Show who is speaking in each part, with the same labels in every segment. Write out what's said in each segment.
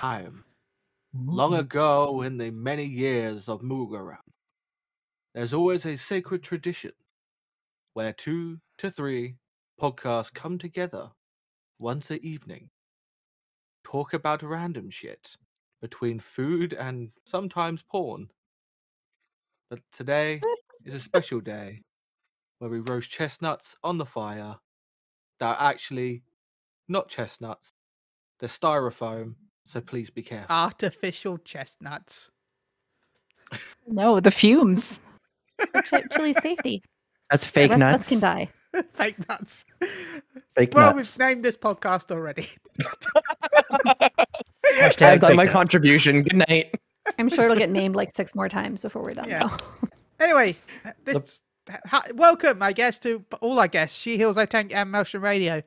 Speaker 1: time, long ago in the many years of Mugaram. There's always a sacred tradition where two to three podcasts come together once an evening, talk about random shit between food and sometimes porn. But today is a special day where we roast chestnuts on the fire that are actually not chestnuts, they're styrofoam, so please be careful.
Speaker 2: Artificial chestnuts.
Speaker 3: No, the fumes.
Speaker 4: Ch- chili safety.
Speaker 5: That's fake
Speaker 4: Rest of us
Speaker 5: nuts.
Speaker 4: can die.
Speaker 2: Fake nuts.
Speaker 5: Fake
Speaker 2: well,
Speaker 5: nuts.
Speaker 2: we've named this podcast already.
Speaker 5: I've
Speaker 6: Hashtag
Speaker 5: done
Speaker 6: fake
Speaker 5: my
Speaker 6: nuts.
Speaker 5: contribution. Good night.
Speaker 4: I'm sure it'll get named like six more times before we're done.
Speaker 2: Yeah.
Speaker 4: though.
Speaker 2: Anyway, this ha- welcome, I guess, to all our guests, She Heals, I Tank, and Maelstrom Radio.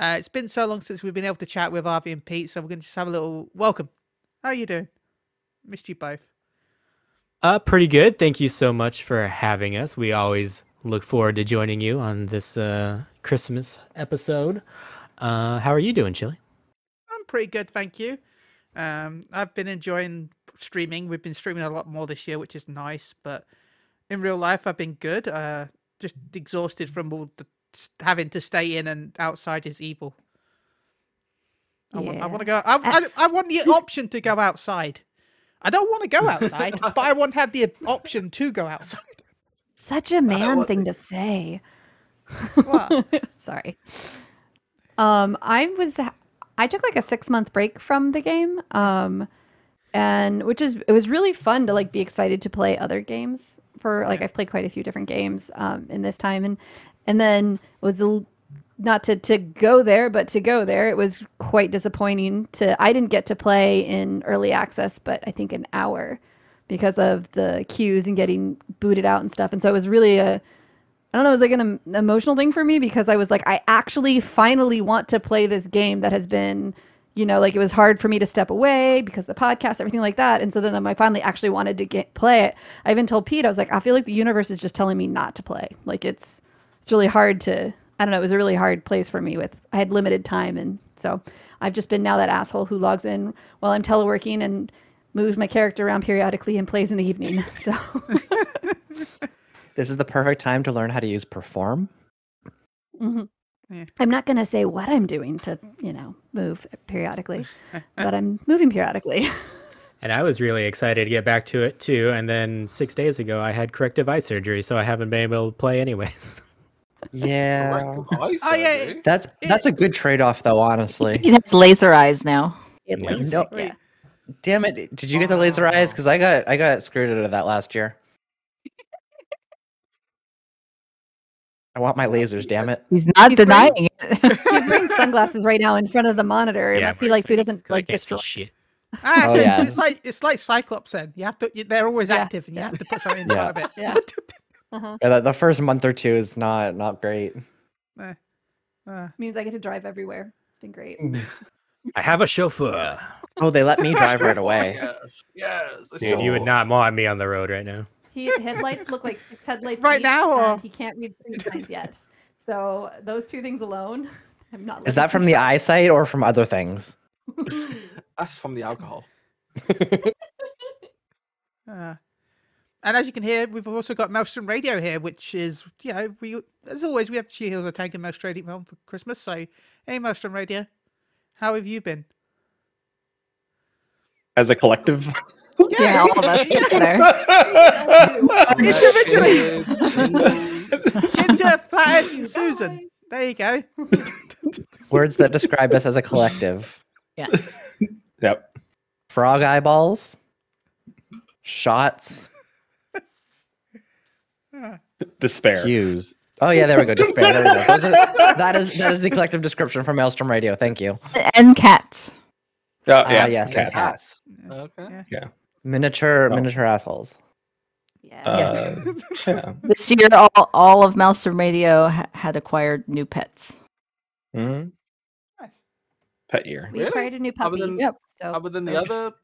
Speaker 2: Uh, it's been so long since we've been able to chat with Harvey and Pete, so we're going to just have a little welcome. How you doing? Missed you both.
Speaker 6: Uh, pretty good. Thank you so much for having us. We always look forward to joining you on this uh, Christmas episode. Uh, how are you doing, Chili?
Speaker 2: I'm pretty good, thank you. Um, I've been enjoying streaming. We've been streaming a lot more this year, which is nice. But in real life, I've been good. Uh, just exhausted from all the s- having to stay in and outside is evil. I want. I want to go. I, I, I want the option to go outside. I don't want to go outside, but I want to have the option to go outside.
Speaker 4: Such a man thing to say.
Speaker 2: What?
Speaker 4: Sorry. Um, I was I took like a six month break from the game. Um, and which is it was really fun to like be excited to play other games for like I've played quite a few different games um in this time and and then it was a l- not to to go there but to go there it was quite disappointing to I didn't get to play in early access but I think an hour because of the queues and getting booted out and stuff and so it was really a I don't know, it was like an em- emotional thing for me because I was like, I actually finally want to play this game that has been, you know, like it was hard for me to step away because the podcast, everything like that. And so then I finally actually wanted to get play it. I even told Pete, I was like, I feel like the universe is just telling me not to play. Like it's it's really hard to I don't know, it was a really hard place for me with I had limited time and so I've just been now that asshole who logs in while I'm teleworking and moves my character around periodically and plays in the evening. So
Speaker 5: This is the perfect time to learn how to use perform.
Speaker 4: Mhm.
Speaker 2: Yeah.
Speaker 4: I'm not going to say what I'm doing to, you know, move periodically, but I'm moving periodically.
Speaker 6: And I was really excited to get back to it too. And then six days ago, I had corrective eye surgery, so I haven't been able to play anyways.
Speaker 5: Yeah.
Speaker 2: Oh, yeah,
Speaker 5: That's that's a good trade off though, honestly.
Speaker 3: He has laser eyes now.
Speaker 4: At
Speaker 6: Yeah.
Speaker 4: least.
Speaker 5: No.
Speaker 4: Yeah.
Speaker 5: Damn it. Did you get the laser eyes? Because I got I got screwed out of that last year. I want my lasers, damn it.
Speaker 3: He's not
Speaker 4: He's
Speaker 3: denying
Speaker 4: wearing-
Speaker 3: it.
Speaker 4: He's wearing sunglasses right now in front of the monitor. It
Speaker 6: Yeah,
Speaker 4: must
Speaker 6: but
Speaker 4: be like so he
Speaker 6: it's-
Speaker 4: doesn't
Speaker 6: I
Speaker 4: like
Speaker 6: can't see
Speaker 4: destroy.
Speaker 6: shit.
Speaker 2: Ah,
Speaker 5: Oh,
Speaker 2: actually,
Speaker 5: yeah.
Speaker 2: it's, it's like it's like Cyclops. Then you have to. You, they're always
Speaker 4: Yeah.
Speaker 2: active, and you have to put something in
Speaker 5: Yeah.
Speaker 2: front of it.
Speaker 4: Yeah.
Speaker 5: Yeah, the, the first month or two is not not great.
Speaker 2: Uh,
Speaker 4: Means I get to drive everywhere. It's been great.
Speaker 6: I have a chauffeur.
Speaker 5: Oh, they let me drive right away.
Speaker 1: Yes, yes.
Speaker 6: Dude, you would not want me on the road right now.
Speaker 4: He headlights look like six headlights
Speaker 2: Right
Speaker 4: each,
Speaker 2: now,
Speaker 4: and
Speaker 2: or-
Speaker 4: he can't read street signs yet. So those two things alone, I'm not.
Speaker 5: Is that from the eyesight or from other things?
Speaker 1: That's from the alcohol.
Speaker 2: Uh, and as you can hear, we've also got Maelstrom Radio here, which is, you know, we as always, we have She Heals a Tank and Maelstrom Radio on for Christmas. So, hey, Maelstrom Radio, how have you been?
Speaker 7: as a collective.
Speaker 3: Yeah, all of us together.
Speaker 2: Individually.
Speaker 1: Connected to-
Speaker 2: Ginger, Flatus, and Susan. There you go.
Speaker 5: Words that describe us as a collective.
Speaker 7: Yep.
Speaker 5: Frog eyeballs. Shots.
Speaker 7: Despair.
Speaker 5: Cues. Oh yeah, there we go. Despair. There we go. Those are- that is that is the collective description from Maelstrom Radio. Thank you.
Speaker 3: and cats.
Speaker 7: Oh,
Speaker 5: Ah,
Speaker 7: Uh, yeah.
Speaker 5: yes, and
Speaker 7: Cats.
Speaker 5: cats.
Speaker 1: okay.
Speaker 5: Miniature
Speaker 7: Oh.
Speaker 5: miniature assholes.
Speaker 3: Yeah.
Speaker 7: Uh, yeah.
Speaker 3: This year, all, all of Maelstrom Radio ha- had acquired new pets.
Speaker 5: Mm-hmm.
Speaker 7: Mhm.
Speaker 2: Nice.
Speaker 7: Pet year.
Speaker 4: We
Speaker 1: Really?
Speaker 4: acquired a new
Speaker 1: Other
Speaker 4: puppy.
Speaker 1: than-
Speaker 3: Yep.
Speaker 4: So
Speaker 1: Other than the
Speaker 4: so-
Speaker 1: other.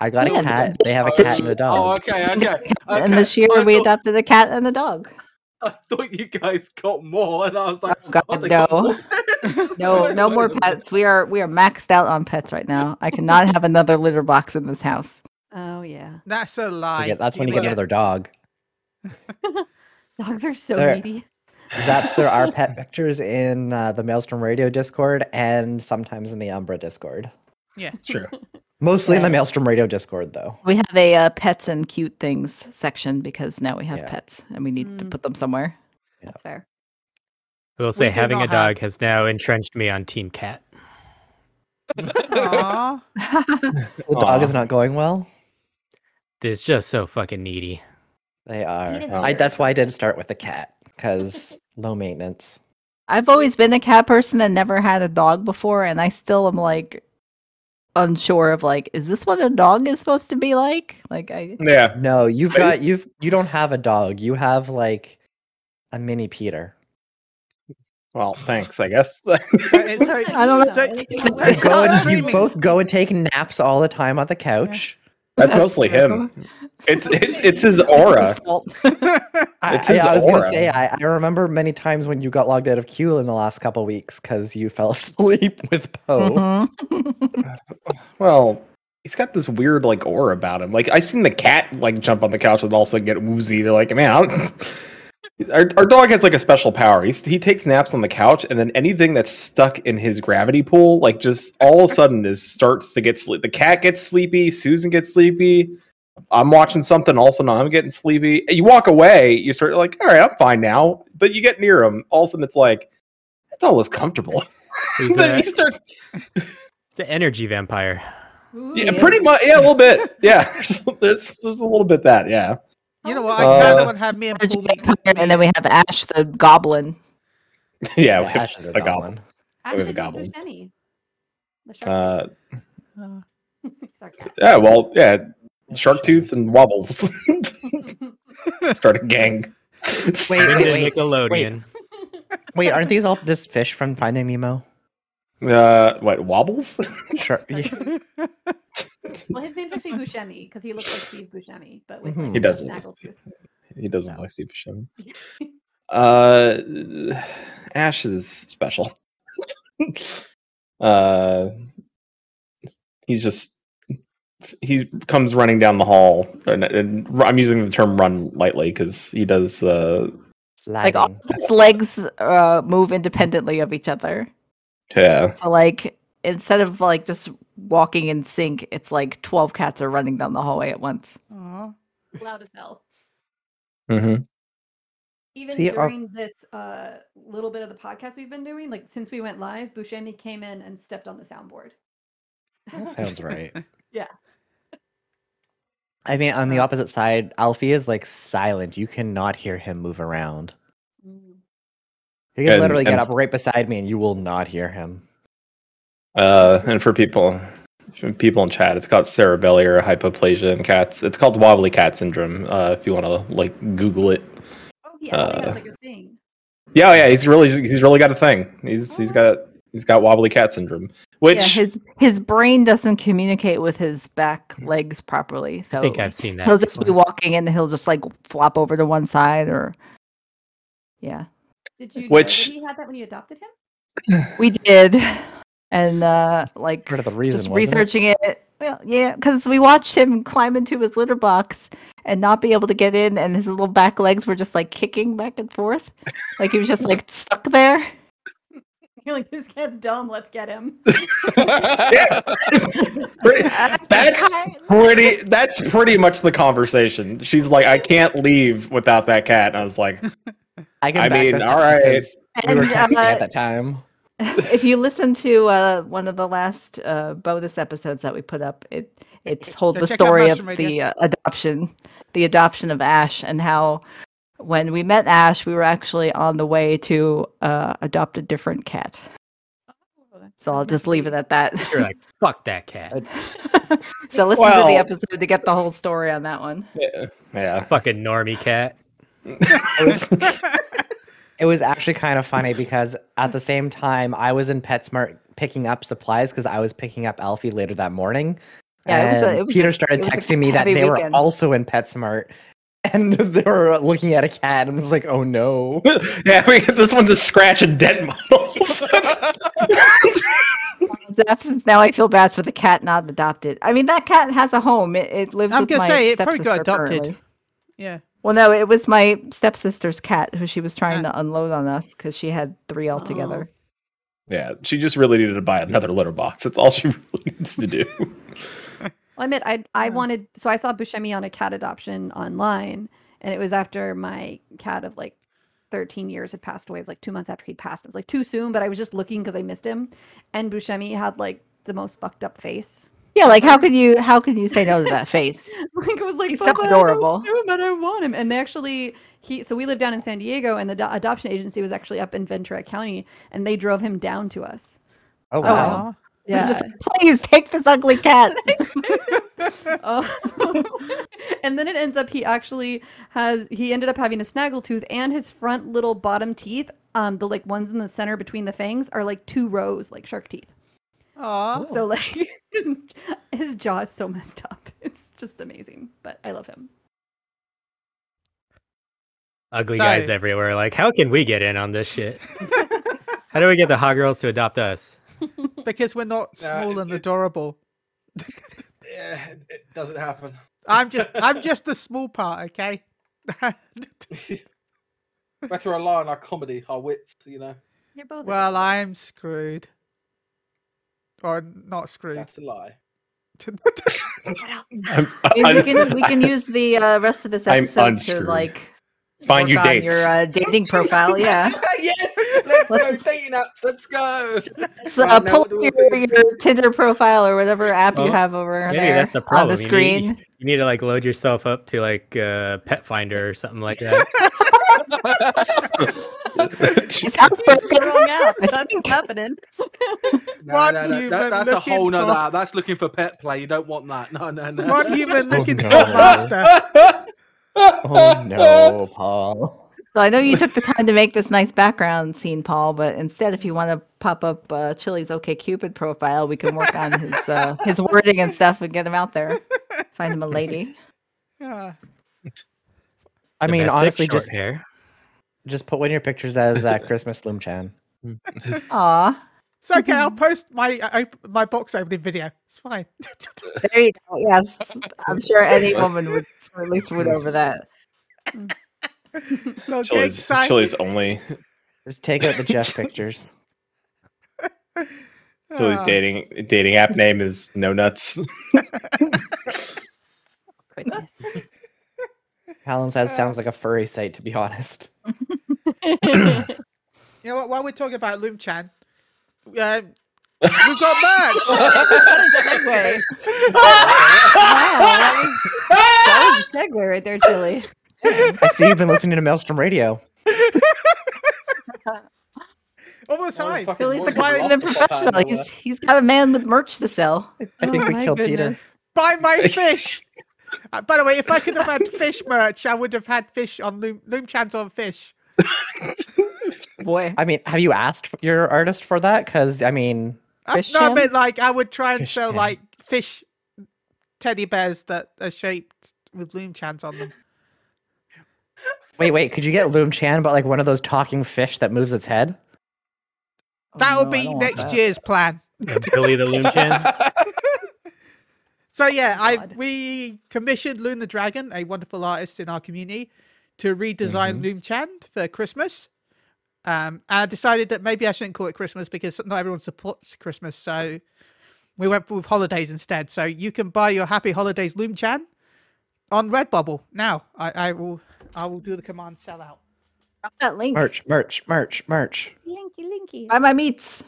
Speaker 5: I got
Speaker 3: Yeah,
Speaker 5: a cat. They have a
Speaker 1: Oh,
Speaker 5: cat and a
Speaker 1: Oh,
Speaker 5: dog.
Speaker 1: okay, okay.
Speaker 3: And
Speaker 1: okay.
Speaker 3: this year,
Speaker 1: I
Speaker 3: we
Speaker 1: thought-
Speaker 3: adopted a cat and a dog.
Speaker 1: I thought you guys got more, and I was like,
Speaker 3: Oh, God,
Speaker 1: they got
Speaker 3: no.
Speaker 1: more pets."
Speaker 3: No,
Speaker 1: Wait,
Speaker 3: no more
Speaker 1: wait a
Speaker 3: pets. We are we are maxed out on pets right now. I cannot have another litter box in this house.
Speaker 4: Oh yeah,
Speaker 2: That's a lie.
Speaker 5: Yeah, that's when you
Speaker 2: You're
Speaker 5: get
Speaker 2: gonna
Speaker 5: another dog.
Speaker 4: dogs are so
Speaker 5: There.
Speaker 4: needy.
Speaker 5: Zaps, there are pet pictures in uh, the Maelstrom Radio Discord and sometimes in the Umbra Discord.
Speaker 7: It's true.
Speaker 5: Mostly in the
Speaker 4: Yeah.
Speaker 5: Maelstrom Radio Discord, though.
Speaker 3: We have a uh, pets and cute things section because now we have
Speaker 5: Yeah.
Speaker 3: pets and we need to
Speaker 4: Mm.
Speaker 3: put them somewhere.
Speaker 4: That's fair.
Speaker 6: I will say
Speaker 2: do
Speaker 6: having a
Speaker 2: not have-
Speaker 6: dog has now entrenched me on Team Cat.
Speaker 2: Aw.
Speaker 5: The dog
Speaker 7: Aw.
Speaker 5: is not going well.
Speaker 6: It's just so fucking needy.
Speaker 5: They are.
Speaker 4: is
Speaker 5: I,
Speaker 4: weird.
Speaker 5: that's why I did start with the cat because low maintenance.
Speaker 3: I've always been a cat person and never had a dog before, and I still am like unsure of like, is this what a dog is supposed to be like? Like I
Speaker 7: Yeah.
Speaker 5: No, you've
Speaker 7: Are you-
Speaker 5: got you've you don't have a dog. You have like a mini Peter.
Speaker 7: Well, thanks, I guess.
Speaker 2: It's so-
Speaker 3: I don't know.
Speaker 2: so-
Speaker 4: Anything
Speaker 2: so
Speaker 5: You
Speaker 2: it's
Speaker 5: go
Speaker 2: not
Speaker 5: and, you
Speaker 2: streaming.
Speaker 5: both go and take naps all the time on the couch.
Speaker 7: That's mostly him. It's it's it's his aura.
Speaker 5: I,
Speaker 7: It's his
Speaker 5: I, I was
Speaker 7: aura.
Speaker 5: gonna say I, I remember many times when you got logged out of queue in the last couple weeks because you fell asleep with Poe.
Speaker 2: Mm-hmm.
Speaker 7: Oh.
Speaker 3: Mhm.
Speaker 7: Well, he's got this weird like aura about him. Like I seen the cat like jump on the couch and all of a sudden get woozy. They're like, man, I don't... our our dog has like a special power. He's, he takes naps on the couch, and then anything that's stuck in his gravity pool, like just all of a sudden, is starts to get sleep. The cat gets sleepy. Susan gets sleepy. I'm watching something. All of a sudden, I'm getting sleepy. You walk away. You start like, all right, I'm fine now. But you get near him. All of a sudden, it's like. That's all is comfortable.
Speaker 6: He's,
Speaker 7: then
Speaker 6: a,
Speaker 7: he starts,
Speaker 6: he's an energy vampire.
Speaker 7: yeah, pretty much, yeah, a little bit, yeah. There's, there's, there's a little bit that, yeah.
Speaker 2: you know what? I kind
Speaker 7: Uh,
Speaker 2: of want to have me and Paul make
Speaker 3: and then we have Ash the goblin.
Speaker 5: Yeah,
Speaker 7: yeah, we have
Speaker 5: Ash is
Speaker 7: a
Speaker 5: a
Speaker 7: goblin.
Speaker 5: goblin.
Speaker 7: Actually,
Speaker 4: Actually,
Speaker 7: a goblin.
Speaker 4: there's many. The shark.
Speaker 7: Uh,
Speaker 2: Uh,
Speaker 4: tooth. Sorry.
Speaker 7: yeah, well, yeah, shark tooth and wobbles start a gang.
Speaker 5: Wait,
Speaker 6: Into
Speaker 5: wait,
Speaker 6: Nickelodeon.
Speaker 5: Wait, aren't these all just fish from Finding Nemo?
Speaker 7: uh, what wobbles?
Speaker 5: Sure. yeah.
Speaker 4: Well, his name's actually Buscemi because he looks like Steve Buscemi, but with
Speaker 5: Mhm.
Speaker 4: like,
Speaker 5: He
Speaker 7: Mm-hmm. does look like
Speaker 4: snaggletooth.
Speaker 7: he doesn't
Speaker 4: No.
Speaker 7: like Steve Buscemi. Uh, Ash is special. uh, he's just he comes running down the hall, and, and I'm using the term "run" lightly because he does. Uh,
Speaker 3: Like all
Speaker 5: Sliding.
Speaker 3: his legs uh, move independently of each other.
Speaker 7: yeah,
Speaker 3: So like instead of like just walking in sync, it's like twelve cats are running down the hallway at once.
Speaker 2: aw.
Speaker 4: Loud as hell.
Speaker 7: mm-hmm.
Speaker 4: Even
Speaker 5: See, uh,
Speaker 4: during this uh, little bit of the podcast we've been doing, like since we went live, Buscemi came in and stepped on the soundboard.
Speaker 5: That sounds right.
Speaker 4: Yeah.
Speaker 5: I mean, on the opposite side, Alfie is like silent. You cannot hear him move around.
Speaker 4: Mm.
Speaker 5: He can
Speaker 7: And-
Speaker 5: literally get
Speaker 7: and-
Speaker 5: up right beside me, and you will not hear him.
Speaker 7: Uh, and for people, for people in chat, it's called cerebellar hypoplasia in cats. It's called wobbly cat syndrome. Uh, if you want to like Google it.
Speaker 4: Oh, he actually
Speaker 7: Uh,
Speaker 4: has like a thing.
Speaker 7: Yeah, oh, yeah, he's really he's really got a thing. He's he's got he's got wobbly cat syndrome, which
Speaker 3: yeah, his his brain doesn't communicate with his back
Speaker 5: Hmm.
Speaker 3: legs properly. So
Speaker 6: I think I've seen that.
Speaker 3: he'll just be
Speaker 6: before.
Speaker 3: walking and he'll just like flop over to one side or yeah.
Speaker 4: Did you
Speaker 7: which-
Speaker 4: know that he had that when you adopted him?
Speaker 3: We did. And uh like
Speaker 5: Part of the reason,
Speaker 3: just
Speaker 5: wasn't it?
Speaker 3: researching it. Well, yeah, because we watched him climb into his litter box and not be able to get in, and his little back legs were just like kicking back and forth, like he was just like stuck there.
Speaker 4: You're like, this cat's dumb. Let's get him.
Speaker 7: yeah, Pretty- that's pretty that's pretty much the conversation. She's like, I can't leave without that cat. And I was like,
Speaker 5: I can.
Speaker 7: I
Speaker 5: back
Speaker 7: mean,
Speaker 5: this up
Speaker 7: alright.
Speaker 5: because We
Speaker 3: And,
Speaker 5: were texting
Speaker 3: uh,
Speaker 5: at that time.
Speaker 3: if you listen to uh, one of the last uh, bonus episodes that we put up, it it told
Speaker 2: So
Speaker 3: the
Speaker 2: check out
Speaker 3: story of
Speaker 2: Mushroom Radio.
Speaker 3: the uh, adoption, the adoption of Ash, and how when we met Ash, we were actually on the way to uh, adopt a different cat.
Speaker 4: Oh,
Speaker 3: So I'll just leave it at that.
Speaker 6: You're like, fuck that cat.
Speaker 3: so listen to
Speaker 7: Well-
Speaker 3: the episode to get the whole story on that one.
Speaker 7: yeah. yeah.
Speaker 6: Fucking normie cat.
Speaker 5: It was, it was actually kind of funny because at the same time, I was in PetSmart picking up supplies because I was picking up Alfie later that morning.
Speaker 3: Yeah, it was a-
Speaker 5: and
Speaker 3: it was a-
Speaker 5: Peter started
Speaker 3: it was a
Speaker 5: texting me that
Speaker 3: heavy
Speaker 5: they were
Speaker 3: weekend.
Speaker 5: also in PetSmart and they were looking at a cat and was like, "Oh no!"
Speaker 7: yeah, we, this one's a scratch and dent model.
Speaker 3: Adoptions, now I feel bad for the cat not adopted. I mean, that cat has a home. It, it lives.
Speaker 2: I'm
Speaker 3: with
Speaker 2: gonna
Speaker 3: my
Speaker 2: say it probably got
Speaker 3: stepsister
Speaker 2: adopted.
Speaker 3: currently.
Speaker 2: Yeah.
Speaker 3: Well, no, it was my stepsister's cat who she was trying to unload on us because she had three altogether.
Speaker 7: yeah, she just really needed to buy another litter box. That's all she really needs to do.
Speaker 4: Well, I admit, I I wanted so I saw Buscemi on a cat adoption online, and it was after my cat of like thirteen years had passed away. It was like two months after he'd passed. It was like too soon, but I was just looking because I missed him, and Buscemi had like the most fucked up face.
Speaker 3: Yeah, like how could you how could you say no to that face?
Speaker 4: like it was like
Speaker 3: He's so
Speaker 4: "Papa, I don't
Speaker 3: adorable."
Speaker 4: see him, I don't want him. And they actually he so we lived down in San Diego, and the do- adoption agency was actually up in Ventura County, and they drove him down to us.
Speaker 5: Oh
Speaker 2: Aw.
Speaker 5: wow!
Speaker 3: Yeah. Just please take this ugly cat.
Speaker 4: Oh. and then it ends up he actually has he ended up having a snaggle tooth and his front little bottom teeth, um, the like ones in the center between the fangs are like two rows like shark teeth.
Speaker 3: Oh.
Speaker 2: Aw.
Speaker 4: So like his his jaw is so messed up. It's just amazing. But I love him.
Speaker 6: Ugly
Speaker 2: So-
Speaker 6: guys everywhere. Like, how can we get in on this shit? how do we get the hot girls to adopt us?
Speaker 2: Because we're not
Speaker 1: Nah,
Speaker 2: small and
Speaker 1: it-
Speaker 2: adorable.
Speaker 1: Yeah, it, it doesn't happen.
Speaker 2: I'm just I'm just the small part, okay?
Speaker 1: Better rely on our comedy, our wits, you know.
Speaker 4: You're both
Speaker 2: well, I'm screwed. Or not screwed.
Speaker 1: That's a lie.
Speaker 7: I'm-
Speaker 3: I mean, we
Speaker 7: I'm-
Speaker 3: can we can use the uh, rest of this
Speaker 7: I'm
Speaker 3: episode to
Speaker 7: unscrewed.
Speaker 3: like
Speaker 7: Find
Speaker 3: work
Speaker 7: you
Speaker 3: on
Speaker 7: dates.
Speaker 3: your uh, dating profile. Yeah,
Speaker 1: yes, let's go
Speaker 3: Let's-
Speaker 1: dating apps. Let's go.
Speaker 3: so,
Speaker 1: Right,
Speaker 3: uh,
Speaker 1: now
Speaker 3: pull
Speaker 1: what
Speaker 3: up
Speaker 1: do we
Speaker 3: your,
Speaker 1: do?
Speaker 3: your Tinder profile or whatever app you
Speaker 6: Well,
Speaker 3: have over
Speaker 6: Maybe
Speaker 3: there
Speaker 6: that's the problem.
Speaker 3: on
Speaker 6: You
Speaker 3: the
Speaker 6: need-
Speaker 3: screen.
Speaker 6: You need, to like load yourself up to like uh, Pet Finder or something like that.
Speaker 3: It sounds pretty good.
Speaker 4: yeah, that's what's happening.
Speaker 2: What you been
Speaker 1: that's a
Speaker 2: looking
Speaker 1: whole nother.
Speaker 2: for?
Speaker 1: app. That's looking for pet play. You don't want that. No, no, no.
Speaker 2: What human
Speaker 5: Oh,
Speaker 2: looking
Speaker 5: no.
Speaker 2: for master?
Speaker 5: Oh no, Paul.
Speaker 3: So I know you took the time to make this nice background scene, Paul, but instead, if you want to pop up uh, Chili's OK Cupid profile, we can work on his uh, his wording and stuff and get him out there. Find him a lady.
Speaker 2: Yeah.
Speaker 5: I mean,
Speaker 6: Domestic,
Speaker 5: honestly,
Speaker 6: short
Speaker 5: just
Speaker 6: hair.
Speaker 5: just put one of your pictures as uh, Christmas Loom Chan.
Speaker 3: Aw,
Speaker 2: It's okay, I'll post my I, my box opening video. It's fine.
Speaker 3: there you go. Yes, I'm sure any woman would or at least would over that.
Speaker 2: Don't get
Speaker 7: Chili's,
Speaker 2: excited.
Speaker 7: Chili's only
Speaker 5: Just take out the Jeff pictures.
Speaker 7: Chili's
Speaker 2: Ah.
Speaker 7: dating dating app name is No Nuts.
Speaker 4: Goodness.
Speaker 5: Helen's that sounds like a furry site, to be honest.
Speaker 2: You know what? While we're talking about Loom Chan, uh, we've got merch.
Speaker 4: segue. wow, that was, that was a segue right there, Chili.
Speaker 5: I see you've been listening to Maelstrom Radio.
Speaker 2: all
Speaker 1: Oh,
Speaker 2: the time.
Speaker 1: fucking
Speaker 3: Chili's the
Speaker 1: Morgan
Speaker 2: Why-
Speaker 3: kind
Speaker 1: lost
Speaker 3: of
Speaker 1: the plot,
Speaker 3: professional.
Speaker 1: Noah.
Speaker 3: He's, he's got a man with merch to sell.
Speaker 5: I think
Speaker 4: Oh
Speaker 5: we
Speaker 4: my
Speaker 5: killed
Speaker 4: goodness.
Speaker 2: Buy my fish. Uh, by the way, if I could have had fish merch, I would have had fish on Loom, Loom Chan's on fish.
Speaker 3: Boy,
Speaker 5: Peter. I mean, have you asked your artist for that? Because I mean,
Speaker 2: Uh, no, I
Speaker 3: Christian?
Speaker 2: meant like I would try and sell
Speaker 5: Christian.
Speaker 2: like fish teddy bears that are shaped with Loom Chans on them.
Speaker 5: wait, wait, could you get Loom Chan, but like one of those talking fish that moves its head?
Speaker 2: that
Speaker 3: Oh,
Speaker 2: would
Speaker 3: no, I
Speaker 2: be
Speaker 3: don't want
Speaker 2: next
Speaker 3: that.
Speaker 2: year's plan.
Speaker 6: Billy the Loom Chan.
Speaker 2: So yeah, I
Speaker 4: God.
Speaker 2: we commissioned Loon the Dragon, a wonderful artist in our community, to redesign
Speaker 3: Mm-hmm.
Speaker 2: Loom Chan for Christmas. Um, and I decided that maybe I shouldn't call it Christmas because not everyone supports Christmas. So we went with holidays instead. So you can buy your Happy Holidays Loom Chan on Redbubble now. I, I will I will do the command sell out.
Speaker 3: Drop that link.
Speaker 5: Merch, merch, merch, merch.
Speaker 4: Linky, linky.
Speaker 3: Buy my meats.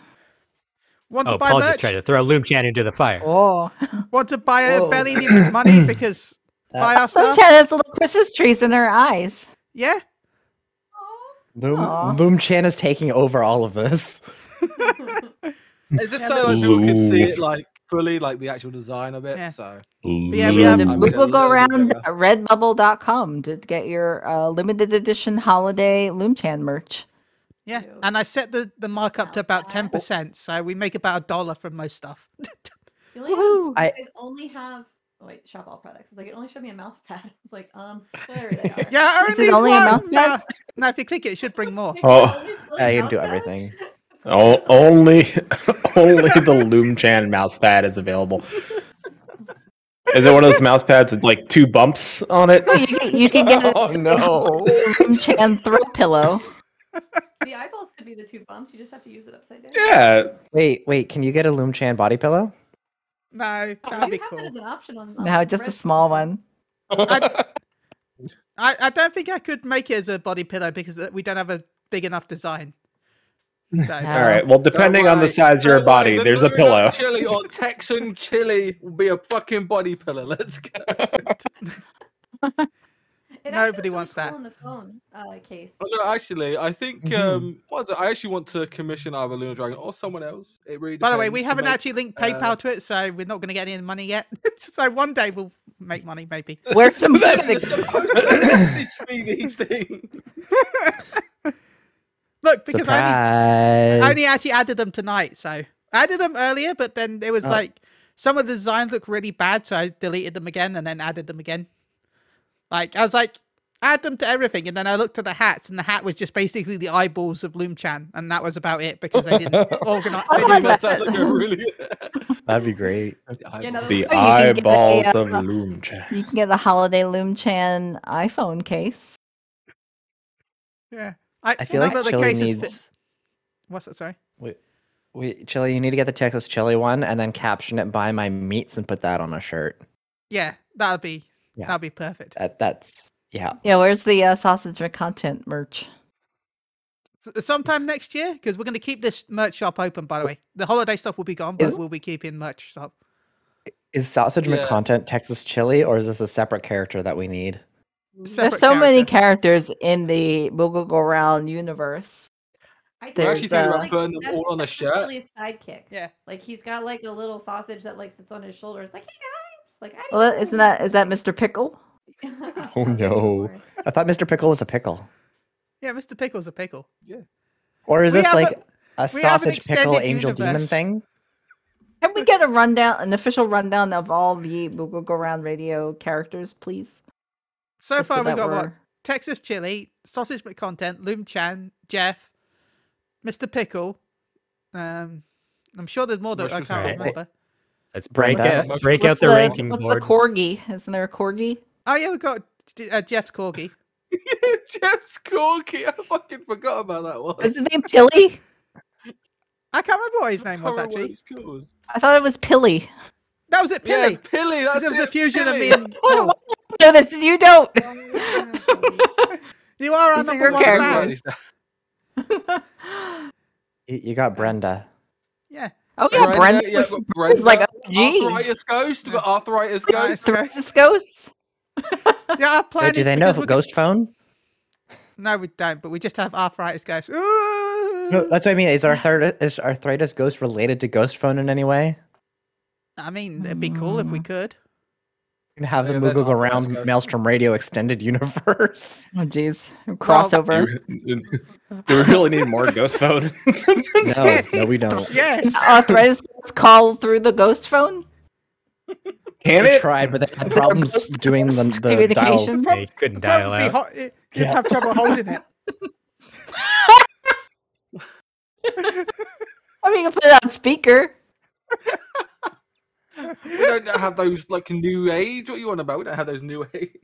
Speaker 2: Want to
Speaker 6: Oh,
Speaker 2: buy
Speaker 6: Paul
Speaker 2: merch?
Speaker 6: just tried to throw Loom Chan into the fire.
Speaker 3: Oh.
Speaker 2: Want to buy a
Speaker 3: Whoa.
Speaker 2: belly needs money because buy our
Speaker 3: Some
Speaker 2: stuff?
Speaker 3: chat has little Christmas trees in their eyes.
Speaker 2: Yeah.
Speaker 3: Aw.
Speaker 5: Loom, Loom Chan is taking over all of this.
Speaker 1: It's just so like, people can see it like fully, like the actual design of it.
Speaker 2: Yeah.
Speaker 1: So
Speaker 2: yeah, we have-
Speaker 1: I'm
Speaker 3: we
Speaker 1: gonna
Speaker 3: will go
Speaker 1: load it
Speaker 3: around
Speaker 1: up.
Speaker 3: redbubble.com to get your uh, limited edition holiday Loom Chan merch.
Speaker 2: Yeah,
Speaker 4: Ew.
Speaker 2: and I set the, the markup to about ten
Speaker 4: Outside.
Speaker 2: percent, so we make about a dollar from most stuff.
Speaker 3: Woohoo!
Speaker 5: I-
Speaker 4: only have. oh wait, shop all products. It's like it only showed me a mouse pad. I was like, um, there they are.
Speaker 2: Yeah,
Speaker 3: Is it
Speaker 2: only,
Speaker 3: only a
Speaker 2: one.
Speaker 3: mouse
Speaker 2: now,
Speaker 3: pad?
Speaker 2: now, if you click it, it should bring more.
Speaker 7: Oh.
Speaker 5: Yeah, you can do everything.
Speaker 7: Oh, only, only the Loom Chan mouse pad is available. Is it one of those mouse pads with like two bumps on it?
Speaker 3: Oh, You can, you can get a
Speaker 7: Oh no!
Speaker 3: Chan throw pillow.
Speaker 4: The eyeballs could be the two bumps. You just have to use it upside down.
Speaker 7: Yeah,
Speaker 5: Wait, wait, can you get a Loom Chan body pillow?
Speaker 2: No,
Speaker 4: That'd
Speaker 2: that'd be cool.
Speaker 4: That as an option on, on
Speaker 3: No, just a
Speaker 4: Red-
Speaker 3: small one.
Speaker 2: I, I don't think I could make it as a body pillow because uh, we don't have a big enough design. So,
Speaker 3: No.
Speaker 7: All right. Well, depending on the
Speaker 1: worry.
Speaker 7: size of your
Speaker 1: Don't worry,
Speaker 7: body,
Speaker 1: the
Speaker 7: there's a
Speaker 1: Nugget
Speaker 7: pillow.
Speaker 1: Chili or Texan chili will be a fucking body pillow. Let's go.
Speaker 4: It
Speaker 2: Nobody
Speaker 4: actually looks really
Speaker 2: wants
Speaker 4: cool
Speaker 2: that.
Speaker 4: On the phone uh, case.
Speaker 1: Oh, no, actually, I think
Speaker 2: Mm-hmm.
Speaker 5: Mhm.
Speaker 1: um, what is it? I actually want to commission either Lunar Dragon or someone else. It really.
Speaker 2: by the way,
Speaker 1: depends
Speaker 2: we
Speaker 1: to
Speaker 2: haven't
Speaker 1: make-
Speaker 2: actually linked
Speaker 1: uh,
Speaker 2: PayPal to it, so we're not going to get any money yet. so one day we'll make money, maybe.
Speaker 3: Where's the
Speaker 1: You're supposed to message me these things.
Speaker 2: Look, because I only,
Speaker 5: Surprise.
Speaker 2: I only actually added them tonight. So I added them earlier, but then it was
Speaker 5: Oh.
Speaker 2: like some of the designs look really bad, so I deleted them again and then added them again. Like I was like, add them to everything, and then I looked at the hats, and the hat was just basically the eyeballs of Loom Chan, and that was about it because they didn't organize.
Speaker 3: I
Speaker 2: They
Speaker 3: like
Speaker 2: didn't
Speaker 1: That's
Speaker 3: that.
Speaker 1: that look really.
Speaker 5: That'd be great.
Speaker 4: Yeah, no,
Speaker 7: The
Speaker 4: that's-
Speaker 3: can get a,
Speaker 7: eyeballs of
Speaker 3: uh,
Speaker 7: Loom Chan.
Speaker 3: You can get a holiday Loom Chan iPhone case.
Speaker 2: Yeah. I,
Speaker 5: I feel
Speaker 2: no,
Speaker 5: like
Speaker 2: but the
Speaker 5: Chili
Speaker 2: case is fi-
Speaker 5: needs.
Speaker 2: What's it? Sorry.
Speaker 5: Wait, wait, Chili, you need to get the Texas Chili one and then caption it by my meats and put that on a shirt.
Speaker 2: Yeah, that'll be
Speaker 5: Yeah.
Speaker 2: that'll be perfect.
Speaker 5: That that's yeah.
Speaker 3: Yeah, where's the uh, sausage and content merch?
Speaker 2: S- sometime next year, because we're going to keep this merch shop open. By the way, the holiday stuff will be gone, but
Speaker 5: Is-
Speaker 2: we'll be keeping merch shop.
Speaker 5: Is sausage
Speaker 1: Yeah.
Speaker 5: McContent content Texas Chili or is this a separate character that we need?
Speaker 2: Separate
Speaker 3: There's so many
Speaker 2: character.
Speaker 3: characters in the Moogle Go Round universe.
Speaker 4: I think
Speaker 3: We're
Speaker 4: that's
Speaker 3: actually
Speaker 1: thinking
Speaker 4: just,
Speaker 1: about putting them
Speaker 4: that's
Speaker 1: all on a
Speaker 4: just really his sidekick.
Speaker 2: Yeah.
Speaker 4: Like he's got like a little sausage that like sits on his shoulder. It's like, hey guys, like I
Speaker 3: Well,
Speaker 4: didn't
Speaker 3: that- isn't
Speaker 4: know
Speaker 3: that is that Mr. Pickle?
Speaker 4: you." I
Speaker 5: Oh,
Speaker 4: don't know
Speaker 5: no.
Speaker 4: anymore.
Speaker 5: I thought Mr. Pickle was a pickle.
Speaker 2: Yeah, Mr. Pickle's a pickle.
Speaker 5: Or is
Speaker 2: We
Speaker 5: this
Speaker 2: have
Speaker 5: like a,
Speaker 2: we have an
Speaker 5: sausage pickle
Speaker 2: extended
Speaker 5: angel demon
Speaker 2: universe.
Speaker 5: thing?
Speaker 3: Can we get a rundown, an official rundown of all the Moogle Go Round radio characters, please?
Speaker 2: So
Speaker 3: Just so
Speaker 2: far, we
Speaker 3: that
Speaker 2: got what
Speaker 3: we're-
Speaker 2: Texas chili, sausage McContent, Loom Chan, Jeff, Mr. Pickle. Um, I'm sure there's more that I
Speaker 1: Mushrooms
Speaker 2: can't
Speaker 6: are right.
Speaker 2: remember.
Speaker 6: Let's break
Speaker 5: Brenda.
Speaker 6: out break out
Speaker 3: What's
Speaker 6: the,
Speaker 3: the,
Speaker 6: ranking
Speaker 3: what's
Speaker 6: board.
Speaker 3: the corgi? Isn't there a corgi?
Speaker 2: Oh yeah, we got J- uh, Jeff's corgi.
Speaker 1: Jeff Skorky, I fucking forgot about that one.
Speaker 3: Is his name Pilly?
Speaker 2: I can't remember what his
Speaker 1: I
Speaker 2: name
Speaker 1: can't remember
Speaker 2: was
Speaker 1: what
Speaker 2: actually.
Speaker 1: it's called.
Speaker 3: I thought it was Pilly.
Speaker 2: That was it, Pilly.
Speaker 1: Yeah, Pilly. That's
Speaker 2: it was a
Speaker 1: it,
Speaker 2: fusion of
Speaker 1: Pilly.
Speaker 2: me and
Speaker 3: Oh.
Speaker 2: Paul.
Speaker 3: No, this you don't.
Speaker 2: You are our
Speaker 3: These are
Speaker 2: number
Speaker 3: your
Speaker 2: one
Speaker 3: characters.
Speaker 2: fan.
Speaker 3: Oh,
Speaker 5: You, you got Brenda.
Speaker 2: Yeah.
Speaker 3: Oh yeah, Brenda.
Speaker 1: yeah,
Speaker 3: was-
Speaker 1: but Brenda.
Speaker 3: was like OG.
Speaker 1: Arthritis Ghost. We've got Arthritis
Speaker 2: Yeah.
Speaker 1: Ghost.
Speaker 3: Thrice Ghost.
Speaker 2: Yeah, our plan
Speaker 5: Wait, do
Speaker 2: is
Speaker 5: they know if
Speaker 2: because
Speaker 5: a
Speaker 2: we're go-
Speaker 5: ghost phone?
Speaker 2: No, we don't, but we just have arthritis guys. Ooh!
Speaker 5: No, that's what I mean. Is arthritis, is arthritis ghost related to ghost phone in any way?
Speaker 2: I mean, it'd be cool if we could.
Speaker 5: You can have the
Speaker 1: Yeah, that's
Speaker 5: Moogle go
Speaker 1: arthritis
Speaker 5: around
Speaker 1: ghost.
Speaker 5: Maelstrom Radio Extended Universe.
Speaker 3: Oh jeez, crossover.
Speaker 7: Do we really need more Ghost Phone?
Speaker 5: no, no, we don't.
Speaker 2: Yes.
Speaker 3: Arthritis Ghost call through the ghost phone.
Speaker 7: Can
Speaker 5: They
Speaker 7: it?
Speaker 5: tried, but they had problems doing the, the dials.
Speaker 3: communication?
Speaker 6: They couldn't dial
Speaker 2: Probably
Speaker 6: out.
Speaker 2: hot. You'd
Speaker 5: Yeah.
Speaker 2: have trouble holding it.
Speaker 3: I mean, you can put it on speaker.
Speaker 1: We don't have those like new age. What you on about? We don't have those new age.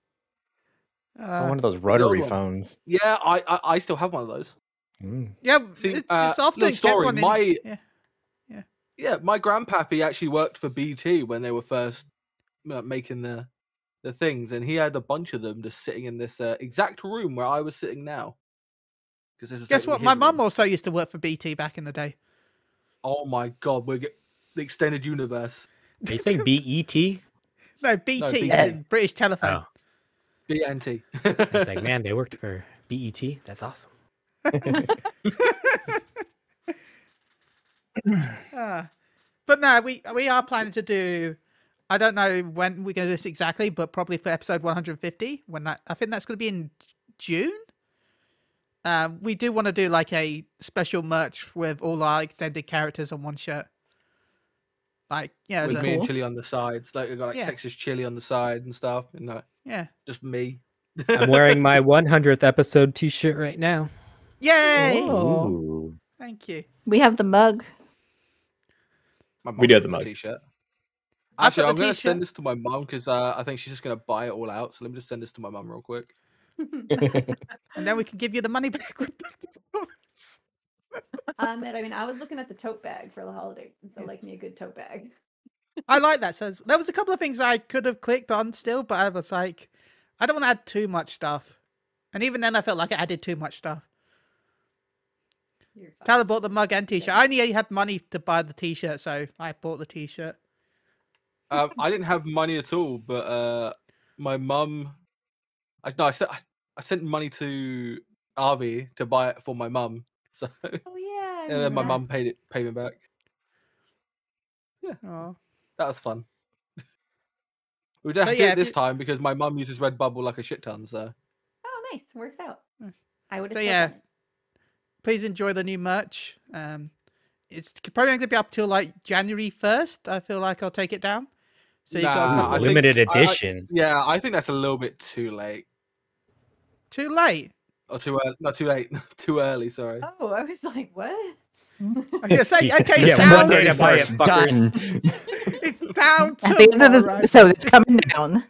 Speaker 5: So
Speaker 2: Uh,
Speaker 5: one of those rotary
Speaker 1: one.
Speaker 5: phones.
Speaker 1: Yeah, I, I I still have one of those.
Speaker 5: Mm.
Speaker 2: yeah,
Speaker 1: See,
Speaker 2: it-
Speaker 1: uh,
Speaker 2: it's often
Speaker 1: long
Speaker 2: kept
Speaker 1: story,
Speaker 2: on in-
Speaker 1: my-
Speaker 2: yeah.
Speaker 1: Yeah, my grandpappy actually worked for BT when they were first uh, making the the things, and he had a bunch of them just sitting in this uh, exact room where I was sitting now. Because this was
Speaker 2: Guess
Speaker 1: like
Speaker 2: what?
Speaker 1: in
Speaker 2: My
Speaker 1: his
Speaker 2: mum
Speaker 1: room.
Speaker 2: also used to work for BT back in the day.
Speaker 1: Oh my god, we're get- the extended universe.
Speaker 6: Are you saying B E T?
Speaker 2: No, BT,
Speaker 1: BT.
Speaker 2: As in British Telephone.
Speaker 6: Oh.
Speaker 1: BNT.
Speaker 6: It's like, man, they worked for B E T. That's awesome.
Speaker 2: Ah. but no, we we are planning to do. I don't know when we're going to do this exactly, but probably for episode 150. When that, I think that's going to be in June. Um, we do want to do like a special merch with all our extended characters on one shirt. Like yeah, as
Speaker 1: with
Speaker 2: a-
Speaker 1: me and
Speaker 3: Cool.
Speaker 1: Chili on the sides. Like I got like
Speaker 2: Yeah.
Speaker 1: Texas Chili on the side and stuff, and like
Speaker 2: yeah.
Speaker 1: just me.
Speaker 6: I'm wearing my 100th episode T-shirt right now.
Speaker 2: Yay!
Speaker 3: Ooh.
Speaker 8: Ooh.
Speaker 2: Thank you.
Speaker 3: We have the mug.
Speaker 1: My
Speaker 7: We do have the mug.
Speaker 1: t-shirt.
Speaker 2: I've
Speaker 1: Actually,
Speaker 2: got
Speaker 1: I'm
Speaker 2: the
Speaker 1: going to
Speaker 2: t-shirt.
Speaker 1: send this to my mum because uh, I think she's just going to buy it all out. So let me just send this to my mum real quick.
Speaker 2: And then we can give you the money back. With the
Speaker 9: Um, and I mean, I was looking at the tote bag for the holiday, and so like me a good tote bag.
Speaker 2: I like that. So there was a couple of things I could have clicked on still, but I was like, I don't want to add too much stuff. And even then, I felt like I added too much stuff.
Speaker 9: You're fine.
Speaker 2: Tyler bought the mug and T-shirt. I only had money to buy the T-shirt, so I bought the T-shirt.
Speaker 1: Um, I didn't have money at all, but uh, my mum. I, no, I, sent, I, I sent money to Avi to buy it for my mum. So and
Speaker 9: Oh yeah. I
Speaker 1: then
Speaker 9: remember
Speaker 1: my
Speaker 9: that.
Speaker 1: mum paid it, paid me back.
Speaker 2: Oh,
Speaker 1: That was fun. we don't have
Speaker 2: But
Speaker 1: to do
Speaker 2: yeah,
Speaker 1: it
Speaker 2: if
Speaker 1: this
Speaker 2: you-
Speaker 1: time because my mum uses Redbubble like a shit ton. So
Speaker 9: Oh, nice. Works out.
Speaker 2: Nice.
Speaker 9: I would.
Speaker 2: So, yeah. please enjoy the new merch. Um, it's probably going to be up till like January first. I feel like I'll take it down. So you got a
Speaker 1: Nah,
Speaker 2: couple
Speaker 1: I think
Speaker 6: Limited
Speaker 1: s- I- I-
Speaker 6: edition.
Speaker 1: yeah, I think that's a little bit too late
Speaker 2: too late.
Speaker 1: or too early. Not too late, too early. Sorry.
Speaker 9: Oh, I was like, what?
Speaker 3: Hmm?
Speaker 2: I'm gonna say okay,
Speaker 6: Yeah,
Speaker 2: sound
Speaker 6: Monday to buy it,
Speaker 8: First
Speaker 6: fuckers.
Speaker 2: it's down
Speaker 3: At the end of this
Speaker 2: tomorrow.
Speaker 3: episode, it's coming down.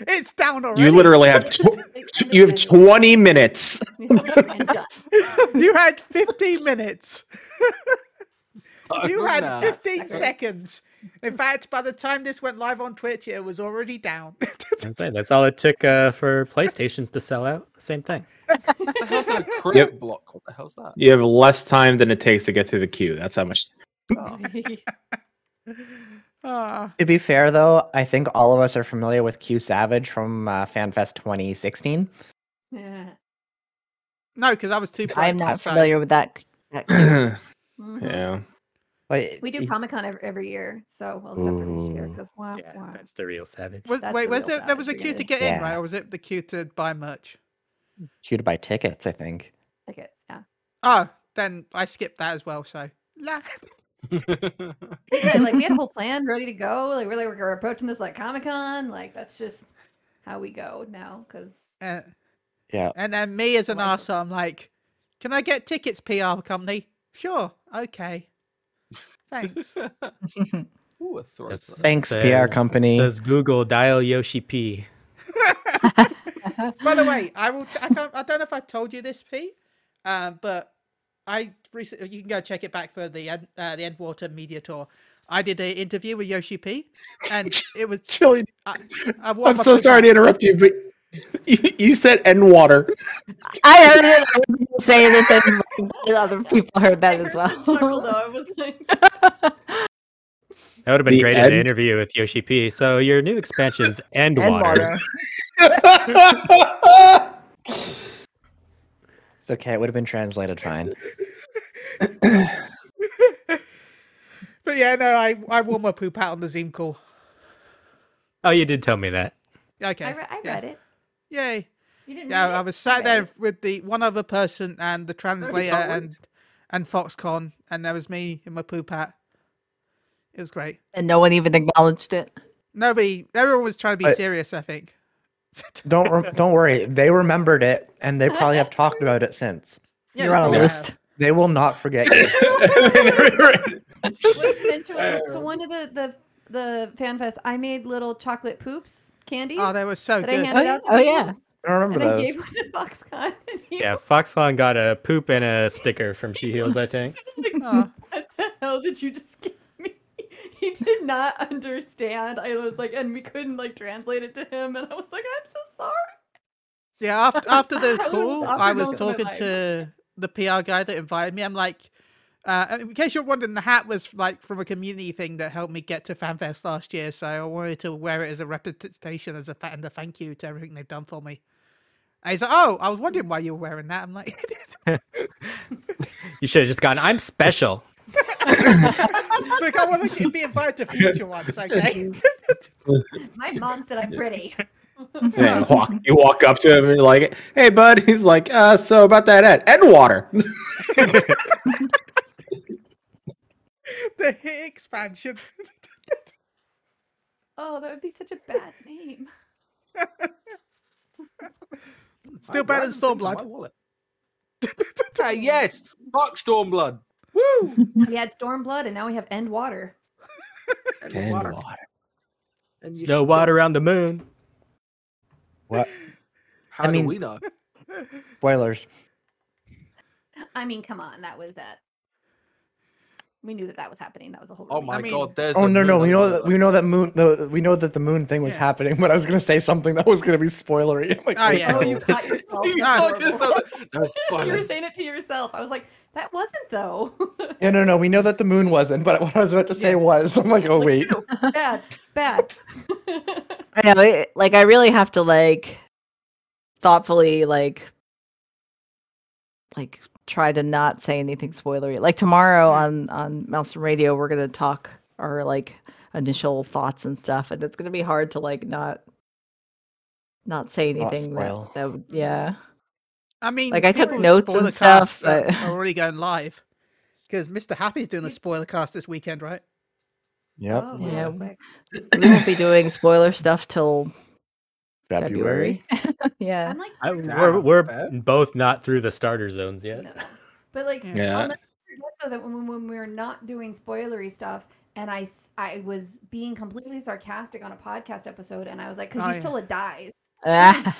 Speaker 2: It's down already.
Speaker 7: You literally have tw- tw- you have 20 minutes.
Speaker 9: And done.
Speaker 2: you had 15 minutes. You
Speaker 1: Oh,
Speaker 2: had
Speaker 1: nah.
Speaker 2: 15 seconds. In fact, by the time this went live on Twitch, it was already down.
Speaker 6: That's, it. That's all it took uh, for PlayStations to sell out. Same thing.
Speaker 1: What the hell's that crib
Speaker 7: Yep.
Speaker 1: block? What the hell's that?
Speaker 7: You have less time than it takes to get through the queue. That's how much.
Speaker 1: Oh,
Speaker 2: Ah,
Speaker 5: To be fair, though, I think all of us are familiar with Q Savage from uh, FanFest 2016.
Speaker 9: yeah.
Speaker 2: no, because I was too.
Speaker 3: I'm
Speaker 2: broke,
Speaker 3: not
Speaker 2: so-
Speaker 3: familiar with that. that
Speaker 7: yeah.
Speaker 9: Mhm.
Speaker 5: But
Speaker 9: We do
Speaker 5: y-
Speaker 9: Comic Con ev- every year, so well, except for this year
Speaker 8: Ooh.
Speaker 9: because wow,
Speaker 6: Yeah,
Speaker 9: wow.
Speaker 6: that's the real Savage.
Speaker 2: Was,
Speaker 9: That's
Speaker 2: wait,
Speaker 9: the
Speaker 2: was
Speaker 9: real
Speaker 2: there, there was a
Speaker 9: savage
Speaker 2: queue to
Speaker 9: really.
Speaker 2: get in, right?
Speaker 5: Yeah.
Speaker 2: Or was it the queue to buy merch?
Speaker 5: Q to buy tickets, I think.
Speaker 9: tickets. Yeah.
Speaker 2: Oh, then I skipped that as well. So, La-
Speaker 9: Yeah, like we had a whole plan ready to go. Like we're like we're approaching this like Comic Con. Like that's just how we go now. Because
Speaker 2: uh,
Speaker 5: Yeah.
Speaker 2: and then me as an
Speaker 9: Wow.
Speaker 2: arsehole, I'm like, can I get tickets, PR company? Sure. Okay. Thanks.
Speaker 1: Ooh, a throat.
Speaker 6: Yes.
Speaker 1: button.
Speaker 5: Thanks, PR
Speaker 6: Says-
Speaker 5: company.
Speaker 6: Says Google, dial Yoshi P.
Speaker 2: By the way, I will. T- I can't. I don't know if I told you this, Pete, um, but I recently. You can go check it back for the Ed- uh, the Edwater Media Tour. I did an interview with Yoshi P, and it was.
Speaker 7: Chili,
Speaker 2: I, I wore
Speaker 7: I'm
Speaker 2: my
Speaker 7: so
Speaker 2: blue
Speaker 7: sorry to
Speaker 2: bag.
Speaker 7: interrupt you, but you, you said N water.
Speaker 3: I heard it. I was gonna say anything, but other people heard that as
Speaker 9: though,
Speaker 3: well.
Speaker 9: I was like,
Speaker 6: That would have been
Speaker 7: The
Speaker 6: great in an
Speaker 7: end-
Speaker 6: interview with Yoshi P. So your new expansion's End
Speaker 3: And
Speaker 6: Water.
Speaker 3: water.
Speaker 5: It's okay. It would have been translated fine.
Speaker 2: But yeah, no, I I wore my poop out on the Zoom call.
Speaker 6: Oh, you did tell me that.
Speaker 2: Okay.
Speaker 9: I, re- I
Speaker 2: yeah.
Speaker 9: read it.
Speaker 2: Yay.
Speaker 9: You didn't.
Speaker 2: Yeah,
Speaker 9: read
Speaker 2: I
Speaker 9: it?
Speaker 2: was
Speaker 9: read
Speaker 2: sat there
Speaker 9: it.
Speaker 2: with the one other person and the translator
Speaker 1: got one?
Speaker 2: and and Foxconn, and there was me in my poop hat. It was great.
Speaker 3: And no one even acknowledged it.
Speaker 2: Nobody, everyone was trying to be
Speaker 5: But-
Speaker 2: serious. I think.
Speaker 5: Don't re- don't worry. They remembered it, and they probably have talked about it since.
Speaker 2: Yeah,
Speaker 3: You're on a
Speaker 2: yeah.
Speaker 3: list.
Speaker 5: They will not forget you.
Speaker 9: Would've been
Speaker 2: Oh.
Speaker 9: to, to one of the the the fan fest. I made little chocolate poops candies
Speaker 2: Oh, they were so
Speaker 9: that I
Speaker 2: good.
Speaker 3: Oh,
Speaker 9: handed
Speaker 3: yeah.
Speaker 9: out. To
Speaker 3: oh
Speaker 9: people,
Speaker 3: yeah.
Speaker 5: I don't
Speaker 9: And
Speaker 5: remember
Speaker 9: I
Speaker 5: those.
Speaker 9: gave one to Foxconn. And he
Speaker 6: Yeah, Foxlon got a poop and a sticker from She Heals, I
Speaker 9: was
Speaker 6: think.
Speaker 9: like,
Speaker 2: Aw.
Speaker 9: What the hell did you just give me? He did not understand. I was like, and we couldn't like translate it to him, and I was like, I'm so sorry.
Speaker 2: Yeah, after, after the
Speaker 9: was
Speaker 2: call,
Speaker 9: awkward
Speaker 2: I was
Speaker 9: moment of my
Speaker 2: talking
Speaker 9: life.
Speaker 2: to the PR guy that invited me. I'm like, uh, and in case you're wondering, the hat was like from a community thing that helped me get to FanFest last year, so I wanted to wear it as a representation, as a fa- and a thank you to everything they've done for me. And he's like, "Oh, I was wondering why you were wearing that." I'm like,
Speaker 6: You should have just gone, I'm special.
Speaker 2: "Look, I want to be invited to future ones, okay?"
Speaker 9: My mom said I'm pretty.
Speaker 7: Yeah, you walk, you walk up to him and you're like, "Hey, bud." He's like, "Uh, so about that Ed, Ed water."
Speaker 2: the hit expansion.
Speaker 4: Oh, that would be such a bad name.
Speaker 2: Still better than Stormblood.
Speaker 1: Stormblood. yes, fuck Stormblood.
Speaker 4: we had Stormblood, and now we have End Water.
Speaker 7: Ten
Speaker 2: water.
Speaker 7: water.
Speaker 1: And you
Speaker 6: No
Speaker 1: should-
Speaker 6: water on the moon.
Speaker 5: What?
Speaker 1: How
Speaker 5: I
Speaker 1: do
Speaker 5: mean-
Speaker 1: we know?
Speaker 5: Spoilers.
Speaker 4: I mean, come on, that was that. We knew that that was happening. That was a whole.
Speaker 1: Oh my
Speaker 2: mean-
Speaker 1: god, there's.
Speaker 5: Oh
Speaker 1: a
Speaker 5: no no
Speaker 1: moon
Speaker 5: we
Speaker 1: on
Speaker 5: know
Speaker 1: the
Speaker 5: that
Speaker 1: moon.
Speaker 5: we know that moon the, we know that the moon thing was
Speaker 2: Yeah.
Speaker 5: happening but I was gonna say something that was gonna be spoilery. Like,
Speaker 2: Oh,
Speaker 5: wait,
Speaker 2: yeah.
Speaker 4: Oh,
Speaker 5: no.
Speaker 4: you caught yourself.
Speaker 1: You
Speaker 4: That's
Speaker 1: talked
Speaker 4: horrible.
Speaker 1: about that. That's
Speaker 4: you were
Speaker 1: funny.
Speaker 4: saying it to yourself. I was like, that wasn't though.
Speaker 5: yeah no no we know that the moon wasn't but what I was about to say
Speaker 4: Yeah.
Speaker 5: was I'm like oh
Speaker 4: Like,
Speaker 5: wait
Speaker 4: ew, bad, bad.
Speaker 3: I know, it, like I really have to like thoughtfully like like try to not say anything spoilery. Like tomorrow on on Mouse Radio, we're gonna talk our like initial thoughts and stuff, and it's gonna be hard to like not not say
Speaker 5: Not
Speaker 3: anything
Speaker 5: spoil.
Speaker 3: that, that would- yeah.
Speaker 2: I mean,
Speaker 3: Like, I took
Speaker 2: people with
Speaker 3: notes and
Speaker 2: spoiler
Speaker 3: stuff,
Speaker 2: casts are-
Speaker 3: but-
Speaker 2: are already going live because Mr. Happy's doing a spoiler cast this weekend, right?
Speaker 5: yep
Speaker 4: Oh,
Speaker 3: Yeah.
Speaker 4: real quick.
Speaker 3: We won't be doing spoiler stuff till February. yeah.
Speaker 4: I'm like,
Speaker 6: I,
Speaker 4: pretty
Speaker 6: we're
Speaker 4: lost.
Speaker 6: we're
Speaker 1: bad.
Speaker 6: both not through the starter zones yet.
Speaker 4: No. But like,
Speaker 2: Yeah.
Speaker 7: Yeah.
Speaker 4: I'll never forget though that when, when we were not doing spoilery stuff, and I s- I was being completely sarcastic on a podcast episode, and I was like,
Speaker 2: Oh,
Speaker 4: because
Speaker 2: yeah.
Speaker 4: Drusilla dies,
Speaker 3: Ah.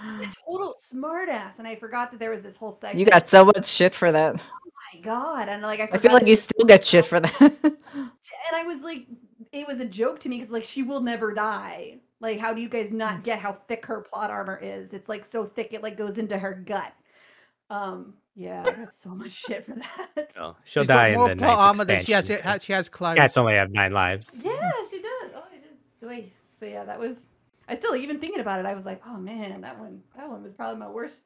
Speaker 4: I'm a total smartass, and I forgot that there was this whole segment.
Speaker 3: you got so much shit for that.
Speaker 4: oh my god, and like I,
Speaker 3: I feel
Speaker 4: forgot
Speaker 3: like
Speaker 4: that
Speaker 3: you
Speaker 4: this-
Speaker 3: still get shit for that.
Speaker 4: and I was like, it was a joke to me because like she will never die. Like, how do you guys not get how thick her plot armor is? It's like so thick it like goes into her gut. Um, yeah, I got so much shit for that.
Speaker 6: No, she'll
Speaker 2: She's got
Speaker 6: die in
Speaker 2: more
Speaker 6: the
Speaker 2: plot
Speaker 6: ninth
Speaker 2: armor than she
Speaker 6: expansion.
Speaker 2: has. ha- She has clothes.
Speaker 6: Cats only have nine lives.
Speaker 4: Yeah, she does. Oh, I just wait. So yeah, that was. I still even thinking about it. I was like, oh man, that one. That one was probably my worst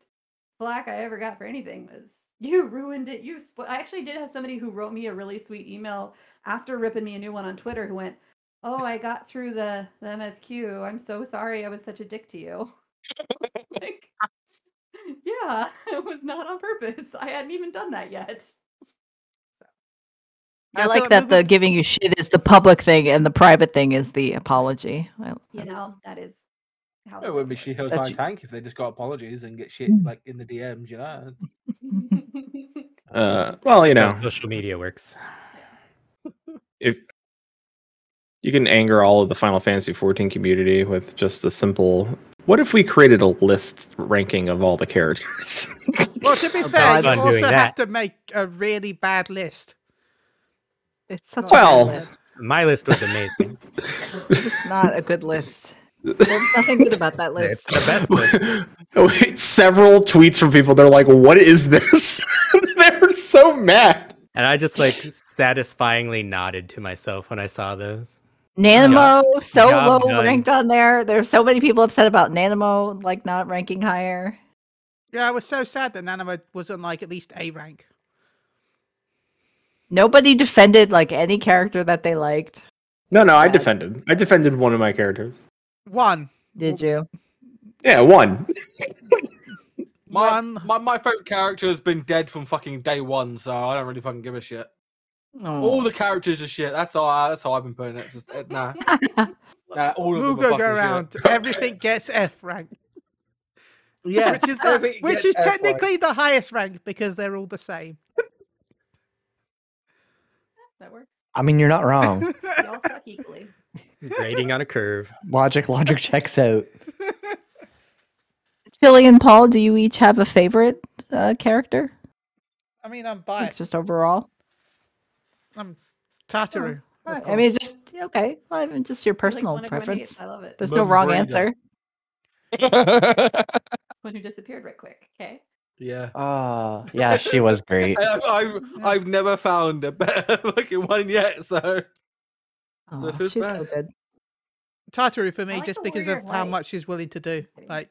Speaker 4: flack I ever got for anything. Was you ruined it? You. Spo-. I actually did have somebody who wrote me a really sweet email after ripping me a new one on Twitter who went, oh, I got through the the MSQ. I'm so sorry. I was such a dick to you. I was like, yeah, it was not on purpose. I hadn't even done that yet.
Speaker 3: I
Speaker 2: feel
Speaker 3: like that
Speaker 2: moving-
Speaker 3: the giving you shit is the public thing and the private thing is the apology. I,
Speaker 4: You know, that is how.
Speaker 1: It
Speaker 4: the
Speaker 1: would be she
Speaker 4: world
Speaker 1: heals
Speaker 3: That's
Speaker 1: on
Speaker 3: you-
Speaker 1: tank if they just got apologies and get shit
Speaker 3: Mm.
Speaker 1: like in the DMs, you know.
Speaker 4: works.
Speaker 7: Uh, well, you
Speaker 6: That's
Speaker 7: know,
Speaker 6: how social media works.
Speaker 7: if you can anger all of the Final Fantasy 14 community with just a simple, what if we created a list ranking of all the characters?
Speaker 2: Well, to be
Speaker 3: Oh,
Speaker 2: fair,
Speaker 3: God.
Speaker 2: you
Speaker 6: Fun doing
Speaker 2: also have
Speaker 6: that.
Speaker 2: to make a really bad list.
Speaker 3: it's such
Speaker 7: Well-
Speaker 3: a bad list.
Speaker 6: My list was amazing.
Speaker 3: It's not a good list. There's nothing good about that
Speaker 6: it's
Speaker 3: list.
Speaker 6: the best list.
Speaker 7: Wait, several tweets from people. They're like, "What is this?" They're so mad.
Speaker 6: And I just like satisfyingly nodded to myself when I saw those.
Speaker 3: Nanamo so
Speaker 6: job
Speaker 3: low
Speaker 6: done.
Speaker 3: ranked on there. There's so many people upset about Nanamo like not ranking higher.
Speaker 2: Yeah, I was so sad that Nanamo wasn't like at least A rank.
Speaker 3: Nobody defended like any character that they liked.
Speaker 7: No, no, I
Speaker 3: Yeah.
Speaker 7: defended. I defended one of my characters.
Speaker 2: One.
Speaker 3: Did you?
Speaker 7: Yeah, one.
Speaker 1: My,
Speaker 2: One.
Speaker 1: my my favorite character has been dead from fucking day one, so I don't really fucking give a shit.
Speaker 5: Oh.
Speaker 1: All the characters are shit. That's how I, that's how I've been putting it. Just, uh, nah, nah, all of them. are
Speaker 2: Muga
Speaker 1: fucking
Speaker 2: go
Speaker 1: shit.
Speaker 2: round. Everything gets F rank.
Speaker 1: Yeah,
Speaker 2: Which is the-
Speaker 1: everything
Speaker 2: which
Speaker 1: gets
Speaker 2: is
Speaker 1: F rank.
Speaker 2: technically the highest rank because they're all the same.
Speaker 4: That works.
Speaker 5: I mean you're not wrong
Speaker 4: We all suck equally.
Speaker 6: Grading on a curve.
Speaker 5: logic logic checks out
Speaker 3: Chili and Paul, do you each have a favorite uh, character?
Speaker 2: I mean, I'm
Speaker 3: Like
Speaker 2: biased.
Speaker 3: just overall.
Speaker 2: I'm Tataru. of
Speaker 3: oh, I mean,
Speaker 2: course.
Speaker 3: just okay. Well, I mean, just your
Speaker 4: We're like
Speaker 3: personal
Speaker 4: one of Wendy's.
Speaker 3: preference.
Speaker 4: I love it.
Speaker 3: There's no wrong
Speaker 1: Mugriga.
Speaker 3: answer.
Speaker 4: One who disappeared right quick. Okay.
Speaker 1: Yeah.
Speaker 5: oh yeah she was great
Speaker 1: And I've, I've, I've never found a better fucking one yet, so So
Speaker 3: Aw,
Speaker 1: who's
Speaker 3: she's so
Speaker 1: bad?
Speaker 3: good.
Speaker 2: Tataru for me,
Speaker 4: like
Speaker 2: just
Speaker 4: the
Speaker 2: because of
Speaker 4: weird
Speaker 2: how
Speaker 4: white.
Speaker 2: much she's willing to do. Like,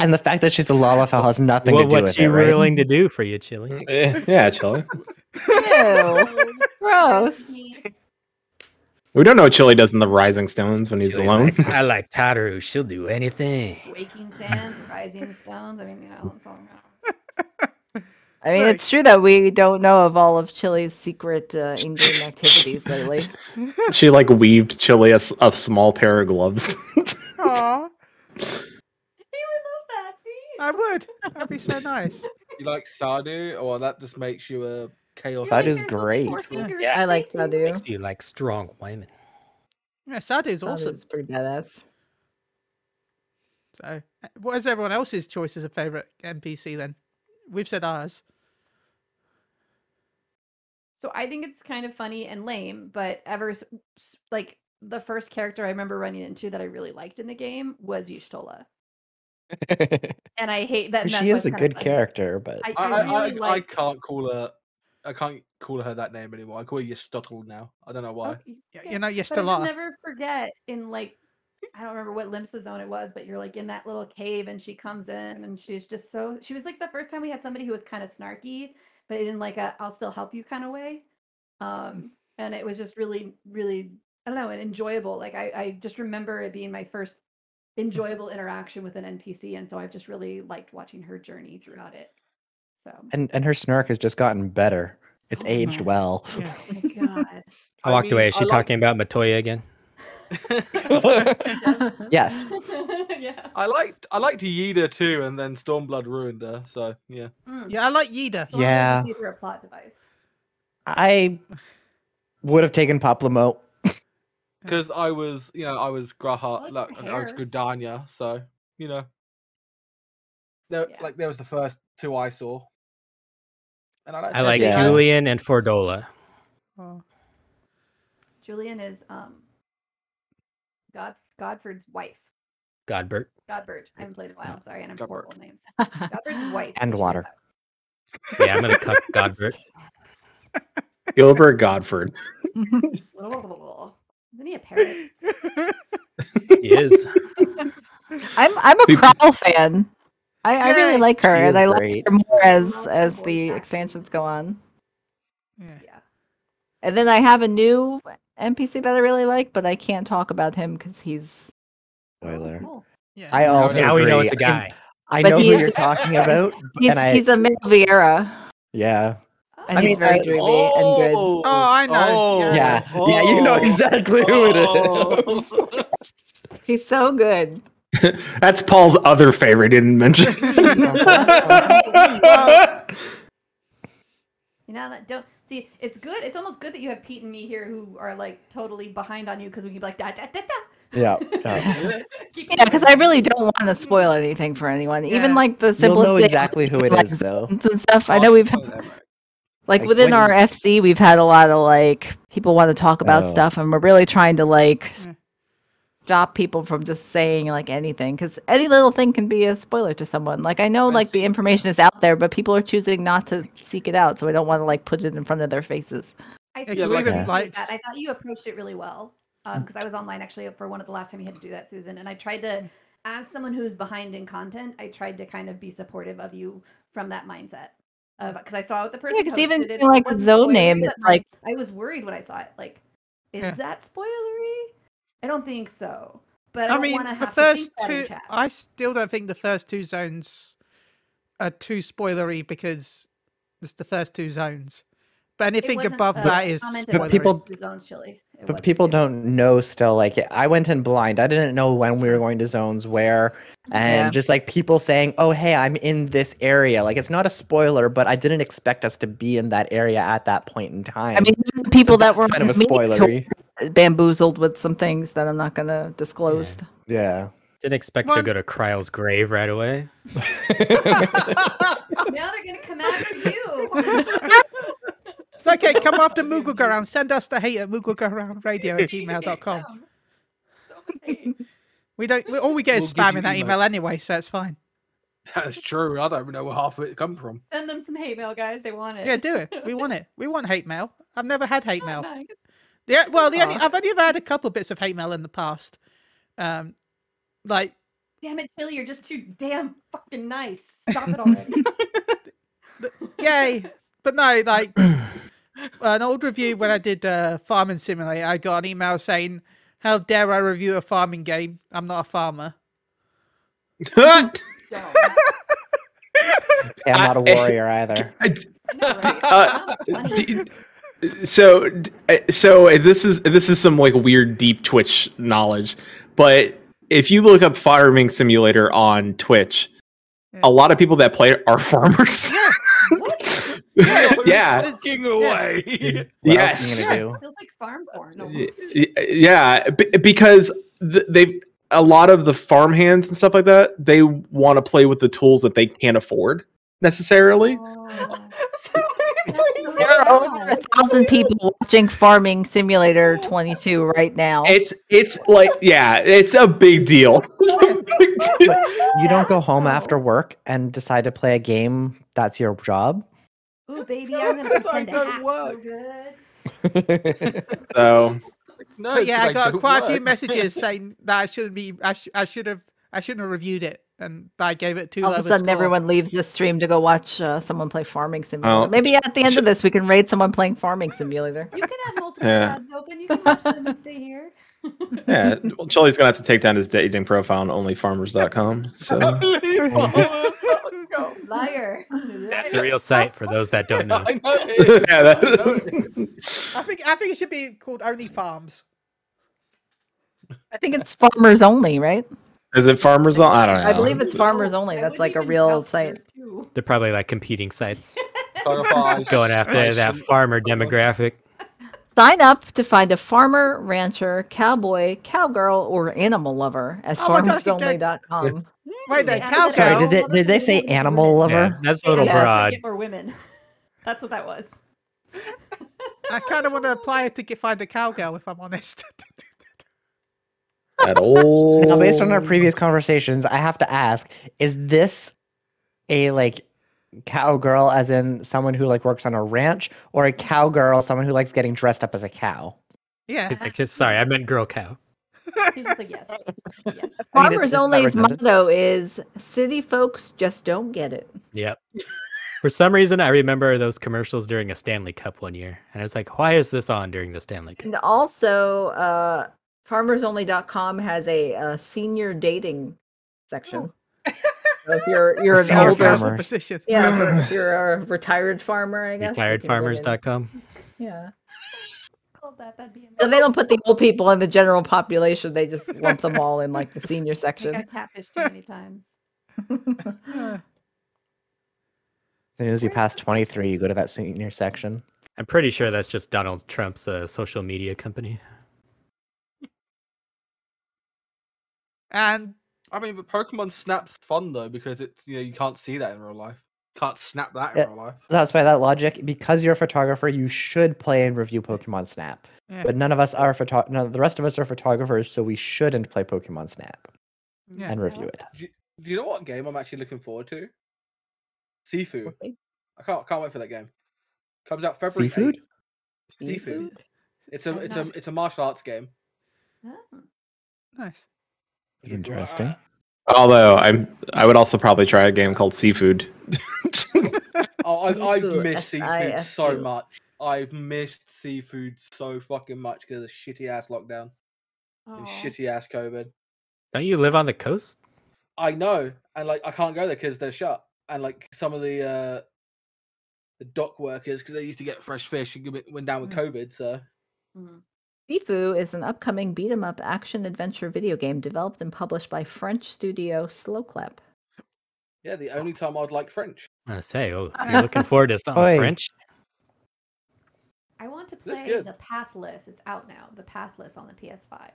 Speaker 5: and the fact that she's a lalafell has nothing to
Speaker 6: what
Speaker 5: do
Speaker 6: what's
Speaker 5: with
Speaker 6: she
Speaker 5: it right?
Speaker 6: willing to do for you, Chili?
Speaker 7: Eh, yeah, Chili.
Speaker 3: Ew,
Speaker 4: Oh,
Speaker 3: gross.
Speaker 7: We don't know what Chili does in the Rising Stones when he's
Speaker 6: Chili's
Speaker 7: alone.
Speaker 6: like, I like Tataru. She'll do anything.
Speaker 4: Waking sands, rising stones. I mean, you know, it's all.
Speaker 3: I mean,
Speaker 2: Like-
Speaker 3: it's true that we don't know of all of Chile's secret uh, in-game activities lately.
Speaker 7: She like weaved Chili a, s- a small pair of gloves.
Speaker 2: Aw,
Speaker 4: would
Speaker 2: I would. That'd be so nice.
Speaker 1: You like Sadu, or that just makes you a chaos.
Speaker 5: Sadu- Sadu's great.
Speaker 6: Yeah.
Speaker 3: I like Sadu.
Speaker 6: Makes you like strong women.
Speaker 2: Yeah, Sadu's awesome.
Speaker 3: It's pretty badass.
Speaker 2: So, uh, what is everyone else's choice as a favorite NPC then? We've said ours.
Speaker 4: So I think it's kind of funny and lame, but ever s- s- like the first character I remember running into that I really liked in the game was Yushtola. And I hate that. and that's
Speaker 5: she
Speaker 4: why
Speaker 5: is
Speaker 4: it's
Speaker 5: a
Speaker 4: kinda
Speaker 5: good
Speaker 4: funny.
Speaker 5: character, but
Speaker 4: I,
Speaker 1: I,
Speaker 4: I,
Speaker 1: I,
Speaker 4: really
Speaker 1: I, I
Speaker 4: like.
Speaker 1: can't call her. I can't call her that name anymore. I call her Yestottle now. I don't know why.
Speaker 4: oh, you
Speaker 2: Y-
Speaker 4: can't
Speaker 2: You know, you're
Speaker 4: But I
Speaker 2: still
Speaker 4: will
Speaker 2: are.
Speaker 4: never forget in like
Speaker 5: Hmm.
Speaker 4: I don't remember what Limsa zone it was, but you're like in that little cave and she comes in and she's just so she was like the first time we had somebody who was kind of snarky, but in like a I'll still help you kind of way.
Speaker 5: Hmm.
Speaker 4: Um and it was just really, really I don't know, and enjoyable. Like I, I just remember it being my first
Speaker 5: Hmm.
Speaker 4: enjoyable interaction with an NPC, and so I've just really liked watching her journey throughout it. So
Speaker 5: and and her snark has just gotten better. It's
Speaker 4: so
Speaker 5: aged
Speaker 4: much.
Speaker 5: well.
Speaker 2: Yeah.
Speaker 4: Oh my god.
Speaker 6: I, walked
Speaker 1: mean,
Speaker 6: away. Is
Speaker 1: I
Speaker 6: she
Speaker 1: like-
Speaker 6: talking about Matoya again?
Speaker 5: yes.
Speaker 4: yeah.
Speaker 1: I liked I liked Yida too, and then Stormblood ruined her. So yeah,
Speaker 4: Mm.
Speaker 2: Yeah, I like Yida.
Speaker 4: So I like
Speaker 5: Yeah.
Speaker 4: these are a plot device.
Speaker 5: I would have taken Poplamo.
Speaker 1: because I was you know I was
Speaker 4: I
Speaker 1: Graha,
Speaker 4: like
Speaker 1: like,
Speaker 4: her
Speaker 1: I was
Speaker 4: hair.
Speaker 1: Gridania, so you know. There,
Speaker 4: Yeah.
Speaker 1: like there was the first two I saw, and I,
Speaker 6: I like
Speaker 5: Yeah.
Speaker 6: Julian and Fordola.
Speaker 2: Oh,
Speaker 4: Julian is um God Godford's wife.
Speaker 6: Godbert.
Speaker 4: Godbert. I haven't played in a while. I'm sorry, and I'm
Speaker 1: Godbert.
Speaker 4: horrible at names. Godbert's wife.
Speaker 5: And
Speaker 4: is
Speaker 5: water.
Speaker 4: Shriva.
Speaker 6: Yeah, I'm gonna cut Godbert.
Speaker 7: Gilbert Godford.
Speaker 4: Blah, blah, blah, blah, blah. Isn't he a parrot?
Speaker 6: He is.
Speaker 3: I'm I'm a Prowl fan. I, I
Speaker 2: Yay!
Speaker 3: really like her,
Speaker 5: She
Speaker 3: and
Speaker 5: is
Speaker 3: I like
Speaker 5: great.
Speaker 3: her more as
Speaker 4: love her
Speaker 3: as
Speaker 4: voice
Speaker 3: the
Speaker 4: acting.
Speaker 3: expansions go on.
Speaker 2: yeah.
Speaker 4: Yeah.
Speaker 3: And then I have a new NPC that I really like, but I can't talk about him because he's.
Speaker 5: Spoiler.
Speaker 4: Cool.
Speaker 2: yeah.
Speaker 5: I also
Speaker 6: now we know
Speaker 5: agree.
Speaker 6: it's a guy.
Speaker 5: I
Speaker 3: But
Speaker 5: know who
Speaker 3: he is-
Speaker 5: you're talking about.
Speaker 3: He's,
Speaker 5: and I,
Speaker 3: he's a male Vieira,
Speaker 5: yeah.
Speaker 4: Oh,
Speaker 3: and
Speaker 5: I
Speaker 3: he's
Speaker 5: mean,
Speaker 3: very
Speaker 5: I-
Speaker 3: dreamy and good.
Speaker 2: Oh, I know, yeah.
Speaker 5: Yeah. Yeah, you know
Speaker 1: oh,
Speaker 5: exactly who it is.
Speaker 1: oh.
Speaker 3: He's so good.
Speaker 7: That's Paul's other favorite. he Didn't mention.
Speaker 4: you know that don't see it's good. It's almost good that you have Pete and me here who are like totally behind on you because we can be like da da da da.
Speaker 5: yeah. yeah.
Speaker 4: Keep
Speaker 3: Yeah,
Speaker 4: going.
Speaker 3: because I really don't want to spoil anything for anyone, even
Speaker 2: Yeah.
Speaker 3: like the
Speaker 5: You'll
Speaker 3: simplest
Speaker 5: know
Speaker 3: thing,
Speaker 5: exactly who it
Speaker 3: like,
Speaker 5: is, though.
Speaker 3: zones and stuff. I know we've had, like
Speaker 5: Like,
Speaker 3: within
Speaker 5: when-
Speaker 3: our FC, we've had a lot of like people want to talk about
Speaker 5: Oh.
Speaker 3: stuff, and we're really trying to like s-
Speaker 1: Hmm.
Speaker 2: Mm.
Speaker 3: stop people from just saying like anything because any little thing can be a spoiler to someone. Like I know
Speaker 1: I
Speaker 3: like
Speaker 1: see.
Speaker 3: the information is out there, but people are choosing not to seek it out, so I don't want to like put it in front of their faces.
Speaker 4: I
Speaker 2: Yeah,
Speaker 4: see.
Speaker 1: so
Speaker 4: you
Speaker 1: we even
Speaker 4: appreciate
Speaker 2: like-
Speaker 4: that. I thought you approached it really well because I was online actually for one of the last time you had to do that, Susan. And I tried to, as someone who's behind in content, I tried to kind of be supportive of you from that mindset. Because I saw what the person.
Speaker 3: Yeah, 'cause even
Speaker 4: posted, and
Speaker 3: doing, like,
Speaker 4: wasn't
Speaker 3: zone
Speaker 4: spoilery,
Speaker 3: name,
Speaker 4: but
Speaker 3: it's like-
Speaker 4: I was worried when I saw it. Like, is
Speaker 2: Yeah.
Speaker 4: that spoilery? I don't think so. But I,
Speaker 2: I
Speaker 4: don't
Speaker 2: mean,
Speaker 4: wanna
Speaker 2: the
Speaker 4: have
Speaker 2: first
Speaker 4: to think that in
Speaker 2: two.
Speaker 4: chat.
Speaker 2: I still don't think the first two zones are too spoilery because it's the first two zones. But
Speaker 4: It
Speaker 2: anything
Speaker 4: wasn't
Speaker 2: above
Speaker 4: a
Speaker 2: that is
Speaker 4: comment
Speaker 5: But
Speaker 4: about
Speaker 2: spoilery.
Speaker 5: people-
Speaker 4: the zones chili. It
Speaker 5: But
Speaker 4: wasn't-
Speaker 5: people
Speaker 4: it was-
Speaker 5: don't know still. Like, I went in blind. I didn't know when we were going to zones where, and
Speaker 3: Yeah.
Speaker 5: just like people saying, "Oh, hey, I'm in this area." Like, it's not a spoiler, but I didn't expect us to be in that area at that point in time.
Speaker 3: I mean, even the people that
Speaker 5: that's
Speaker 3: were
Speaker 5: kind of a
Speaker 3: on the meeting
Speaker 5: spoilery.
Speaker 3: tour bamboozled with some things that I'm not gonna disclose.
Speaker 5: Yeah.
Speaker 6: Didn't expect to
Speaker 2: One-
Speaker 6: go to Kryle's grave right away.
Speaker 4: Now they're gonna come after you.
Speaker 2: It's okay. Come after Mugugaround. Send us the hate at mugugaroundradio at gmail.com. We don't. We, all we get is
Speaker 1: We'll give
Speaker 2: spam
Speaker 1: you
Speaker 2: in that
Speaker 1: email.
Speaker 2: email anyway, so it's fine.
Speaker 1: That's true. I don't even know where half of it come from.
Speaker 4: Send them some hate mail, guys. They want it.
Speaker 2: Yeah, do it. We want it. We want hate mail. I've never had hate mail.
Speaker 4: Nice.
Speaker 2: Yeah, well, the only,
Speaker 3: Aw.
Speaker 2: I've only ever had a couple bits of hate mail in the past. Um, like
Speaker 4: Damn it, Chili, you're just too damn fucking nice. Stop it already.
Speaker 2: yay, but no, like an old review when I did uh, Farming Simulator, I got an email saying, "How dare I review a farming game? I'm not a farmer."
Speaker 4: Don't.
Speaker 5: Yeah, I'm not a
Speaker 9: I-
Speaker 5: warrior either.
Speaker 9: I d- Uh, d- so d- I- so uh, this is this is some like weird deep twitch knowledge but if you look up farming simulator on twitch
Speaker 2: Yeah.
Speaker 9: a lot of people that play it are farmers yeah
Speaker 1: Fucking away.
Speaker 5: What
Speaker 9: Yes.
Speaker 5: else am I gonna do?
Speaker 4: feels like farm porn.
Speaker 9: Y-
Speaker 4: almost.
Speaker 9: y- yeah b- because th- they've a lot of the farm hands and stuff like that they want to play with the tools that they can't afford necessarily
Speaker 4: Oh.
Speaker 3: There are over a thousand people watching Farming Simulator 22 right now.
Speaker 9: it's it's like yeah it's a big deal It's a big deal.
Speaker 5: You don't go home after work and decide to play a game that's your job.
Speaker 4: Ooh, baby, I'm gonna pretend to
Speaker 1: don't
Speaker 4: hack so
Speaker 1: work.
Speaker 4: good.
Speaker 9: so
Speaker 1: No,
Speaker 2: But Oh, yeah, I
Speaker 1: like,
Speaker 2: got
Speaker 1: don't
Speaker 2: quite a few
Speaker 1: work.
Speaker 2: messages saying that I shouldn't be. I, sh- I should have. I shouldn't have reviewed it, and that I gave it two.
Speaker 3: All of a
Speaker 2: lower
Speaker 3: sudden,
Speaker 2: score.
Speaker 3: everyone leaves this stream to go watch uh, someone play Farming Simulator.
Speaker 9: Oh,
Speaker 3: Maybe at the end of this, we can raid someone playing Farming Simulator.
Speaker 4: You can have multiple
Speaker 9: Yeah.
Speaker 4: tabs open. You can watch them and stay here.
Speaker 9: Yeah, well, Chili's gonna have to take down his dating profile on OnlyFarmers.com.
Speaker 7: um,
Speaker 9: So
Speaker 4: Liar.
Speaker 6: That's
Speaker 4: Liar.
Speaker 6: a real sight for those that don't know.
Speaker 1: I know it is.
Speaker 9: yeah, that-
Speaker 2: I think. I think it should be called Only Farms.
Speaker 3: I think it's farmers only, right?
Speaker 9: is it farmers? On? I don't know.
Speaker 3: I believe it's farmers
Speaker 4: Oh,
Speaker 3: only.
Speaker 4: I
Speaker 3: That's
Speaker 4: wouldn't
Speaker 3: like a
Speaker 4: even
Speaker 3: real
Speaker 4: vouch for
Speaker 3: site.
Speaker 4: yours, too.
Speaker 6: They're probably like competing sites
Speaker 1: Clarify.
Speaker 6: going after that farmer demographic.
Speaker 3: Sign up to find a farmer, rancher, cowboy, cowgirl, or animal lover at
Speaker 2: Oh my gosh, you did.
Speaker 3: farmersonly.com.
Speaker 2: Wait there,
Speaker 4: Yeah,
Speaker 2: cow
Speaker 4: but
Speaker 5: Sorry,
Speaker 2: cow.
Speaker 5: did they, did they say animal
Speaker 6: Yeah,
Speaker 5: lover?
Speaker 6: that's a little
Speaker 4: Yeah, that's how you
Speaker 6: broad.
Speaker 4: Get more women. That's what that was.
Speaker 2: I kind of want to apply it to get, find a cowgirl, if I'm honest.
Speaker 9: That old.
Speaker 5: Now, based
Speaker 7: Oh.
Speaker 5: on our previous conversations, I have to ask: Is this a like cowgirl, as in someone who like works on a ranch, or a cowgirl, someone who likes getting dressed up as a cow?
Speaker 2: yeah.
Speaker 6: It's like, just- sorry, I meant girl cow.
Speaker 4: He's just like, yes. yes.
Speaker 5: I mean, it's-
Speaker 3: Farmers
Speaker 5: it's not
Speaker 3: only's
Speaker 5: redundant.
Speaker 3: motto is city folks just don't get it.
Speaker 6: Yep. For some reason, I remember those commercials during a Stanley Cup one year, and I was like, "Why is this on during the Stanley Cup?"
Speaker 3: And also, uh, farmersonly.com has a, uh senior dating section. So if you're you're an
Speaker 5: Senior
Speaker 2: Powerful
Speaker 3: older,
Speaker 5: farmer.
Speaker 2: position.
Speaker 3: yeah, if you're, you're a retired farmer, I guess. you can go in.
Speaker 6: Retiredfarmers.com.
Speaker 3: Yeah.
Speaker 4: Called that, that'd be
Speaker 3: So they
Speaker 4: amazing.
Speaker 3: don't put the old people in the general population. They just lump them all in like the senior
Speaker 4: I think
Speaker 3: section.
Speaker 4: I catfished too many times.
Speaker 5: As soon as you pass twenty-three, you go to that senior section.
Speaker 6: I'm pretty sure that's just Donald Trump's uh, social media company.
Speaker 2: And
Speaker 1: I mean, but Pokemon Snap's fun though because it's you know you can't see that in real life. Can't snap that in
Speaker 5: Yeah.
Speaker 1: real life.
Speaker 5: So that's by that logic, because you're a photographer, you should play and review Pokemon Snap.
Speaker 2: Yeah.
Speaker 5: But none of us are photo- no, the rest of us are photographers, so we shouldn't play Pokemon Snap
Speaker 2: yeah.
Speaker 5: and review it.
Speaker 1: Do you know what game I'm actually looking forward to? Seafood.
Speaker 3: Okay.
Speaker 1: I can't can't wait for that game. Comes out February.
Speaker 5: Seafood?
Speaker 1: 8th. Seafood.
Speaker 3: Seafood?
Speaker 1: It's a
Speaker 4: Oh,
Speaker 1: it's
Speaker 4: nice.
Speaker 1: a it's a martial arts game.
Speaker 4: Oh.
Speaker 2: nice.
Speaker 5: Interesting.
Speaker 9: Although I'm, I would also probably try a game called Seafood.
Speaker 1: Oh, I, I've
Speaker 3: Seafood,
Speaker 1: missed seafood so
Speaker 3: S-I-F-U.
Speaker 1: much. I've missed seafood so fucking much because of shitty ass lockdown and shitty ass COVID.
Speaker 6: Don't you live on the coast?
Speaker 1: I know, and like I can't go there because they're shut. And like some of the uh the dock workers, because they used to get fresh fish, and it went down with COVID. So
Speaker 4: Mm.
Speaker 3: Sifu is an upcoming beat 'em up action adventure video game developed and published by French studio Slowclap.
Speaker 1: yeah, the only time I'd like French.
Speaker 6: I say, oh, you're looking forward to something
Speaker 5: Oi.
Speaker 6: French.
Speaker 4: I want to
Speaker 1: That's
Speaker 4: play
Speaker 1: good.
Speaker 4: the Pathless. It's out now. The Pathless on the PS5.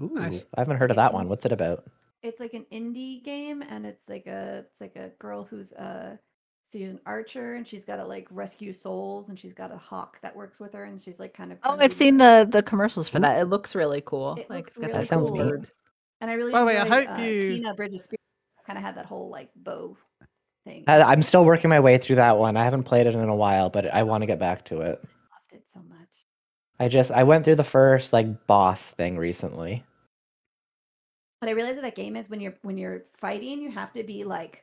Speaker 5: Ooh,
Speaker 2: Nice.
Speaker 5: I haven't heard of that one. What's it about?
Speaker 4: It's like an indie game, and it's like a it's like a girl who's a she's an archer, and she's got to like rescue souls, and she's got a hawk that works with her, and she's like kind of.
Speaker 3: Oh,
Speaker 4: gunning
Speaker 3: I've seen the the commercials for that. Mm-hmm. It looks really cool.
Speaker 4: It
Speaker 3: Like
Speaker 4: looks
Speaker 3: it's got
Speaker 4: really
Speaker 3: that
Speaker 5: Sounds
Speaker 3: cool
Speaker 5: neat.
Speaker 3: bird.
Speaker 4: And I really
Speaker 2: By the
Speaker 4: enjoyed,
Speaker 2: way, I hope
Speaker 4: uh,
Speaker 2: you-
Speaker 4: Kena Bridge of Spirit kind of had that whole like bow thing.
Speaker 5: I- I'm still working my way through that one. I haven't played it in a while, but I want to get back to it.
Speaker 4: loved it so much.
Speaker 5: I just I went through the first like boss thing recently.
Speaker 4: But I realized that that game is when you're when you're fighting, you have to be like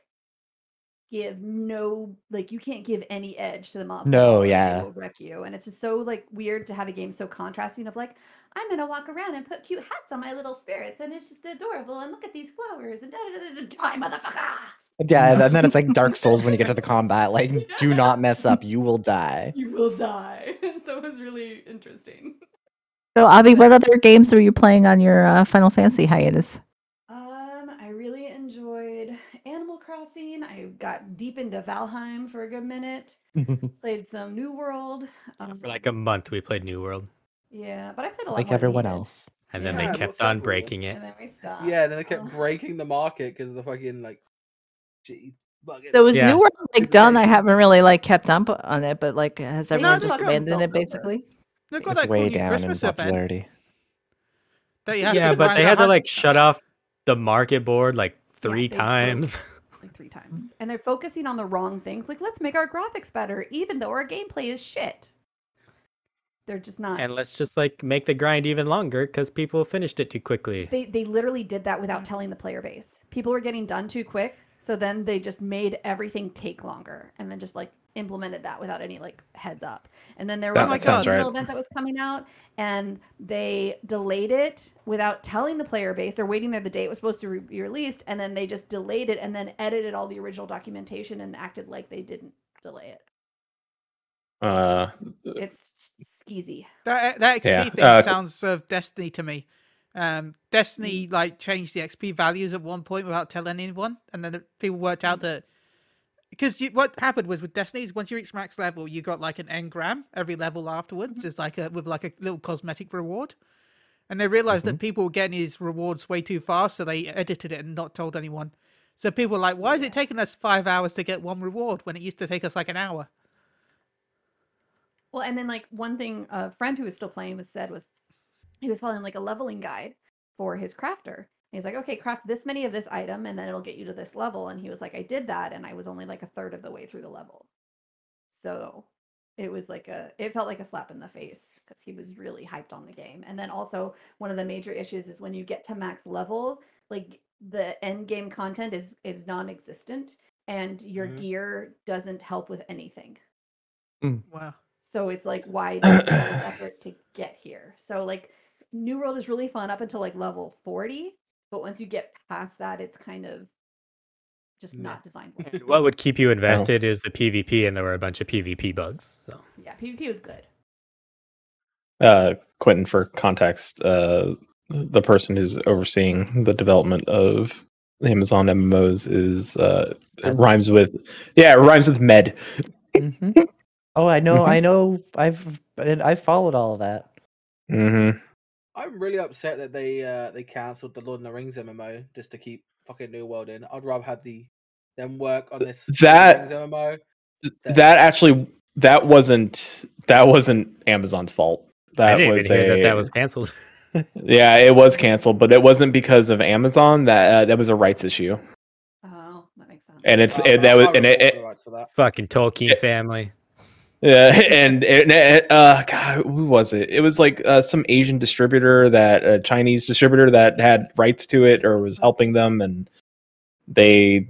Speaker 4: give no like you can't give any edge to the mobs. at
Speaker 5: No,
Speaker 4: all, or
Speaker 5: yeah.
Speaker 4: they will wreck you. And it's just so like weird to have a game so contrasting of like I'm gonna walk around and put cute hats on my little spirits, and it's just adorable. And look at these flowers, and da da da da die, motherfucker!
Speaker 5: Yeah, and then it's like Dark Souls when you get to the combat. Like, do not mess up, you will die.
Speaker 4: You will die. so it was really interesting.
Speaker 3: So, Avi, what other games were you playing on your uh, Final Fantasy hiatus?
Speaker 4: Um, I really enjoyed Animal Crossing. I got deep into Valheim for a good minute. Played some New World. Um,
Speaker 6: For like a month, we played New World,
Speaker 4: yeah, but I played a lot
Speaker 5: like
Speaker 4: more than
Speaker 5: everyone
Speaker 4: you did,
Speaker 5: else.
Speaker 6: and then
Speaker 1: Yeah,
Speaker 6: they kept
Speaker 1: what's up
Speaker 6: on
Speaker 1: with it?
Speaker 6: breaking it.
Speaker 4: And then we stopped.
Speaker 1: Yeah, and then they kept
Speaker 4: Um,
Speaker 1: breaking the market because of the fucking like. Gee, fucking-
Speaker 3: So was
Speaker 6: Yeah.
Speaker 3: New World like done? I
Speaker 1: Civilization.
Speaker 3: haven't really like kept up on it, but like has
Speaker 2: No,
Speaker 3: everyone
Speaker 2: it's
Speaker 3: just
Speaker 2: got
Speaker 3: abandoned
Speaker 4: themselves
Speaker 3: it
Speaker 4: over.
Speaker 3: basically?
Speaker 2: They've got
Speaker 5: It's
Speaker 2: that cool
Speaker 5: way
Speaker 2: new
Speaker 5: down in
Speaker 2: Christmas event
Speaker 5: popularity.
Speaker 2: that you have
Speaker 6: Yeah,
Speaker 2: to
Speaker 6: but
Speaker 2: grind
Speaker 6: they
Speaker 2: a
Speaker 6: had to
Speaker 2: hun-
Speaker 6: like shut off the market board like
Speaker 4: Yeah,
Speaker 6: three
Speaker 4: they
Speaker 6: times.
Speaker 4: like three times. And they're focusing on the wrong things. Like, let's make our graphics better, even though our gameplay is shit. They're just not.
Speaker 6: and let's just like make the grind even longer because people finished it too quickly.
Speaker 4: they, they literally did that without telling the player base. People were getting done too quick. So then they just made everything take longer and then just like implemented that without any like heads up. And then there was
Speaker 7: That
Speaker 4: like a
Speaker 2: sounds
Speaker 4: digital
Speaker 7: right.
Speaker 4: event that was coming out and they delayed it without telling the player base. They're waiting there the day it was supposed to re- be released. And then they just delayed it and then edited all the original documentation and acted like they didn't delay it.
Speaker 7: Uh,
Speaker 4: It's skeezy.
Speaker 2: that that XP
Speaker 7: Yeah,
Speaker 2: thing
Speaker 7: uh,
Speaker 2: sounds of Destiny to me. Um, Destiny like changed the XP values at one point without telling anyone, and then it- people worked out that because what happened was with Destiny is once you reach max level, you got like an engram every level
Speaker 7: Mm-hmm.
Speaker 2: afterwards, is like a with like a little cosmetic reward. And they realized
Speaker 7: Mm-hmm.
Speaker 2: that people were getting these rewards way too fast, so they edited it and not told anyone. So people were like, "Why is it taking us five hours to get one reward when it used to take us like an hour?"
Speaker 4: Well, and then like one thing a friend who was still playing was said was he was following like a leveling guide for his crafter. And he's like, okay, craft this many of this item and then it'll get you to this level. And he was like, I did that and I was only like a third of the way through the level. So it was like a it felt like a slap in the face because he was really hyped on the game. And then also one of the major issues is when you get to max level, like the end game content is is non-existent and your
Speaker 1: Mhm.
Speaker 4: gear doesn't help with anything.
Speaker 7: Mm.
Speaker 2: Wow.
Speaker 4: So it's like why did it take all this effort to get here? So like New World is really fun up until like level 40, but once you get past that, it's kind of just
Speaker 1: Meh.
Speaker 4: not designed well.
Speaker 6: And what would keep you invested is the PvP, and there were a bunch of PvP bugs. So
Speaker 4: yeah, PvP was good.
Speaker 7: uh, Quentin, for context, uh, the person who's overseeing the development of the Amazon MMOs is uh, it rhymes with yeah, it rhymes with med.
Speaker 5: Mhm. Oh, I know, I know. I've and I've followed all of that.
Speaker 9: Mm-hmm.
Speaker 7: hmm
Speaker 1: I'm really upset that they uh, they cancelled the Lord of the Rings MMO just to keep fucking New World in. I'd rather have the them work on this Lord of the
Speaker 7: That-
Speaker 1: Rings MMO.
Speaker 7: That actually, that wasn't that wasn't Amazon's fault. That
Speaker 6: I didn't
Speaker 7: was
Speaker 6: even hear
Speaker 7: a
Speaker 6: that that was canceled.
Speaker 7: yeah, it was canceled, but it wasn't because of Amazon. That uh, that was a rights issue,
Speaker 4: Oh, that makes sense.
Speaker 7: and it's
Speaker 1: Uh,
Speaker 7: and that
Speaker 1: I'll-
Speaker 7: was
Speaker 1: I'll
Speaker 7: and it,
Speaker 1: report
Speaker 7: it
Speaker 1: the rights for that.
Speaker 6: Fucking Tolkien family.
Speaker 7: Yeah, and, and, and, uh, God, who was it? It was like uh, some Asian distributor that a Chinese distributor that had rights to it or was helping them, and they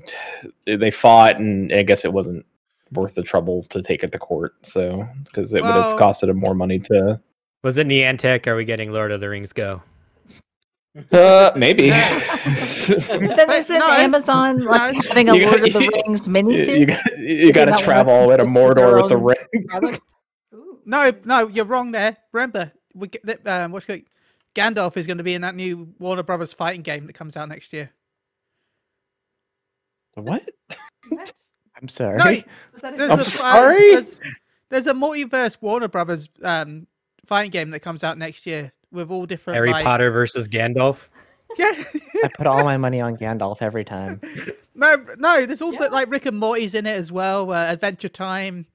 Speaker 7: they fought, and I guess it wasn't worth the trouble to take it to court, so because it would
Speaker 2: Well-
Speaker 7: have costed them more money to
Speaker 6: Was it Niantic? Are we getting Lord of the Rings Go?
Speaker 7: uh, maybe.
Speaker 3: But then
Speaker 2: But
Speaker 3: isn't
Speaker 2: no, it-
Speaker 3: Amazon like
Speaker 2: it's-
Speaker 3: having a
Speaker 7: You got-
Speaker 3: Lord of the
Speaker 7: you-
Speaker 3: Rings
Speaker 7: you
Speaker 3: miniseries?
Speaker 7: you got, you got
Speaker 3: not worth
Speaker 7: to travel all the way to
Speaker 3: it for their
Speaker 7: Mordor with the
Speaker 3: own-
Speaker 7: ring.
Speaker 3: product?
Speaker 4: Ooh.
Speaker 2: No, no, you're wrong there. Remember, we get that, um, what's it called? Gandalf is going to be in that new Warner Brothers fighting game that comes out next year.
Speaker 7: What?
Speaker 4: What?
Speaker 5: I'm sorry.
Speaker 2: No,
Speaker 4: Was that
Speaker 2: there's
Speaker 4: a
Speaker 7: I'm
Speaker 2: a,
Speaker 4: joke?
Speaker 2: fi-
Speaker 7: sorry?
Speaker 2: There's, there's a multiverse Warner Brothers um, fighting game that comes out next year with all different.
Speaker 6: Harry
Speaker 2: like-
Speaker 6: Potter versus Gandalf.
Speaker 2: Yeah.
Speaker 5: I put all my money on Gandalf every time.
Speaker 2: no, no. There's all the
Speaker 4: Yeah.
Speaker 2: like Rick and Morty's in it as well. Uh, Adventure Time.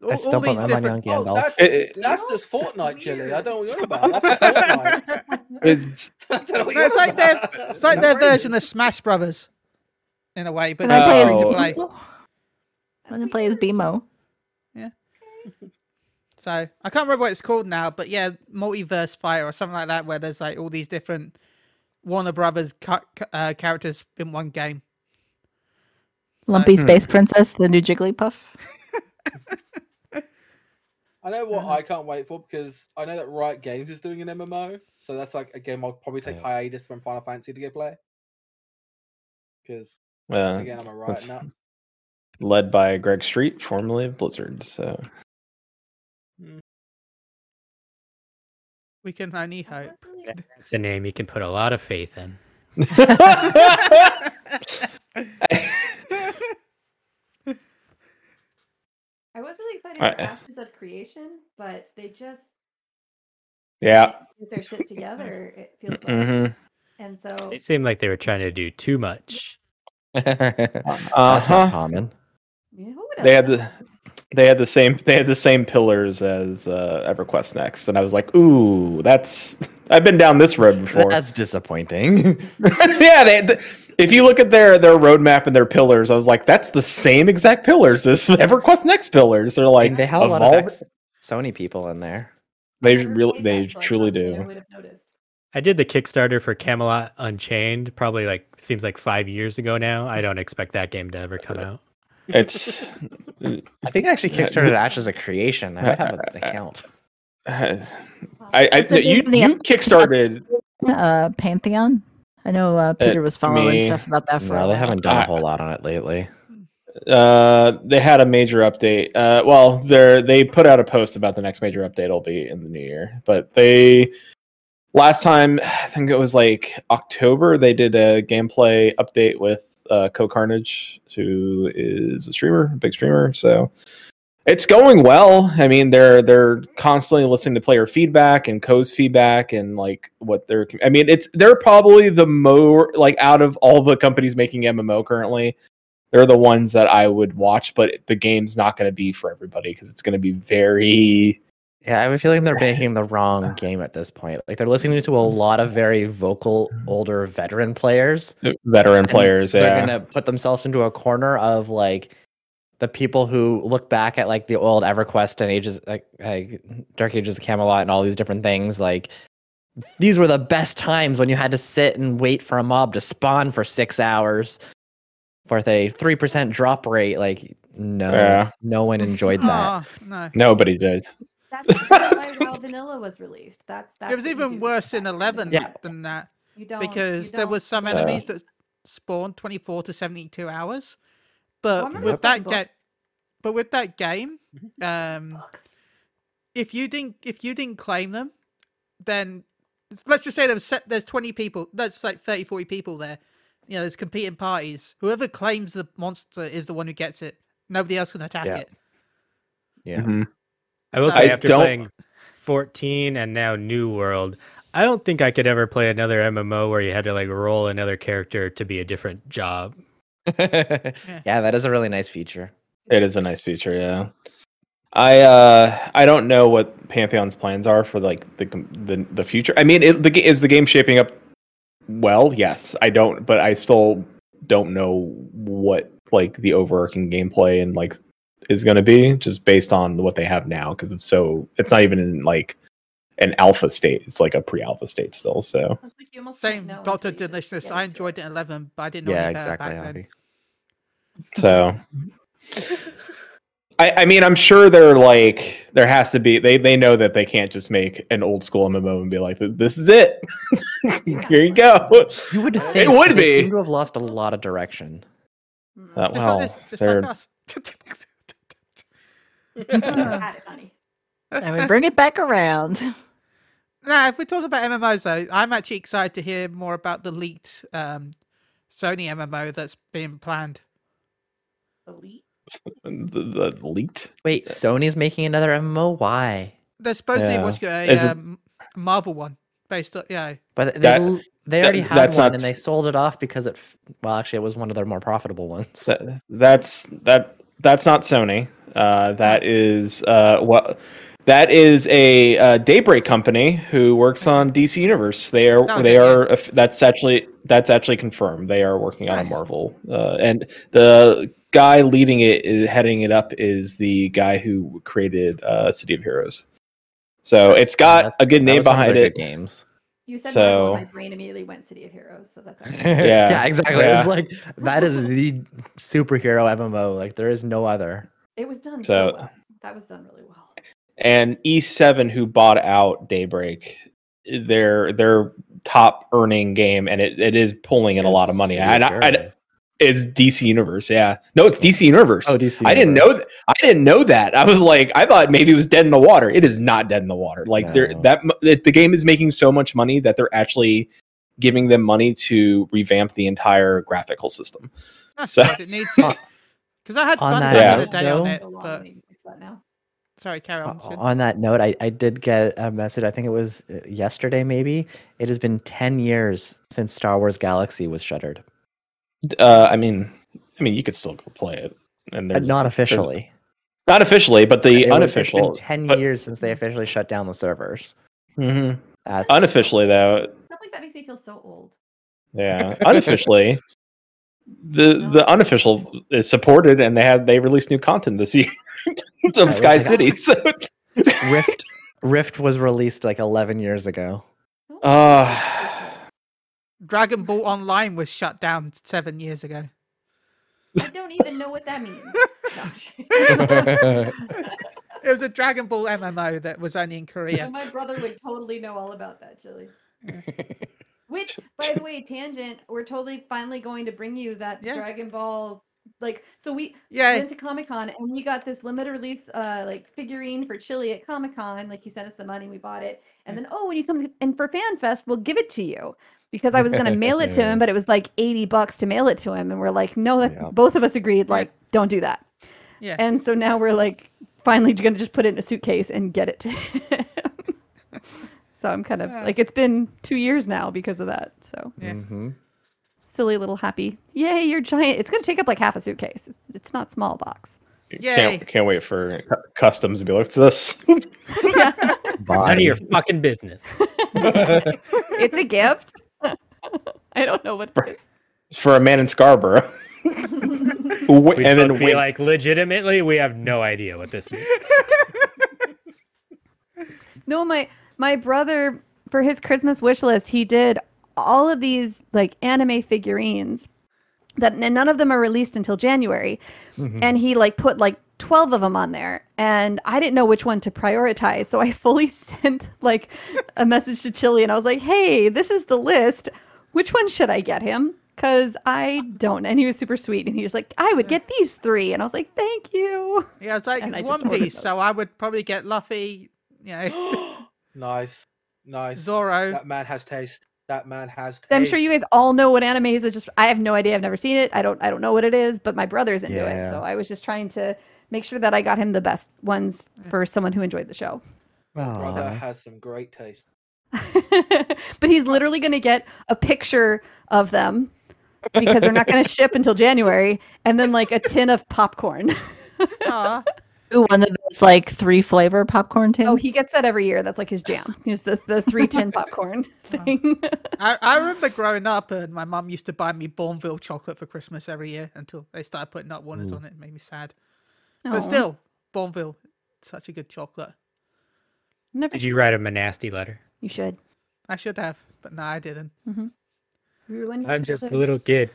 Speaker 2: All,
Speaker 5: I
Speaker 2: all
Speaker 5: still put
Speaker 2: these
Speaker 5: my money on
Speaker 2: different.
Speaker 1: Oh,
Speaker 5: Gandalf.
Speaker 1: that's,
Speaker 7: It- it-
Speaker 1: that's just
Speaker 4: That's
Speaker 1: Fortnite, Jilly. I
Speaker 4: weird.
Speaker 1: don't know what you're about. That's just Fortnite.
Speaker 7: It's-
Speaker 1: That's what
Speaker 2: No, it's
Speaker 1: you're
Speaker 2: like their,
Speaker 1: about.
Speaker 2: it's like
Speaker 1: That's
Speaker 2: their
Speaker 1: crazy.
Speaker 2: version of Smash Brothers, in a way, but
Speaker 3: Can I play
Speaker 2: it's free
Speaker 3: as
Speaker 2: to
Speaker 7: Oh.
Speaker 2: play.
Speaker 3: Beemo?
Speaker 4: That's
Speaker 3: I'm gonna play as
Speaker 4: weird.
Speaker 3: Beemo.
Speaker 2: So I can't remember what it's called now, but yeah, multiverse fighter or something like that, where there's like all these different Warner Brothers ca- ca- uh, characters in one game.
Speaker 3: Lumpy
Speaker 7: Hmm.
Speaker 3: Space Princess, the new Jigglypuff.
Speaker 1: I know what
Speaker 4: Nice.
Speaker 1: I can't wait for because I know that Riot Games is doing an MMO, so that's like a game I'll probably take
Speaker 7: Yeah.
Speaker 1: hiatus from Final Fantasy to go play. Because
Speaker 7: Uh,
Speaker 1: again, I'm a Riot
Speaker 7: that's-
Speaker 1: nut.
Speaker 7: led by Greg Street, formerly of Blizzard. So
Speaker 2: We can only hope.
Speaker 6: It's a name you can put a lot of faith in.
Speaker 4: I was really excited
Speaker 7: Alright.
Speaker 4: for Ashes of Creation, but they just
Speaker 7: yeah,
Speaker 4: get their shit together. It feels like,
Speaker 7: hmm
Speaker 4: and so
Speaker 6: They seem like they were trying to do too much.
Speaker 5: That's not
Speaker 7: uh-huh.
Speaker 5: common.
Speaker 4: you know, what
Speaker 7: They
Speaker 4: else?
Speaker 7: had the they had the same they had the same pillars as uh, EverQuest Next, and I was like, ooh, that's I've been down this road before.
Speaker 5: That's disappointing.
Speaker 7: yeah, they, th- if you look at their their roadmap and their pillars, I was like, that's the same exact pillars as EverQuest Next pillars. They're like
Speaker 5: they have a lot
Speaker 7: evolve-
Speaker 5: of ex- Sony people in there.
Speaker 4: I
Speaker 7: They
Speaker 4: never
Speaker 7: really,
Speaker 4: played
Speaker 7: they
Speaker 4: that, so I
Speaker 7: truly
Speaker 4: possibly never
Speaker 7: do.
Speaker 4: would have noticed.
Speaker 6: I did the Kickstarter for Camelot Unchained, probably like seems like five years ago now. I don't expect that game to ever come out.
Speaker 7: It's
Speaker 5: I think I actually
Speaker 7: Yeah,
Speaker 5: Kickstarted
Speaker 7: the-
Speaker 5: Ashes of Creation. I might have an account.
Speaker 7: I, uh, I
Speaker 3: That's the
Speaker 7: you
Speaker 3: name of the
Speaker 7: you kickstarted.
Speaker 3: Uh, Pantheon. I know uh, Peter was following
Speaker 7: me-
Speaker 3: stuff about that for. a
Speaker 5: No, they
Speaker 3: while.
Speaker 5: haven't done
Speaker 7: I-
Speaker 5: a whole lot on it lately.
Speaker 7: Uh, they had a major update. Uh, well, they they put out a post about the next major update will be in the new year, but they last time I think it was like October they did a gameplay update with uh, Co Carnage, who is a streamer, a big streamer. So it's going well. I mean, they're they're constantly listening to player feedback and Co's feedback and like what they're. I mean, it's they're probably the more like out of all the companies making MMO currently they're the ones that I would watch, but the game's not going to be for everybody because it's going to be very.
Speaker 5: Yeah, I have a feeling they're making the wrong game at this point. Like they're listening to a lot of very vocal older veteran players.
Speaker 7: Veteran
Speaker 5: And
Speaker 7: players,
Speaker 5: they're
Speaker 7: yeah.
Speaker 5: gonna put themselves into a corner of like the people who look back at like the old EverQuest and ages like, like Dark Ages of Camelot and all these different things. Like these were the best times when you had to sit and wait for a mob to spawn for six hours with a three percent drop rate. Like no,
Speaker 7: Yeah.
Speaker 5: no one enjoyed that.
Speaker 2: Aw, no.
Speaker 7: Nobody did.
Speaker 4: That's why WoW Vanilla was released. That's that's
Speaker 2: It was
Speaker 4: what you
Speaker 2: even
Speaker 4: do.
Speaker 2: worse in 11
Speaker 5: Yeah.
Speaker 2: than that
Speaker 4: You don't you
Speaker 2: because there
Speaker 4: don't-
Speaker 2: was some
Speaker 4: you
Speaker 7: Yeah.
Speaker 4: don't-
Speaker 2: enemies that spawned 24 to 72 hours.
Speaker 4: Well, I
Speaker 2: But
Speaker 4: remember
Speaker 2: with
Speaker 4: spelling
Speaker 2: that game,
Speaker 4: books.
Speaker 2: but with that game,
Speaker 4: Mm-hmm.
Speaker 2: um,
Speaker 4: Books.
Speaker 2: if you didn't if you didn't claim them, then let's just say there's set there's 20 people, that's like 30 40 people there. You know, there's competing parties. Whoever claims the monster is the one who gets it. Nobody else can attack
Speaker 5: Yeah.
Speaker 2: it.
Speaker 5: Yeah.
Speaker 7: Mm-hmm.
Speaker 6: I will
Speaker 2: So-
Speaker 6: say
Speaker 7: I
Speaker 6: after
Speaker 7: don't-
Speaker 6: playing 14 and now New World, I don't think I could ever play another MMO where you had to like roll another character to be a different job.
Speaker 7: Mm-hmm.
Speaker 5: yeah, that is a really nice feature.
Speaker 7: It is a nice feature, yeah. I uh I don't know what Pantheon's plans are for like the com- the, the future. I mean, it, the, ga- is the game shaping up well? Yes, I don't, but I still don't know what like the overarching gameplay and like is going to be just based on what they have now because it's so it's not even in like an alpha state. It's like a pre-alpha state still. So
Speaker 4: It's like you almost can't
Speaker 2: Same
Speaker 4: know
Speaker 2: Doctor
Speaker 4: until you just
Speaker 2: Delicious.
Speaker 4: get
Speaker 2: I
Speaker 4: into
Speaker 2: enjoyed it in 11, but I didn't know
Speaker 5: Yeah,
Speaker 2: any better
Speaker 5: exactly.
Speaker 2: back then.
Speaker 5: Avi.
Speaker 7: so I, I mean, I'm sure they're like there has to be they they know that they can't just make an old school MMO and be like this is it. Here you go.
Speaker 5: You would
Speaker 7: It
Speaker 5: think
Speaker 7: would
Speaker 5: they
Speaker 7: be.
Speaker 5: seem to have lost a lot of direction.
Speaker 4: Mm.
Speaker 7: Uh,
Speaker 2: Just
Speaker 7: well,
Speaker 2: like this, just
Speaker 7: they're-
Speaker 2: like us.
Speaker 4: At it, honey.
Speaker 3: And we bring it back around.
Speaker 2: Now, if we're talking about MMOs, though, I'm actually excited to hear more about the leaked um, Sony MMO that's being planned.
Speaker 4: Elite.
Speaker 7: the, the leaked.
Speaker 5: Wait, Sony's making another MMO? Why?
Speaker 2: They're supposedly
Speaker 7: Yeah.
Speaker 2: what's a
Speaker 7: Is it-
Speaker 2: um, Marvel one based on yeah.
Speaker 5: But they,
Speaker 7: That-
Speaker 5: l- they
Speaker 7: that-
Speaker 5: already had
Speaker 7: that's
Speaker 5: one
Speaker 7: not
Speaker 5: and they
Speaker 7: s-
Speaker 5: sold it off because it. f- Well, actually, it was one of their more profitable ones.
Speaker 7: That, that's that that's not Sony. Uh, that is uh, what that is a uh, Daybreak company who works on DC Universe. They are
Speaker 2: That was
Speaker 7: they
Speaker 2: it, yeah.
Speaker 7: are that's actually that's actually confirmed. They are working on a
Speaker 2: Nice.
Speaker 7: Marvel, uh, and the guy leading it, is, heading it up, is the guy who created uh, City of Heroes. So it's got
Speaker 5: that-
Speaker 7: a good
Speaker 5: That
Speaker 7: name
Speaker 5: was one of
Speaker 7: behind
Speaker 5: their
Speaker 7: it.
Speaker 5: good Games.
Speaker 4: You said Marvel,
Speaker 7: So-
Speaker 4: and my brain immediately went City of Heroes, so that's actually
Speaker 5: Yeah,
Speaker 7: Yeah.
Speaker 5: exactly.
Speaker 7: Yeah.
Speaker 5: It's like that is the superhero MMO. Like there is no other.
Speaker 4: it was done
Speaker 7: So-
Speaker 4: so, well. That was done really well.
Speaker 7: and E7 who bought out Daybreak, their their top earning game, and it, it is pulling in a lot of money. I, I, I- it's DC Universe, yeah. No, it's DC Universe.
Speaker 5: oh, DC.
Speaker 7: I didn't know th- I didn't know that. I was like, I thought maybe it was dead in the water. It is not dead in the water. Like they're
Speaker 5: No.
Speaker 7: that mu- that the game is making so much money that they're actually giving them money to revamp the entire graphical system.
Speaker 2: That's
Speaker 7: So-
Speaker 2: good. It needs because I had
Speaker 5: On
Speaker 2: fun
Speaker 5: that
Speaker 2: back in the
Speaker 5: note,
Speaker 2: day on
Speaker 5: though-
Speaker 2: it. But sorry, carry on. Shin.
Speaker 5: Uh, On that note, I, I did get a message. I think it was uh, yesterday, maybe. It has been 10 years since Star Wars Galaxy was shuttered.
Speaker 7: Uh, I mean, I mean, you could still go play it, and
Speaker 5: Uh,
Speaker 7: there's
Speaker 5: not
Speaker 7: there's-
Speaker 5: officially.
Speaker 7: not officially, but
Speaker 5: It was-
Speaker 7: the
Speaker 5: It's
Speaker 7: unofficial,
Speaker 5: been 10
Speaker 7: but-
Speaker 5: years since they officially shut down the servers.
Speaker 7: Mhm.
Speaker 5: That's-
Speaker 7: unofficially though,
Speaker 4: Stuff like that makes me feel so old.
Speaker 7: yeah, unofficially. The the unofficial is supported, and they had they released new content this year
Speaker 5: it
Speaker 7: of
Speaker 5: was
Speaker 7: Sky
Speaker 5: like-
Speaker 7: City. So
Speaker 5: Rift Rift was released like 11 years ago.
Speaker 7: Uh,
Speaker 2: Dragon Ball Online was shut down seven years ago.
Speaker 4: I don't even know what that means.
Speaker 2: It was a Dragon Ball MMO that was only in Korea.
Speaker 4: My brother would totally know all about that, Chili. Which, by the way, tangent, we're totally finally going to bring you that
Speaker 2: Yeah.
Speaker 4: Dragon Ball. Like, so we
Speaker 2: Yeah,
Speaker 4: went to Comic Con and we got this limited release, uh, like figurine for Chili at Comic Con. Like, he sent us the money, we bought it. And then, oh, when you come in for Fan Fest, we'll give it to you because I was going to mail it to him, but it was like 80 bucks to mail it to him. And we're like, no, that
Speaker 5: Yeah.
Speaker 4: both of us agreed, like, don't do that.
Speaker 2: yeah.
Speaker 4: And so now we're like finally going to just put it in a suitcase and get it to him. so I'm kind of
Speaker 2: Yeah.
Speaker 4: like it's been 2 years now because of that. So
Speaker 2: Yeah.
Speaker 5: Mhm.
Speaker 4: silly little happy. Yay, you're giant. It's going to take up like half a suitcase. It's, it's not small box.
Speaker 2: Yay.
Speaker 7: Can't, can't wait for cu- customs to be like, what's this?
Speaker 4: Yeah,
Speaker 6: None of
Speaker 5: Body.
Speaker 6: your fucking business.
Speaker 4: it's a gift. I don't know what it is.
Speaker 7: for a man in Scarborough. Wi-
Speaker 6: We'd
Speaker 7: and then
Speaker 6: both be
Speaker 7: wink.
Speaker 6: like, legitimately, we have no idea what this is.
Speaker 4: No, my my brother for his Christmas wish list, he did all of these like anime figurines that and none of them are released until January. And he like put like 12 of them on there and I didn't know which one to prioritize. So I fully sent like a message to Chili and I was like, "Hey, this is the list. Which one should I get him?" Cause I don't. And he was super sweet, and he was like, "I would get these three. and I was like, "Thank you."
Speaker 2: Yeah, it's like
Speaker 4: And
Speaker 2: it's
Speaker 4: I just
Speaker 2: One
Speaker 4: ordered
Speaker 2: Piece,
Speaker 4: those.
Speaker 2: so I would probably get Luffy, you know,
Speaker 1: nice, nice.
Speaker 2: Zoro.
Speaker 1: That man has taste. That man has taste.
Speaker 4: I'm sure you guys all know what anime is. It's just I have no idea. I've never seen it. I don't I don't know what it is, but my brother's into it.
Speaker 5: Yeah.
Speaker 4: So I was just trying to make sure that I got him the best ones for someone who enjoyed the show.
Speaker 1: Brother
Speaker 5: Aw.
Speaker 1: has some great taste.
Speaker 4: but he's literally going to get a picture of them because they're not going to ship until January and then like a tin of popcorn.
Speaker 2: Aw,
Speaker 3: Ooh, one of those like three flavor popcorn tins.
Speaker 4: Oh, he gets that every year. That's like his jam. Is the the 3 tin popcorn thing.
Speaker 2: I, I remember growing up and my mum used to buy me Bourneville chocolate for Christmas every year until they started putting nut warners on it. It made me sad.
Speaker 4: Aw.
Speaker 2: But still, Bourneville, such a good chocolate.
Speaker 4: never
Speaker 6: Did you write him a nasty letter?
Speaker 4: you should.
Speaker 2: I should have, but no, I didn't.
Speaker 4: You were when-
Speaker 6: I'm just a little kid,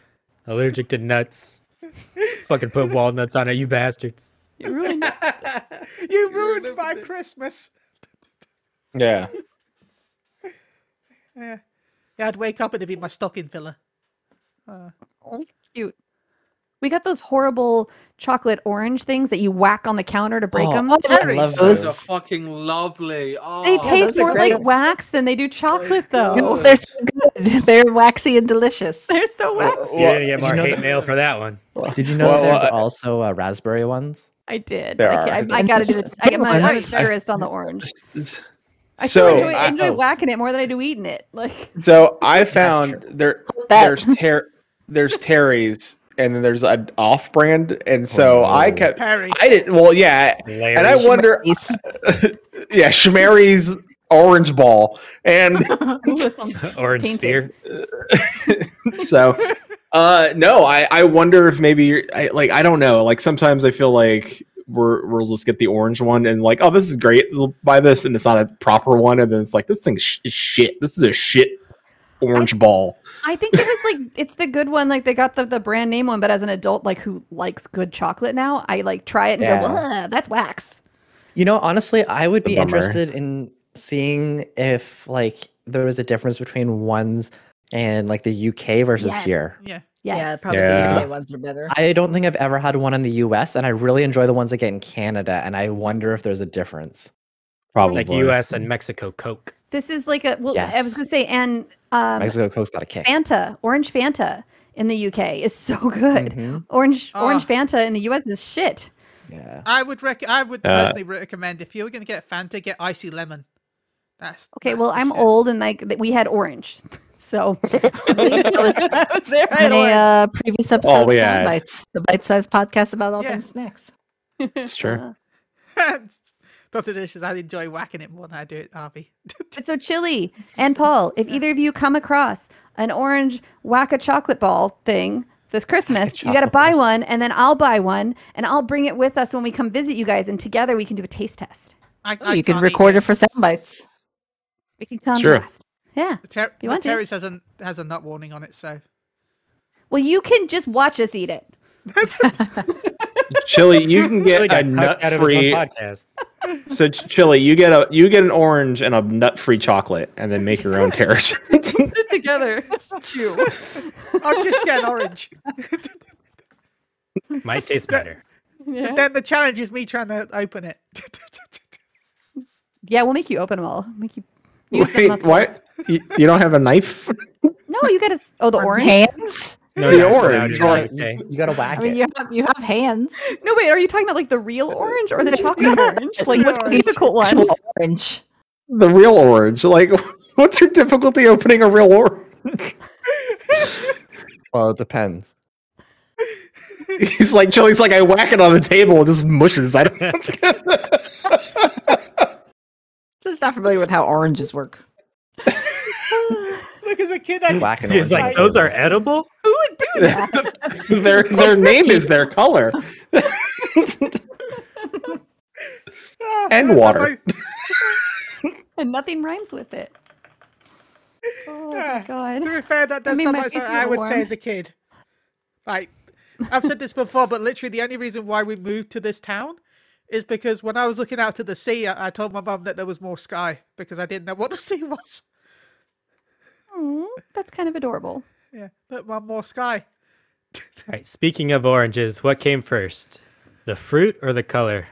Speaker 6: allergic to nuts. Fucking put walnuts on it, you bastards.
Speaker 4: You ruined it.
Speaker 2: you ruined my Christmas.
Speaker 7: yeah.
Speaker 2: Yeah. yeah, I'd wake up and it'd be my stocking filler.
Speaker 4: Oh, cute. We got those horrible chocolate orange things that you whack on the counter to break
Speaker 5: Oh,
Speaker 4: them.
Speaker 5: I
Speaker 2: Terry's.
Speaker 5: love
Speaker 1: Those are
Speaker 5: those.
Speaker 1: fucking lovely. Oh,
Speaker 4: They
Speaker 3: those
Speaker 4: taste
Speaker 3: are
Speaker 4: more
Speaker 3: great.
Speaker 4: like wax than they do chocolate,
Speaker 7: Oh.
Speaker 4: though.
Speaker 3: They're so good. They're waxy and delicious.
Speaker 4: They're so waxy.
Speaker 6: You're gonna get
Speaker 5: Well,
Speaker 6: more
Speaker 5: you know
Speaker 6: hate
Speaker 5: the-
Speaker 6: mail for that one.
Speaker 5: Did you know
Speaker 7: Well,
Speaker 5: there's
Speaker 7: well, I-
Speaker 5: also uh, raspberry ones?
Speaker 4: I did.
Speaker 7: There
Speaker 4: I,
Speaker 7: are.
Speaker 4: can't- I, I gotta do
Speaker 3: Just
Speaker 4: this. I, I'm, a, I'm a
Speaker 2: orange.
Speaker 4: terrorist on the orange. I still
Speaker 7: so
Speaker 4: enjoy,
Speaker 7: I,
Speaker 4: enjoy whacking it more than I do eating it. Like
Speaker 7: so I found there
Speaker 3: That-
Speaker 7: there's ter- there's Terry's and then there's an off brand and so I
Speaker 5: no.
Speaker 7: kept
Speaker 2: Harry.
Speaker 7: I didn't well yeah and I
Speaker 6: Larry's.
Speaker 7: wonder
Speaker 3: Nice.
Speaker 7: yeah Shmary's orange ball and
Speaker 4: ooh, that sounds
Speaker 6: Orange
Speaker 4: tainted.
Speaker 6: spear.
Speaker 7: so uh no i i wonder if maybe you're I, like i don't know like sometimes i feel like we're we'll just get the orange one and like oh this is great we'll buy this and it's not a proper one and then it's like this thing sh- is shit this is a shit orange ball
Speaker 4: I think it was like it's the good one. Like they got the, the brand name one, but as an adult, like who likes good chocolate now, I like try it and
Speaker 5: Yeah.
Speaker 4: go, "Ugh, that's wax.
Speaker 5: You know, honestly, I would be
Speaker 7: bummer.
Speaker 5: interested in seeing if like there was a difference between ones and like the UK versus
Speaker 4: Yes.
Speaker 5: here.
Speaker 2: Yeah.
Speaker 4: Yes.
Speaker 3: Yeah, probably
Speaker 7: Yeah.
Speaker 3: the UK ones are better.
Speaker 5: I don't think I've ever had one in the US, and I really enjoy the ones I get in Canada, and I wonder if there's a difference.
Speaker 7: Probably.
Speaker 6: like U.S. and Mexico Coke.
Speaker 4: This is like a well. I
Speaker 5: Yes.
Speaker 4: was gonna say, and um,
Speaker 5: Mexico Coke's got a kick.
Speaker 4: Fanta, Orange Fanta in the UK is so good.
Speaker 7: Mm.
Speaker 5: Mhm.
Speaker 4: Orange Orange
Speaker 2: Ah.
Speaker 4: Fanta in the US is shit.
Speaker 5: Yeah.
Speaker 2: I would rec- I would
Speaker 7: Uh,
Speaker 2: personally recommend if you were going to get Fanta, get icy lemon. That's
Speaker 4: Okay,
Speaker 2: that's
Speaker 4: well
Speaker 2: the
Speaker 4: I'm
Speaker 2: shit.
Speaker 4: old and like th- we had orange, so
Speaker 3: That was, there in a uh, previous episode
Speaker 7: All
Speaker 3: of
Speaker 7: we
Speaker 3: Sound
Speaker 7: had.
Speaker 3: bites, the bite-sized podcast about all
Speaker 2: Yeah.
Speaker 3: things snacks.
Speaker 7: It's true.
Speaker 2: Dr. Dishes, I enjoy whacking it more than I do it, Harvey.
Speaker 4: But so chilly. And Paul, if either of you come across an orange whack a chocolate ball thing this Christmas, you got to
Speaker 5: chocolate
Speaker 4: buy one, and then I'll buy one, and I'll bring it with us when we come visit you guys, and together we can do a taste test.
Speaker 2: I,
Speaker 3: Oh, you can record it for sound bites.
Speaker 4: We can tell 'em
Speaker 7: Sure.
Speaker 4: last. Yeah.
Speaker 2: Ter-
Speaker 4: You
Speaker 2: the
Speaker 4: want to?
Speaker 2: Terry's has a has a nut warning on it, so
Speaker 4: Well, you can just watch us eat it.
Speaker 9: Chili, you can
Speaker 6: Really
Speaker 9: get
Speaker 6: got
Speaker 9: a
Speaker 6: cucked
Speaker 9: nut
Speaker 6: out of his own
Speaker 9: free.
Speaker 6: podcast.
Speaker 9: So Ch- Chili, you get a you get an orange and a nut free chocolate, and then make your own terrace.
Speaker 4: Put it together. Chew.
Speaker 2: I'll just get an orange.
Speaker 6: Might taste better.
Speaker 2: But then the challenge is me trying to open it.
Speaker 4: Yeah, we'll make you open them all. Make you. use them
Speaker 7: Wait,
Speaker 4: up.
Speaker 7: what? You, you don't have a knife?
Speaker 4: No, you got to. Oh, the orange.
Speaker 3: Hands?
Speaker 6: No,
Speaker 7: The
Speaker 6: yeah, so
Speaker 7: orange,
Speaker 6: now it's
Speaker 5: You,
Speaker 7: orange.
Speaker 6: okay.
Speaker 5: you, you gotta whack
Speaker 3: I mean,
Speaker 5: it.
Speaker 3: you have you have hands.
Speaker 4: No, wait. Are you talking about like the real orange or the chocolate orange? Like what's the
Speaker 2: Orange.
Speaker 4: difficult one?
Speaker 3: Actual orange.
Speaker 7: The real orange. Like, what's your difficulty opening a real orange?
Speaker 5: Well, it depends.
Speaker 7: He's like, Chili's like, I whack it on the table and just mushes. I don't.
Speaker 3: Just not familiar with how oranges work.
Speaker 2: Look, as a kid, I
Speaker 5: Whack an
Speaker 6: He's
Speaker 5: orange on
Speaker 6: like,
Speaker 5: the
Speaker 6: those are
Speaker 5: table.
Speaker 6: edible.
Speaker 4: Who would do that?
Speaker 7: their their name is their color.
Speaker 2: Ah,
Speaker 7: And
Speaker 2: that sounds
Speaker 7: water.
Speaker 2: like-
Speaker 4: and nothing rhymes with it. Oh
Speaker 2: Yeah.
Speaker 4: my god.
Speaker 2: to be fair, that does
Speaker 4: made
Speaker 2: sound
Speaker 4: my
Speaker 2: like
Speaker 4: face a
Speaker 2: something I would
Speaker 4: little
Speaker 2: say
Speaker 4: warm.
Speaker 2: as a kid. Like, I've said this before, but literally the only reason why we moved to this town is because when I was looking out to the sea, I, I told my mum that there was more sky because I didn't know what the sea was.
Speaker 4: Aw, that's kind of adorable.
Speaker 2: Yeah, look, mum, more sky.
Speaker 6: All right. Speaking of oranges, what came first, the fruit or the color?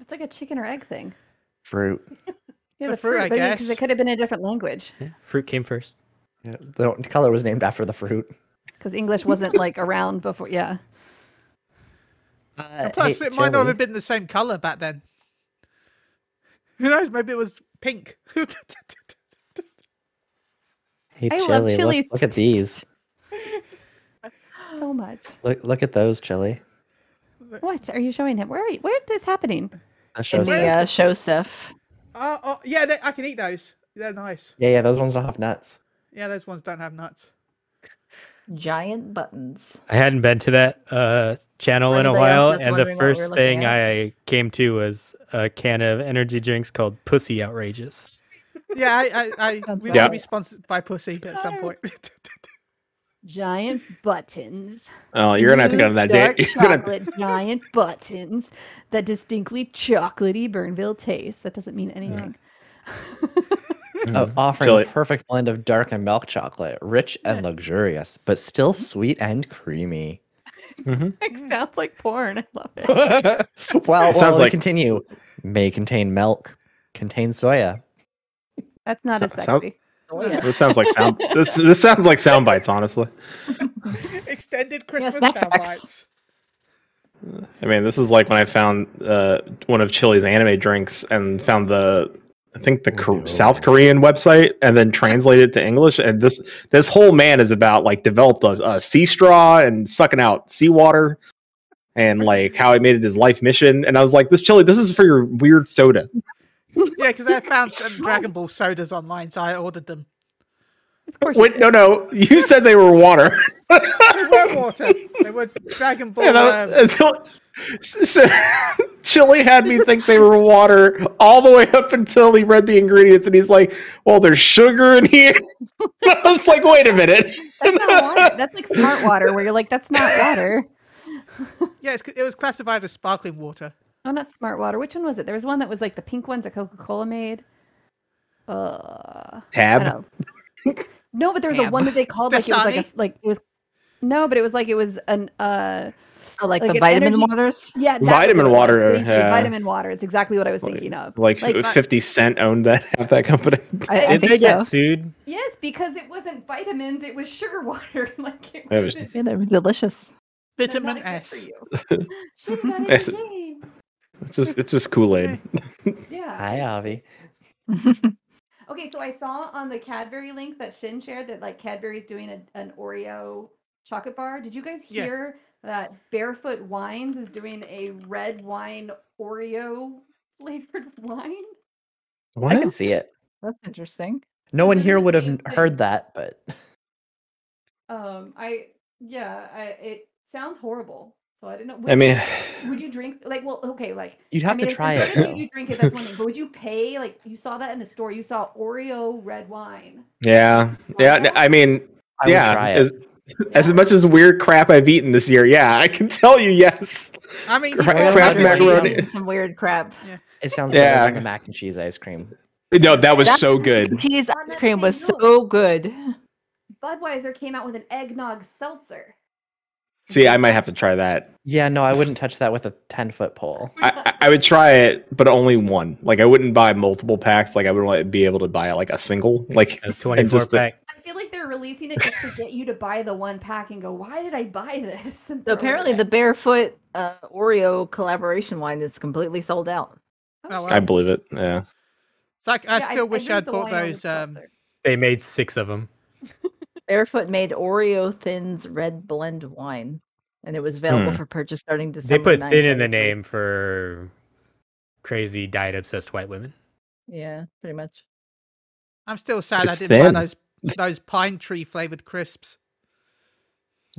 Speaker 4: It's like a chicken or egg thing.
Speaker 5: fruit.
Speaker 4: Yeah,
Speaker 2: The
Speaker 4: the,
Speaker 2: fruit, I
Speaker 4: fruit, because
Speaker 2: guess.
Speaker 4: it could have been a different language.
Speaker 6: Yeah, fruit came first.
Speaker 5: Yeah, The color was named after the fruit.
Speaker 4: Because English wasn't like around before. Yeah.
Speaker 5: Uh,
Speaker 2: And plus,
Speaker 5: hey,
Speaker 2: it might not
Speaker 5: Chili,
Speaker 2: have been the same color back then. Who knows? Maybe it was pink. Oh,
Speaker 5: hey,
Speaker 4: I love
Speaker 5: Chili,
Speaker 4: chilies.
Speaker 5: Look, look at these.
Speaker 4: So much.
Speaker 5: Look, look at those, Chili.
Speaker 4: What are you showing him? Where are you, where is this happening?
Speaker 5: That
Speaker 3: In
Speaker 5: shows.
Speaker 3: the
Speaker 5: Yeah.
Speaker 3: uh, show stuff.
Speaker 2: oh, oh, yeah, they, I can eat those. They're nice.
Speaker 5: yeah, yeah, those ones don't have nuts.
Speaker 2: Yeah, those ones don't have nuts.
Speaker 3: Giant buttons.
Speaker 6: I hadn't been to that uh, channel
Speaker 3: For
Speaker 6: in a
Speaker 3: anybody else
Speaker 6: while,
Speaker 3: that's
Speaker 6: and the
Speaker 3: wondering what we were
Speaker 6: first
Speaker 3: looking
Speaker 6: thing
Speaker 3: at.
Speaker 6: I came to was a can of energy drinks called Pussy Outrageous.
Speaker 2: Yeah, I, I, I
Speaker 3: Sounds
Speaker 2: we
Speaker 3: Yeah.
Speaker 2: might be sponsored by pussy at some point.
Speaker 4: Giant buttons.
Speaker 9: Oh, you're gonna have to go to
Speaker 4: Smooth,
Speaker 9: that
Speaker 4: dark
Speaker 9: date. You're gonna
Speaker 4: chocolate giant buttons that distinctly chocolatey Burnville taste. That doesn't mean anything.
Speaker 5: Uh, offering
Speaker 9: Mm-hmm. Chili.
Speaker 5: a perfect blend of dark and milk chocolate, rich and luxurious, but still
Speaker 2: Mm-hmm.
Speaker 5: sweet and creamy.
Speaker 4: It sounds like porn. I love it.
Speaker 5: well,
Speaker 9: Sounds
Speaker 5: well, we
Speaker 9: like-
Speaker 5: continue. May contain milk, contain soya.
Speaker 4: That's not as
Speaker 9: So- sounds-
Speaker 4: sexy.
Speaker 9: This sounds like sound. This this sounds like sound bites. Honestly,
Speaker 2: Extended Christmas
Speaker 3: snack
Speaker 2: sound
Speaker 3: packs.
Speaker 2: bites.
Speaker 9: I mean, this is like when I found uh, one of Chili's anime drinks and found the I think the Ko- South Korean website and then translated it to English. And this this whole man is about like developed a, a sea straw and sucking out seawater. And like how he made it his life mission, and I was like, "This chili, this is for your weird soda."
Speaker 2: Yeah, because I found some Dragon Ball sodas online, so I ordered them.
Speaker 4: Of course. you
Speaker 9: Wait,
Speaker 4: do.
Speaker 9: no, no, you said they were water.
Speaker 2: They were water. They were Dragon Ball.
Speaker 4: Oh,
Speaker 9: You know,
Speaker 2: um,
Speaker 7: uh,
Speaker 9: until so, Chili had me think they were water all the way up until he read the ingredients, and he's like, "Well, there's sugar in here." I was like, "Wait a minute."
Speaker 4: That's not water. That's like smart water, where you're like, that's not water.
Speaker 2: yeah, it's, it was classified as sparkling water.
Speaker 4: Oh, not smart water. Which one was it? There was one that was like the pink ones that Coca Cola made. Uh, I
Speaker 7: Tab.
Speaker 4: don't know. no, but there was a one that they called like it was like a,
Speaker 2: Dasani?
Speaker 4: s- like it was. No, but it was like it was an uh
Speaker 3: Oh, like,
Speaker 4: Like
Speaker 3: the
Speaker 4: an
Speaker 3: vitamin
Speaker 4: energy-
Speaker 3: waters.
Speaker 4: yeah that was what
Speaker 7: Vitamin
Speaker 4: it was.
Speaker 7: water,
Speaker 4: Thank you.
Speaker 7: yeah.
Speaker 4: Vitamin water. It's exactly what I was thinking of.
Speaker 7: Like,
Speaker 4: Like my-
Speaker 7: 50 Cent owned that half that company.
Speaker 3: I, I
Speaker 6: Did
Speaker 3: think
Speaker 6: they get
Speaker 3: so.
Speaker 6: sued?
Speaker 4: Yes, because it wasn't vitamins; it was sugar water. like it
Speaker 7: It was-
Speaker 4: wasn't-
Speaker 3: Yeah, they're delicious.
Speaker 4: they're
Speaker 2: Vitamin
Speaker 4: not good for
Speaker 2: S.
Speaker 4: you. Should've got in the
Speaker 7: Yes.
Speaker 4: game.
Speaker 7: It's just it's just Kool-Aid.
Speaker 4: Yeah.
Speaker 5: Hi, Avi.
Speaker 4: Okay, so I saw on the Cadbury link that Shin shared that like Cadbury's doing a, an Oreo chocolate bar. Did you guys
Speaker 2: Yeah.
Speaker 4: hear that Barefoot Wines is doing a red wine Oreo flavored wine?
Speaker 5: I can see it.
Speaker 3: That's interesting.
Speaker 5: No one here would have
Speaker 4: Amazing.
Speaker 5: heard that, but
Speaker 4: Um, I yeah, I, it sounds horrible. So I didn't know.
Speaker 7: I
Speaker 4: would-
Speaker 7: mean,
Speaker 4: would you drink like well, okay, like
Speaker 5: you'd
Speaker 4: I
Speaker 5: have
Speaker 4: mean,
Speaker 5: to
Speaker 4: if-
Speaker 5: try it.
Speaker 4: if you
Speaker 5: though.
Speaker 4: do drink it, that's one thing. But would you pay like you saw that in the store? You saw Oreo red wine.
Speaker 7: yeah, yeah. I mean,
Speaker 5: I would
Speaker 7: yeah.
Speaker 5: try it.
Speaker 7: As, as much as weird crap I've eaten this year, yeah, I can tell you, yes.
Speaker 2: I mean, you
Speaker 7: Cra-
Speaker 2: got
Speaker 7: Kraft
Speaker 2: the
Speaker 3: Lots of
Speaker 2: cheese.
Speaker 7: macaroni.
Speaker 3: cheese, Some weird crap.
Speaker 5: It sounds
Speaker 7: Yeah.
Speaker 5: better than the mac and cheese ice cream.
Speaker 7: No, that was
Speaker 3: That's-
Speaker 7: so good.
Speaker 3: Cheese
Speaker 4: On
Speaker 3: ice
Speaker 4: that
Speaker 3: cream
Speaker 4: same
Speaker 3: was
Speaker 4: note-
Speaker 3: so good.
Speaker 4: Budweiser came out with an eggnog seltzer.
Speaker 7: See, I might have to try that.
Speaker 5: Yeah, no, I wouldn't touch that with a ten foot pole.
Speaker 7: I, I I would try it, but only one. Like I wouldn't buy multiple packs. Like I would want to be able to buy like a single. Like
Speaker 6: A 24
Speaker 7: just the-
Speaker 6: pack.
Speaker 4: I feel like they're releasing it just to get you to buy the one pack and go, why did I buy this? And
Speaker 3: So
Speaker 4: throw it
Speaker 3: apparently, the
Speaker 4: away.
Speaker 3: Barefoot uh, Oreo collaboration wine is completely sold out.
Speaker 2: Oh, wow.
Speaker 7: I believe it. Yeah.
Speaker 2: It's like I
Speaker 4: Yeah,
Speaker 2: still wish
Speaker 4: drink
Speaker 2: I'd
Speaker 4: the
Speaker 2: bought
Speaker 4: wine on the
Speaker 2: those. Um,
Speaker 4: seltzer.
Speaker 6: They made six of them.
Speaker 3: Barefoot made Oreo Thins Red Blend wine, and it was available
Speaker 7: Hmm.
Speaker 3: for purchase starting December.
Speaker 6: They put
Speaker 3: 9th,
Speaker 6: thin in the
Speaker 3: 31st.
Speaker 6: name for crazy diet obsessed white women.
Speaker 3: Yeah, pretty much.
Speaker 2: I'm still sad I
Speaker 7: It's
Speaker 2: didn't
Speaker 7: thin.
Speaker 2: buy those those pine tree flavored crisps.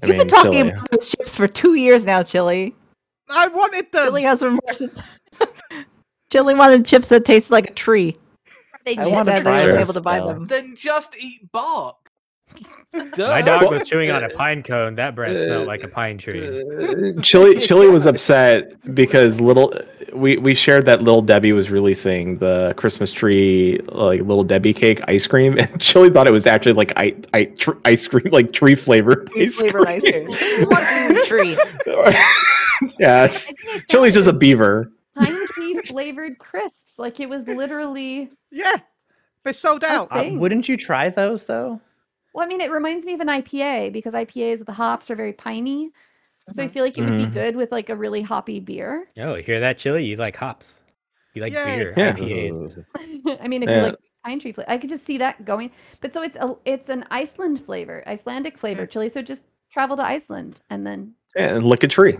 Speaker 7: I
Speaker 3: You've
Speaker 7: mean,
Speaker 3: been talking
Speaker 7: chili.
Speaker 3: about those chips for two years now, Chili.
Speaker 2: I wanted them.
Speaker 3: Chili has remorse. Chili wanted chips that tasted like a tree.
Speaker 4: They
Speaker 5: I
Speaker 3: She
Speaker 4: just-
Speaker 5: wanna
Speaker 3: said they
Speaker 5: try
Speaker 3: were
Speaker 5: this
Speaker 3: able to buy
Speaker 5: though.
Speaker 3: them.
Speaker 1: Then just eat bark.
Speaker 6: My
Speaker 1: Duh.
Speaker 6: dog was chewing on a pine cone. That breath smelled like a pine tree.
Speaker 7: Uh, Chili Chili was upset because little we we shared that little Debbie was releasing the Christmas tree like little Debbie cake ice cream and Chili thought it was actually like I, I, tr- ice cream like tree flavored
Speaker 3: Tree
Speaker 7: ice
Speaker 3: flavored ice
Speaker 7: cream.
Speaker 3: cream. Fucking tree.
Speaker 7: yes.
Speaker 4: I think I found
Speaker 7: Chili's just a
Speaker 4: it.
Speaker 7: beaver.
Speaker 4: Pine tree flavored crisps. Like it was literally.
Speaker 2: Yeah, they sold out.
Speaker 5: Uh,
Speaker 4: Thanks.
Speaker 5: wouldn't you try those though?
Speaker 4: Well, I mean, it reminds me of an IPA because IPAs with the hops are very piney. So I
Speaker 3: Mhm.
Speaker 4: feel like it would
Speaker 5: Mm-hmm.
Speaker 7: Mhm.
Speaker 4: be good with like a really hoppy beer.
Speaker 6: Oh, you hear that, Chili? You like hops. You like
Speaker 2: Yay.
Speaker 6: beer,
Speaker 7: Yeah.
Speaker 6: IPAs.
Speaker 4: I mean, if you
Speaker 7: Yeah.
Speaker 4: like pine tree flavor, I could just see that going. But so it's a, it's an Iceland flavor, Icelandic flavor
Speaker 2: Mm.
Speaker 4: chili. So just travel to Iceland and then
Speaker 7: Yeah, and lick a tree.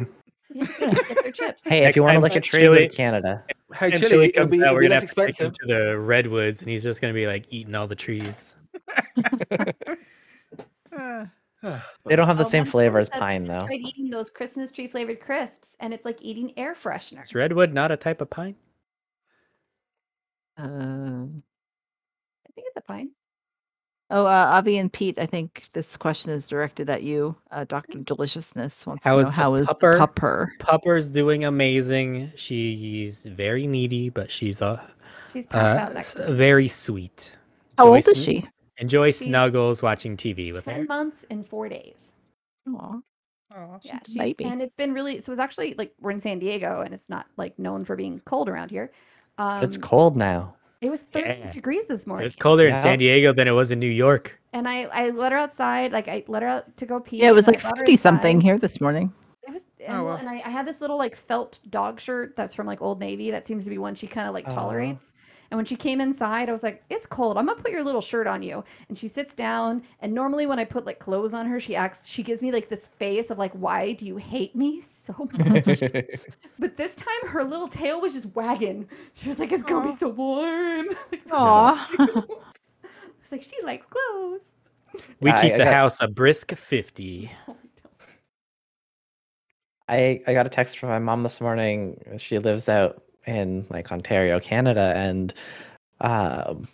Speaker 4: yeah, get their chips.
Speaker 5: Hey, if
Speaker 6: Next
Speaker 5: you want to
Speaker 6: time,
Speaker 5: look
Speaker 6: like,
Speaker 5: at tree,
Speaker 6: chili-
Speaker 5: go to Canada.
Speaker 1: Hey,
Speaker 6: And
Speaker 1: Chili,
Speaker 6: Chili
Speaker 1: it'll
Speaker 6: comes
Speaker 1: be-
Speaker 6: out,
Speaker 1: it'll
Speaker 6: we're
Speaker 1: be
Speaker 6: gonna have
Speaker 1: less
Speaker 6: to take him
Speaker 1: expensive.
Speaker 6: to the redwoods, and he's just gonna be like eating all the trees.
Speaker 2: Uh,
Speaker 5: They don't have the
Speaker 4: Uh,
Speaker 5: same
Speaker 4: one
Speaker 5: flavor
Speaker 4: friend
Speaker 5: as
Speaker 4: said they
Speaker 5: pine
Speaker 4: just
Speaker 5: though.
Speaker 4: Tried eating those Christmas tree flavored crisps, and it's like eating air freshener.
Speaker 6: Is redwood not a type of pine?
Speaker 3: Uh,
Speaker 4: I think it's a pine.
Speaker 3: oh, uh, Avi and Pete, I think this question is directed at you. Uh, Dr. Deliciousness wants
Speaker 6: How
Speaker 3: to
Speaker 6: is
Speaker 3: know
Speaker 6: the
Speaker 3: how is the
Speaker 6: pupper?
Speaker 3: pupper?
Speaker 6: Pupper's doing amazing. She's very needy, but she's uh,
Speaker 4: She's passed
Speaker 6: uh
Speaker 4: out next
Speaker 6: s-
Speaker 4: to
Speaker 6: very sweet.
Speaker 3: How old
Speaker 6: Enjoy
Speaker 3: is
Speaker 6: sn-
Speaker 3: she?
Speaker 6: Enjoy
Speaker 4: She's
Speaker 6: snuggles watching TV
Speaker 4: it.
Speaker 6: with
Speaker 4: Ten
Speaker 6: her.
Speaker 4: months and four days.
Speaker 3: Aw.
Speaker 2: aw.
Speaker 4: Yeah,
Speaker 3: She's
Speaker 4: she's,
Speaker 3: a baby.
Speaker 4: and it's been really. So it's actually like we're in San Diego, and it's not like known for being cold around here. Um,
Speaker 5: it's cold now.
Speaker 4: It was 30
Speaker 6: Yeah.
Speaker 4: degrees this morning.
Speaker 6: It's colder in
Speaker 5: Yeah.
Speaker 6: San Diego than it was in New York.
Speaker 4: and I, I let her outside. Like I let her out to go pee.
Speaker 3: Yeah, it was
Speaker 4: and
Speaker 3: like
Speaker 4: I let her
Speaker 3: 50 something
Speaker 4: outside.
Speaker 3: here this morning.
Speaker 4: It was, and,
Speaker 2: Oh,
Speaker 4: well,
Speaker 2: wow.
Speaker 4: and I, I had this little like felt dog shirt that's from like Old Navy. That seems to be one she kind of like
Speaker 5: Oh.
Speaker 4: tolerates. And when she came inside, I was like, "It's cold. I'm gonna put your little shirt on you." And she sits down. And normally when I put like clothes on her, she acts. She gives me like this face of like, "Why do you hate me so much?" but this time, her little tail was just wagging. She was like, "It's gonna
Speaker 2: Aw.
Speaker 4: be so warm." like,
Speaker 3: Aw.
Speaker 4: it's like she likes clothes.
Speaker 6: We
Speaker 5: I-
Speaker 6: keep
Speaker 5: I
Speaker 6: the
Speaker 5: got-
Speaker 6: house a brisk fifty.
Speaker 5: I, I got a text from my mom this morning. She lives out in like Ontario, Canada, and um,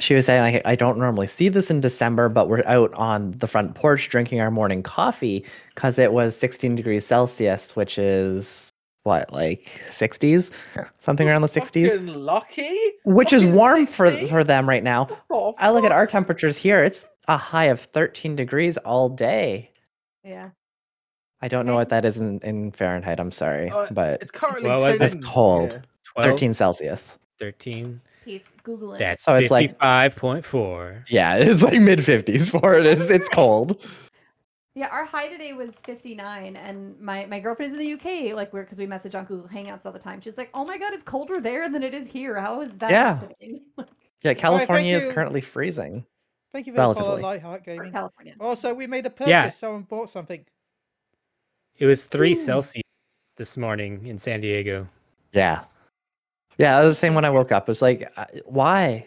Speaker 5: she was saying like I don't normally see this in December, but we're out on the front porch drinking our morning coffee because it was 16 degrees Celsius, which is what like 60s, something around the 60s,
Speaker 1: Fucking lucky.
Speaker 5: which is
Speaker 1: fucking
Speaker 5: warm for
Speaker 1: 60?
Speaker 5: for them right now.
Speaker 1: Oh,
Speaker 5: I look at our temperatures here; it's a high of 13 degrees all day.
Speaker 4: Yeah.
Speaker 5: I don't know what that is in, in Fahrenheit. I'm sorry,
Speaker 1: Uh,
Speaker 5: but
Speaker 1: It's currently
Speaker 6: Well, it's-
Speaker 1: 10
Speaker 5: it's cold.
Speaker 1: here.
Speaker 6: 12,
Speaker 5: 13 Celsius.
Speaker 6: 13.
Speaker 4: Pete's Googling.
Speaker 6: That's
Speaker 5: Oh, it's like-
Speaker 6: 55.4.
Speaker 5: Yeah, it's like mid 50s for it. It's it's cold.
Speaker 4: Yeah, our high today was 59, and my, my girlfriend is in the UK. Like we're because we message on Google Hangouts all the time. She's like, "Oh my God, it's colder there than it is here. How is that
Speaker 5: Yeah.
Speaker 4: happening?"
Speaker 5: Yeah, California is
Speaker 2: you.
Speaker 5: currently freezing.
Speaker 2: Thank you for the follow,
Speaker 5: Relatively.
Speaker 2: Lightheart
Speaker 4: For
Speaker 2: Gaming.
Speaker 4: California.
Speaker 2: Also, we made a purchase.
Speaker 6: Yeah.
Speaker 2: Someone bought something.
Speaker 6: It was 3
Speaker 4: Ooh.
Speaker 6: Celsius this morning in San Diego.
Speaker 5: Yeah. Yeah, that was the same when I woke up. It was like, uh, why?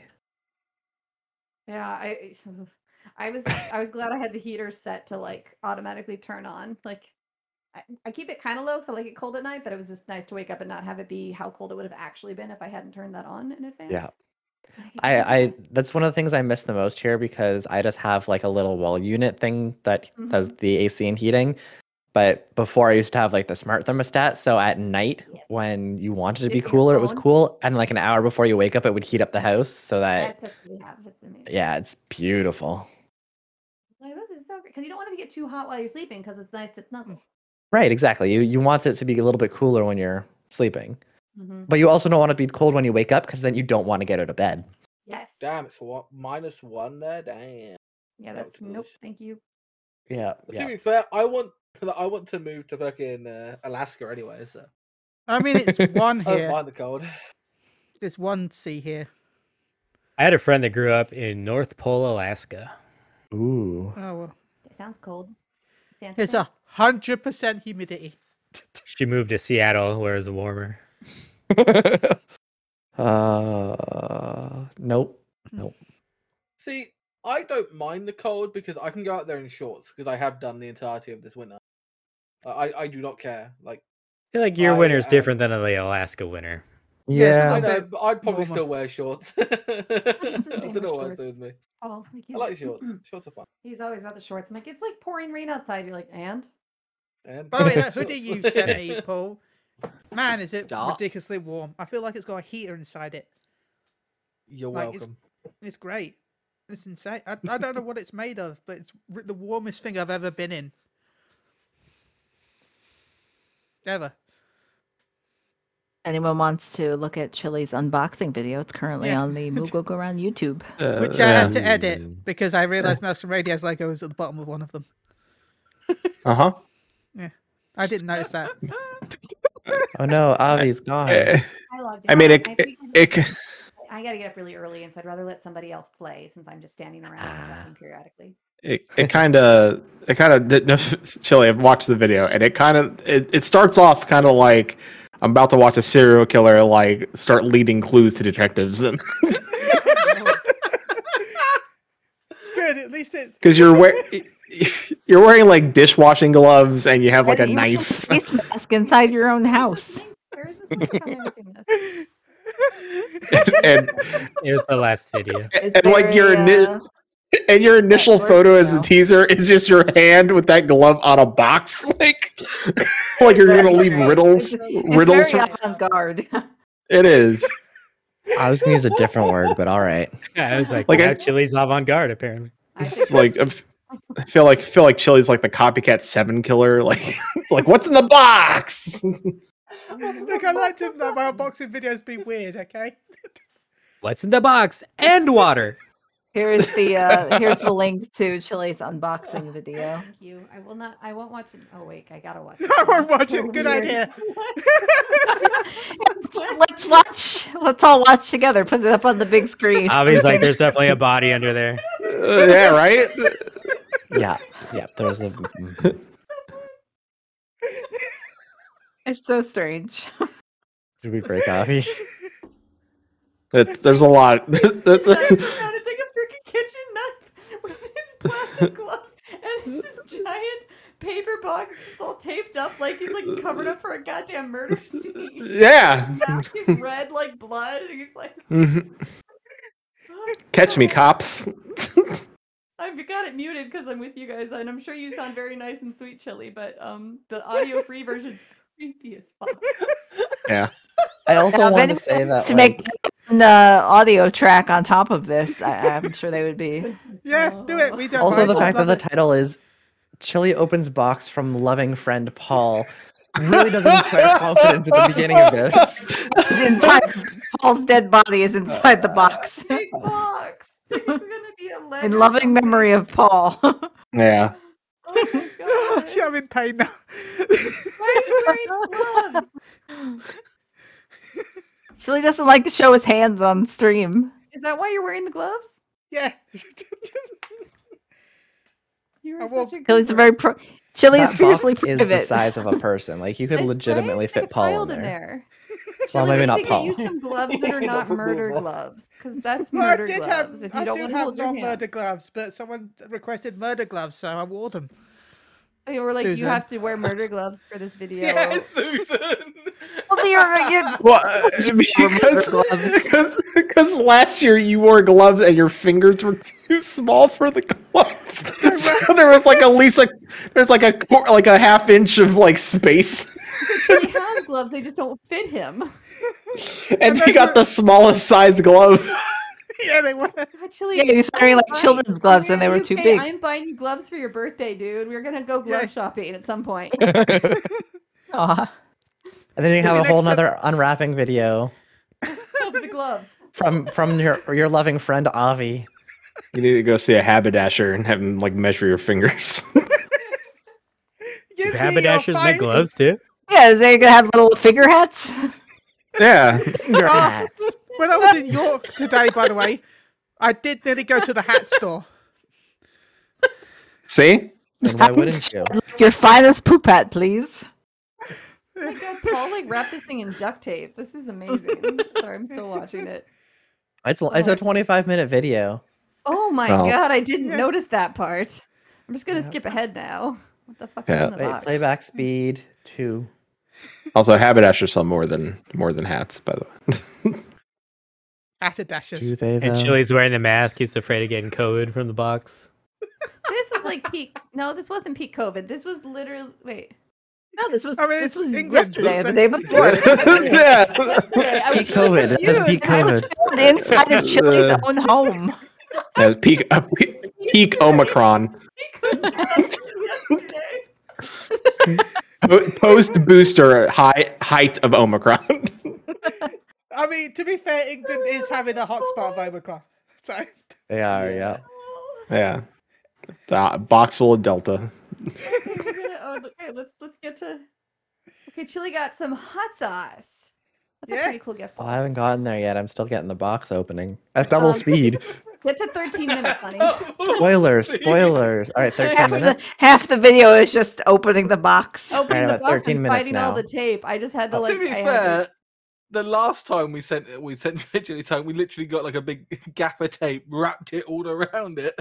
Speaker 4: Yeah, I I was I was glad I had the heater set to like automatically turn on. Like I, I keep it kind of low because I like it cold at night, but it was just nice to wake up and not have it be how cold it would have actually been if I hadn't turned that on in advance.
Speaker 5: I, I that's one of the things I miss the most here because I just have like a little wall unit thing that does
Speaker 4: Mm-hmm.
Speaker 5: the AC and heating. But before I used to have like the smart thermostat, so at night
Speaker 4: Yes.
Speaker 5: when you wanted to be
Speaker 4: If you're
Speaker 5: cooler, it was
Speaker 4: alone.
Speaker 5: cool, and like an hour before you wake up, it would heat up the house. So that
Speaker 4: That's what we have. It's amazing.
Speaker 5: yeah, it's beautiful.
Speaker 4: Like, this is so great because you don't want it to get too hot while you're sleeping because it's nice to snuggle.
Speaker 5: Right, exactly. You you want it to be a little bit cooler when you're sleeping,
Speaker 4: Mm-hmm.
Speaker 5: but you also don't want to be cold when you wake up because then you don't want to get out of bed.
Speaker 4: Yes.
Speaker 1: Damn, it's one, minus one there. Damn.
Speaker 4: Yeah,
Speaker 1: that was
Speaker 4: that's nope.
Speaker 1: delicious.
Speaker 4: Thank you.
Speaker 5: Yeah,
Speaker 1: But
Speaker 5: yeah.
Speaker 1: To be fair, I want I want to move to fucking uh, Alaska anyway, so
Speaker 2: I mean, it's one
Speaker 1: I don't
Speaker 2: here.
Speaker 1: mind the cold.
Speaker 2: There's one C here.
Speaker 6: I had a friend that grew up in North Pole, Alaska.
Speaker 5: Ooh.
Speaker 2: Oh well.
Speaker 4: It sounds cold. Santa
Speaker 2: It's
Speaker 4: cold.
Speaker 2: a hundred percent humidity.
Speaker 6: She moved to Seattle where it was warmer.
Speaker 5: uh, nope.
Speaker 1: See, I don't mind the cold because I can go out there in shorts because I have done the entirety of this winter. I I, I do not care. Like
Speaker 6: I feel like your
Speaker 1: I,
Speaker 6: winter's
Speaker 1: uh,
Speaker 6: different than the Alaska winter.
Speaker 1: I
Speaker 2: Yeah, A
Speaker 5: Yeah.
Speaker 2: sometimes-
Speaker 1: know,
Speaker 2: bit
Speaker 1: but I'd probably
Speaker 2: warmer.
Speaker 1: still wear shorts.
Speaker 4: the
Speaker 1: I
Speaker 4: same
Speaker 1: don't know
Speaker 4: with
Speaker 1: what's
Speaker 4: shorts.
Speaker 1: with me.
Speaker 4: Oh, like
Speaker 1: I
Speaker 4: he's-
Speaker 1: like shorts. Shorts are fun.
Speaker 4: He's always got the shorts. I'm like, it's like pouring rain outside. You're like, and
Speaker 1: And
Speaker 2: By the way, that
Speaker 1: shorts.
Speaker 2: hoodie you sent me, Paul. Man, is it
Speaker 1: Dark.
Speaker 2: ridiculously warm? I feel like it's got a heater inside it.
Speaker 1: You're
Speaker 2: like, it's-
Speaker 1: welcome.
Speaker 2: It's great. It's insane. I, I don't know what it's made of, but it's r- the warmest thing I've ever been in. Ever.
Speaker 3: Anyone wants to look at Chili's unboxing video? It's currently
Speaker 2: Yeah.
Speaker 3: on the Moogle Go Round YouTube.
Speaker 7: Uh,
Speaker 2: Which I had
Speaker 7: Um,
Speaker 2: to edit because I realized Nelson Radio's logo was at the bottom of one of them.
Speaker 7: Uh huh.
Speaker 2: I didn't notice that.
Speaker 5: Oh no, Avi's gone.
Speaker 4: I logged.
Speaker 7: I mean,
Speaker 4: out.
Speaker 7: it-
Speaker 4: think I
Speaker 7: it.
Speaker 4: just-
Speaker 7: c-
Speaker 4: I got to get up really early, and so I'd rather let somebody else play since I'm just standing around and talking periodically.
Speaker 7: It, it kind of it kind of chilly. I've watched the video and it kind of it, it starts off kind of like I'm about to watch a serial killer like start leading clues to detectives and
Speaker 2: Good. At least it.
Speaker 7: because you're wearing you're wearing like dishwashing gloves and you have like a
Speaker 3: And you have
Speaker 7: knife.
Speaker 3: face mask inside your own house.
Speaker 4: Where is this link from? I haven't seen this.
Speaker 7: and
Speaker 6: It was the last video.
Speaker 3: It's
Speaker 7: And, like, your
Speaker 3: very,
Speaker 7: ni-
Speaker 1: uh,
Speaker 7: and your initial
Speaker 3: works
Speaker 7: photo as the
Speaker 3: now.
Speaker 7: teaser is just your hand with that glove on a box like like you're gonna leave riddles
Speaker 3: it's
Speaker 7: riddles
Speaker 3: very
Speaker 7: for-
Speaker 3: avant-garde.
Speaker 7: it is
Speaker 5: I was gonna use a different word, but all right.
Speaker 6: I was like,
Speaker 7: Like, I-
Speaker 6: wow, Chili's avant garde, apparently.
Speaker 4: I think
Speaker 7: like I f- I feel like feel like Chili's like the copycat seven killer. Like it's like what's in the box?
Speaker 2: Look, I like to know my unboxing videos be weird, okay?
Speaker 6: What's in the box? And water.
Speaker 3: Here is the uh, here's the link to Chili's unboxing video.
Speaker 4: Thank you. I will not. I won't watch it. Oh wait, I gotta watch.
Speaker 2: I won't
Speaker 4: That's
Speaker 2: watch
Speaker 4: so
Speaker 2: it. Good
Speaker 4: weird.
Speaker 2: idea.
Speaker 3: Let's watch. Let's all watch together. Put it up on the big screen.
Speaker 5: Uh,
Speaker 6: Avi's like, there's definitely a body under there.
Speaker 7: Uh, yeah, right.
Speaker 5: Yeah, yeah. There was a. mhm.
Speaker 3: It's so strange.
Speaker 5: Did we break Avi?
Speaker 7: It, there's a lot. That's
Speaker 4: It's like a
Speaker 7: a,
Speaker 4: freaking kitchen knife with his plastic gloves and this is giant paper box that's all taped up like he's like covered up for a goddamn murder scene.
Speaker 7: yeah.
Speaker 4: Mask is red like blood, and he's like,
Speaker 7: Mhm. Catch me, cops.
Speaker 4: I've got it muted because I'm with you guys, and I'm sure you sound very nice and sweet, Chili, but um, the audio free version's
Speaker 9: creepy as fuck.
Speaker 5: I also
Speaker 3: Now, if
Speaker 5: want to
Speaker 3: anyone
Speaker 5: say that
Speaker 3: wants to
Speaker 5: like,
Speaker 3: make the audio track on top of this, I, I'm sure they would be.
Speaker 2: Yeah, do it. We don't
Speaker 5: also
Speaker 2: mind.
Speaker 5: the
Speaker 2: We'd
Speaker 5: fact that
Speaker 2: love
Speaker 5: the
Speaker 2: it.
Speaker 5: title is Chili opens box from loving friend Paul really doesn't inspire confidence at the beginning of this.
Speaker 3: is inside Paul's dead body is inside the box.
Speaker 9: Big box. It's like we're gonna need a letter
Speaker 3: In loving
Speaker 9: somewhere.
Speaker 3: memory of Paul.
Speaker 10: Yeah.
Speaker 9: Oh my
Speaker 2: Oh,
Speaker 9: god.
Speaker 2: shit, I'm in pain now.
Speaker 9: Why are you wearing gloves?
Speaker 3: Chili doesn't like to show his hands on stream.
Speaker 9: Is that why you're wearing the gloves?
Speaker 2: yeah.
Speaker 9: You
Speaker 2: I
Speaker 9: are
Speaker 2: will-
Speaker 9: such a good
Speaker 3: Chili's a
Speaker 9: girl.
Speaker 3: very pro- Chili
Speaker 5: That
Speaker 3: is fiercely
Speaker 5: box is the
Speaker 3: private.
Speaker 5: size of a person. Like you could
Speaker 9: It's
Speaker 5: legitimately
Speaker 9: right?
Speaker 5: fit
Speaker 9: Like a
Speaker 5: Paul in
Speaker 9: child
Speaker 5: there.
Speaker 9: Actually,
Speaker 5: maybe
Speaker 9: I
Speaker 5: not
Speaker 9: think
Speaker 5: Paul.
Speaker 9: I use some gloves that are
Speaker 1: Not
Speaker 9: not
Speaker 1: for
Speaker 9: murder
Speaker 1: Google.
Speaker 9: gloves because that's
Speaker 2: Well, I
Speaker 9: murder
Speaker 2: did
Speaker 9: gloves.
Speaker 2: have,
Speaker 9: if you
Speaker 2: I
Speaker 9: don't
Speaker 2: did
Speaker 9: want to
Speaker 2: have
Speaker 9: hold your
Speaker 2: non
Speaker 9: hands,
Speaker 2: murder gloves, but someone requested murder gloves, so I wore them.
Speaker 9: They were Oh, like,
Speaker 2: Susan.
Speaker 9: you have to wear murder gloves for this video.
Speaker 1: Susan.
Speaker 3: Well, they are- you-
Speaker 10: Well, uh, because, because, because last year you wore gloves and your fingers were too small for the gloves. so there was like at least like there's like a quar- like a half inch of like space,
Speaker 9: He has gloves, they just don't fit him.
Speaker 10: and he got the smallest size glove.
Speaker 2: Yeah, they were.
Speaker 9: Actually,
Speaker 3: yeah, he was wearing like children's gloves and they were too big.
Speaker 9: I'm buying you gloves for your birthday, dude. We're gonna go glove
Speaker 2: Yeah.
Speaker 9: shopping at some point.
Speaker 3: Aw.
Speaker 5: And then you have a
Speaker 2: Maybe
Speaker 5: whole
Speaker 2: next time-
Speaker 5: nother unwrapping video
Speaker 9: Over the gloves.
Speaker 5: from from your your loving friend Avi.
Speaker 7: You need to go see a haberdasher and have him like measure your fingers.
Speaker 2: Give me your
Speaker 6: Haberdashers
Speaker 2: fine-
Speaker 6: make gloves too.
Speaker 3: Yeah, is they gonna have little figure hats?
Speaker 7: yeah.
Speaker 5: Your
Speaker 2: Oh.
Speaker 5: hats.
Speaker 2: When I was in York today, by the way, I did nearly go to the hat store.
Speaker 7: See?
Speaker 5: And why wouldn't you?
Speaker 3: Your finest poop hat, please.
Speaker 9: Oh my god, Paul like wrapped this thing in duct tape. This is amazing. Sorry, I'm still watching it.
Speaker 5: It's it's a 25 minute video.
Speaker 9: Oh my
Speaker 7: Oh.
Speaker 9: god, I didn't
Speaker 2: Yeah.
Speaker 9: notice that part. I'm just gonna skip ahead now. What the fuck is
Speaker 7: Yeah.
Speaker 9: in the
Speaker 5: Wait,
Speaker 9: box?
Speaker 5: playback speed two.
Speaker 7: Also, haberdashers sell more than more than hats, by the way.
Speaker 2: Hatadashers.
Speaker 5: Do they
Speaker 6: And
Speaker 5: though?
Speaker 6: Chili's wearing the mask. He's afraid of getting COVID from the box.
Speaker 9: This was like peak. No, this wasn't peak COVID. This was literally wait.
Speaker 3: No, this was
Speaker 2: I mean,
Speaker 3: this
Speaker 2: it's
Speaker 3: was
Speaker 2: England,
Speaker 3: yesterday, or the
Speaker 2: so-
Speaker 3: day before.
Speaker 7: yeah.
Speaker 9: Okay, I
Speaker 5: Peak COVID. That's
Speaker 9: confused.
Speaker 5: peak
Speaker 9: I was
Speaker 5: COVID.
Speaker 3: Found inside of Chili's
Speaker 7: Uh.
Speaker 3: own home.
Speaker 7: Yeah, peak, uh, peak peak Omicron.
Speaker 9: peak COVID yesterday.
Speaker 7: Po- Post booster high height of Omicron.
Speaker 2: I mean, to be fair, England is having a hotspot of Omicron. So,
Speaker 5: They are, yeah.
Speaker 7: yeah. Uh, box full of Delta.
Speaker 9: Okay, we're gonna- oh, look- okay, let's let's get to. Okay, Chili got some hot sauce. That's a
Speaker 2: Yeah.
Speaker 9: pretty cool gift.
Speaker 5: Oh, I haven't gotten there yet. I'm still getting the box opening at double
Speaker 9: Um,
Speaker 5: speed.
Speaker 9: Get to 13 minutes, honey.
Speaker 1: Oh,
Speaker 5: Spoilers, spoilers. All right, 13
Speaker 3: Half of the
Speaker 5: minutes.
Speaker 3: half the video is just opening the box.
Speaker 9: Opening the
Speaker 5: about
Speaker 9: box
Speaker 5: 13
Speaker 9: and
Speaker 5: minutes
Speaker 9: fighting all
Speaker 5: now.
Speaker 9: the tape. I just had to
Speaker 5: To
Speaker 9: like.
Speaker 1: to be
Speaker 9: I had to-
Speaker 1: fair, the last time we sent we sent Chili time, we literally got like a big gaffer tape, wrapped it all around it.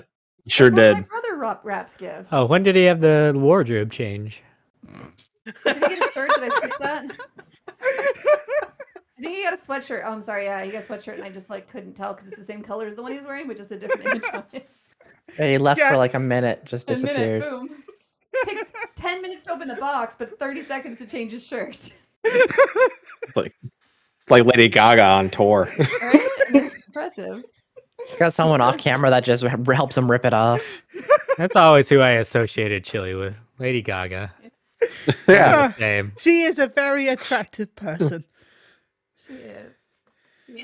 Speaker 7: Sure
Speaker 9: That's how
Speaker 7: did.
Speaker 9: My brother wrap, wraps gifts.
Speaker 6: Oh, when did he have the wardrobe change?
Speaker 9: Did he get a shirt? Did I skip that? I think he got a sweatshirt. Oh, I'm sorry. Yeah, he got a sweatshirt, and I just like couldn't tell because it's the same color as the one he's wearing, but just a different image on it.
Speaker 5: Yeah, he left
Speaker 2: Yeah.
Speaker 5: for like a minute, just
Speaker 9: A minute,
Speaker 5: disappeared.
Speaker 9: boom. Takes 10 minutes to open the box, but 30 seconds to change his shirt.
Speaker 7: Like Lady Gaga on tour.
Speaker 9: Right? That's impressive.
Speaker 5: He's got someone off camera that just r- helps him rip it off.
Speaker 6: That's always who I associated Chili with. Lady Gaga.
Speaker 7: yeah.
Speaker 6: Name.
Speaker 2: she is a very attractive person.
Speaker 9: She is.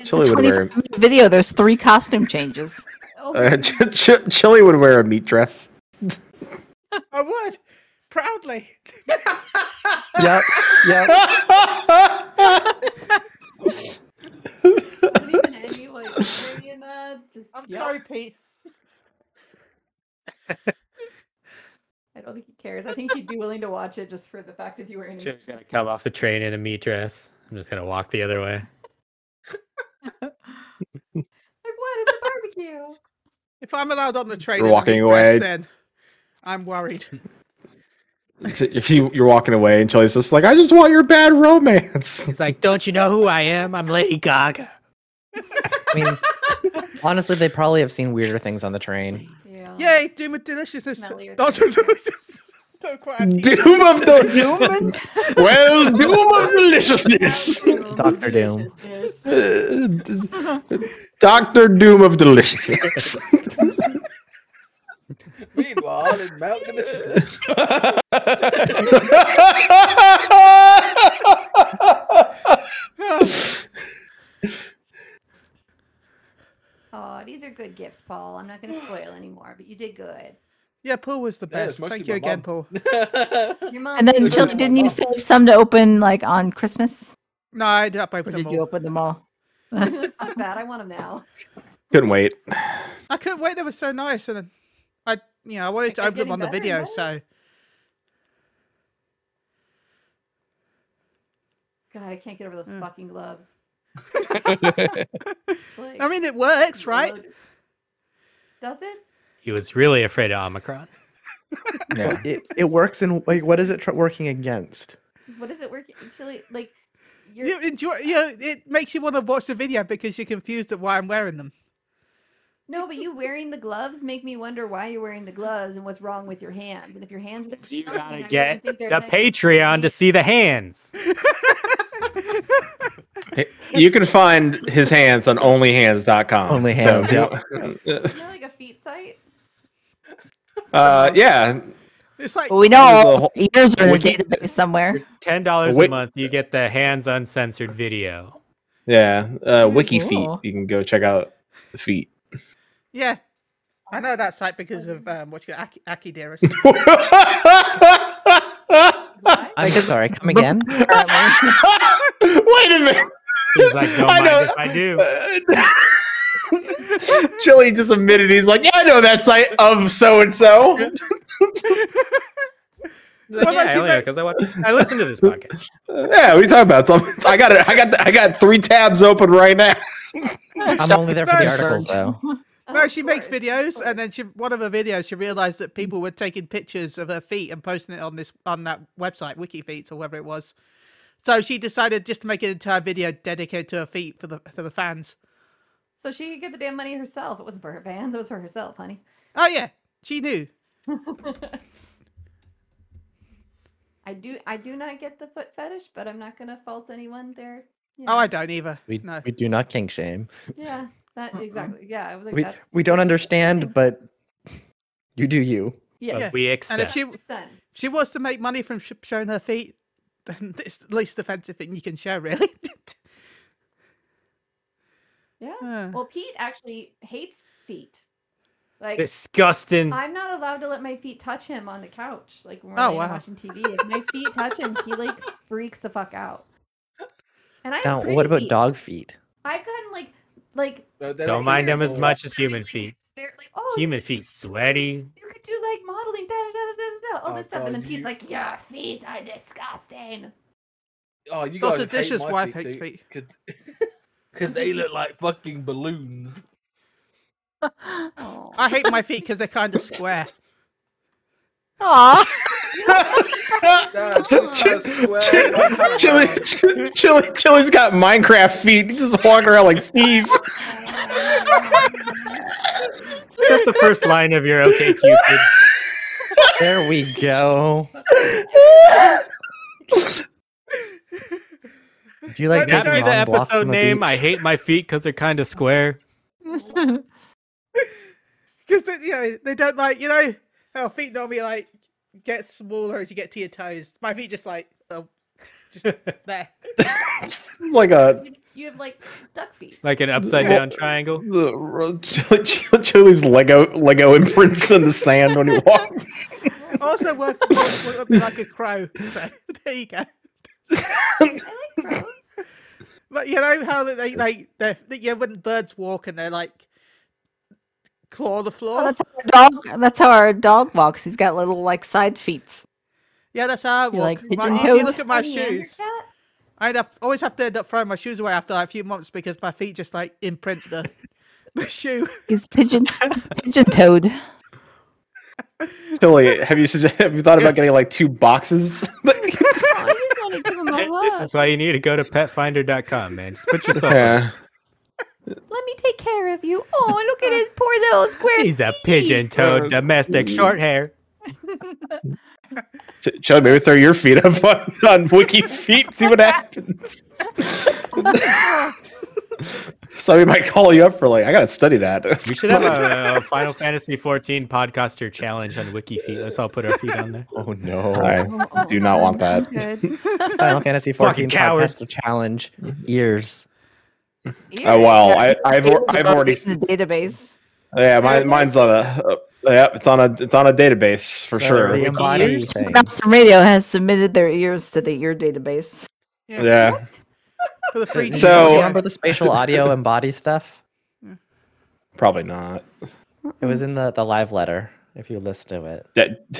Speaker 7: Chili would wear.
Speaker 3: 25 minute video. There's three costume changes.
Speaker 9: Oh,
Speaker 7: Uh, Ch- Ch- Chili would wear a meat dress.
Speaker 2: I would. Proudly.
Speaker 5: Yep, yep.
Speaker 9: not even any, like, Canadian, uh, just,
Speaker 2: I'm
Speaker 9: yeah.
Speaker 2: sorry, Pete.
Speaker 9: I don't think he cares. I think he'd be willing to watch it just for the fact that you were in it.
Speaker 6: Chili's gonna come off the train in a meat dress. I'm just gonna walk the other way.
Speaker 9: Like, what? It's a barbecue.
Speaker 2: If I'm allowed on the train,
Speaker 7: You're
Speaker 2: in a
Speaker 7: walking
Speaker 2: meat
Speaker 7: away.
Speaker 2: dress, then I'm worried.
Speaker 4: Oh
Speaker 7: You, you're walking away, and Chili's just like, "I just want your bad romance."
Speaker 6: He's like, "Don't you know who I am? I'm Lady Gaga."
Speaker 5: I mean, honestly, they probably have seen weirder things on the train.
Speaker 9: Yeah.
Speaker 2: Yay, Doom of Deliciousness.
Speaker 9: Smellier
Speaker 2: Doctor
Speaker 9: than
Speaker 2: Delicious. Don't quite have to eat
Speaker 7: Doom of the well, Doom of deliciousness,
Speaker 5: Doctor Doom.
Speaker 7: Doctor Doom of deliciousness.
Speaker 1: Meanwhile, in Mount Deliciousness.
Speaker 4: Oh, these are good gifts, Paul. I'm not going to spoil anymore, but you did good.
Speaker 2: Yeah, Paul was the
Speaker 1: Yeah, it's
Speaker 2: best.
Speaker 1: mostly
Speaker 2: Thank you
Speaker 1: my
Speaker 2: again,
Speaker 1: mum.
Speaker 2: Paul.
Speaker 4: Your mom.
Speaker 3: And then,
Speaker 1: Which is
Speaker 3: Chili,
Speaker 1: my
Speaker 3: didn't you
Speaker 1: mom.
Speaker 3: save some to open like on Christmas?
Speaker 2: No, I did not
Speaker 3: Or
Speaker 2: open
Speaker 3: did
Speaker 2: them
Speaker 3: you
Speaker 2: all.
Speaker 3: open them all?
Speaker 4: Fuck that. I want them now.
Speaker 7: Couldn't wait.
Speaker 2: I couldn't wait. They were so nice, and I, you know, I wanted to
Speaker 4: they're
Speaker 2: open them
Speaker 4: getting
Speaker 2: on the
Speaker 4: better,
Speaker 2: video.
Speaker 4: no?
Speaker 2: So
Speaker 4: God, I can't get over those
Speaker 2: Yeah.
Speaker 4: fucking gloves. Like,
Speaker 2: I mean, it works, right?
Speaker 4: loaded. Does it?
Speaker 6: He was really afraid of Omicron.
Speaker 7: Yeah.
Speaker 5: It, it works in like what is it tr- working against?
Speaker 4: What is it working? Chili, like, you're,
Speaker 2: You enjoy. You know, it makes you want to watch the video because you're confused at why I'm wearing them.
Speaker 4: no, but you wearing the gloves make me wonder why you're wearing the gloves and what's wrong with your hands. And if your hands, don't
Speaker 6: You
Speaker 4: something, I
Speaker 6: gotta
Speaker 4: wouldn't
Speaker 6: get
Speaker 4: think they're
Speaker 6: the
Speaker 4: affected by
Speaker 6: Patreon to
Speaker 4: these-
Speaker 6: see the hands.
Speaker 7: You can find his hands on onlyhands.com.
Speaker 5: Only
Speaker 7: So-
Speaker 5: hands. yeah.
Speaker 4: You know, like a feet site.
Speaker 7: Uh, yeah.
Speaker 2: It's like
Speaker 3: Well, we know
Speaker 7: There's a
Speaker 3: all
Speaker 7: whole-
Speaker 3: yours are in a
Speaker 7: wiki-
Speaker 3: database somewhere.
Speaker 6: Ten dollars a
Speaker 7: Wait.
Speaker 6: month, you get the hands uncensored video.
Speaker 7: Yeah. Uh, Wiki feet.
Speaker 3: cool.
Speaker 7: You can go check out the feet.
Speaker 2: yeah. I know that site because of um, what you Aki, Aki Dearest.
Speaker 4: What?
Speaker 5: I'm sorry. Come again.
Speaker 7: Wait a minute.
Speaker 6: He's like, don't
Speaker 7: I
Speaker 6: mind
Speaker 7: know-
Speaker 6: if I do.
Speaker 7: Chili just admitted he's like, yeah, I know that site of so and so.
Speaker 6: He's like,
Speaker 2: about
Speaker 6: yeah,
Speaker 2: you,
Speaker 6: I only know
Speaker 2: mate?
Speaker 6: 'cause I watch. I listen to this podcast.
Speaker 7: Yeah, we talking about something. I got it. I got. I got three tabs open right now.
Speaker 5: I'm only there for the
Speaker 2: Nice.
Speaker 5: articles though.
Speaker 2: no,
Speaker 4: Of
Speaker 2: she makes
Speaker 4: course, of
Speaker 2: videos,
Speaker 4: course.
Speaker 2: and then she one of her videos, she realized that people were taking pictures of her feet and posting it on this on that website, WikiFeet or whatever it was. So she decided just to make an entire video dedicated to her feet for the for the fans.
Speaker 4: So she could get the damn money herself. It wasn't for her fans. It was for herself, honey.
Speaker 2: Oh yeah, she knew.
Speaker 4: I do. I do not get the foot fetish, but I'm not gonna fault anyone there. you
Speaker 2: Oh, I
Speaker 4: know.
Speaker 2: don't either.
Speaker 5: We,
Speaker 2: no.
Speaker 5: we do not kink shame.
Speaker 4: Yeah. That exactly. Yeah. I was like,
Speaker 5: We
Speaker 4: that's
Speaker 5: we don't understand, but you do you.
Speaker 4: Yeah.
Speaker 2: Yeah.
Speaker 6: But we accept.
Speaker 2: And if she
Speaker 4: Percent.
Speaker 2: she wants to make money from sh- showing her feet, then it's the least offensive thing you can show, really.
Speaker 4: Yeah.
Speaker 2: Uh,
Speaker 4: Well, Pete actually hates feet. Like
Speaker 6: Disgusting.
Speaker 4: I'm not allowed to let my feet touch him on the couch. Like when we're
Speaker 2: Oh,
Speaker 4: laying and
Speaker 2: wow.
Speaker 4: watching TV, if my feet touch him, he like freaks the fuck out. And I have
Speaker 5: Now,
Speaker 4: pretty
Speaker 5: what about
Speaker 4: feet.
Speaker 5: dog feet?
Speaker 4: I've gotten like like
Speaker 6: Don't mind them
Speaker 4: fingers
Speaker 6: as
Speaker 4: are
Speaker 6: much
Speaker 4: like
Speaker 6: as human
Speaker 4: really, like,
Speaker 6: feet.
Speaker 4: they're like, oh,
Speaker 6: Human
Speaker 4: this-
Speaker 6: feet sweaty.
Speaker 4: You could do like modeling, da da da da da, da all
Speaker 1: Oh,
Speaker 4: this stuff, and
Speaker 1: God,
Speaker 4: then Pete's
Speaker 1: you-
Speaker 4: like, "Your feet are disgusting."
Speaker 1: Oh, you
Speaker 2: Dr.
Speaker 1: guys
Speaker 2: Dish's
Speaker 1: hate my
Speaker 2: wife
Speaker 1: feet,
Speaker 2: hates
Speaker 1: too,
Speaker 2: feet.
Speaker 1: 'cause- Cause they look like fucking balloons.
Speaker 4: Oh,
Speaker 2: I hate my feet because they're kind of square.
Speaker 3: Aw.
Speaker 1: That's square.
Speaker 7: Chili, Chili, Chili's got Minecraft feet. He's just walking around like Steve.
Speaker 6: Is that the first line of your OK Cupid?
Speaker 5: There we go. Do you like
Speaker 6: Can I
Speaker 5: taking
Speaker 6: know
Speaker 5: long
Speaker 6: the
Speaker 5: walks
Speaker 6: episode
Speaker 5: on the
Speaker 6: name?
Speaker 5: beach?
Speaker 6: I hate my feet because they're kind of square.
Speaker 2: Because you know they don't like you know how feet normally like get smaller as you get to your toes. My feet just like oh, just there.
Speaker 7: like a
Speaker 4: you have like duck feet.
Speaker 6: Like an upside down triangle.
Speaker 7: the, Chili, Chili's Lego Lego imprints in the sand when he walks.
Speaker 2: Also work, work, work up like a crow. So there you go.
Speaker 4: I like crows.
Speaker 2: But you know how that they like they yeah when birds walk and they like claw the floor.
Speaker 3: Oh, that's how our dog. That's how our dog walks. He's got little like side feet.
Speaker 2: yeah, that's how I
Speaker 3: You
Speaker 2: walk.
Speaker 3: like
Speaker 2: My- if you
Speaker 3: pigeonholed?
Speaker 2: look at my
Speaker 4: Tiny and your
Speaker 2: shoes,
Speaker 4: cat?
Speaker 2: I end up, always have to end up throwing my shoes away after like, a few months because my feet just like imprint the the shoe.
Speaker 3: He's pigeon pigeon toed.
Speaker 7: Chili, have you suggest, have you thought about getting like two boxes?
Speaker 4: Oh, I just want to give him a
Speaker 6: This
Speaker 4: hug.
Speaker 6: is why you need to go to petfinder.com, man. Just put yourself.
Speaker 7: yeah.
Speaker 4: Let me take care of you. Oh, look at his poor little square.
Speaker 6: He's a pigeon toed domestic short hair.
Speaker 7: Ch- Chili, maybe throw your feet up on, on Wiki Feet, see what happens. Somebody might call you up for like, I gotta study that.
Speaker 6: We should have a, Final Fantasy 14 podcaster challenge on WikiFeet. Let's all put our feet on there.
Speaker 7: oh no,
Speaker 4: Oh,
Speaker 7: I do not want that.
Speaker 4: good.
Speaker 5: Final Fantasy
Speaker 6: Fucking
Speaker 5: 14
Speaker 6: cowards.
Speaker 5: podcast challenge years.
Speaker 7: Oh wow, I, I've
Speaker 3: It's
Speaker 7: I've
Speaker 3: about
Speaker 7: already
Speaker 3: the database.
Speaker 7: yeah, mine, mine's on a uh, yeah, it's on a it's on a database for sure.
Speaker 5: The embody
Speaker 6: Years?
Speaker 5: thing.
Speaker 3: Nelson Radio has submitted their ears to the ear database.
Speaker 7: Yeah,
Speaker 2: For the free
Speaker 7: So-
Speaker 5: You
Speaker 2: download.
Speaker 5: remember the spatial audio and body stuff?
Speaker 7: probably not.
Speaker 5: It was in the, the live letter, if you listen to it.
Speaker 7: That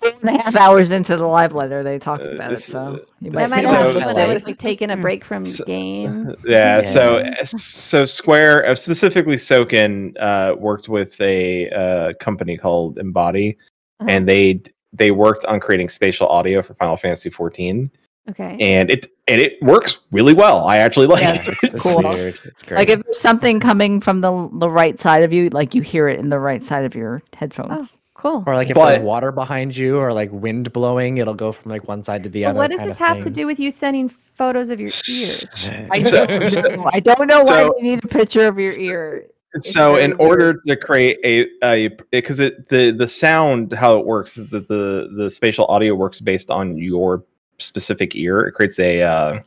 Speaker 3: Four and a half hours into the live letter, they talked about it.
Speaker 7: Uh, this-
Speaker 3: So you
Speaker 4: That might
Speaker 5: So-
Speaker 4: have
Speaker 3: have
Speaker 4: been
Speaker 3: to
Speaker 4: when I
Speaker 3: say.
Speaker 4: was like taking a break from game.
Speaker 7: yeah, so so Square uh, specifically Soken uh, worked with a uh, company called Embody, and they they worked on creating spatial audio for Final Fantasy 14,
Speaker 4: Okay.
Speaker 7: and it and it works really well. I actually like
Speaker 3: Yeah,
Speaker 7: it.
Speaker 5: It's
Speaker 3: Cool.
Speaker 5: weird. It's great.
Speaker 3: Like if there's something coming from the the right side of you, like you hear it in the right side of your headphones.
Speaker 4: Oh, Cool.
Speaker 5: or like if
Speaker 7: But-
Speaker 5: there's water behind you or like wind blowing, it'll go from like one side to the
Speaker 4: But
Speaker 5: other.
Speaker 4: what does
Speaker 5: kind
Speaker 4: this
Speaker 5: of
Speaker 4: have to
Speaker 5: thing.
Speaker 4: do with you sending photos of your ears?
Speaker 3: I
Speaker 7: So-
Speaker 3: don't, know. I don't know why
Speaker 7: so-
Speaker 3: we need a picture of your ear. It's
Speaker 7: so
Speaker 3: very
Speaker 7: in
Speaker 3: weird.
Speaker 7: order to create a because it the the sound how it works is that the the spatial audio works based on your specific ear it creates a uh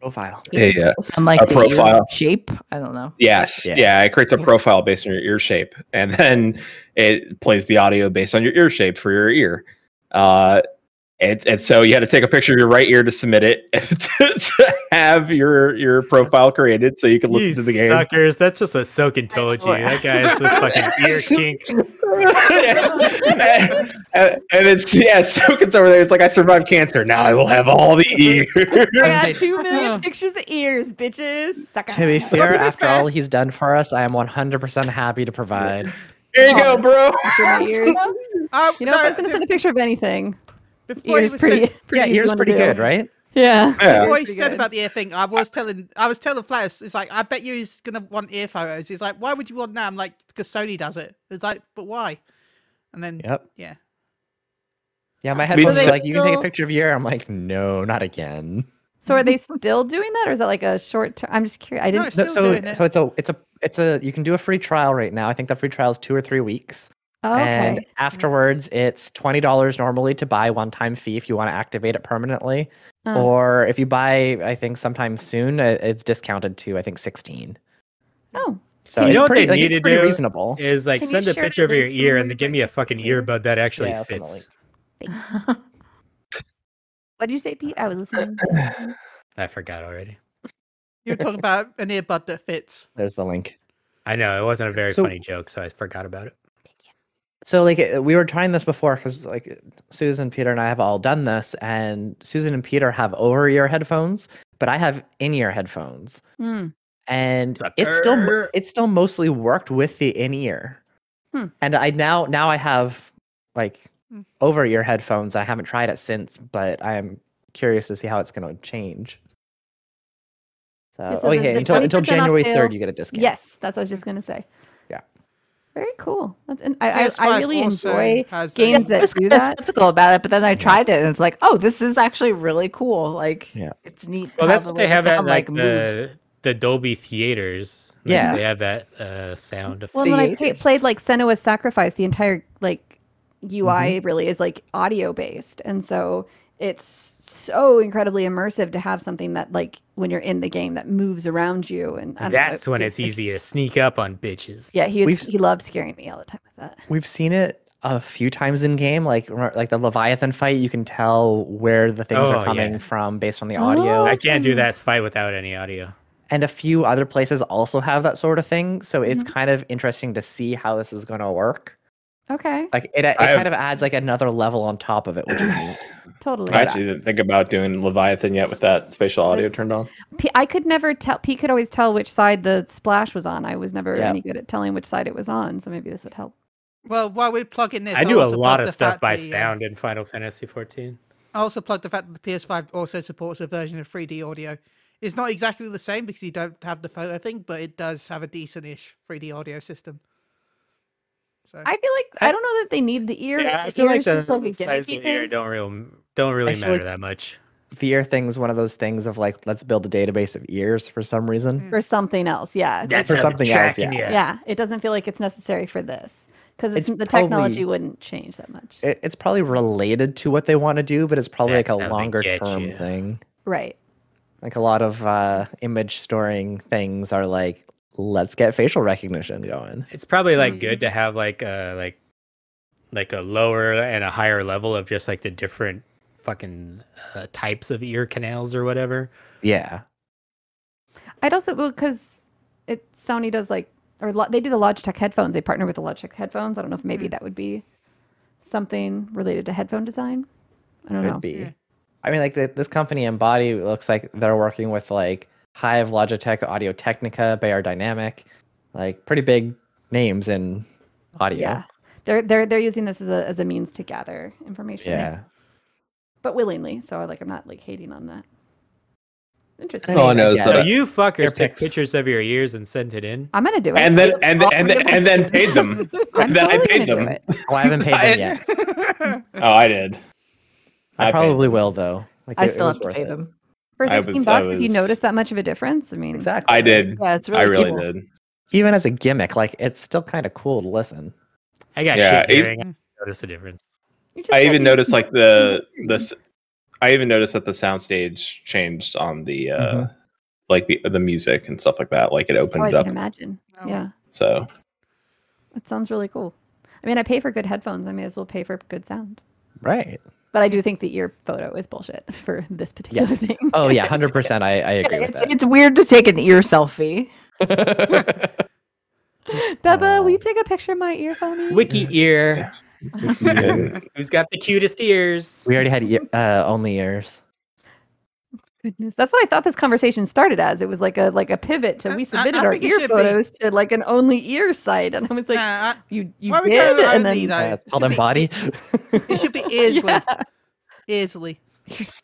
Speaker 5: profile?
Speaker 7: Yeah, yeah.
Speaker 3: Some like
Speaker 7: A
Speaker 3: the ear
Speaker 7: profile.
Speaker 3: shape. I don't know.
Speaker 7: yes
Speaker 5: Yeah.
Speaker 7: yeah. it creates a profile based on your ear shape and then it plays the audio based on your ear shape for your ear uh and, and so you had to take a picture of your right ear to submit it to, to have your your profile created so you could listen
Speaker 6: You
Speaker 7: to the game
Speaker 6: suckers. That's just what Soken told you. That guy's the fucking ear kink.
Speaker 7: and, and- and it's yeah, so it's over there. It's like I survived cancer. Now I will have all the
Speaker 4: I
Speaker 7: ears.
Speaker 4: got two million pictures of ears, bitches. Suck
Speaker 5: To be
Speaker 4: up.
Speaker 5: fair, after all he's done for us, I am 100% happy to provide.
Speaker 7: Here you go, bro.
Speaker 4: Picture of my ears.
Speaker 2: I-
Speaker 4: You know, if I
Speaker 2: Oh, no,
Speaker 4: was gonna send a picture of anything,
Speaker 2: before you
Speaker 4: ears
Speaker 2: was
Speaker 4: pretty,
Speaker 2: saying-
Speaker 5: Yeah,
Speaker 4: pretty easy
Speaker 5: yours
Speaker 4: one to
Speaker 5: pretty
Speaker 4: do.
Speaker 5: good, right?
Speaker 4: Yeah.
Speaker 7: Yeah.
Speaker 2: Before
Speaker 4: Pretty
Speaker 2: he said
Speaker 4: good.
Speaker 2: about the ear thing, I was telling, I was telling Flash, it's like, I bet you he's gonna want ear photos. He's like, why would you want that? I'm like, because Sony does it. It's like, but why? And then,
Speaker 5: Yep.
Speaker 2: yeah,
Speaker 5: Yeah, my
Speaker 7: Were they
Speaker 5: headphones are like, you can take
Speaker 4: still-
Speaker 5: a picture of your. I'm like, no, not again.
Speaker 4: So are they still doing that, or is that like a short term? I'm just curious. I
Speaker 2: No,
Speaker 4: didn't.
Speaker 2: Still
Speaker 5: so,
Speaker 2: doing it.
Speaker 5: so it's a, it's a, it's a. You can do a free trial right now. I think the free trial is two or three weeks,
Speaker 4: Oh, okay.
Speaker 5: and afterwards it's twenty dollars normally to buy one time fee if you want to activate it permanently,
Speaker 4: Oh.
Speaker 5: or if you buy, I think sometime soon uh, it's discounted to I think sixteen.
Speaker 4: oh.
Speaker 5: So
Speaker 6: You
Speaker 5: it's
Speaker 6: know what
Speaker 5: pretty,
Speaker 6: they
Speaker 5: like,
Speaker 6: need
Speaker 5: it's
Speaker 6: to
Speaker 5: pretty
Speaker 6: do?
Speaker 5: reasonable.
Speaker 6: Is like
Speaker 4: Can you
Speaker 6: send a
Speaker 4: share
Speaker 6: picture of
Speaker 4: with
Speaker 6: your
Speaker 4: someone
Speaker 6: ear and
Speaker 4: who
Speaker 6: then give me a
Speaker 4: practices
Speaker 6: fucking
Speaker 4: ear?
Speaker 6: earbud that actually
Speaker 5: Yeah, something
Speaker 6: fits.
Speaker 4: What did you say, Pete? I was listening.
Speaker 6: I forgot already.
Speaker 2: you were talking about an earbud that fits.
Speaker 5: There's the link.
Speaker 6: I know it wasn't a very
Speaker 5: So-
Speaker 6: funny joke, so I forgot about it.
Speaker 5: so like uh, we were trying this before because like susan peter and i have all done this and susan and peter have over ear headphones but i have in ear headphones
Speaker 4: Mm.
Speaker 5: and it's still mo-
Speaker 6: Sucker.
Speaker 5: it's still mostly worked with the in ear
Speaker 4: Hmm.
Speaker 5: and i now now i have like
Speaker 2: Hmm.
Speaker 5: over ear headphones i haven't tried it since but i am curious to see how it's going to change so,
Speaker 4: Yeah, so
Speaker 5: oh
Speaker 4: the-
Speaker 5: yeah
Speaker 4: the
Speaker 5: until, until
Speaker 4: 20% off
Speaker 5: january
Speaker 4: sale-
Speaker 5: 3rd you get a discount
Speaker 4: Yes, that's what I was just gonna say.
Speaker 5: Yeah.
Speaker 4: Very cool. That's, and I, I, I
Speaker 2: PS5
Speaker 4: really
Speaker 2: also
Speaker 4: enjoy
Speaker 2: has a-
Speaker 4: games
Speaker 3: I
Speaker 4: that
Speaker 3: was
Speaker 4: do
Speaker 3: kind of
Speaker 4: that.
Speaker 3: skeptical about it, but then I tried it, and it's like, oh, this is actually really cool. Like,
Speaker 5: Yeah.
Speaker 3: it's neat.
Speaker 6: Well,
Speaker 3: how
Speaker 6: that's
Speaker 3: the
Speaker 6: what
Speaker 3: way
Speaker 6: they
Speaker 3: the
Speaker 6: have at
Speaker 3: sound,
Speaker 6: like
Speaker 3: moves.
Speaker 6: the the Dolby theaters. Like,
Speaker 5: Yeah.
Speaker 6: they have that uh, sound effect.
Speaker 4: Well, when I play,
Speaker 5: Theaters.
Speaker 4: played like Senua's Sacrifice, the entire like UI
Speaker 6: Mm-hmm.
Speaker 4: really is like audio based, and so it's so incredibly immersive to have something that like when you're in the game that moves around you, and I don't know,
Speaker 6: That's when
Speaker 4: he-
Speaker 6: it's easy to sneak up on bitches.
Speaker 4: Yeah, he would,
Speaker 5: We've-
Speaker 4: he loved scaring me all the time with that.
Speaker 5: We've seen it a few times in game, like remember- like the Leviathan fight. You can tell where the things
Speaker 6: Oh,
Speaker 5: are
Speaker 6: yeah.
Speaker 5: coming from based on the
Speaker 4: Oh.
Speaker 5: audio,
Speaker 6: I can't do that fight without any audio.
Speaker 5: and a few other places also have that sort of thing. So it's kind of interesting to see how this is going to work.
Speaker 4: Okay,
Speaker 5: Like it, it
Speaker 7: I have-
Speaker 5: kind of adds like another level on top of it, which is neat.
Speaker 4: totally.
Speaker 7: I actually didn't think about doing Leviathan yet with that spatial audio turned on.
Speaker 4: P- I could never tell. Pete could always tell which side the splash was on. I was never
Speaker 5: Yeah.
Speaker 4: any good at telling which side it was on, so maybe this would help.
Speaker 2: Well, while we're plugging this,
Speaker 6: I do a
Speaker 2: also
Speaker 6: lot
Speaker 2: plug
Speaker 6: of
Speaker 2: the
Speaker 6: stuff
Speaker 2: fact
Speaker 6: by
Speaker 2: the, uh,
Speaker 6: sound in Final Fantasy 14.
Speaker 2: I also plugged the fact that the PS5 also supports a version of 3D audio. It's not exactly the same because you don't have the photo thing, but it does have a decent-ish 3D audio system. So.
Speaker 4: I feel like I, don't know that they need the ear.
Speaker 6: Yeah, I
Speaker 4: the
Speaker 6: feel
Speaker 4: ear
Speaker 6: like
Speaker 4: is
Speaker 6: the
Speaker 4: just like a
Speaker 6: size
Speaker 4: gimmicky
Speaker 6: of the ear
Speaker 4: thing.
Speaker 6: don't really don't really
Speaker 5: feel
Speaker 6: matter
Speaker 5: like-
Speaker 6: that much.
Speaker 5: The ear thing is one of those things of like, let's build a database of ears for some reason.
Speaker 4: for something else. Yeah,
Speaker 5: That's For how they're something else, tracking yeah.
Speaker 4: yeah. It doesn't feel like it's necessary for this because
Speaker 5: It's
Speaker 4: the technology
Speaker 5: probably-
Speaker 4: wouldn't change that much.
Speaker 5: It, it's probably related to what they want to do, but it's probably
Speaker 6: That's
Speaker 5: like
Speaker 6: how
Speaker 5: a
Speaker 6: they
Speaker 5: longer
Speaker 6: get
Speaker 5: term
Speaker 6: you.
Speaker 5: thing.
Speaker 4: right.
Speaker 5: Like a lot of uh, image storing things are like, let's get facial recognition going.
Speaker 6: It's probably like good to have like a like like a lower and a higher level of just like the different fucking uh, types of ear canals or whatever.
Speaker 5: Yeah.
Speaker 4: I'd also well because it Sony does like or lo- they do the Logitech headphones. They partner with the Logitech headphones. I don't know if maybe that would be something related to headphone design. I don't
Speaker 5: Could
Speaker 4: know.
Speaker 5: be.
Speaker 2: Yeah.
Speaker 5: I mean, like the, this company Embody looks like they're working with like Hive, Logitech, Audio Technica, Bayer Dynamic, like pretty big names in audio.
Speaker 4: Yeah. They're they're they're using this as a as a means to gather information.
Speaker 5: Yeah.
Speaker 4: But willingly. So like I'm not like hating on that. Interesting.
Speaker 7: Oh no,
Speaker 5: Yeah.
Speaker 7: it's not
Speaker 6: So
Speaker 7: a-
Speaker 6: you
Speaker 5: Ear
Speaker 6: fuckers took
Speaker 5: pics.
Speaker 6: pictures of your ears and sent it in.
Speaker 4: I'm gonna do it.
Speaker 7: and then
Speaker 4: I'll
Speaker 7: and and
Speaker 4: give
Speaker 7: and then paid them.
Speaker 4: I'm
Speaker 7: and then I
Speaker 4: totally
Speaker 7: paid
Speaker 4: gonna do
Speaker 7: them.
Speaker 4: it.
Speaker 5: Oh, I haven't paid them yet.
Speaker 7: Oh, I did.
Speaker 5: I,
Speaker 7: paid.
Speaker 5: probably will though. Like
Speaker 3: I
Speaker 5: it- it
Speaker 3: still
Speaker 5: was
Speaker 3: have to
Speaker 5: worth
Speaker 3: pay
Speaker 5: it.
Speaker 3: them.
Speaker 4: For
Speaker 7: I
Speaker 4: 16
Speaker 7: was- I
Speaker 4: bucks, if you
Speaker 7: was-
Speaker 4: notice that much of a difference, I mean,
Speaker 5: Exactly.
Speaker 7: I did.
Speaker 3: Yeah, it's really.
Speaker 7: I really
Speaker 3: evil.
Speaker 7: did.
Speaker 5: Even as a gimmick, like it's still kind of cool to listen.
Speaker 6: I got
Speaker 7: Yeah,
Speaker 6: shit
Speaker 7: it-
Speaker 6: hearing. I didn't notice the difference.
Speaker 4: you just
Speaker 7: I
Speaker 4: said
Speaker 7: even
Speaker 4: you-
Speaker 7: noticed like the
Speaker 4: you-
Speaker 7: the. s- I even noticed that the soundstage changed on the uh like the the music and stuff like that. Like it
Speaker 4: Oh,
Speaker 7: opened
Speaker 4: I
Speaker 7: it up.
Speaker 4: can imagine.
Speaker 2: Oh.
Speaker 4: Yeah,
Speaker 7: So
Speaker 4: that sounds really cool. I mean, I pay for good headphones. I may as well pay for good sound.
Speaker 5: Right.
Speaker 4: But I do think the ear photo is bullshit for this particular
Speaker 5: Yes.
Speaker 4: thing.
Speaker 5: Oh yeah, hundred percent. I, I agree with
Speaker 3: It's, it's weird to take an ear selfie.
Speaker 5: that.
Speaker 4: Bubba, will
Speaker 5: Oh.
Speaker 4: you take a picture of my earphone?
Speaker 6: Wiki ear. Who's got the cutest ears?
Speaker 5: we already had ear, uh, only ears.
Speaker 4: Goodness. That's what I thought this conversation started as. It was like a like a pivot to
Speaker 2: I- I-
Speaker 4: we submitted
Speaker 2: I
Speaker 4: our
Speaker 2: think it
Speaker 4: ear
Speaker 2: should be.
Speaker 4: photos to like an only ear site, and I was like,
Speaker 2: Nah, I-
Speaker 4: you you
Speaker 2: why we
Speaker 4: did,
Speaker 2: got an
Speaker 4: and
Speaker 2: only,
Speaker 4: then
Speaker 2: though?
Speaker 5: Uh, it's
Speaker 2: It
Speaker 5: called
Speaker 2: should be-
Speaker 5: Embody.
Speaker 2: It should be easily. Easily.
Speaker 4: sounds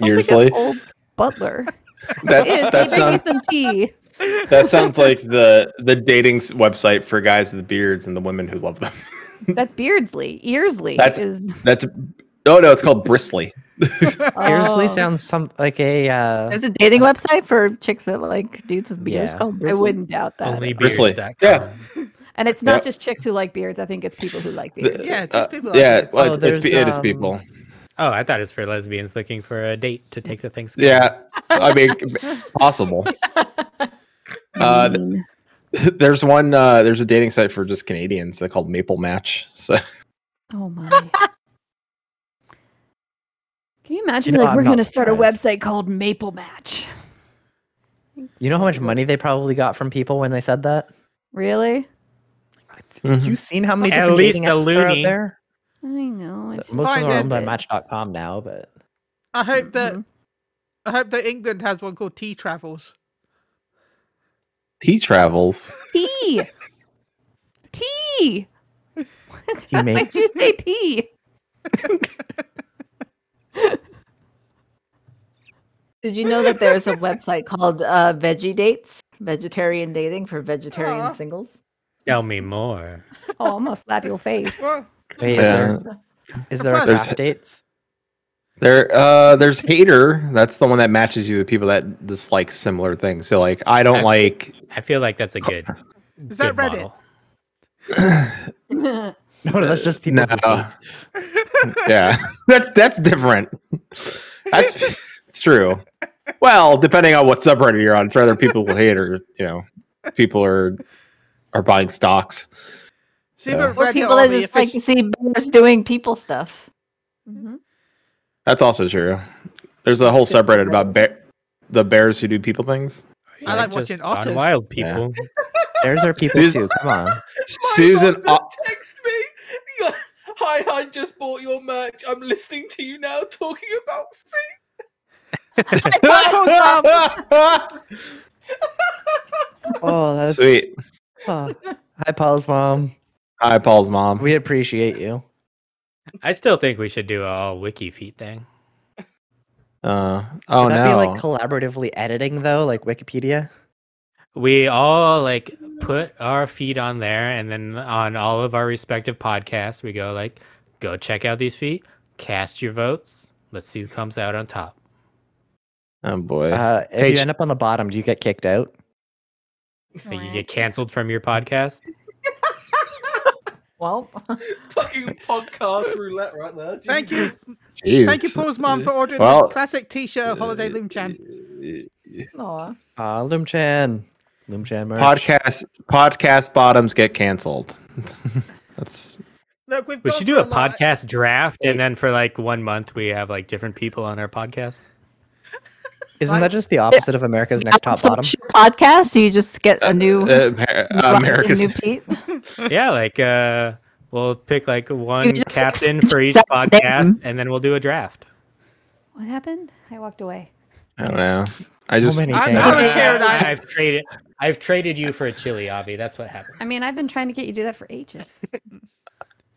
Speaker 4: like
Speaker 7: Earsly.
Speaker 4: an old butler.
Speaker 7: that's
Speaker 4: Ew,
Speaker 7: that's
Speaker 4: give me
Speaker 7: not
Speaker 4: some tea.
Speaker 7: that sounds like the the dating s- website for guys with beards and the women who love them.
Speaker 4: That's Beardsley. Earsley
Speaker 7: That's-
Speaker 4: is
Speaker 7: That's oh no, it's called bristly.
Speaker 5: Earsley
Speaker 4: Oh.
Speaker 5: sounds some like a uh,
Speaker 3: There's a dating website for chicks that like dudes with beards
Speaker 5: Yeah.
Speaker 3: called.
Speaker 4: I
Speaker 3: Bristol.
Speaker 4: wouldn't doubt that.
Speaker 6: Only
Speaker 7: Bristly.
Speaker 6: beers.com.
Speaker 7: Yeah.
Speaker 4: And it's not
Speaker 7: Yep.
Speaker 4: just chicks who like beards. I think it's people who like
Speaker 7: The-
Speaker 4: beards.
Speaker 2: Yeah, just
Speaker 7: uh,
Speaker 2: people like
Speaker 7: yeah,
Speaker 2: that.
Speaker 7: well,
Speaker 5: Oh,
Speaker 7: it's, it's,
Speaker 5: there's,
Speaker 7: it is
Speaker 5: um,
Speaker 7: people.
Speaker 6: Oh, I thought it's for lesbians looking for a date to take to Thanksgiving.
Speaker 7: Yeah, I mean, possible. Uh, th-
Speaker 4: Mm.
Speaker 7: there's one. Uh, there's a dating site for just Canadians. They're called Maple Match. So
Speaker 4: oh my. Can you imagine?
Speaker 5: You know,
Speaker 4: like,
Speaker 5: I'm
Speaker 4: we're
Speaker 5: not
Speaker 4: going to start a
Speaker 5: surprised.
Speaker 4: website called Maple Match.
Speaker 5: you know how much money they probably got from people when they said that.
Speaker 4: Really?
Speaker 5: You seen how many
Speaker 6: At
Speaker 5: different
Speaker 6: least
Speaker 5: dating
Speaker 6: a
Speaker 5: apps are out
Speaker 6: loony.
Speaker 5: there?
Speaker 4: I know. I just
Speaker 5: Most of
Speaker 2: Find
Speaker 5: them are owned by
Speaker 4: it.
Speaker 5: Match.com now, but
Speaker 2: I hope that
Speaker 4: Mhm.
Speaker 2: I hope that England has one called Tea Travels.
Speaker 7: he travels.
Speaker 4: Pee. Tea. Why
Speaker 5: makes-
Speaker 4: do you say pee?
Speaker 3: Did you know that there's a website called uh, Veggie Dates, vegetarian dating for vegetarian
Speaker 2: Aw.
Speaker 3: singles?
Speaker 6: Tell me more.
Speaker 4: Oh, I'm going to slap your face.
Speaker 2: Well,
Speaker 5: wait,
Speaker 7: Yeah.
Speaker 5: is there is there a
Speaker 2: There's-
Speaker 5: craft dates?
Speaker 7: There, uh, there's hater. That's the one that matches you with people that dislike similar things. So, like, I don't
Speaker 6: I've-
Speaker 7: like.
Speaker 6: I feel like that's a good.
Speaker 2: Is that
Speaker 6: good
Speaker 2: Reddit?
Speaker 6: model.
Speaker 5: No, that's just people.
Speaker 7: No.
Speaker 5: who hate.
Speaker 7: yeah, that's that's different. That's it's true. Well, depending on what subreddit you're on, for other people who hate or you know, people are are buying stocks.
Speaker 2: see
Speaker 7: Yeah.
Speaker 2: if
Speaker 3: Or
Speaker 2: Reddit
Speaker 3: people
Speaker 2: or
Speaker 3: that
Speaker 2: the
Speaker 3: just like to
Speaker 2: offici-
Speaker 3: see bears doing people stuff.
Speaker 4: Mhm.
Speaker 7: That's also true. There's a whole subreddit about bear, the bears who do people things.
Speaker 2: I like
Speaker 6: Just
Speaker 2: watching
Speaker 6: on
Speaker 2: otters.
Speaker 6: Wild
Speaker 7: Yeah.
Speaker 6: people.
Speaker 5: There's our people
Speaker 7: There's-
Speaker 5: too. Come on.
Speaker 7: Susan,
Speaker 1: just
Speaker 7: Au-
Speaker 1: text me. Hi, I just bought your merch. I'm listening to you now talking about
Speaker 5: Oh, that's
Speaker 7: sweet.
Speaker 5: oh. Hi, Paul's mom.
Speaker 7: Hi, Paul's mom.
Speaker 5: We appreciate you.
Speaker 6: I still think we should do a all wiki feet thing.
Speaker 7: Uh, oh
Speaker 5: Would that
Speaker 7: no.
Speaker 5: be like collaboratively editing though, like Wikipedia?
Speaker 6: We all like put our feet on there, and then on all of our respective podcasts, we go like, go check out these feet, cast your votes. Let's see who comes out on top.
Speaker 7: Oh boy.
Speaker 5: Uh, if
Speaker 7: Hey,
Speaker 5: you
Speaker 7: sh-
Speaker 5: end up on the bottom, do you get kicked out?
Speaker 6: Think you get canceled from your podcast?
Speaker 3: Well,
Speaker 1: Fucking podcast roulette right there. Jesus.
Speaker 2: Thank you.
Speaker 7: Jeez.
Speaker 2: Thank you, Paul's mom, for ordering
Speaker 7: Well-
Speaker 2: the classic t shirt, Holiday Loom Chan.
Speaker 3: aw.
Speaker 5: Uh, Loom Chan. Loom Chan merch.
Speaker 7: Podcast podcast bottoms get canceled. That's
Speaker 2: Look, we've
Speaker 6: We
Speaker 2: gone
Speaker 6: should
Speaker 2: through
Speaker 6: do a
Speaker 2: lot.
Speaker 6: podcast draft, and then for like one month, we have like different people on our podcast.
Speaker 5: Isn't that just the opposite of America's Next Top
Speaker 3: So
Speaker 5: Bottom?
Speaker 3: it's your podcast, so you just get a new
Speaker 7: uh,
Speaker 3: you brought in a
Speaker 7: Amer- America's
Speaker 3: new Pete.
Speaker 6: yeah, like uh, we'll pick like one
Speaker 3: just, like,
Speaker 6: captain for each
Speaker 3: up the
Speaker 6: podcast,
Speaker 3: name.
Speaker 6: and then we'll do a draft.
Speaker 4: What happened? I walked away.
Speaker 7: I don't know. I just
Speaker 5: many
Speaker 2: I'm
Speaker 5: things.
Speaker 2: not a shared
Speaker 6: I-
Speaker 2: item.
Speaker 6: I've traded. I've traded you for a chili, Avi. That's what happened.
Speaker 4: I mean, I've been trying to get you to do that for ages.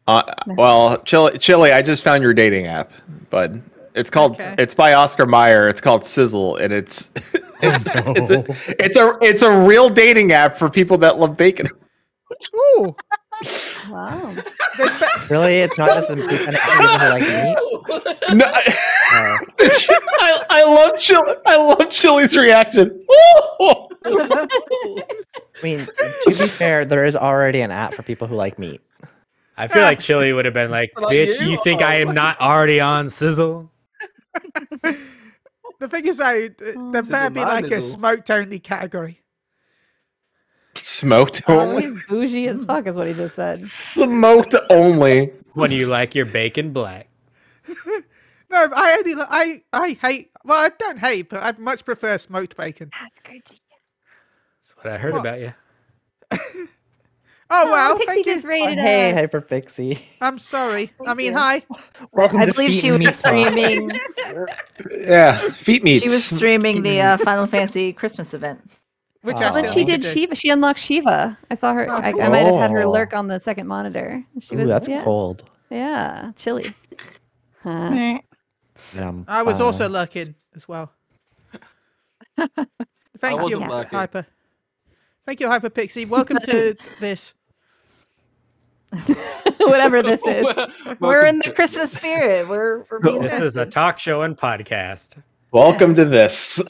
Speaker 7: uh, well, Chili, Chili, I just found your dating app, but it's called
Speaker 2: Okay.
Speaker 7: it's by Oscar Meyer. It's called Sizzle, and it's it's it's, a, it's a it's a real dating app for people that love bacon.
Speaker 2: Ooh,
Speaker 4: Wow.
Speaker 5: Really? It's not just some people who like meat?
Speaker 7: No, I,
Speaker 5: Uh,
Speaker 7: I, I love Chili. I love Chili's reaction.
Speaker 5: I mean, to be fair, there is already an app for people who like meat.
Speaker 6: I feel like Chili would have been like,
Speaker 1: Like
Speaker 6: "Bitch, you,
Speaker 1: you?
Speaker 6: think I am not already on Sizzle?"
Speaker 2: the thing is, I th-
Speaker 4: Oh.
Speaker 2: there better be
Speaker 1: mine is
Speaker 2: like a
Speaker 1: all-
Speaker 2: smoked only category.
Speaker 7: Smoked
Speaker 4: Oh,
Speaker 7: only.
Speaker 4: he's bougie as fuck, is what he just said.
Speaker 7: Smoked only.
Speaker 6: What do you like? Your bacon black.
Speaker 2: No, I only li- I I hate. Well, I don't hate, but I'd much prefer smoked bacon.
Speaker 6: That's what I heard
Speaker 2: Well,
Speaker 6: about you.
Speaker 2: Oh well,
Speaker 4: Pixie
Speaker 2: thank
Speaker 4: just
Speaker 2: you.
Speaker 4: rated
Speaker 5: Hey,
Speaker 4: us.
Speaker 5: Hyperfixie.
Speaker 2: I'm sorry. I mean,
Speaker 4: you.
Speaker 2: hi.
Speaker 5: Welcome
Speaker 3: I
Speaker 5: to
Speaker 3: believe
Speaker 5: Feet
Speaker 3: she
Speaker 5: and
Speaker 3: was
Speaker 5: Meat Sauce.
Speaker 3: streaming.
Speaker 7: Yeah, feet meats.
Speaker 3: She was streaming the uh, Final Fantasy Christmas event.
Speaker 2: Which
Speaker 5: Wow.
Speaker 2: I
Speaker 4: But
Speaker 2: still
Speaker 4: she
Speaker 2: need to
Speaker 4: did
Speaker 2: do.
Speaker 4: Shiva. She unlocked Shiva. I saw her.
Speaker 2: Oh,
Speaker 4: I, I
Speaker 2: cool.
Speaker 4: might have had her
Speaker 5: Oh.
Speaker 4: lurk on the second monitor. She
Speaker 5: Ooh,
Speaker 4: was.
Speaker 5: that's
Speaker 4: yeah,
Speaker 5: cold.
Speaker 4: yeah, chilly. Huh.
Speaker 5: Um,
Speaker 2: I was
Speaker 5: uh,
Speaker 2: also lurking as well. Thank you,
Speaker 1: wasn't lurking.
Speaker 2: Hyper. Thank you, Hyper Pixie. Welcome to this.
Speaker 3: Whatever this is, we're
Speaker 1: Welcome
Speaker 3: in the
Speaker 1: to-
Speaker 3: Christmas spirit. We're we're being
Speaker 6: This is a talk show and podcast.
Speaker 7: Welcome to this.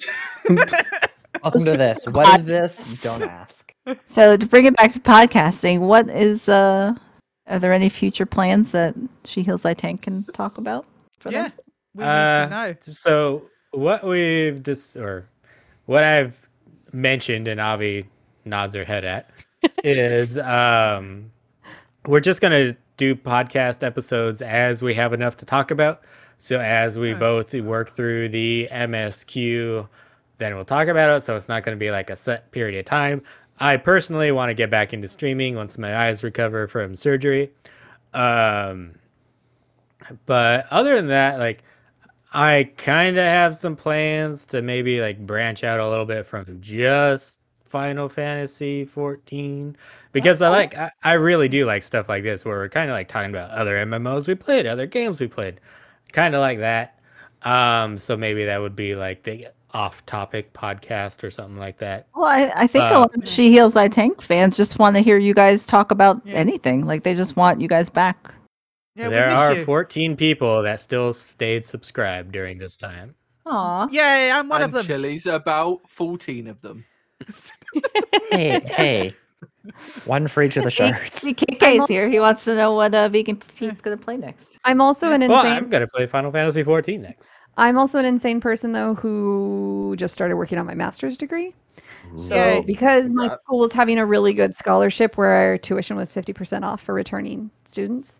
Speaker 5: Welcome to this. What is this? Don't ask.
Speaker 3: So to bring it back to podcasting, what is uh are there any future plans that She Heals I Tank can talk about for
Speaker 2: Yeah,
Speaker 3: them?
Speaker 2: we
Speaker 6: Uh,
Speaker 2: need to know.
Speaker 6: So what we've dis- or what I've mentioned and Avi nods her head at is um we're just gonna do podcast episodes as we have enough to talk about. So as we both work through the MSQ, then we'll talk about it. So it's not gonna be like a set period of time. I personally want to get back into streaming once my eyes recover from surgery. Um but other than that, like I kind of have some plans to maybe like branch out a little bit from just Final Fantasy 14 because I like I, I really do like stuff like this where we're kind of like talking about other MMOs we played, other games we played. Kind of like that. Um so maybe that would be like the off-topic podcast or something like that.
Speaker 3: Well, I, I think a
Speaker 6: Uh,
Speaker 3: lot of She Heals I Tank fans just want to hear you guys talk about anything. Like they just want you guys back.
Speaker 2: Yeah,
Speaker 6: there
Speaker 2: we miss
Speaker 6: are
Speaker 2: you.
Speaker 6: 14 people that still stayed subscribed during this time.
Speaker 3: Aw.
Speaker 2: Yeah, I'm one
Speaker 1: and
Speaker 2: of them.
Speaker 1: Chili's about 14 of them.
Speaker 5: Hey, hey. One for each of the
Speaker 3: Hey,
Speaker 5: shards.
Speaker 3: see, KK's here. He wants to know what uh, Vegan Pete's going to play next.
Speaker 4: I'm also an
Speaker 6: Well,
Speaker 4: insane.
Speaker 6: I'm going to play Final Fantasy 14 next.
Speaker 4: I'm also an insane person though who just started working on my master's degree. So
Speaker 2: Yay.
Speaker 4: because my school was having a really good scholarship where our tuition was 50% off for returning students.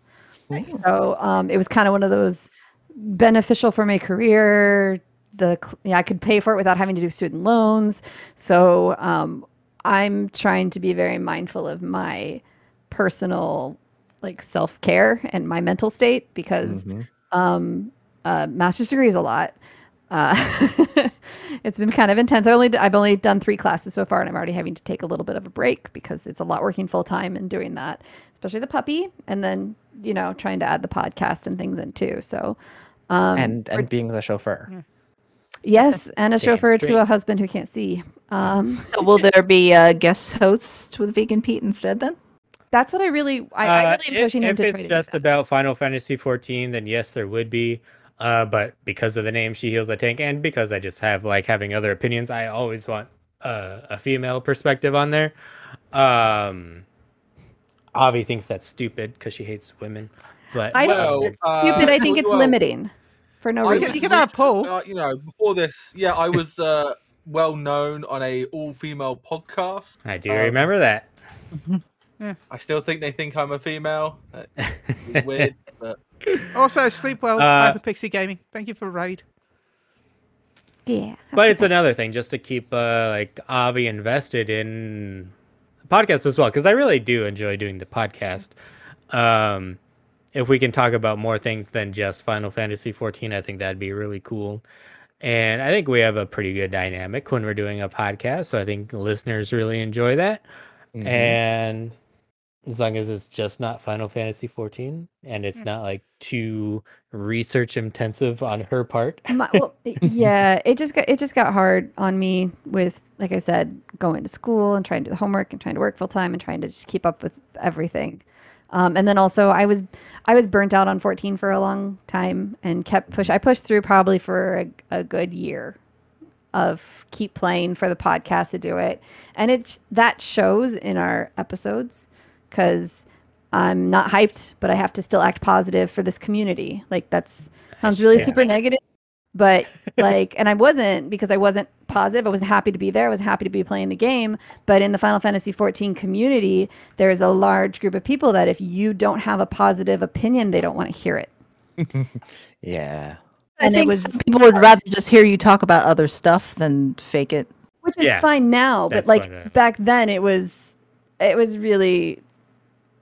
Speaker 4: So um, it was kind of one of those beneficial for my career. The cl- yeah, I could pay for it without having to do student loans. So um, I'm trying to be very mindful of my personal like self care and my mental state because
Speaker 6: Mm-hmm.
Speaker 4: um, a master's degree is a lot. Uh, it's been kind of intense. I only d- I've only done three classes so far, and I'm already having to take a little bit of a break because it's a lot working full time and doing that, especially the puppy, and then you know trying to add the podcast and things in too. So, um,
Speaker 5: And and being the chauffeur.
Speaker 4: Yes, and a chauffeur
Speaker 6: straight.
Speaker 4: to a husband who can't see. Um,
Speaker 3: So will there be uh, guest hosts with Vegan Pete instead then?
Speaker 4: that's what I really, I, I
Speaker 6: Uh,
Speaker 4: really am
Speaker 6: if,
Speaker 4: pushing him
Speaker 6: if
Speaker 4: to
Speaker 6: it's
Speaker 4: try to do
Speaker 6: just
Speaker 4: that.
Speaker 6: about Final Fantasy 14, then yes, there would be. Uh, but because of the name, she heals the tank, and because I just have like having other opinions, I always want uh, a female perspective on there. Um, Avi thinks that's stupid because she hates women. But
Speaker 4: I
Speaker 1: Well, uh,
Speaker 4: don't. It's stupid. I think it's
Speaker 1: well,
Speaker 4: limiting for no
Speaker 1: I
Speaker 4: reason.
Speaker 1: was
Speaker 2: You can have
Speaker 1: reached-
Speaker 2: Paul.
Speaker 1: Uh, you know, before this, yeah, I was uh, well known on a all-female podcast.
Speaker 6: I do
Speaker 1: um,
Speaker 6: remember that.
Speaker 1: I still think they think I'm a female. That's weird, but
Speaker 2: Also, sleep well.
Speaker 6: Uh,
Speaker 2: Hyper Pixie Gaming. Thank you for raid.
Speaker 4: yeah,
Speaker 6: but it's another thing just to keep uh, like Avi invested in the podcast as well because I really do enjoy doing the podcast. Um, if we can talk about more things than just Final Fantasy 14, I think that'd be really cool. And I think we have a pretty good dynamic when we're doing a podcast, so I think listeners really enjoy that. And as long as it's just not Final Fantasy 14 and it's not like too research intensive on her part.
Speaker 4: My, well, yeah. It just got it just got hard on me with, like I said, going to school and trying to do the homework and trying to work full time and trying to just keep up with everything. Um, and then also, I was I was burnt out on 14 for a long time and kept push. I pushed through probably for a, a good year of keep playing for the podcast to do it, and it that shows in our episodes because I'm not hyped, but I have to still act positive for this community. Like that's sounds really
Speaker 6: Yeah.
Speaker 4: super negative, but like, and I wasn't because I wasn't positive. I wasn't happy to be there. I was happy to be playing the game. But in the Final Fantasy 14 community, there is a large group of people that if you don't have a positive opinion, they don't want to hear it.
Speaker 5: Yeah.
Speaker 3: I
Speaker 4: And it
Speaker 3: think
Speaker 4: was-
Speaker 3: some people would rather just hear you talk about other stuff than fake it.
Speaker 4: which is
Speaker 6: Yeah.
Speaker 4: fine now but
Speaker 6: That's
Speaker 4: like
Speaker 6: fine now.
Speaker 4: back then it was it was really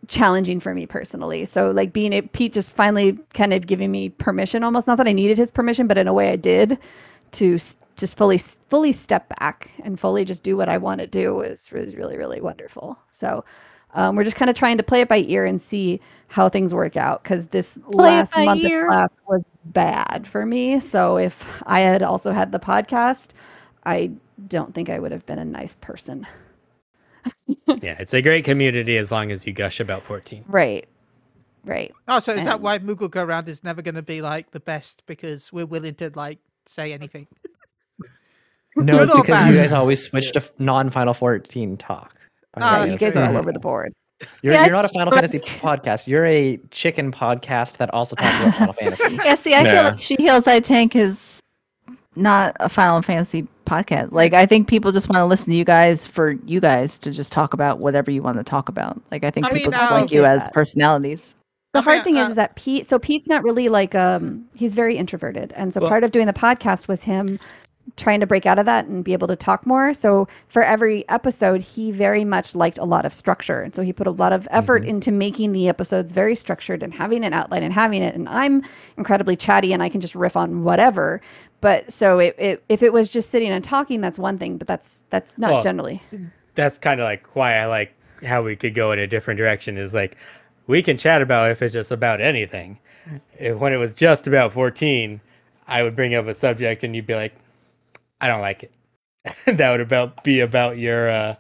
Speaker 4: challenging for me personally so like being it pete just finally kind of giving me permission almost not that i needed his permission but in a way i did to s- just fully s- fully step back and fully just do what i want to do was, was really really wonderful so um, we're just kind of trying to play it by ear and see how things work out because this last
Speaker 3: by
Speaker 4: month
Speaker 3: ear.
Speaker 4: of class was bad for me. So if I had also had the podcast, I don't think I would have been a nice person.
Speaker 6: yeah, it's a great community as long as you gush about 14.
Speaker 4: Right. Right.
Speaker 2: Oh, so is that
Speaker 4: And-
Speaker 2: why Moogle Go Round is never going to be like the best because we're willing to like say anything?
Speaker 5: No,
Speaker 2: Good
Speaker 5: it's
Speaker 2: or
Speaker 5: because you
Speaker 2: bad?
Speaker 5: guys always switch to non Final 14 talk.
Speaker 2: Ah,
Speaker 5: Podcast.
Speaker 4: you
Speaker 2: that's
Speaker 4: guys are all
Speaker 2: right.
Speaker 4: over the board.
Speaker 5: You're,
Speaker 3: Yeah,
Speaker 5: you're not a
Speaker 3: just
Speaker 5: Final
Speaker 3: fun.
Speaker 5: Fantasy podcast. You're a chicken podcast that also talks about Final Fantasy.
Speaker 3: Yeah, see, I feel
Speaker 9: Yeah.
Speaker 3: like She Heals I Tank is not a Final Fantasy podcast. Like, I think people just want to listen to you guys for you guys to just talk about whatever you want to talk about. Like, I think
Speaker 2: I mean,
Speaker 3: people just
Speaker 2: I'll
Speaker 3: like you
Speaker 4: get
Speaker 3: as
Speaker 4: that.
Speaker 3: personalities.
Speaker 4: The
Speaker 2: Okay,
Speaker 4: hard thing
Speaker 2: uh,
Speaker 4: is, is that Pete, so Pete's not really like, um, he's very introverted. And so
Speaker 6: Well-
Speaker 4: part of doing the podcast was him trying to break out of that and be able to talk more. So for every episode, he very much liked a lot of structure. And so he put a lot of effort
Speaker 6: Mm-hmm.
Speaker 4: into making the episodes very structured and having an outline and having it. And I'm incredibly chatty and I can just riff on whatever. But so it, it if it was just sitting and talking, that's one thing, but that's that's not
Speaker 6: Well,
Speaker 4: generally.
Speaker 6: That's kind of like why I like how we could go in a different direction is like we can chat about if it's just about anything. If, when it was just about 14, I would bring up a subject and you'd be like, I don't like it. that would about be about your uh,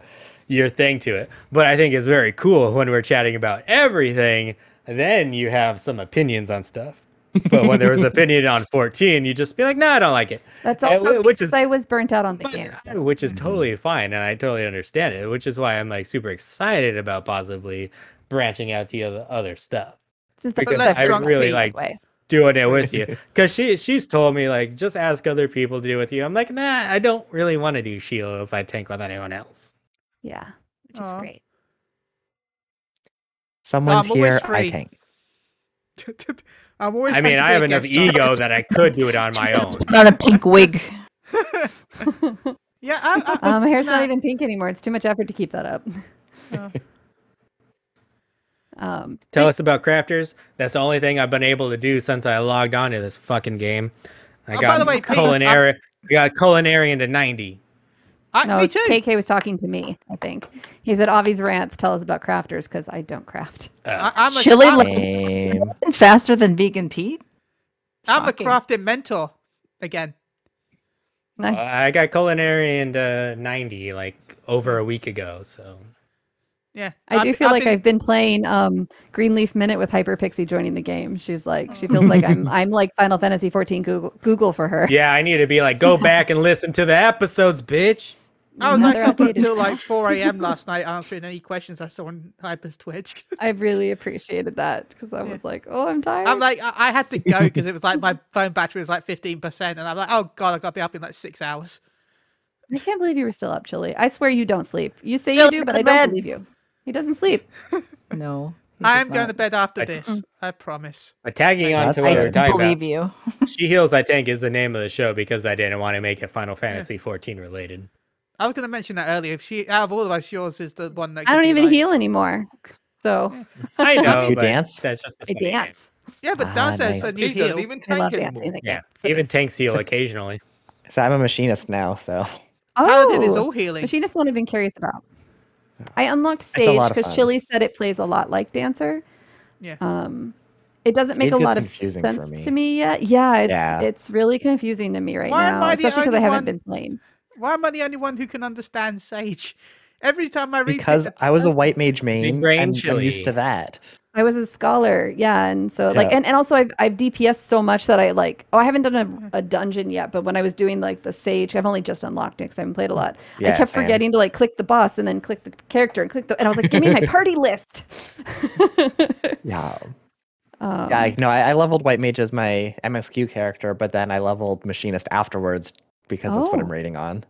Speaker 6: your thing to it. But I think it's very cool when we're chatting about everything. Then you have some opinions on stuff. But when there was opinion on 14, you just be like, no, I don't like it.
Speaker 4: That's
Speaker 6: uh,
Speaker 4: also
Speaker 6: wh- which
Speaker 4: because
Speaker 6: is-
Speaker 4: I was burnt out on the
Speaker 6: But-
Speaker 4: game.
Speaker 6: uh,
Speaker 2: Mm-hmm.
Speaker 6: which is totally fine and i totally understand it which is why i'm like super excited about possibly branching out to other, other stuff
Speaker 4: This is the
Speaker 6: because
Speaker 4: first
Speaker 2: I
Speaker 4: I've drunk
Speaker 6: really
Speaker 4: Pete
Speaker 6: like-
Speaker 4: that way.
Speaker 6: doing it with you because she she's told me like just ask other people to do it with you i'm like nah i don't really want to do shields i tank with anyone else
Speaker 4: Yeah. Which is
Speaker 2: Aw.
Speaker 4: great.
Speaker 5: Someone's
Speaker 2: I'm always
Speaker 5: here. I
Speaker 2: free.
Speaker 5: tank.
Speaker 2: I'm always
Speaker 6: i
Speaker 2: trying
Speaker 6: mean
Speaker 2: to
Speaker 6: i
Speaker 2: be a
Speaker 6: have enough
Speaker 2: guest star.
Speaker 6: ego that i could do it on my own
Speaker 3: Put on a pink wig.
Speaker 2: Yeah, I, I,
Speaker 4: Uh, my hair's not
Speaker 2: Nah.
Speaker 4: even pink anymore. It's too much effort to keep that up.
Speaker 2: Oh.
Speaker 4: um,
Speaker 6: tell us about crafters that's the only thing i've been able to do since i logged on to this fucking game i
Speaker 2: Oh, by
Speaker 6: got
Speaker 2: the way, Pete, I'm-
Speaker 6: culinary i got culinary into 90
Speaker 2: I,
Speaker 4: no,
Speaker 2: me too.
Speaker 4: KK was talking to me. I think he said Avi's rants. Tell us about crafters because I don't craft.
Speaker 2: I, I'm a,
Speaker 3: Chili
Speaker 2: I'm,
Speaker 3: like-
Speaker 5: Same.
Speaker 3: Faster than Vegan Pete?
Speaker 2: I'm a
Speaker 3: Shocking.
Speaker 2: crafting mentor again.
Speaker 6: Well,
Speaker 4: Nice.
Speaker 6: I got culinary and uh, 90 like over a week ago. So
Speaker 2: Yeah,
Speaker 4: I do feel like
Speaker 2: been-
Speaker 4: I've been playing um, Greenleaf Minute with Hyper Pixie joining the game. She's like, she feels like I'm, I'm like Final Fantasy 14 Google, Google for her.
Speaker 6: yeah, I need to be like, go back and listen to the episodes, bitch.
Speaker 2: I was like
Speaker 4: Another
Speaker 2: up
Speaker 4: updated-
Speaker 2: until like 4 a.m. last night answering any questions I saw on Hyper's Twitch.
Speaker 4: I really appreciated that because I was like, oh, I'm tired.
Speaker 2: I'm like, I, I had to go because it was like my phone battery was like 15%, and I'm like, oh god, I got to be up in like six hours.
Speaker 4: I can't believe you were still up, Chili. I swear you don't sleep. You say
Speaker 3: Chili,
Speaker 4: you do,
Speaker 3: go
Speaker 4: but
Speaker 3: to
Speaker 4: I don't
Speaker 3: bed.
Speaker 4: believe you. He doesn't sleep.
Speaker 3: No. he
Speaker 2: I am
Speaker 3: does
Speaker 2: going to
Speaker 3: not.
Speaker 2: bed after
Speaker 6: I-
Speaker 4: mm.
Speaker 2: this. I promise.
Speaker 6: But tagging on
Speaker 5: That's
Speaker 6: to
Speaker 5: bed
Speaker 6: what
Speaker 5: better.
Speaker 6: we're
Speaker 3: I don't
Speaker 6: talking
Speaker 3: believe
Speaker 6: about,
Speaker 3: you.
Speaker 6: She Heals, I think, is the name of the show because I didn't want to make it Final Fantasy 14 related.
Speaker 2: I was going to mention that earlier. If she, out of all of us, yours is the one that
Speaker 4: I
Speaker 2: could
Speaker 4: don't
Speaker 2: be,
Speaker 4: even
Speaker 2: like-
Speaker 4: heal anymore. So
Speaker 6: I know.
Speaker 5: You
Speaker 6: but
Speaker 5: dance?
Speaker 6: That's just a
Speaker 4: I
Speaker 6: funny name.
Speaker 4: dance.
Speaker 2: Yeah, but
Speaker 5: Ah,
Speaker 2: Dan
Speaker 5: nice.
Speaker 2: says that you
Speaker 1: He doesn't
Speaker 2: heal.
Speaker 1: even
Speaker 4: I
Speaker 1: tank
Speaker 4: love
Speaker 1: anymore.
Speaker 4: dancing. I
Speaker 6: Yeah.
Speaker 4: guess it
Speaker 6: Even
Speaker 4: is.
Speaker 6: tanks heal occasionally.
Speaker 5: So I'm a machinist now. So
Speaker 2: Paladin is
Speaker 4: Oh.
Speaker 2: all healing.
Speaker 4: Machinist one I've been curious about. I unlocked
Speaker 5: a
Speaker 4: Sage
Speaker 5: lot of
Speaker 4: because
Speaker 5: fun.
Speaker 4: Chili said it plays a lot like Dancer.
Speaker 2: Yeah.
Speaker 4: Um, it doesn't
Speaker 5: Sage
Speaker 4: make a
Speaker 5: gets
Speaker 4: lot of
Speaker 5: confusing
Speaker 4: sense
Speaker 5: for me.
Speaker 4: to me yet. Yeah, it's
Speaker 5: Yeah.
Speaker 4: it's really confusing to me right
Speaker 2: Why am
Speaker 4: now,
Speaker 2: I the
Speaker 4: especially because I
Speaker 2: only
Speaker 4: haven't
Speaker 2: one-
Speaker 4: been playing.
Speaker 2: Why am I the only one who can understand Sage? Every time I read
Speaker 5: because
Speaker 2: things, uh,
Speaker 5: I was a white mage main,
Speaker 6: brain
Speaker 5: I'm, I'm
Speaker 6: chili.
Speaker 5: used to that.
Speaker 4: I was a scholar, yeah, and so like,
Speaker 5: Yeah.
Speaker 4: and, and also I've I've DPS so much that I like. Oh, I haven't done a, a dungeon yet, but when I was doing like the Sage, I've only just unlocked it because I haven't
Speaker 5: Hmm.
Speaker 4: played a lot. I
Speaker 5: Yeah,
Speaker 4: kept
Speaker 5: same.
Speaker 4: forgetting to like click the boss and then click the character and click the, and I was like, give me my party list.
Speaker 5: Yeah.
Speaker 4: um,
Speaker 5: Yeah, I, no, I, I leveled White Mage as my MSQ character, but then I leveled Machinist afterwards because that's what I'm
Speaker 4: Oh.
Speaker 5: rating on.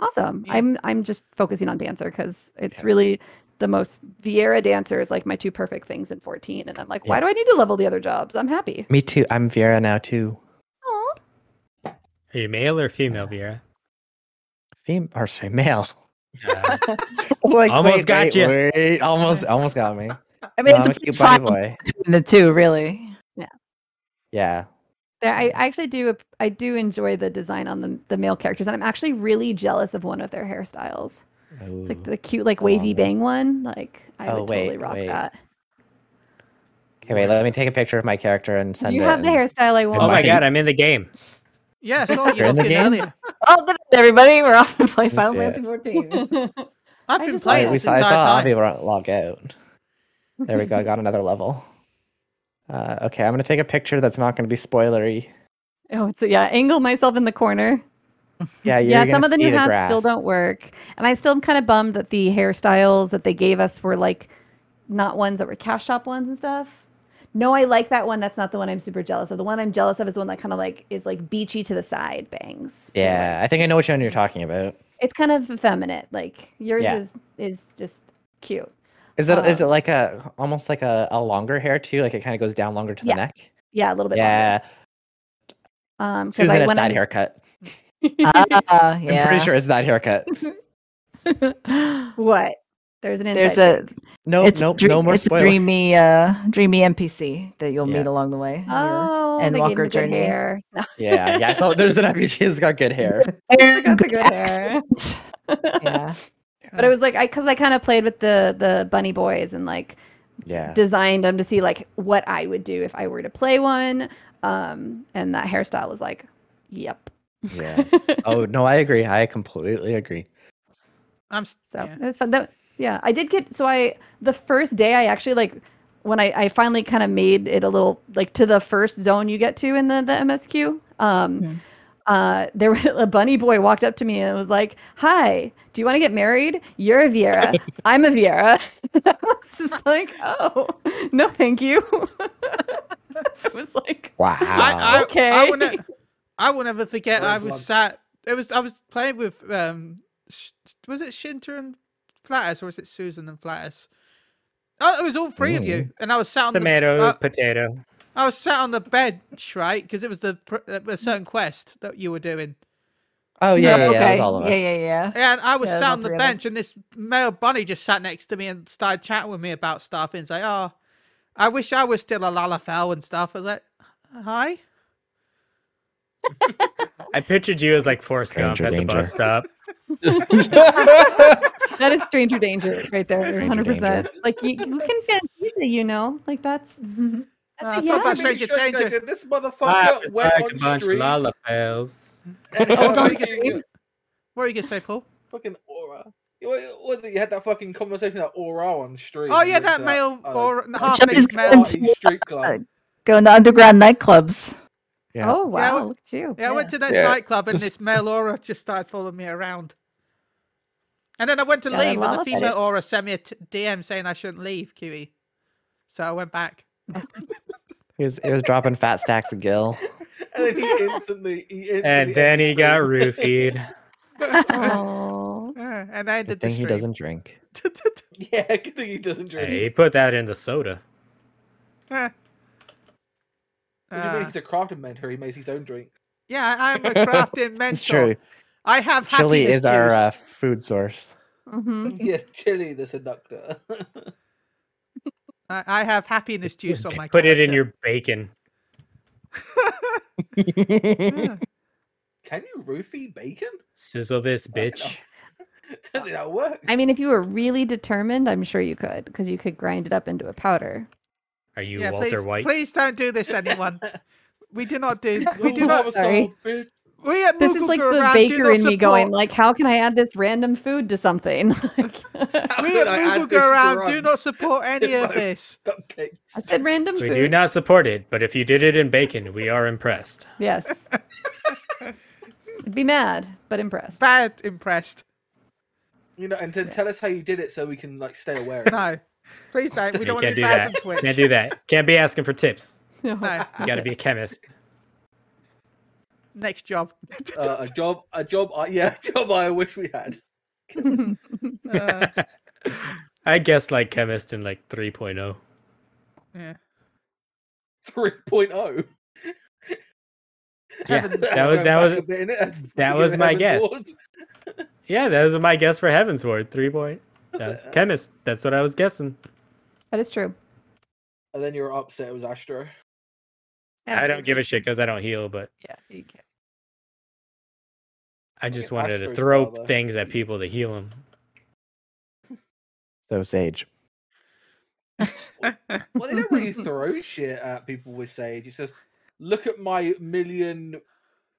Speaker 4: Awesome.
Speaker 2: Yeah.
Speaker 4: I'm I'm just focusing on dancer because it's
Speaker 5: Yeah.
Speaker 4: really the most Vieira dancer is like my two perfect things in 14, and I'm like, why
Speaker 5: Yeah.
Speaker 4: do I need to level the other jobs? I'm happy.
Speaker 5: Me too. I'm Viera now too.
Speaker 4: Aw.
Speaker 6: Are you male or female, Vera?
Speaker 5: Fem- or sorry, male.
Speaker 6: Uh,
Speaker 5: like,
Speaker 6: Almost
Speaker 5: wait,
Speaker 6: got
Speaker 5: wait,
Speaker 6: ya.
Speaker 5: Wait, almost, almost got me.
Speaker 3: I mean,
Speaker 5: No, I'm a
Speaker 3: it's a
Speaker 5: cute
Speaker 3: big
Speaker 5: bunny
Speaker 3: fight
Speaker 5: boy.
Speaker 3: between the two, really.
Speaker 5: Yeah.
Speaker 4: There, I I actually do ap- I do enjoy the design on the the male characters, and I'm actually really jealous of one of their hairstyles. It's like
Speaker 5: Ooh.
Speaker 4: the cute like wavy
Speaker 5: Um,
Speaker 4: bang one. Like I
Speaker 5: oh,
Speaker 4: would
Speaker 5: wait,
Speaker 4: totally rock
Speaker 5: wait.
Speaker 4: that.
Speaker 5: Okay, wait. Let me take a picture of my character and
Speaker 4: Do
Speaker 5: send
Speaker 4: you
Speaker 5: it.
Speaker 4: have the
Speaker 5: and-
Speaker 4: hairstyle I want?
Speaker 6: oh my
Speaker 5: Mike.
Speaker 6: god, I'm in the game.
Speaker 2: yeah, I saw you
Speaker 5: You're in the
Speaker 2: looking
Speaker 5: game?
Speaker 2: earlier.
Speaker 3: Oh, good night, everybody. We're off to play Final
Speaker 5: see it.
Speaker 3: Fantasy 14.
Speaker 2: I've
Speaker 4: I
Speaker 5: Wait,
Speaker 2: been
Speaker 4: just like-
Speaker 2: playing
Speaker 5: we
Speaker 2: this
Speaker 5: saw, I
Speaker 2: entire
Speaker 5: saw
Speaker 2: time.
Speaker 5: Avi ro- log out. There we go. I got another level. Uh, okay, I'm gonna take a picture that's not gonna be spoilery.
Speaker 4: Oh, it's yeah. Angle myself in the corner.
Speaker 5: Yeah, you're
Speaker 4: yeah,
Speaker 5: gonna
Speaker 4: some of the
Speaker 5: see
Speaker 4: new hats still
Speaker 5: grass.
Speaker 4: don't work. And I still am kind of bummed that the hairstyles that they gave us were like not ones that were cash shop ones and stuff. No, I like that one. That's not the one I'm super jealous of. The one I'm jealous of is the one that kind of like is like beachy to the side bangs. They're, like,
Speaker 5: Yeah, I think I know which one you're talking about.
Speaker 4: it's kind of effeminate. Like yours
Speaker 5: Yeah.
Speaker 4: is is just cute.
Speaker 5: Is it is it
Speaker 4: Um,
Speaker 5: like a almost like a, a longer hair too? Like it kind of goes down longer to the
Speaker 4: Yeah,
Speaker 5: neck.
Speaker 4: Yeah, a little bit. longer.
Speaker 5: Yeah,
Speaker 4: Um, 'cause
Speaker 5: Susan,
Speaker 4: I
Speaker 5: it's
Speaker 4: when
Speaker 5: that
Speaker 4: I-
Speaker 5: haircut.
Speaker 3: Ah,
Speaker 5: I'm
Speaker 3: yeah.
Speaker 5: pretty sure it's that haircut.
Speaker 4: What? There's an inside.
Speaker 3: There's a
Speaker 5: No,
Speaker 3: it's
Speaker 5: no,
Speaker 3: a dre-
Speaker 5: no more
Speaker 3: it's a
Speaker 5: spoilers.
Speaker 3: dreamy uh dreamy NPC that you'll
Speaker 5: Yeah.
Speaker 3: meet along the way. in your-
Speaker 4: Oh,
Speaker 3: and
Speaker 4: they gave him
Speaker 3: Walker
Speaker 4: the good
Speaker 3: Journey.
Speaker 4: hair. No,
Speaker 5: Yeah, yeah. So there's an NPC that's got good hair.
Speaker 4: they got the good hair.
Speaker 3: yeah.
Speaker 4: But it was like I because I kind of played with the the bunny boys and like
Speaker 5: Yeah.
Speaker 4: designed them to see like what I would do if I were to play one. Um, and that hairstyle was like, yep.
Speaker 5: Yeah. Oh no, I agree. I completely agree.
Speaker 2: I'm s-
Speaker 4: So
Speaker 2: yeah.
Speaker 4: it was fun. That yeah, I did get so I the first day I actually like when I, I finally kind of made it a little like to the first zone you get to in the the MSQ. Um,
Speaker 3: Mhm.
Speaker 4: uh, there was a bunny boy walked up to me and was like, "Hi, do you want to get married? You're a Viera. I'm a Viera." I was just like, "Oh, no, thank you." I was like,
Speaker 5: Wow.
Speaker 2: I, I, I
Speaker 4: Okay.
Speaker 2: will ne- I will never forget. I
Speaker 1: Where's
Speaker 2: was
Speaker 1: Lon-
Speaker 2: sat. It was I was playing with um, Sh- was it Shinter and Flatus or was it Susan and Flatus? Oh, it was all three of
Speaker 5: Mm.
Speaker 2: you, and I was sat on
Speaker 6: Tomato,
Speaker 2: the, uh,
Speaker 6: potato.
Speaker 2: I was sat on the bench, right? Because it was the pr- uh, a certain quest that you were doing,
Speaker 5: oh yeah, yeah,
Speaker 3: okay.
Speaker 5: yeah. It was all of us.
Speaker 3: yeah, yeah, yeah.
Speaker 2: and I was
Speaker 3: Yeah,
Speaker 2: sat
Speaker 3: all
Speaker 2: on the
Speaker 3: three of us.
Speaker 2: bench, and this male bunny just sat next to me and started chatting with me about stuff, and he's like, "Oh, I wish I was still a Lalafell and stuff." I was like, "Hi."
Speaker 6: I pictured you as like Forrest Gump
Speaker 5: Stranger
Speaker 6: at the
Speaker 5: danger.
Speaker 6: bus stop.
Speaker 4: "That is stranger danger right there,
Speaker 5: Stranger
Speaker 4: 100." percent
Speaker 5: danger.
Speaker 4: Like you, you can fantasia, you know, like that's oh,
Speaker 2: Uh,
Speaker 4: yeah.
Speaker 2: Talk about
Speaker 4: Maybe
Speaker 2: Stranger Danger.
Speaker 1: This motherfucker went
Speaker 6: like a
Speaker 1: on
Speaker 6: bunch of
Speaker 1: stream.
Speaker 6: lalafels.
Speaker 1: and
Speaker 2: I was on
Speaker 1: fucking-
Speaker 2: stream. What are you gonna say, Paul?
Speaker 1: Fucking aura. What was it? You had that fucking conversation about aura on stream.
Speaker 2: Oh yeah,
Speaker 1: with
Speaker 2: that male
Speaker 1: uh,
Speaker 2: or half
Speaker 3: Jump is
Speaker 2: naked male.
Speaker 3: going
Speaker 1: party street club.
Speaker 3: Going to underground nightclubs.
Speaker 5: Yeah.
Speaker 4: Oh
Speaker 2: Yeah, I
Speaker 4: wow,
Speaker 2: would-
Speaker 4: look at you.
Speaker 2: Yeah, I went to this
Speaker 7: Yeah.
Speaker 2: nightclub and
Speaker 7: Just-
Speaker 2: this male aura just started following me around. And then I went to
Speaker 4: Yeah, they
Speaker 2: leave, and the
Speaker 4: laugh at it.
Speaker 2: female aura sent me a t- DM saying I shouldn't leave, QE. So I went back.
Speaker 5: He was he was dropping fat stacks of gill.
Speaker 1: And then he instantly, he instantly
Speaker 6: And then he
Speaker 1: ended
Speaker 6: got
Speaker 1: the
Speaker 6: roofied.
Speaker 4: Oh.
Speaker 2: Yeah, and I
Speaker 5: Good
Speaker 2: ended the
Speaker 5: thing he
Speaker 2: stream.
Speaker 5: doesn't drink.
Speaker 1: stream. Yeah, good thing he doesn't drink.
Speaker 6: Hey, he put that in the soda.
Speaker 2: Eh.
Speaker 1: What do you mean
Speaker 2: Uh,
Speaker 1: he's a crafting mentor? He makes his own drink.
Speaker 2: yeah, I- I'm a crafting mentor.
Speaker 5: It's true.
Speaker 2: I have
Speaker 5: Chili
Speaker 2: happiness
Speaker 5: is our
Speaker 2: juice.
Speaker 5: uh, food source.
Speaker 4: hmm
Speaker 1: yeah, Chili the seductor.
Speaker 5: uh,
Speaker 2: I, I have happiness juice on Oh my.
Speaker 6: Put it in
Speaker 2: character.
Speaker 6: your bacon.
Speaker 1: Can you roofie bacon?
Speaker 6: Sizzle this bitch.
Speaker 1: That did not work.
Speaker 4: I mean, if you were really determined, I'm sure you could, because you could grind it up into a powder.
Speaker 6: Are you
Speaker 2: yeah,
Speaker 6: Walter
Speaker 2: please,
Speaker 6: White?
Speaker 2: please don't do this, anyone. We do not do. We do
Speaker 1: Ooh,
Speaker 2: not.
Speaker 1: I'm
Speaker 4: Sorry.
Speaker 1: sorry, bitch.
Speaker 2: We at
Speaker 4: This is like the
Speaker 2: Moogle do
Speaker 4: baker
Speaker 2: not
Speaker 4: in me going,
Speaker 2: support-
Speaker 4: like, how can I add this random food to something? Like, I
Speaker 1: How
Speaker 2: We
Speaker 1: did
Speaker 2: at
Speaker 1: I add
Speaker 2: Moogle
Speaker 1: this
Speaker 2: go around do
Speaker 1: drug
Speaker 2: not support any
Speaker 1: to
Speaker 2: of
Speaker 1: my-
Speaker 2: this.
Speaker 1: cupcakes?
Speaker 4: said random
Speaker 6: We
Speaker 4: food.
Speaker 6: do not support it, but if you did it in bacon, we are impressed.
Speaker 4: Yes. Be mad, but impressed.
Speaker 2: Bad impressed.
Speaker 1: You know, and then tell us how you did it so we can like stay aware. Of it.
Speaker 2: No, please don't. We
Speaker 6: You
Speaker 2: don't want to
Speaker 6: can't
Speaker 2: be
Speaker 6: do
Speaker 2: bad
Speaker 6: that.
Speaker 2: on Twitch.
Speaker 6: Can't do that. Can't be asking for tips.
Speaker 4: No.
Speaker 2: No,
Speaker 6: You got to be a chemist.
Speaker 2: next job.
Speaker 1: Uh, a job, a job. I, yeah, a job. I wish we had.
Speaker 2: Uh,
Speaker 6: I guess like chemist in like oh. 3.0.
Speaker 2: yeah.
Speaker 1: 3.0.
Speaker 6: Yeah,
Speaker 1: oh. Heaven-
Speaker 6: that
Speaker 1: that's
Speaker 6: was
Speaker 1: going
Speaker 6: that
Speaker 1: back
Speaker 6: was
Speaker 1: a bit, innit? That's
Speaker 6: that
Speaker 1: fucking
Speaker 6: was my
Speaker 1: heaven's
Speaker 6: guess.
Speaker 1: doors.
Speaker 6: yeah. That was my guess for Heaven's Ward 3. Point. That was chemist. That's what I was guessing.
Speaker 4: That is true.
Speaker 1: And then you were upset it was Astro.
Speaker 6: I don't give a shit because I don't heal, but
Speaker 4: Yeah, you can't.
Speaker 6: I just
Speaker 1: Fucking
Speaker 6: wanted to
Speaker 1: Astro
Speaker 6: throw
Speaker 1: style, though.
Speaker 6: things at people to heal them.
Speaker 5: So sage.
Speaker 1: Well, they don't really throw shit at people with Sage. It's just look at my million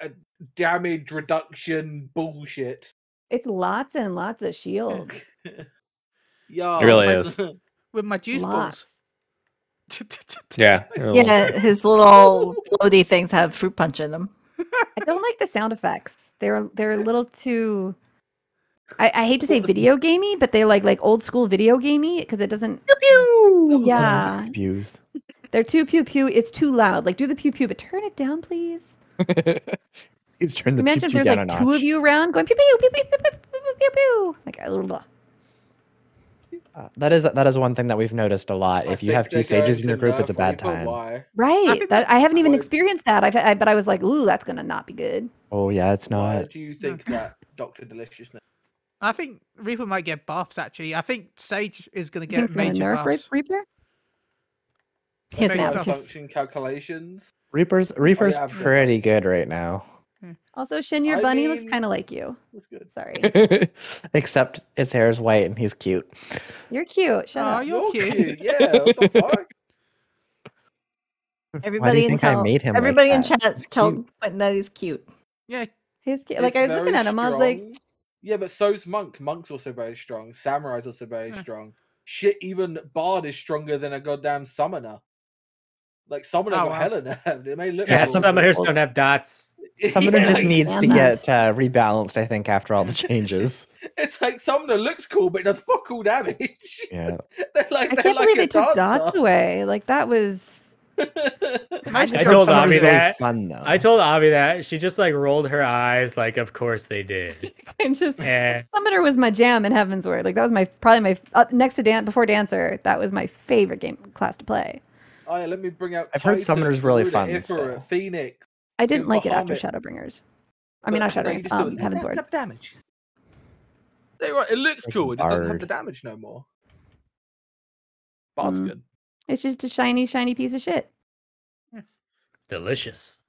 Speaker 1: uh, damage reduction bullshit.
Speaker 4: It's lots and lots of
Speaker 6: Oh.
Speaker 4: shields.
Speaker 1: Yeah,
Speaker 7: really
Speaker 1: that's-
Speaker 2: With my juice balls.
Speaker 4: lots.
Speaker 7: Yeah.
Speaker 5: Oh.
Speaker 3: Yeah, his little floaty things have fruit punch in them.
Speaker 4: I don't like the sound effects. They're they're a little too. I, I hate to say
Speaker 1: the-
Speaker 4: video gamey, but they like like old school video gamey because it doesn't. Yeah,
Speaker 5: Views.
Speaker 4: they're too pew pew. It's too loud. Like do the pew pew, but turn it down, please.
Speaker 5: He's turned the
Speaker 4: Imagine if
Speaker 5: pew
Speaker 4: there's
Speaker 5: down a
Speaker 4: like
Speaker 5: notch.
Speaker 4: two of you around going pew pew pew pew pew pew pew pew, pew pew. Like a little.
Speaker 5: Uh, that is that is one thing that we've noticed a lot.
Speaker 1: I
Speaker 5: if you
Speaker 1: think
Speaker 5: have
Speaker 1: they're
Speaker 5: two
Speaker 1: going
Speaker 5: sages in
Speaker 1: to
Speaker 5: your group,
Speaker 1: nerf
Speaker 5: it's a
Speaker 1: on
Speaker 5: bad
Speaker 1: you, but
Speaker 5: time.
Speaker 1: Why?
Speaker 4: Right.
Speaker 2: think
Speaker 4: that, I haven't even
Speaker 1: would-
Speaker 4: experienced that. I've, I but I was like, ooh, that's gonna not be good.
Speaker 5: Oh yeah, it's
Speaker 1: Why
Speaker 5: not.
Speaker 1: do you think that Doctor Deliciousness?
Speaker 2: I think Reaper might get buffs. Actually, I think Sage is going to
Speaker 4: Think
Speaker 2: get
Speaker 4: it's gonna
Speaker 2: major
Speaker 4: nerf Re-
Speaker 2: buffs.
Speaker 4: Reaper. Yes,
Speaker 2: Based
Speaker 4: now.
Speaker 2: off-
Speaker 4: yes.
Speaker 1: function calculations.
Speaker 5: Reapers Reapers
Speaker 1: yeah, I've noticed.
Speaker 5: pretty good right now.
Speaker 4: Also, Shin, your
Speaker 1: I
Speaker 4: bunny
Speaker 1: mean-
Speaker 4: looks kind of like you.
Speaker 1: That's good.
Speaker 4: Sorry,
Speaker 5: Except his hair is white and he's cute.
Speaker 4: you're cute. Shut
Speaker 2: Oh,
Speaker 4: up.
Speaker 2: you're cute.
Speaker 1: Yeah. What the fuck?
Speaker 5: Why do
Speaker 3: Everybody
Speaker 5: you
Speaker 3: in
Speaker 5: think I
Speaker 3: tell-
Speaker 5: made him? like
Speaker 3: Everybody in
Speaker 5: that?
Speaker 3: chat
Speaker 5: He's
Speaker 3: tell
Speaker 5: cute.
Speaker 3: Quentin that he's cute.
Speaker 2: Yeah,
Speaker 4: He's cute. Like
Speaker 1: It's
Speaker 4: I was looking
Speaker 1: very
Speaker 4: at him. I was like,
Speaker 1: strong. yeah, but so's monk. Monk's also very strong. Samurai's also very
Speaker 2: Yeah.
Speaker 1: strong. Shit, even bard is stronger than a goddamn summoner. Like summoner
Speaker 2: Oh,
Speaker 1: got
Speaker 2: wow.
Speaker 1: hell in them. They may look.
Speaker 6: Yeah,
Speaker 1: cool,
Speaker 5: some-
Speaker 1: but-
Speaker 6: summoners don't have dots.
Speaker 5: Some of them
Speaker 1: Yeah,
Speaker 5: just
Speaker 1: like,
Speaker 5: needs to
Speaker 4: damn
Speaker 5: get
Speaker 4: that.
Speaker 5: uh, rebalanced. I think after all the changes.
Speaker 1: It's like summoner looks cool, but does fuck all damage.
Speaker 5: Yeah.
Speaker 1: they're like
Speaker 4: I
Speaker 1: they're
Speaker 4: can't
Speaker 1: like
Speaker 4: believe
Speaker 1: a
Speaker 4: they took dots
Speaker 1: dancer.
Speaker 4: away. Like that was
Speaker 2: most
Speaker 5: I
Speaker 6: I
Speaker 2: of
Speaker 6: told
Speaker 5: told Avi
Speaker 6: Avi
Speaker 5: really
Speaker 6: that.
Speaker 5: Fun though.
Speaker 6: I told Avi that. She just like rolled her eyes, like, of course they did.
Speaker 4: I'm just
Speaker 6: Eh.
Speaker 4: Summoner was my jam in Heaven's Word. Like that was my probably my uh, next to dance before Dancer. That was my favorite game class to play.
Speaker 1: Oh, yeah, let me bring out.
Speaker 5: I've heard
Speaker 1: Titan,
Speaker 5: summoner's really
Speaker 1: Garuda,
Speaker 5: fun
Speaker 1: Ifrit,
Speaker 5: still.
Speaker 1: Phoenix.
Speaker 4: I didn't
Speaker 1: Dude,
Speaker 4: like it after
Speaker 1: Bahamut.
Speaker 4: Shadowbringers. I mean, not
Speaker 1: Look, they
Speaker 4: Shadowbringers.
Speaker 1: just do
Speaker 4: Um, Heaven's
Speaker 1: tap,
Speaker 4: Word.
Speaker 1: tap damage. They right. It looks
Speaker 5: Freaking
Speaker 1: cool. It just doesn't have
Speaker 5: bard.
Speaker 1: the damage no more. Bard's
Speaker 4: Mm.
Speaker 1: good.
Speaker 4: It's just a shiny, shiny piece of shit.
Speaker 6: Delicious.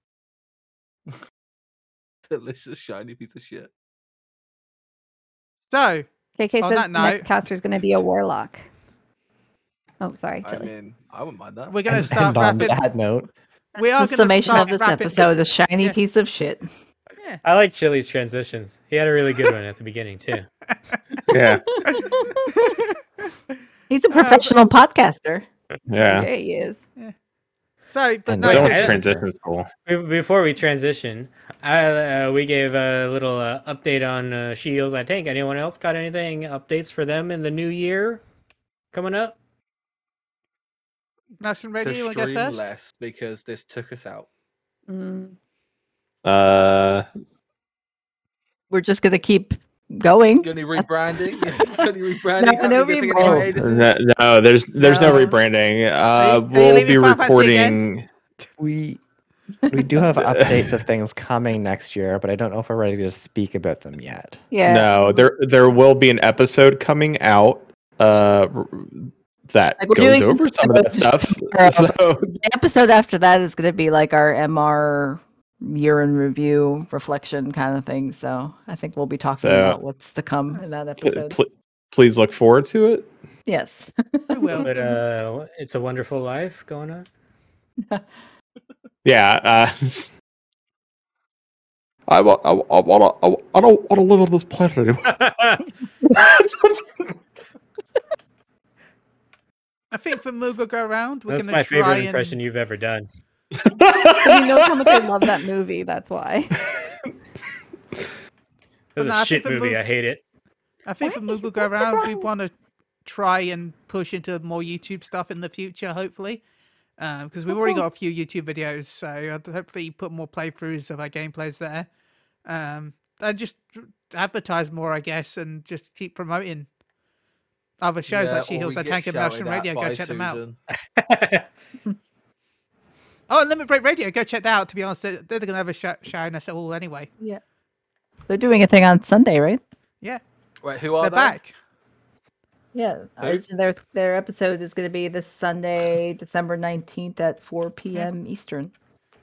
Speaker 1: Delicious shiny piece of shit.
Speaker 2: So
Speaker 4: KK
Speaker 2: On
Speaker 4: says
Speaker 2: that
Speaker 4: the next
Speaker 2: note-
Speaker 4: caster is going to be a warlock. Oh, sorry,
Speaker 1: I
Speaker 4: Chili.
Speaker 1: mean, I wouldn't mind that.
Speaker 2: We're gonna start
Speaker 5: and on
Speaker 2: wrapping.
Speaker 5: that note,
Speaker 2: We are
Speaker 3: the
Speaker 2: gonna
Speaker 3: summation of
Speaker 2: start
Speaker 3: this
Speaker 2: wrapping.
Speaker 3: episode, a shiny
Speaker 2: Yeah.
Speaker 3: piece of shit.
Speaker 2: Yeah.
Speaker 6: I like Chili's transitions. He had a really good one at the beginning too.
Speaker 7: Yeah,
Speaker 3: He's a professional podcaster.
Speaker 7: yeah.
Speaker 4: There he is.
Speaker 2: So, but
Speaker 5: And
Speaker 2: no,
Speaker 6: I
Speaker 7: That
Speaker 2: so
Speaker 6: don't
Speaker 7: one's
Speaker 6: said-
Speaker 7: transition's cool.
Speaker 6: Be- Before we transition, I, uh, we gave a little uh, update on uh, She Heals I Tank. Anyone else got anything updates for them in the new year coming up?
Speaker 2: nice and
Speaker 1: To
Speaker 2: ready. You want to go
Speaker 1: stream
Speaker 2: first?
Speaker 1: less because this took us out.
Speaker 4: Mm.
Speaker 7: Uh,
Speaker 3: We're just gonna keep going.
Speaker 1: Any rebranding? Any rebranding?
Speaker 3: No,
Speaker 1: Are we gonna
Speaker 3: no
Speaker 1: take any
Speaker 3: rebrand.
Speaker 5: Oh,
Speaker 1: hiatuses?
Speaker 7: no, no, there's there's no
Speaker 3: No.
Speaker 7: rebranding.
Speaker 2: Are you-
Speaker 7: Uh,
Speaker 2: are you
Speaker 7: we'll be
Speaker 2: leaving Final Fantasy again?
Speaker 7: recording.
Speaker 5: we we do have updates of things coming next year, but I don't know if we're ready to speak about them yet.
Speaker 3: Yeah.
Speaker 7: No, there there will be an episode coming out. Uh, r- that
Speaker 3: Like, we're
Speaker 7: goes
Speaker 3: doing-
Speaker 7: over some of that stuff.
Speaker 3: Uh,
Speaker 7: So
Speaker 3: The episode after that is gonna be like our MR year in review reflection kind of thing. So I think we'll be talking
Speaker 7: So-
Speaker 3: about what's to come in that
Speaker 7: pl-
Speaker 3: episode.
Speaker 7: pl- please look forward to it.
Speaker 3: yes.
Speaker 2: We will.
Speaker 6: But uh, it's a wonderful life going on.
Speaker 7: Yeah. Uh, I want. I, I want to. I, I don't want to live on this planet anymore.
Speaker 2: I think for Moogle Go Round, we're
Speaker 6: That's
Speaker 2: gonna
Speaker 6: my
Speaker 2: try
Speaker 6: favorite
Speaker 2: and
Speaker 6: impression you've ever done.
Speaker 4: you know how much I love that movie. That's why.
Speaker 6: It was
Speaker 2: no, I
Speaker 6: a
Speaker 2: think
Speaker 6: shit
Speaker 2: the
Speaker 6: movie.
Speaker 2: mov-
Speaker 6: I hate it.
Speaker 2: I think for
Speaker 4: Why did you
Speaker 2: Moogle Go
Speaker 4: put the
Speaker 2: Round, we
Speaker 4: wrong-
Speaker 2: want to try and push into more YouTube stuff in the future, hopefully. Because we've already got a few YouTube videos, so I'd hopefully put more playthroughs of our gameplays there. Um, and just advertise more, I guess, and just keep promoting other shows
Speaker 1: Yeah,
Speaker 2: like She
Speaker 1: or
Speaker 2: Heals
Speaker 1: we
Speaker 2: the
Speaker 1: get
Speaker 2: Tank and Motion
Speaker 1: shouted at
Speaker 2: Radio. Go
Speaker 1: by
Speaker 2: check them out.
Speaker 1: Susan.
Speaker 2: Oh, and Limit Break Radio. Go check that out. To be honest, they're, they're going to have a show, showing us all anyway.
Speaker 3: They're doing a thing on Sunday, right?
Speaker 2: Yeah,
Speaker 1: Right, who are
Speaker 2: they're
Speaker 1: they?
Speaker 2: back.
Speaker 3: Yeah.
Speaker 1: Hey.
Speaker 3: their their episode is gonna be this Sunday, December nineteenth at four PM Eastern.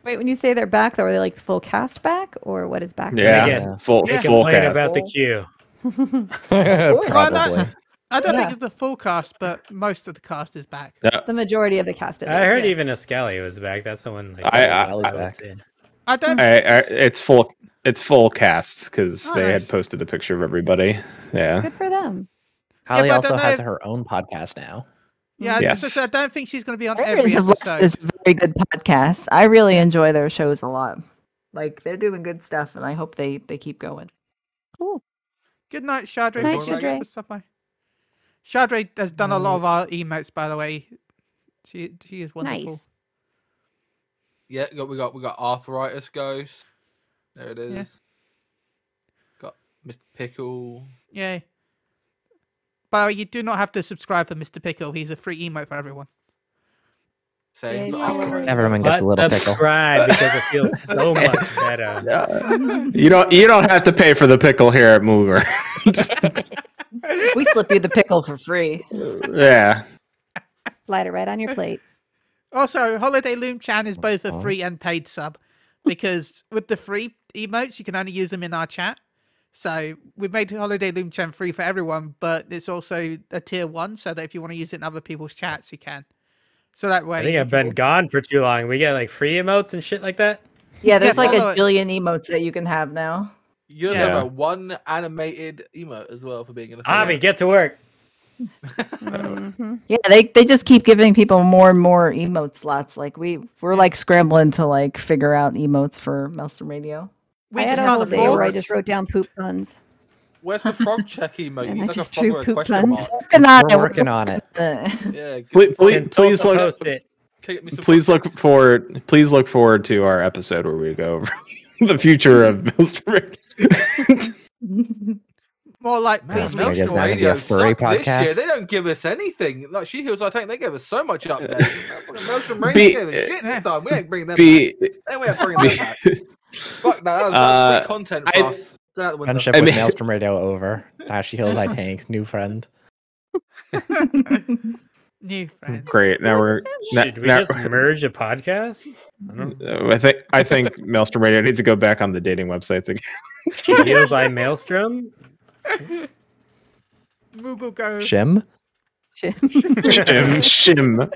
Speaker 4: Wait, when you say they're back, though, are they like the full cast back, or what is back?
Speaker 7: Yeah.
Speaker 6: guess.
Speaker 7: Full
Speaker 6: They
Speaker 7: full
Speaker 6: complain
Speaker 7: cast.
Speaker 6: about the queue.
Speaker 2: Well, not-
Speaker 5: Probably.
Speaker 2: I don't think
Speaker 3: Yeah.
Speaker 2: it's the full cast, but most of the cast is back.
Speaker 4: The majority of the cast. At
Speaker 6: I
Speaker 4: least,
Speaker 6: heard
Speaker 4: yeah.
Speaker 6: even Ascali was back. That's someone like
Speaker 7: I-
Speaker 6: that
Speaker 7: I-
Speaker 6: was
Speaker 5: I-
Speaker 6: always
Speaker 5: back.
Speaker 6: in.
Speaker 2: I don't.
Speaker 7: I, I, it's full. It's full cast because
Speaker 2: Oh,
Speaker 7: they
Speaker 2: nice.
Speaker 7: had posted a picture of everybody. Yeah.
Speaker 4: Good for them.
Speaker 5: Holly
Speaker 2: but I
Speaker 5: also
Speaker 2: don't know
Speaker 5: has
Speaker 2: if-
Speaker 5: her own podcast now.
Speaker 2: Yeah,
Speaker 7: Yes.
Speaker 2: so, so I don't think she's going to be on every
Speaker 3: Areas of Lust
Speaker 2: episode.
Speaker 3: is a very good podcast. I really enjoy their shows a lot. Like they're doing good stuff, and I hope they they keep going.
Speaker 2: Good night, Shadre.
Speaker 1: Good night,
Speaker 2: Thank you for
Speaker 4: Shadre.
Speaker 2: stopping by. Shadre has done a lot of our emotes, by the way. She she is wonderful.
Speaker 4: Nice.
Speaker 1: Yeah, we got we got we got arthritis ghost. There it is.
Speaker 2: Yeah.
Speaker 1: Got Mr. Pickle.
Speaker 2: Yay. By the way, you do not have to subscribe for Mr. Pickle. He's a free emote for everyone.
Speaker 1: Same.
Speaker 3: Yeah,
Speaker 1: but
Speaker 3: yeah,
Speaker 1: arthritis.
Speaker 5: Everyone gets a little
Speaker 6: But
Speaker 5: pickle.
Speaker 6: subscribe because it feels so much better.
Speaker 7: You don't. You don't have to pay for the pickle here at Mooger.
Speaker 3: We slip you the pickle for free.
Speaker 7: yeah.
Speaker 4: Slide it right on your plate.
Speaker 2: Also, Holiday Loom Chan is both a
Speaker 5: Uh-huh.
Speaker 2: free and paid sub because with the free emotes, you can only use them in our chat. So we've made Holiday Loom Chan free for everyone, but it's also a tier one so that if you want to use it in other people's chats, you can. So that way.
Speaker 6: I think
Speaker 2: if
Speaker 6: I've
Speaker 2: you-
Speaker 6: been gone for too long. We get like free emotes and shit like that.
Speaker 3: Yeah, there's like
Speaker 2: follow
Speaker 3: a
Speaker 2: it.
Speaker 3: billion emotes that you can have now.
Speaker 1: You guys
Speaker 7: Yeah.
Speaker 1: have a one animated emote as well for being in a
Speaker 6: Avi,
Speaker 1: video.
Speaker 6: get to work.
Speaker 4: Mhm.
Speaker 3: Yeah, they they just keep giving people more and more emote slots. Like we we're like scrambling to like figure out emotes for Maelstrom Radio.
Speaker 2: we
Speaker 4: I
Speaker 2: just
Speaker 4: had a
Speaker 2: can't
Speaker 4: whole day where I
Speaker 2: afford.
Speaker 4: just wrote down poop puns.
Speaker 1: Where's the frog check emote?
Speaker 4: And
Speaker 1: You
Speaker 4: I
Speaker 1: look
Speaker 4: just
Speaker 1: a frog
Speaker 4: drew
Speaker 1: with a
Speaker 4: poop
Speaker 1: question
Speaker 4: puns.
Speaker 1: mark.
Speaker 3: Working on it,
Speaker 5: We're working on it.
Speaker 3: uh,
Speaker 1: Yeah, get-
Speaker 7: Please, please,
Speaker 6: And so-
Speaker 7: please look.
Speaker 6: post it.
Speaker 1: can you get me some
Speaker 7: Please
Speaker 1: frog
Speaker 7: look
Speaker 1: checks?
Speaker 7: forward. Please look forward to our episode where we go over the future of Mr.
Speaker 2: More like,
Speaker 1: Man,
Speaker 2: please
Speaker 5: Milk
Speaker 2: make
Speaker 5: Milkshake is not
Speaker 2: sure.
Speaker 5: gonna be a
Speaker 1: Radio
Speaker 5: furry
Speaker 1: sucked this year.
Speaker 5: podcast.
Speaker 1: They don't give us anything. Like She Heals, I think they gave us so much updates. Fucking Maelstrom Radio
Speaker 7: Be-
Speaker 1: gave us shit this time. We ain't bringing them
Speaker 7: B.
Speaker 1: back. They weren't bringing them back. Fuck no, that was that
Speaker 2: Uh,
Speaker 1: was free content for
Speaker 7: I-
Speaker 1: us. Get out the window.
Speaker 5: Friendship
Speaker 7: I
Speaker 5: with
Speaker 7: mean-
Speaker 5: Maelstrom Radio over. Now she heals I tank. New friend.
Speaker 2: New friend.
Speaker 7: Great. Now we're. Now,
Speaker 6: Should we
Speaker 7: now-
Speaker 6: just merge a podcast? I don't know.
Speaker 7: Uh, I think I think Maelstrom Radio needs to go back on the dating websites again.
Speaker 6: She heals by Maelstrom.
Speaker 2: Moogle Go.
Speaker 5: Shim?
Speaker 9: Shim, shim,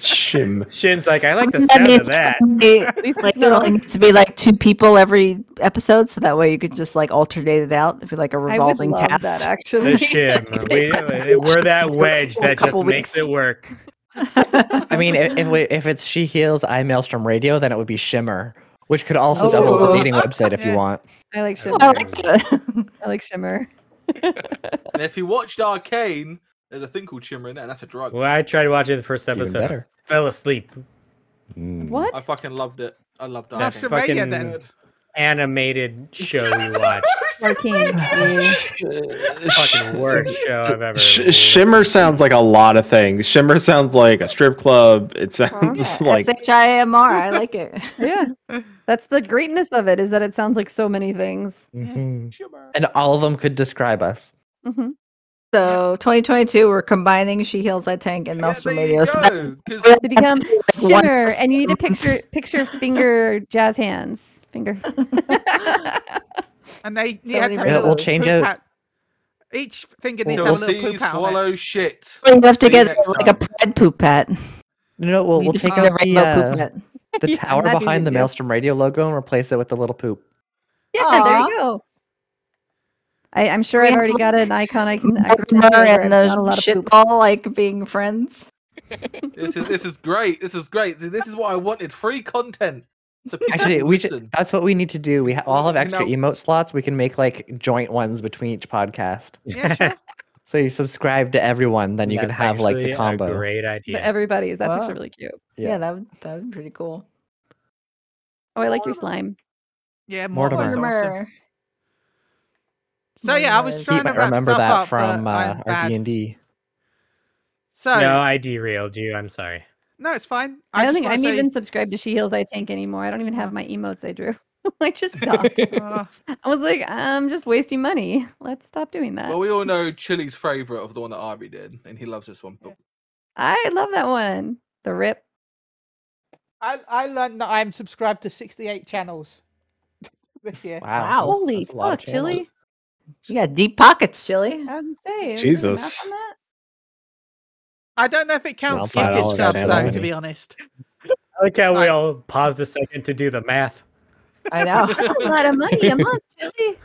Speaker 9: shim.
Speaker 6: Shin's like, I like the
Speaker 3: that
Speaker 6: sound
Speaker 3: means
Speaker 6: of that.
Speaker 3: only- like there
Speaker 4: not
Speaker 3: only needs to be like two people every episode, so that way you could just like alternate it out if you like a
Speaker 4: I would
Speaker 3: revolving
Speaker 4: love
Speaker 3: cast.
Speaker 4: that
Speaker 6: The
Speaker 4: actually.
Speaker 6: shim. We, we're that wedge
Speaker 3: For a
Speaker 6: that just
Speaker 3: couple
Speaker 6: makes
Speaker 3: weeks.
Speaker 6: it work.
Speaker 5: I mean, i- if we, if it's she heals, I maelstrom radio, then it would be shimmer, which could also
Speaker 4: Oh.
Speaker 5: double as a dating website if
Speaker 2: Yeah.
Speaker 5: you want.
Speaker 4: I like shimmer.
Speaker 3: I like that.
Speaker 4: I like shimmer.
Speaker 1: And if you watched Arcane, there's a thing called Shimmer in there, and that's a drug.
Speaker 6: Well, I tried watching the first episode.
Speaker 5: better.
Speaker 6: I fell asleep.
Speaker 1: I
Speaker 4: What?
Speaker 1: fucking loved it. I loved
Speaker 2: That's
Speaker 1: Arcane.
Speaker 2: the radio
Speaker 6: fucking-
Speaker 2: then.
Speaker 1: Good.
Speaker 6: Animated show we watched.
Speaker 4: Fourteen. Yeah.
Speaker 6: Fucking worst show I've ever.
Speaker 9: Sh- shimmer sounds like a lot of things. Shimmer sounds like a strip club. It sounds like
Speaker 3: It's H I M R. I like it.
Speaker 4: yeah. That's the greatness of it is that it sounds like so many things.
Speaker 5: Mhm.
Speaker 1: Shimmer.
Speaker 5: And all of them could describe us.
Speaker 4: hmm
Speaker 3: So 2022, we're combining She Heals, I Tank, and
Speaker 1: Yeah,
Speaker 3: Maelstrom
Speaker 1: there
Speaker 3: Radio.
Speaker 1: you
Speaker 3: So
Speaker 1: go, 'cause
Speaker 4: To become
Speaker 3: like one
Speaker 4: shimmer,
Speaker 3: person.
Speaker 4: and you need to picture picture finger jazz hands. Finger.
Speaker 2: And they you
Speaker 3: So
Speaker 2: had to have
Speaker 3: many
Speaker 2: a
Speaker 3: rows.
Speaker 2: little
Speaker 5: We'll change
Speaker 2: poop
Speaker 5: it.
Speaker 2: out- Each finger needs
Speaker 1: You'll
Speaker 2: to have a little
Speaker 1: see
Speaker 2: poop out. on it.
Speaker 1: swallow shit.
Speaker 3: we have to
Speaker 1: See you
Speaker 3: get
Speaker 1: next
Speaker 3: like a
Speaker 1: time.
Speaker 3: pride poop pet.
Speaker 5: No, no, we'll,
Speaker 3: We
Speaker 5: we'll
Speaker 3: just
Speaker 5: take
Speaker 3: get a
Speaker 5: out the,
Speaker 3: rainbow poop
Speaker 5: uh,
Speaker 3: pet.
Speaker 5: the
Speaker 4: Yeah,
Speaker 5: tower
Speaker 4: that's
Speaker 5: behind
Speaker 4: easy
Speaker 5: the
Speaker 4: to do.
Speaker 5: Maelstrom radio logo and replace it with the little poop.
Speaker 4: Yeah, there you go. I, I'm sure
Speaker 3: We
Speaker 4: I've
Speaker 3: have
Speaker 4: already
Speaker 3: like
Speaker 4: got an icon. I can. I can
Speaker 3: Mortimer
Speaker 4: remember. I've
Speaker 3: and
Speaker 4: done a lot
Speaker 3: the
Speaker 4: of
Speaker 3: shit
Speaker 4: poop.
Speaker 3: ball like being friends.
Speaker 1: This is this is great. This is great. This is what I wanted. Free content. So people
Speaker 5: Actually,
Speaker 1: can
Speaker 5: we should,
Speaker 1: listen.
Speaker 5: that's what we need to do. We ha- all have
Speaker 1: You
Speaker 5: extra
Speaker 1: know-
Speaker 5: emote slots. We can make like joint ones between each podcast.
Speaker 2: Yeah, sure.
Speaker 5: So you subscribe to everyone, then you can
Speaker 6: That's
Speaker 5: have like
Speaker 6: actually
Speaker 5: the
Speaker 6: a
Speaker 5: combo.
Speaker 6: great
Speaker 4: But
Speaker 6: idea.
Speaker 4: everybody's. That's
Speaker 3: Wow.
Speaker 4: actually really cute.
Speaker 3: Yeah,
Speaker 5: Yeah.
Speaker 3: that would that would be pretty cool.
Speaker 4: Oh, I like your slime.
Speaker 2: Yeah,
Speaker 5: Mortimer.
Speaker 2: Mortimer's awesome.
Speaker 3: Mortimer.
Speaker 2: So yeah, I was
Speaker 3: Mortimer's-
Speaker 5: Pete
Speaker 2: trying to
Speaker 5: might
Speaker 2: wrap
Speaker 5: remember
Speaker 2: stuff
Speaker 5: that
Speaker 2: up,
Speaker 5: from
Speaker 2: but
Speaker 5: uh,
Speaker 2: I'm
Speaker 5: our D and
Speaker 2: bad.
Speaker 5: D.
Speaker 2: So
Speaker 6: No,
Speaker 2: no,
Speaker 6: I derailed you. I'm sorry.
Speaker 2: it's fine.
Speaker 4: I, don't
Speaker 2: just
Speaker 4: think
Speaker 2: wanna
Speaker 4: I'm
Speaker 2: say-
Speaker 4: even subscribed to She Heals I Tank anymore. I don't even have my emotes I drew. I just stopped.
Speaker 2: Oh,
Speaker 4: I was like, I'm just wasting money. Let's stop doing that.
Speaker 1: Well, we all know Chili's favorite of the one that Arby did, and he loves this one. But
Speaker 4: I love that one. The rip.
Speaker 2: I I learned that I'm subscribed to 68 channels this year.
Speaker 3: Wow.
Speaker 4: Holy
Speaker 5: that's a lot of
Speaker 4: fuck, Chili.
Speaker 5: channels.
Speaker 3: You got deep pockets, Chili.
Speaker 4: I was gonna say. is there a map
Speaker 9: Jesus.
Speaker 4: on that?
Speaker 2: I don't know if it counts
Speaker 5: Well,
Speaker 2: gifted
Speaker 5: $5
Speaker 2: subs though,
Speaker 5: channel.
Speaker 2: to be honest.
Speaker 6: I like how we
Speaker 2: Like-
Speaker 6: all paused a second to do the math.
Speaker 3: I know.
Speaker 4: That's a lot of money a month, Chili.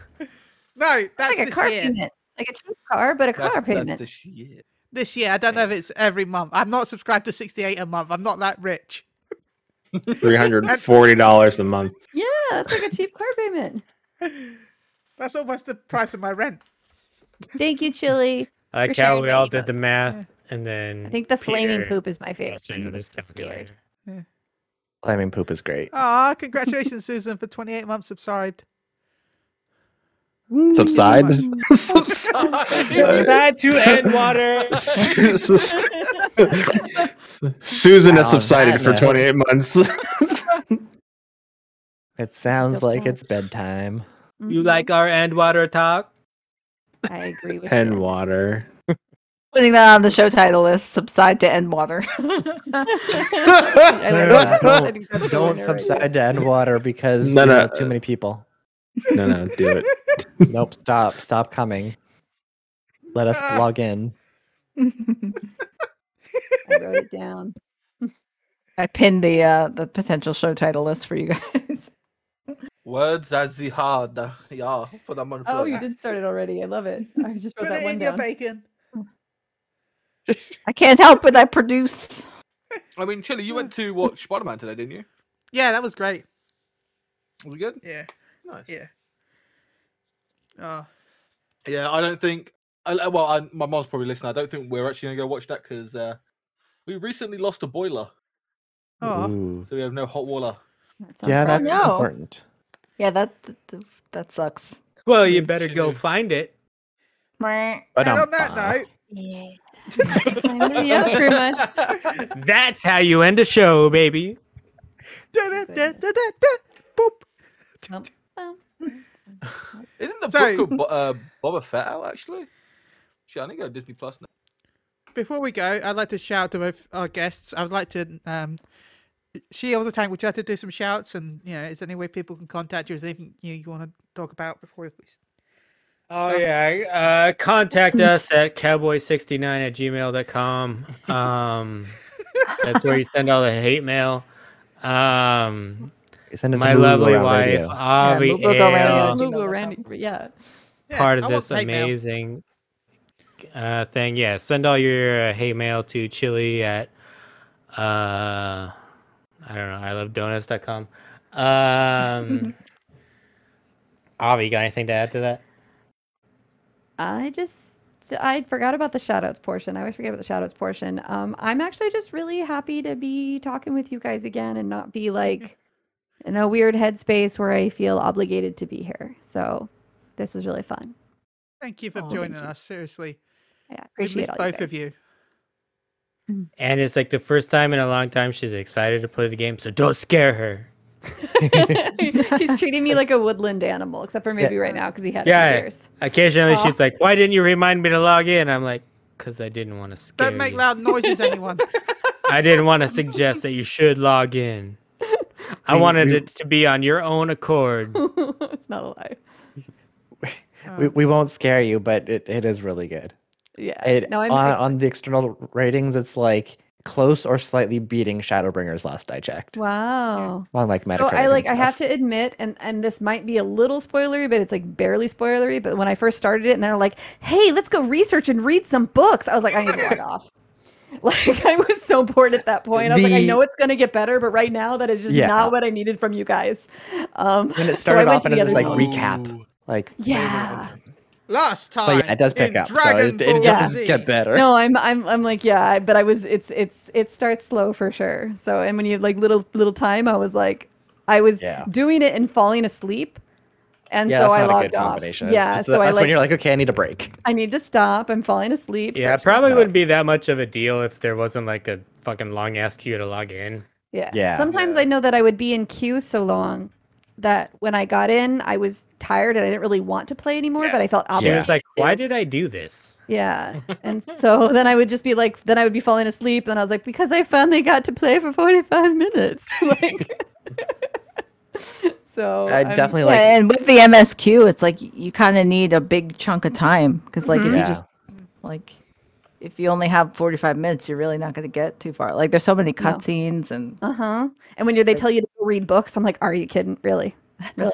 Speaker 2: No, that's
Speaker 4: It's like a
Speaker 2: this
Speaker 4: car
Speaker 2: year.
Speaker 4: payment. Like a cheap car, but a car
Speaker 1: that's,
Speaker 4: payment.
Speaker 1: that's the shit.
Speaker 2: This year, I don't know if it's every month. I'm not subscribed to 68 a month. I'm not that rich.
Speaker 9: three hundred forty dollars a month.
Speaker 4: yeah, that's Ah, like a cheap car payment.
Speaker 2: That's almost the price of my rent.
Speaker 4: Thank you, Chili.
Speaker 6: I like
Speaker 4: For
Speaker 6: how
Speaker 4: sharing
Speaker 6: we
Speaker 4: the
Speaker 6: all did the
Speaker 4: emotes.
Speaker 6: math, and then
Speaker 4: I think the flaming
Speaker 6: Peter-
Speaker 4: poop is my
Speaker 6: I'll
Speaker 4: favorite.
Speaker 6: show you
Speaker 4: one. I'm
Speaker 6: this
Speaker 4: so scared.
Speaker 6: calculator.
Speaker 5: Climbing poop is great.
Speaker 2: Ah, congratulations, Susan, for 28 months subscribed.
Speaker 9: Subside.
Speaker 1: Subside.
Speaker 6: Time to end water.
Speaker 9: Susan
Speaker 5: Wow,
Speaker 9: has subsided
Speaker 5: that
Speaker 9: for
Speaker 5: note.
Speaker 9: 28 months.
Speaker 5: It sounds like
Speaker 4: fun.
Speaker 5: it's bedtime.
Speaker 6: you like our end water talk?
Speaker 4: Mm-hmm. I agree with
Speaker 9: and
Speaker 4: you.
Speaker 9: water.
Speaker 3: Putting that on the show title list, subside to end water.
Speaker 4: I like
Speaker 5: No,
Speaker 4: that.
Speaker 5: Don't, don't subside to end water because
Speaker 9: No, uh,
Speaker 5: you
Speaker 9: no.
Speaker 5: know, too many people.
Speaker 9: No, no, do it.
Speaker 5: Nope. Stop. Stop coming. Let us
Speaker 2: Ah,
Speaker 5: log in.
Speaker 4: I wrote it down.
Speaker 3: I pinned the uh, the potential show title list for you guys.
Speaker 1: Words as the hard, yeah, for the month.
Speaker 4: Oh, you did start it already. I love it. I just wrote
Speaker 2: Put
Speaker 4: that
Speaker 2: it
Speaker 4: one
Speaker 2: in your
Speaker 4: down.
Speaker 2: bacon.
Speaker 3: I can't help it. I produced.
Speaker 1: I mean, Chili, you went to watch Spider Man today, didn't you?
Speaker 2: Yeah, that was great.
Speaker 1: Was it good?
Speaker 2: Yeah,
Speaker 1: Nice.
Speaker 2: yeah. Oh,
Speaker 1: Yeah, I don't think. I, I- well, I, my mom's probably listening. I don't think we're actually gonna go watch that because uh, we recently lost a boiler,
Speaker 2: oh.
Speaker 5: Ooh.
Speaker 1: so we have no hot water.
Speaker 4: That sounds
Speaker 5: Yeah,
Speaker 4: right.
Speaker 5: that's
Speaker 3: No.
Speaker 5: important.
Speaker 3: Yeah, that that, that sucks.
Speaker 6: Well, you
Speaker 1: Mm,
Speaker 6: better go
Speaker 1: shoot.
Speaker 6: find it.
Speaker 5: But
Speaker 2: and
Speaker 5: um,
Speaker 2: on that note,
Speaker 3: Yeah.
Speaker 4: I know, yeah, pretty much.
Speaker 6: That's how you end a show, baby.
Speaker 2: da, da, da, da, da, da, boop.
Speaker 1: Isn't the
Speaker 2: Sorry.
Speaker 1: book called Bo- uh, Boba Fett out actually? Shit, I need to go to Disney Plus now.
Speaker 2: Before we go, I'd like to shout to both our guests. I would like to. Um, she also tank. Would you like to do some shouts? And you know, is there any way people can contact you? Is there anything you, you want to talk about before we
Speaker 6: Oh yeah. Uh, contact us at cowboy69 at gmail.com. Um, that's where you send all the hate mail. Um,
Speaker 5: Send it to
Speaker 6: my
Speaker 5: Lulu
Speaker 6: lovely
Speaker 5: around
Speaker 6: wife,
Speaker 5: radio.
Speaker 6: Avi
Speaker 3: we'll go
Speaker 6: Ale,
Speaker 3: around.
Speaker 4: Google Randy. Yeah.
Speaker 2: Yeah,
Speaker 6: part of
Speaker 2: I
Speaker 6: this
Speaker 2: want hate mail.
Speaker 6: amazing uh, thing. Yeah, send all your uh, hate mail to chili at uh, I don't know. I love donuts.com. Um, Avi, you got anything to add to that?
Speaker 4: I just I forgot about the shoutouts portion. I always forget about the shoutouts portion. Um, I'm actually just really happy to be talking with you guys again and not be like in a weird headspace where I feel obligated to be here. So this was really fun.
Speaker 2: Thank you for
Speaker 4: Oh,
Speaker 2: joining
Speaker 4: thank you.
Speaker 2: us. Seriously,
Speaker 4: Yeah,
Speaker 2: we
Speaker 4: appreciate
Speaker 2: missed
Speaker 4: all
Speaker 2: both
Speaker 4: you
Speaker 2: of
Speaker 4: guys.
Speaker 2: you.
Speaker 6: And it's like the first time in a long time she's excited to play the game, so don't scare her.
Speaker 4: He's treating me like a woodland animal, except for maybe right now because he had
Speaker 6: Yeah.
Speaker 4: yeah. ears.
Speaker 6: Occasionally
Speaker 4: Aw.
Speaker 6: she's like, Why didn't you remind me to log in? I'm like, Because I didn't want to scare
Speaker 2: Don't make
Speaker 6: you.
Speaker 2: loud noises, anyone.
Speaker 6: I didn't want to suggest that you should log in. I wanted it to be on your own accord.
Speaker 4: it's not a lie.
Speaker 5: We, we won't scare you, but it, it is really good.
Speaker 4: Yeah.
Speaker 5: It,
Speaker 4: no, I'm
Speaker 5: on,
Speaker 4: ex-
Speaker 5: on the external ratings, it's like close or slightly beating Shadowbringers last I checked.
Speaker 4: wow.
Speaker 5: On like Metacritic.
Speaker 4: So I
Speaker 5: and
Speaker 4: like I have
Speaker 5: stuff.
Speaker 4: to admit, and and this might be a little spoilery, but it's like barely spoilery. But when I first started it, and they're like, "Hey, let's go research and read some books," I was like, "I need to log off." Like I was so bored at that point. I was like, "I
Speaker 5: The-
Speaker 4: know it's gonna get better, but right now that is just
Speaker 5: Yeah.
Speaker 4: not what I needed from you guys." Um,
Speaker 5: When it
Speaker 4: so I
Speaker 5: started
Speaker 4: went
Speaker 5: off
Speaker 4: to
Speaker 5: and
Speaker 4: the
Speaker 5: it was
Speaker 4: other
Speaker 5: like
Speaker 4: zone.
Speaker 5: recap,
Speaker 1: Ooh.
Speaker 5: like
Speaker 4: yeah,
Speaker 2: Last time.
Speaker 5: but Oh, yeah, it does pick
Speaker 2: in
Speaker 5: up. So
Speaker 2: Dragon
Speaker 5: it, it
Speaker 2: Ball
Speaker 5: does
Speaker 2: Z.
Speaker 5: get better.
Speaker 4: no, I'm I'm I'm like yeah, I- but I was it's it's it starts slow for sure. So and when you have like little little time, I was like, I was
Speaker 5: Yeah.
Speaker 4: doing it and falling asleep. And
Speaker 5: yeah,
Speaker 4: so
Speaker 5: that's
Speaker 4: I
Speaker 5: not a
Speaker 4: logged
Speaker 5: good
Speaker 4: off.
Speaker 5: combination.
Speaker 4: Yeah,
Speaker 5: It's- it's-
Speaker 4: so I
Speaker 5: that's
Speaker 4: like
Speaker 5: when you're like, okay, I need a break.
Speaker 4: I need to stop. I'm falling asleep. so
Speaker 6: Yeah,
Speaker 4: I
Speaker 6: it
Speaker 4: should
Speaker 6: probably
Speaker 4: stop.
Speaker 6: wouldn't be that much of a deal if there wasn't like a fucking long ass queue to log in.
Speaker 4: Yeah.
Speaker 5: Yeah.
Speaker 4: Sometimes I know that I would be in queue so long that when I got in, I was tired and I didn't really want to play anymore, but I felt
Speaker 6: Yeah.
Speaker 4: obligated.
Speaker 6: It's like, why did I do this?
Speaker 4: Yeah. And so then I would just be like, then I would be falling asleep. And I was like, because I finally got to play for 45 minutes. Like,
Speaker 6: Oh,
Speaker 4: so
Speaker 5: I
Speaker 4: I'm-
Speaker 5: definitely
Speaker 3: yeah,
Speaker 5: like
Speaker 3: and with the MSQ, it's like you kind of need a big chunk of time because, like, if
Speaker 5: Yeah.
Speaker 3: you just like if you only have forty five minutes, you're really not going to get too far. Like, there's so many cutscenes and
Speaker 4: Uh huh. And when you're, they tell you to go read books, I'm like, are you kidding? Really? Really?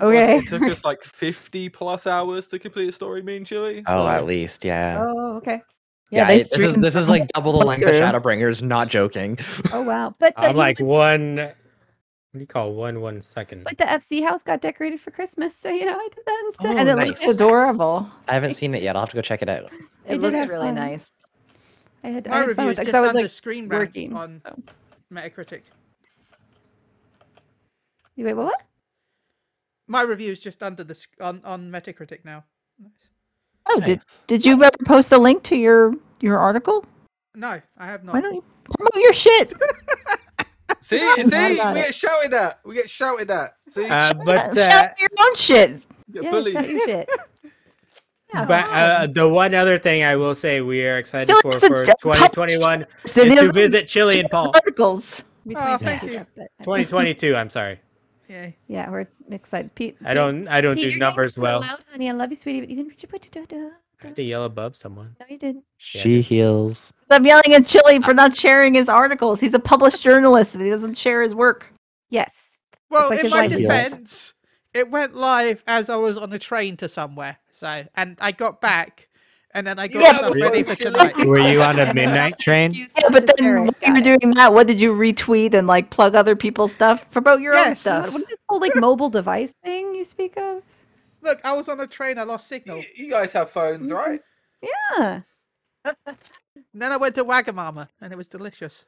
Speaker 4: okay.
Speaker 1: It took us like 50 plus hours to complete a story, me and Chili.
Speaker 5: Oh,
Speaker 1: so-
Speaker 5: at least, yeah.
Speaker 4: Oh, okay.
Speaker 5: yeah,
Speaker 3: they
Speaker 5: it- this is
Speaker 3: stream
Speaker 5: this is
Speaker 3: from
Speaker 5: like double the length of
Speaker 3: playthrough.
Speaker 5: Shadowbringers. Not joking.
Speaker 4: Oh, wow. But the-
Speaker 6: I'm
Speaker 4: you
Speaker 6: like one. What do you call one one second?
Speaker 4: But the FC house got decorated for Christmas, so you know I did that instead.
Speaker 5: Oh,
Speaker 4: and it
Speaker 5: nice.
Speaker 4: looks,
Speaker 3: adorable.
Speaker 5: I haven't seen it yet. I'll have to go check it out.
Speaker 4: I
Speaker 3: It
Speaker 4: did
Speaker 3: looks
Speaker 4: have
Speaker 3: really
Speaker 4: fun.
Speaker 3: nice.
Speaker 4: I had, I
Speaker 2: My
Speaker 4: had fun
Speaker 2: review
Speaker 4: with
Speaker 2: is
Speaker 4: that
Speaker 2: just
Speaker 4: because I was
Speaker 2: under
Speaker 4: like
Speaker 2: screen rank
Speaker 4: working.
Speaker 2: on
Speaker 4: so.
Speaker 2: Metacritic.
Speaker 4: You wait, what? what?
Speaker 2: My review is just under the sc- on on Metacritic now. Nice.
Speaker 3: Oh, did did you ever post a link to your your article?
Speaker 2: No, I have not.
Speaker 3: Why don't you promote your shit?
Speaker 1: See, see,
Speaker 3: I'm
Speaker 1: we
Speaker 3: mad about it.
Speaker 1: get shouted at. We get shouted at. See,
Speaker 5: Um,
Speaker 6: Uh, but
Speaker 3: Shout
Speaker 6: uh,
Speaker 3: out your own shit.
Speaker 1: we get
Speaker 4: yeah,
Speaker 1: bullied.
Speaker 4: shut your shit.
Speaker 3: Yeah,
Speaker 6: but uh, the one other thing I will say we are excited
Speaker 3: Don't
Speaker 6: for
Speaker 3: listen
Speaker 6: for
Speaker 3: to-
Speaker 6: 2021 is
Speaker 3: Send
Speaker 6: to
Speaker 3: us
Speaker 6: visit Chili and Paul.
Speaker 3: Articles.
Speaker 4: Be
Speaker 2: Oh,
Speaker 4: 22,
Speaker 2: thank you.
Speaker 4: but-
Speaker 6: 2022. I'm sorry.
Speaker 2: Yeah.
Speaker 4: Yeah, we're excited. Pete,
Speaker 6: I don't. I don't do numbers well.
Speaker 4: Loud, honey. I love you, sweetie, but you can put your
Speaker 6: I had to yell above someone.
Speaker 4: No, you didn't.
Speaker 5: She heals.
Speaker 3: I'm yelling at Chili for not sharing his articles. He's a published journalist and he doesn't share his work.
Speaker 4: Yes.
Speaker 2: Well,
Speaker 4: like
Speaker 2: in
Speaker 4: his
Speaker 2: my
Speaker 4: life
Speaker 5: heals.
Speaker 2: defense, it went live as I was on a train to somewhere. So, and I got back, and then I got
Speaker 3: Yeah,
Speaker 2: stuff
Speaker 6: but-
Speaker 2: ready for tonight.
Speaker 6: Were you on a midnight train?
Speaker 4: Excuse
Speaker 3: Yeah,
Speaker 4: not
Speaker 3: but
Speaker 4: to
Speaker 3: then
Speaker 4: share it.
Speaker 3: while you were
Speaker 4: Got it.
Speaker 3: doing that, what did you retweet and like plug other people's stuff? Promote your own
Speaker 2: Yes.
Speaker 3: stuff.
Speaker 4: What is this whole like mobile device thing you speak of?
Speaker 2: Look, I was on a train. I lost signal.
Speaker 1: You, you guys have phones,
Speaker 2: Mm-hmm.
Speaker 1: right?
Speaker 4: Yeah.
Speaker 2: And then I went to Wagamama, and it was delicious.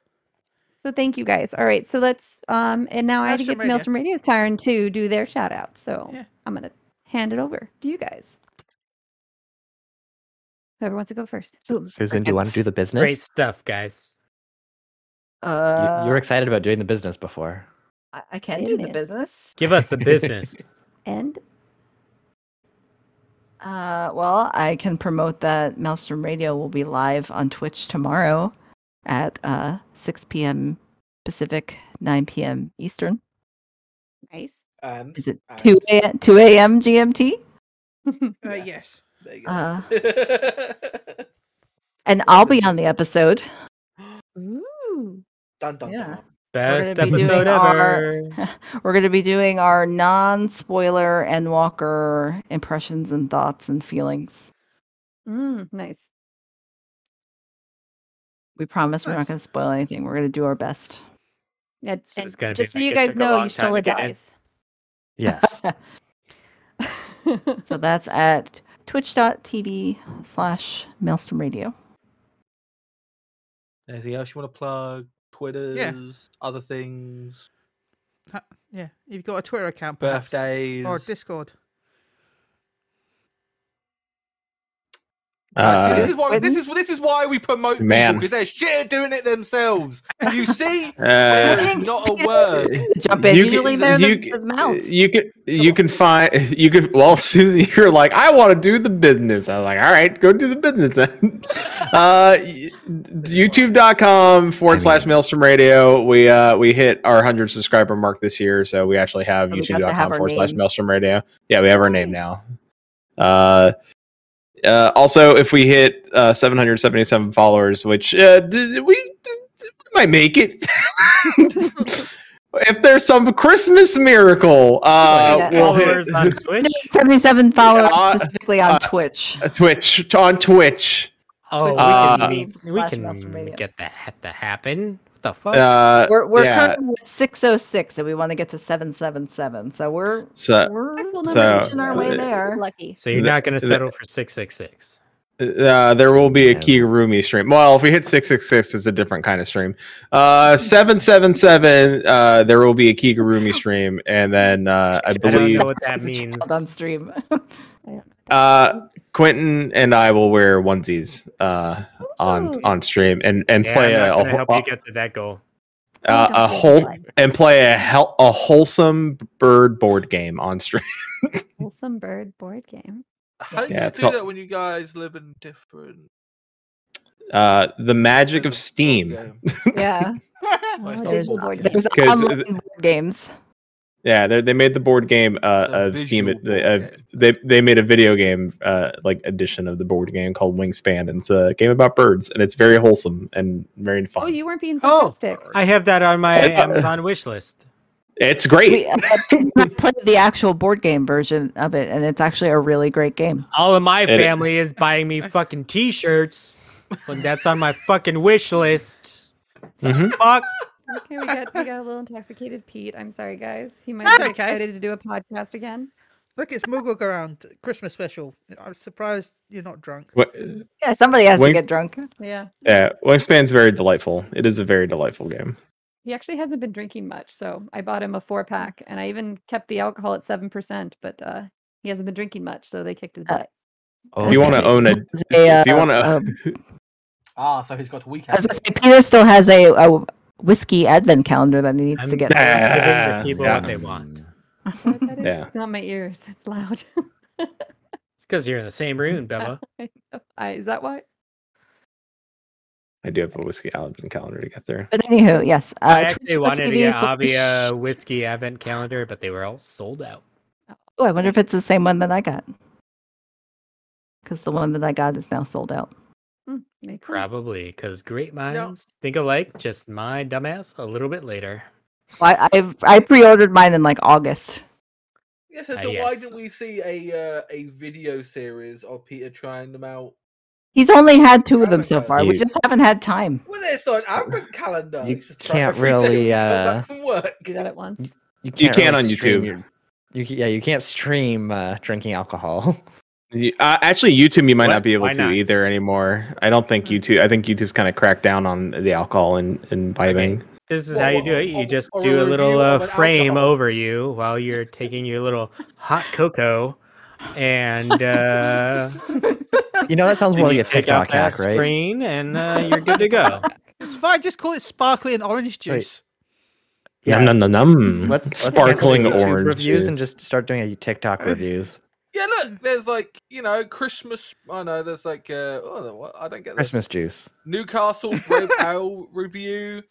Speaker 4: So thank you guys. All right. So let's um and now I had to
Speaker 2: Maelstrom
Speaker 4: get some mails
Speaker 2: Radio.
Speaker 4: from Radio's Tyrant to do their shout out. So
Speaker 2: Yeah.
Speaker 4: I'm gonna hand it over to you guys. Whoever wants to go first. Ooh,
Speaker 5: Susan, do you want to do the business?
Speaker 6: Great stuff, guys.
Speaker 3: Uh,
Speaker 5: You, you were excited about doing the business before.
Speaker 3: I, I can do the
Speaker 4: Goodness.
Speaker 3: business.
Speaker 6: Give us the business.
Speaker 4: And
Speaker 3: Uh, well, I can promote that Maelstrom Radio will be live on Twitch tomorrow at uh, 6 p.m. Pacific, 9 p.m. Eastern.
Speaker 4: nice.
Speaker 3: Is it 2 a.m. 2 a.m. GMT?
Speaker 2: Uh, Yes.
Speaker 11: There you go.
Speaker 3: Uh,
Speaker 1: Uh-huh.
Speaker 3: and I'll be on the episode.
Speaker 4: Ooh.
Speaker 11: dun, dun,
Speaker 3: yeah.
Speaker 11: dun.
Speaker 6: Best
Speaker 3: gonna be doing
Speaker 6: episode
Speaker 3: our-
Speaker 6: ever.
Speaker 3: We're going to be doing our non spoiler and Walker impressions and thoughts and feelings.
Speaker 4: Mm, nice.
Speaker 3: We promise we're
Speaker 2: Nice.
Speaker 3: not going to spoil anything. We're going to do our best.
Speaker 4: Yeah,
Speaker 11: So it's
Speaker 4: and
Speaker 6: gonna be
Speaker 4: just so
Speaker 6: like
Speaker 4: you
Speaker 6: it
Speaker 4: guys
Speaker 6: took a
Speaker 4: know,
Speaker 6: long
Speaker 4: you
Speaker 6: time
Speaker 4: still
Speaker 6: to get in.
Speaker 4: dies.
Speaker 5: Yes.
Speaker 3: So that's at twitch.tv slash Maelstrom Radio.
Speaker 1: Anything else you want to plug? Twitters, other things,
Speaker 2: Yeah. You've got a Twitter account, perhaps,
Speaker 1: Oh, birthdays.
Speaker 2: or Discord.
Speaker 1: Uh, see,
Speaker 7: Uh,
Speaker 1: this is why this is this is why we promote
Speaker 7: Man.
Speaker 1: because they're shit at doing it themselves. You see,
Speaker 7: uh,
Speaker 1: There is not a word.
Speaker 3: Jump in.
Speaker 7: You
Speaker 3: Usually
Speaker 7: can-
Speaker 3: they're the,
Speaker 7: you
Speaker 3: the mouth.
Speaker 7: You can you can find you can well Susie you're like I want to do the business. I was like all right, go do the business then. uh y- youtube.com forward slash maelstrom radio. We uh we hit our 100 subscriber mark this year, so we actually have
Speaker 3: And we got to
Speaker 7: youtube.com
Speaker 3: have our
Speaker 7: forward slash
Speaker 3: name.
Speaker 7: maelstrom radio. Yeah, we have our name now. Uh uh, also, if we hit uh, 777 followers, which uh, d- we, d- d- we might make it, if there's some Christmas miracle, uh,
Speaker 3: Yeah.
Speaker 7: we'll
Speaker 6: Followers on
Speaker 7: hit
Speaker 6: Twitch.
Speaker 3: 77 followers
Speaker 7: uh,
Speaker 3: specifically on
Speaker 7: uh,
Speaker 3: Twitch.
Speaker 7: Twitch on Twitch.
Speaker 6: Oh,
Speaker 7: Uh,
Speaker 6: we can, we
Speaker 3: Flash Master
Speaker 6: can
Speaker 3: Radio.
Speaker 6: get that to happen. What the fuck?
Speaker 7: Uh,
Speaker 3: We're, we're
Speaker 7: yeah,
Speaker 3: currently at 606 and we want to get to 777. So we're,
Speaker 7: so
Speaker 3: we're
Speaker 7: Uh, So- uh,
Speaker 3: inching our way there.
Speaker 4: Lucky.
Speaker 6: so you're
Speaker 7: the-
Speaker 6: not going to
Speaker 7: the-
Speaker 6: settle for six six six.
Speaker 7: uh, there will be a Kigurumi stream. Well, if we hit 666, it's a different kind of stream. Uh, 777, uh, there will be a Kigurumi stream. And then uh, I
Speaker 6: I don't
Speaker 7: believe
Speaker 6: know what that
Speaker 3: It's a child
Speaker 6: means.
Speaker 3: on stream.
Speaker 7: uh, Quentin and I will wear onesies uh, on
Speaker 4: Ooh.
Speaker 7: on stream and, and
Speaker 6: Yeah,
Speaker 7: play
Speaker 6: I'm not
Speaker 7: a, a,
Speaker 6: gonna help
Speaker 7: whole-
Speaker 6: you get to that goal.
Speaker 7: uh, a whole and play a hel- a wholesome bird board game on stream.
Speaker 4: wholesome bird board game.
Speaker 1: How do
Speaker 7: Yeah,
Speaker 1: you
Speaker 7: it's
Speaker 1: do
Speaker 7: called-
Speaker 1: that when you guys live in different?
Speaker 7: Uh, the magic
Speaker 1: Yeah.
Speaker 7: of Steam. Uh,
Speaker 1: game?
Speaker 3: yeah.
Speaker 1: Oh, it's not
Speaker 4: Oh, there's
Speaker 1: board
Speaker 4: the board game.
Speaker 3: There's
Speaker 7: 'Cause, uh,
Speaker 3: online board games.
Speaker 7: Yeah, they they made the board game uh,
Speaker 1: It's a
Speaker 7: of Steam.
Speaker 1: visual
Speaker 7: They,
Speaker 1: board
Speaker 7: uh,
Speaker 1: game.
Speaker 7: they they made a video game uh, like edition of the board game called Wingspan, and it's a game about birds, and it's very wholesome and very fun.
Speaker 4: Oh, you weren't being
Speaker 6: Oh.
Speaker 4: sarcastic.
Speaker 6: I have that on my
Speaker 7: Uh,
Speaker 6: Amazon wish list.
Speaker 7: it's great.
Speaker 3: We uh, I played the actual board game version of it, and it's actually a really great game.
Speaker 6: All of my
Speaker 7: it-
Speaker 6: family is buying me fucking T-shirts, and that's on my fucking wish list.
Speaker 7: Mhm.
Speaker 6: Fuck.
Speaker 4: Okay, we got we got a little intoxicated, Pete. I'm sorry, guys. He might
Speaker 2: That's
Speaker 4: be
Speaker 2: okay.
Speaker 4: excited to do a podcast again.
Speaker 2: Look, it's Moogle Around Christmas special. I'm surprised you're not drunk.
Speaker 7: Wi-
Speaker 3: Yeah, somebody has to
Speaker 7: Wing-
Speaker 3: get drunk.
Speaker 4: Yeah,
Speaker 7: Yeah, Wingspan's very delightful. It is a very delightful game.
Speaker 4: he actually hasn't been drinking much, so I bought him a four pack, and I even kept the alcohol at seven percent. But uh, he hasn't been drinking much, so they kicked his
Speaker 3: Uh,
Speaker 4: butt.
Speaker 5: Oh,
Speaker 7: If you want to own a,
Speaker 3: A,
Speaker 7: if you
Speaker 3: uh,
Speaker 7: want
Speaker 3: uh,
Speaker 7: to,
Speaker 1: Ah, so he's got the
Speaker 3: I was
Speaker 1: weekend.
Speaker 3: gonna say, Peter still has a, a whiskey advent calendar that he needs to
Speaker 6: I'm
Speaker 3: get.
Speaker 6: giving the
Speaker 7: Ah,
Speaker 6: people
Speaker 7: yeah.
Speaker 6: what they want.
Speaker 5: Hmm.
Speaker 4: What that is,
Speaker 7: Yeah.
Speaker 4: it's not my ears. It's loud.
Speaker 6: It's because you're in the same room, Bella.
Speaker 4: I know. I, is that why?
Speaker 7: I do have a whiskey Alvin calendar to get there.
Speaker 3: But anywho, yes. Uh,
Speaker 6: I actually wanted to
Speaker 3: twitch.tv
Speaker 6: get
Speaker 3: slash-
Speaker 6: Avi a whiskey advent calendar, but they were all sold out.
Speaker 3: Oh, I wonder if it's the same one that I got. Because the one that I got is now sold out.
Speaker 4: Mm, makes sense.
Speaker 6: Probably because great minds think alike. Just my dumbass a little bit later.
Speaker 3: Well, I I've, I pre-ordered mine in like August.
Speaker 1: Yes, so
Speaker 6: Ah,
Speaker 1: why
Speaker 6: yes.
Speaker 1: didn't we see a uh, a video series of Peter trying them out?
Speaker 3: He's only had two of them so
Speaker 1: Advent
Speaker 3: far. We
Speaker 5: You-
Speaker 3: just haven't had time.
Speaker 1: Well, it's not an advent calendar.
Speaker 5: You
Speaker 1: He's just trying
Speaker 5: can't
Speaker 1: every day when
Speaker 5: really,
Speaker 1: we come back
Speaker 5: uh,
Speaker 1: from work.
Speaker 4: Do that at once.
Speaker 5: You
Speaker 7: can on
Speaker 5: stream
Speaker 7: YouTube.
Speaker 5: your- you ca- yeah, you can't stream uh, drinking alcohol.
Speaker 7: You- Uh, actually, YouTube, you might
Speaker 6: What?
Speaker 7: not be able
Speaker 6: Why
Speaker 7: to
Speaker 6: not?
Speaker 7: either anymore. I don't think YouTube. I think YouTube's kind of cracked down on the alcohol and imbibing.
Speaker 6: This is
Speaker 1: Or-
Speaker 6: how you do
Speaker 1: or-
Speaker 6: it. You
Speaker 1: or-
Speaker 6: just
Speaker 1: or a
Speaker 6: do a little
Speaker 1: review
Speaker 6: uh,
Speaker 1: of an
Speaker 6: frame
Speaker 1: alcohol.
Speaker 6: over you while you're taking your little hot cocoa, and uh,
Speaker 5: You know that sounds
Speaker 6: then
Speaker 5: more like
Speaker 6: you
Speaker 5: a
Speaker 6: take off
Speaker 5: TikTok hack,
Speaker 6: that
Speaker 5: right?
Speaker 6: Screen, and uh, you're good to go.
Speaker 2: It's fine. Just call it sparkling orange juice.
Speaker 5: Yeah.
Speaker 7: Num num num num.
Speaker 5: Let's, let's cancel the
Speaker 7: Sparkling
Speaker 5: YouTube
Speaker 7: orange
Speaker 5: reviews
Speaker 7: juice.
Speaker 5: and just start doing a TikTok reviews.
Speaker 1: Yeah, look, there's like you know Christmas. I know there's like uh, oh, what- I don't get this.
Speaker 5: Christmas juice.
Speaker 1: Newcastle Red Ale review.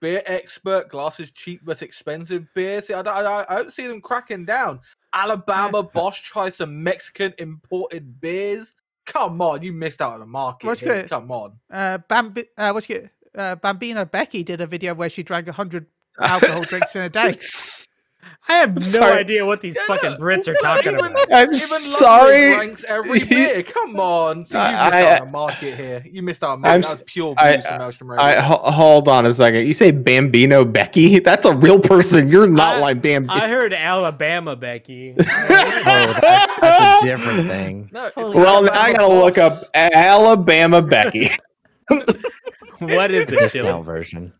Speaker 1: Beer expert, glasses cheap but expensive beer. See, I don't, I don't- I don't see them cracking down. Alabama Bosch tries some Mexican imported beers. Come on, you missed out on the market.
Speaker 2: What's
Speaker 1: here.
Speaker 2: good?
Speaker 1: Come on.
Speaker 2: Uh, Bambi- uh, what's it? Uh, Bambino Becky did a video where she drank 100 alcohol drinks in a day.
Speaker 6: I have no
Speaker 7: sorry.
Speaker 6: idea what these
Speaker 1: Yeah,
Speaker 6: fucking
Speaker 1: look,
Speaker 6: Brits are
Speaker 1: look,
Speaker 6: talking
Speaker 1: even-
Speaker 6: about.
Speaker 1: Even
Speaker 7: I'm
Speaker 1: London
Speaker 7: sorry.
Speaker 1: Ranks every beer. Come on. See, you missed
Speaker 7: I-
Speaker 1: out
Speaker 7: I-
Speaker 1: on the market here. You missed out on
Speaker 7: I'm
Speaker 1: market. That
Speaker 7: s-
Speaker 1: was pure
Speaker 7: I-
Speaker 1: abuse from Maelstrom Radio.
Speaker 7: I ho- hold on a second. You say Bambino Becky? That's a real person. You're not
Speaker 6: I-
Speaker 7: like Bambino.
Speaker 6: I heard Alabama, Becky.
Speaker 5: Oh, that's, that's a different thing.
Speaker 1: No, it's
Speaker 4: Totally.
Speaker 7: well, now
Speaker 1: Alabama
Speaker 7: I gotta look up
Speaker 1: Bosch.
Speaker 7: Alabama Becky.
Speaker 6: what is it,
Speaker 5: Discount
Speaker 6: Jill?
Speaker 5: version.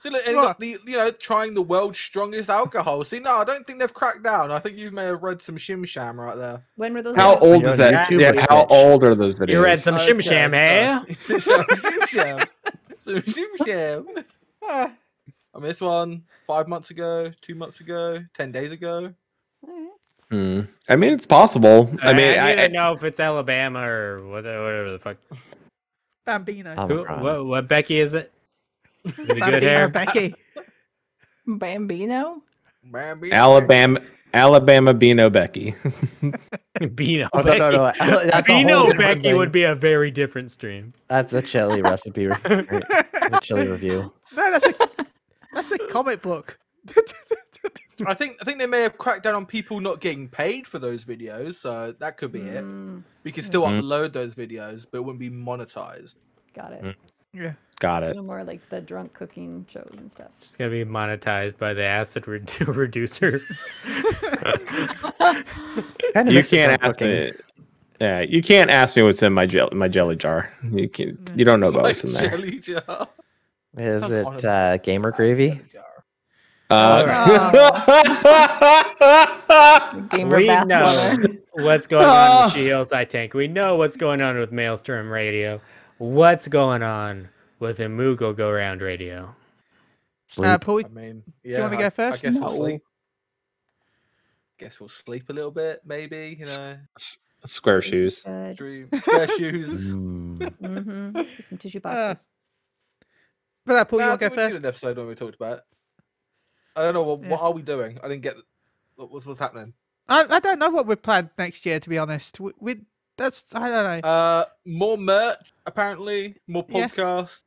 Speaker 1: See, look, and
Speaker 2: What?
Speaker 1: look, the, you know, trying the world's strongest alcohol. See, no, I don't think they've cracked down. I think you may have read some shim sham right there.
Speaker 4: When were those?
Speaker 7: How
Speaker 4: out?
Speaker 7: old is that?
Speaker 5: YouTube,
Speaker 7: Yeah,
Speaker 5: bitch.
Speaker 7: how old are those videos?
Speaker 6: You read some shim
Speaker 1: Okay,
Speaker 6: sham, eh?
Speaker 1: so- some shim sham. Some shim sham.
Speaker 2: Ah,
Speaker 1: I mean, this one five months ago, two months ago, ten days ago.
Speaker 7: Hmm. I mean, it's possible. I mean,
Speaker 6: I,
Speaker 7: I,
Speaker 6: don't know if it's Alabama or whatever, whatever the fuck.
Speaker 2: Bambino.
Speaker 6: Who,
Speaker 5: Omicron.
Speaker 6: what, what Becky is it? With The good
Speaker 2: Bambino
Speaker 6: hair.
Speaker 2: Becky.
Speaker 3: Bambino?
Speaker 1: Bambi-
Speaker 7: Alabama, Alabama Bino Becky.
Speaker 6: Beano
Speaker 5: Oh, no,
Speaker 6: Becky.
Speaker 5: no, no. That's a whole
Speaker 6: Beano
Speaker 5: different
Speaker 6: Becky
Speaker 5: thing.
Speaker 6: would be a very different stream.
Speaker 5: That's a chili recipe. re- re- the chili review.
Speaker 2: No, that's a that's a comic book.
Speaker 1: I think I think they may have cracked down on people not getting paid for those videos, so that could be it.
Speaker 2: Hmm.
Speaker 4: Mm,
Speaker 1: We could still
Speaker 7: Mm.
Speaker 1: upload those videos, but it wouldn't be monetized.
Speaker 4: got it.
Speaker 6: Mm.
Speaker 2: yeah.
Speaker 7: Got it.
Speaker 4: No more like the drunk cooking shows and stuff.
Speaker 6: She's gonna be monetized by the acid redu- reducer.
Speaker 5: Kind
Speaker 7: You can't ask me. Yeah, you can't ask me what's in my jelly my jelly jar. You can You don't know about
Speaker 1: Like
Speaker 7: what's in there.
Speaker 1: jelly jar.
Speaker 5: Is
Speaker 1: That's one of
Speaker 5: it
Speaker 1: the-
Speaker 5: uh, gamer gravy?
Speaker 1: Jelly jar.
Speaker 7: Uh,
Speaker 3: Gamer
Speaker 6: we
Speaker 3: bath
Speaker 6: know
Speaker 3: water.
Speaker 6: what's going on with She-Heels I Tank. We know what's going on with Maelstrom Radio. What's going on with Imugo Go Round Radio?
Speaker 5: Sleep.
Speaker 2: Uh, Paul,
Speaker 1: I mean, yeah,
Speaker 2: you wanna
Speaker 1: I-
Speaker 2: go first?
Speaker 1: I guess we'll
Speaker 3: No.
Speaker 1: sleep. Guess we'll sleep a little bit, maybe. You know,
Speaker 7: Square shoes.
Speaker 4: Good.
Speaker 1: dream, spare shoes.
Speaker 5: Mm.
Speaker 4: Mm-hmm. Some tissue
Speaker 2: Uh,
Speaker 4: boxes.
Speaker 2: but uh, Paul,
Speaker 1: Nah,
Speaker 2: you
Speaker 1: I
Speaker 2: want to
Speaker 1: think
Speaker 2: go
Speaker 1: we did
Speaker 2: first?
Speaker 1: an episode when we talked about. It. I don't know what
Speaker 2: Yeah.
Speaker 1: what are we doing. I didn't get what, what's what's happening.
Speaker 2: I, I don't know what we're planned next year. To be honest, we, we that's I don't know.
Speaker 1: Uh, more merch apparently, more
Speaker 2: Yeah.
Speaker 1: podcasts,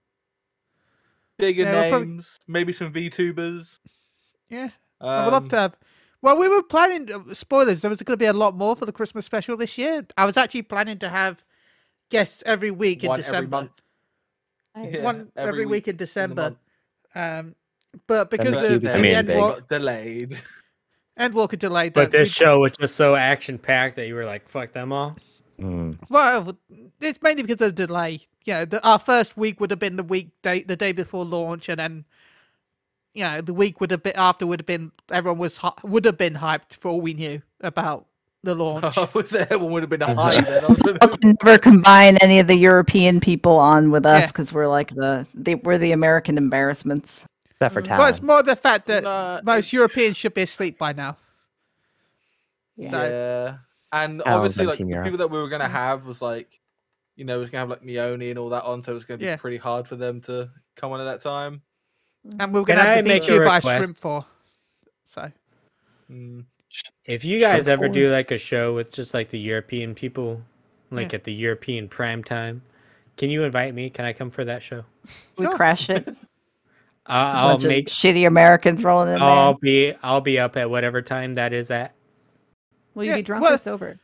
Speaker 1: bigger
Speaker 2: Yeah, we'll probably-
Speaker 1: names, maybe some VTubers.
Speaker 2: yeah,
Speaker 1: Um,
Speaker 2: I would love to have. Well, we were planning uh, spoilers. There was going to be a lot more for the Christmas special this year. I was actually planning to have guests every week in
Speaker 1: one
Speaker 2: December.
Speaker 1: every month.
Speaker 4: Nice.
Speaker 1: yeah,
Speaker 2: one every,
Speaker 1: every
Speaker 2: week,
Speaker 1: week
Speaker 2: in December.
Speaker 1: month.
Speaker 2: um, but because
Speaker 5: December
Speaker 2: of
Speaker 5: TV
Speaker 2: the
Speaker 5: I
Speaker 7: mean,
Speaker 2: end,
Speaker 5: big.
Speaker 2: walk,
Speaker 1: Got delayed.
Speaker 2: end walker delay, that
Speaker 6: But this
Speaker 2: we-
Speaker 6: show was just so action packed that you were like, "Fuck them all."
Speaker 5: Mm.
Speaker 2: Well, it's mainly because of the delay. You know, the, our first week would have been the week day, the day before launch, and then you know the week would have been after would have been everyone was hy- would have been hyped for all we knew about the launch.
Speaker 1: I was there. Everyone would have been high. then. I was-
Speaker 3: We can never combine any of the European people on with us
Speaker 2: Yeah.
Speaker 3: because we're like the, the we're the American embarrassments.
Speaker 5: Except for
Speaker 4: Mm.
Speaker 2: well, it's
Speaker 5: Talon.
Speaker 2: more the fact that
Speaker 1: Nah, it-
Speaker 2: most Europeans should be asleep by now.
Speaker 3: Yeah.
Speaker 2: So,
Speaker 1: Yeah. And
Speaker 5: Alan's
Speaker 1: obviously,
Speaker 5: on
Speaker 1: like the
Speaker 5: Team Europe.
Speaker 1: people that we were gonna
Speaker 2: Mm.
Speaker 1: have was like, you know, was gonna have like Mione and all that on, so it was gonna be
Speaker 2: Yeah.
Speaker 1: pretty hard for them to come on at that time.
Speaker 2: and we were
Speaker 6: Can
Speaker 2: going to
Speaker 6: I
Speaker 2: have the
Speaker 6: make a
Speaker 2: VTuber I
Speaker 6: request?
Speaker 2: shrimp for. So
Speaker 1: Mm.
Speaker 6: If you guys ever do like a show with just like the European people, like
Speaker 2: Yeah.
Speaker 6: at the European prime time, can you invite me? Can I come for that show?
Speaker 3: We
Speaker 2: Sure.
Speaker 3: crash it. It's a
Speaker 6: I'll I'll
Speaker 3: bunch of
Speaker 6: make.
Speaker 3: shitty Americans rolling in
Speaker 6: I'll
Speaker 3: there.
Speaker 6: be. I'll be up at whatever time that is at.
Speaker 4: Will you
Speaker 2: yeah,
Speaker 4: be drunk
Speaker 2: well-
Speaker 4: or sober?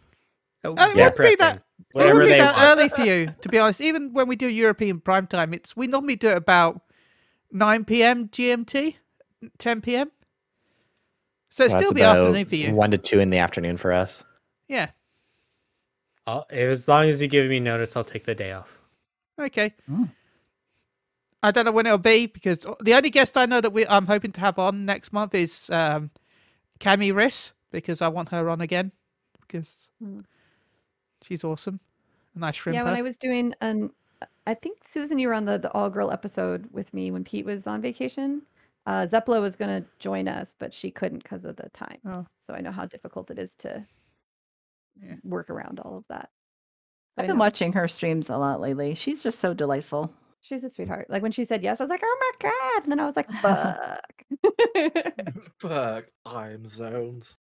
Speaker 6: Oh,
Speaker 2: Uh, it
Speaker 6: your
Speaker 2: wouldn't be that-
Speaker 6: preference.
Speaker 2: it
Speaker 6: Whatever
Speaker 2: would be
Speaker 6: they
Speaker 2: that
Speaker 6: want.
Speaker 2: early for you, to be honest. Even when we do European prime time, it's we normally do it about nine p.m. GMT, ten p.m. So it'd
Speaker 5: Well,
Speaker 2: still
Speaker 5: that's
Speaker 2: be
Speaker 5: about
Speaker 2: afternoon for you.
Speaker 5: One to two in the afternoon for us.
Speaker 2: Yeah.
Speaker 6: I'll, as long as you give me notice, I'll take the day off.
Speaker 2: Okay. I don't know when it'll be because the only guest I know that we I'm hoping to have on next month is um, Cami Riss because I want her on again because
Speaker 4: Mm.
Speaker 2: she's awesome and I shrimp
Speaker 4: Yeah,
Speaker 2: her.
Speaker 4: when I was doing an, I think Susan, you were on the, the all girl episode with me when Pete was on vacation. Uh, Zeppela was going to join us, but she couldn't because of the times.
Speaker 3: Oh.
Speaker 4: So I know how difficult it is to
Speaker 2: Yeah.
Speaker 4: work around all of that. So I
Speaker 3: I've been
Speaker 4: know.
Speaker 3: watching her streams a lot lately. She's just so delightful.
Speaker 4: She's a sweetheart. Like when she said yes, I was like, oh my God. And then I
Speaker 3: Hmm.
Speaker 4: was like, fuck.
Speaker 1: Fuck time zones.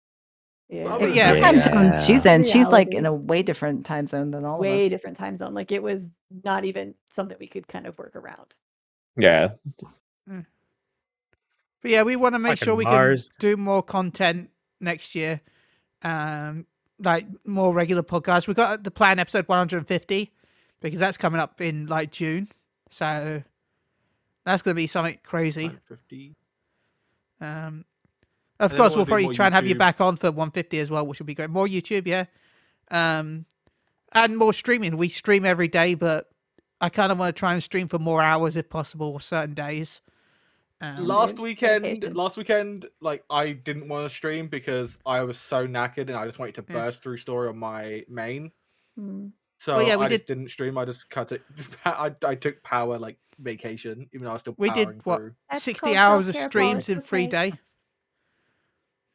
Speaker 4: Yeah.
Speaker 2: Well, Yeah.
Speaker 3: Time zones she's in. She's like
Speaker 4: Reality.
Speaker 3: in a way different time zone than all
Speaker 4: Way
Speaker 3: of us.
Speaker 4: different time zone. Like it was not even something we could kind of work around.
Speaker 7: Yeah.
Speaker 2: But yeah, we want to make
Speaker 6: Like in
Speaker 2: sure we
Speaker 6: Mars.
Speaker 2: can do more content next year. Um, like more regular podcasts. We've got the plan episode 150 because that's coming up in like June. So that's going to be something crazy.
Speaker 1: 150.
Speaker 2: Um, of
Speaker 1: then
Speaker 2: course,
Speaker 1: we'll
Speaker 2: we'll
Speaker 1: do
Speaker 2: probably
Speaker 1: more
Speaker 2: try and have you
Speaker 1: YouTube.
Speaker 2: back on for 150 as well, which would be great. More YouTube, yeah. Um, and more streaming. We stream every day, but I kind of want to try and stream for more hours if possible, certain days. Um,
Speaker 1: Last
Speaker 4: dude.
Speaker 1: weekend,
Speaker 4: Dedication.
Speaker 1: last weekend, like I didn't want to stream because I was so knackered and I just wanted to
Speaker 2: Yeah.
Speaker 1: burst through story on my main.
Speaker 3: Hmm.
Speaker 4: Mm.
Speaker 1: So
Speaker 2: yeah, we
Speaker 1: I just didn't stream. I just cut it. I, I took power like vacation, even though I was still
Speaker 2: We did
Speaker 1: powering
Speaker 2: what-
Speaker 1: through.
Speaker 4: That's
Speaker 2: 60
Speaker 4: called
Speaker 2: hours of
Speaker 4: self-care, Paul.
Speaker 2: streams
Speaker 4: It's
Speaker 2: in free
Speaker 4: okay.
Speaker 2: day.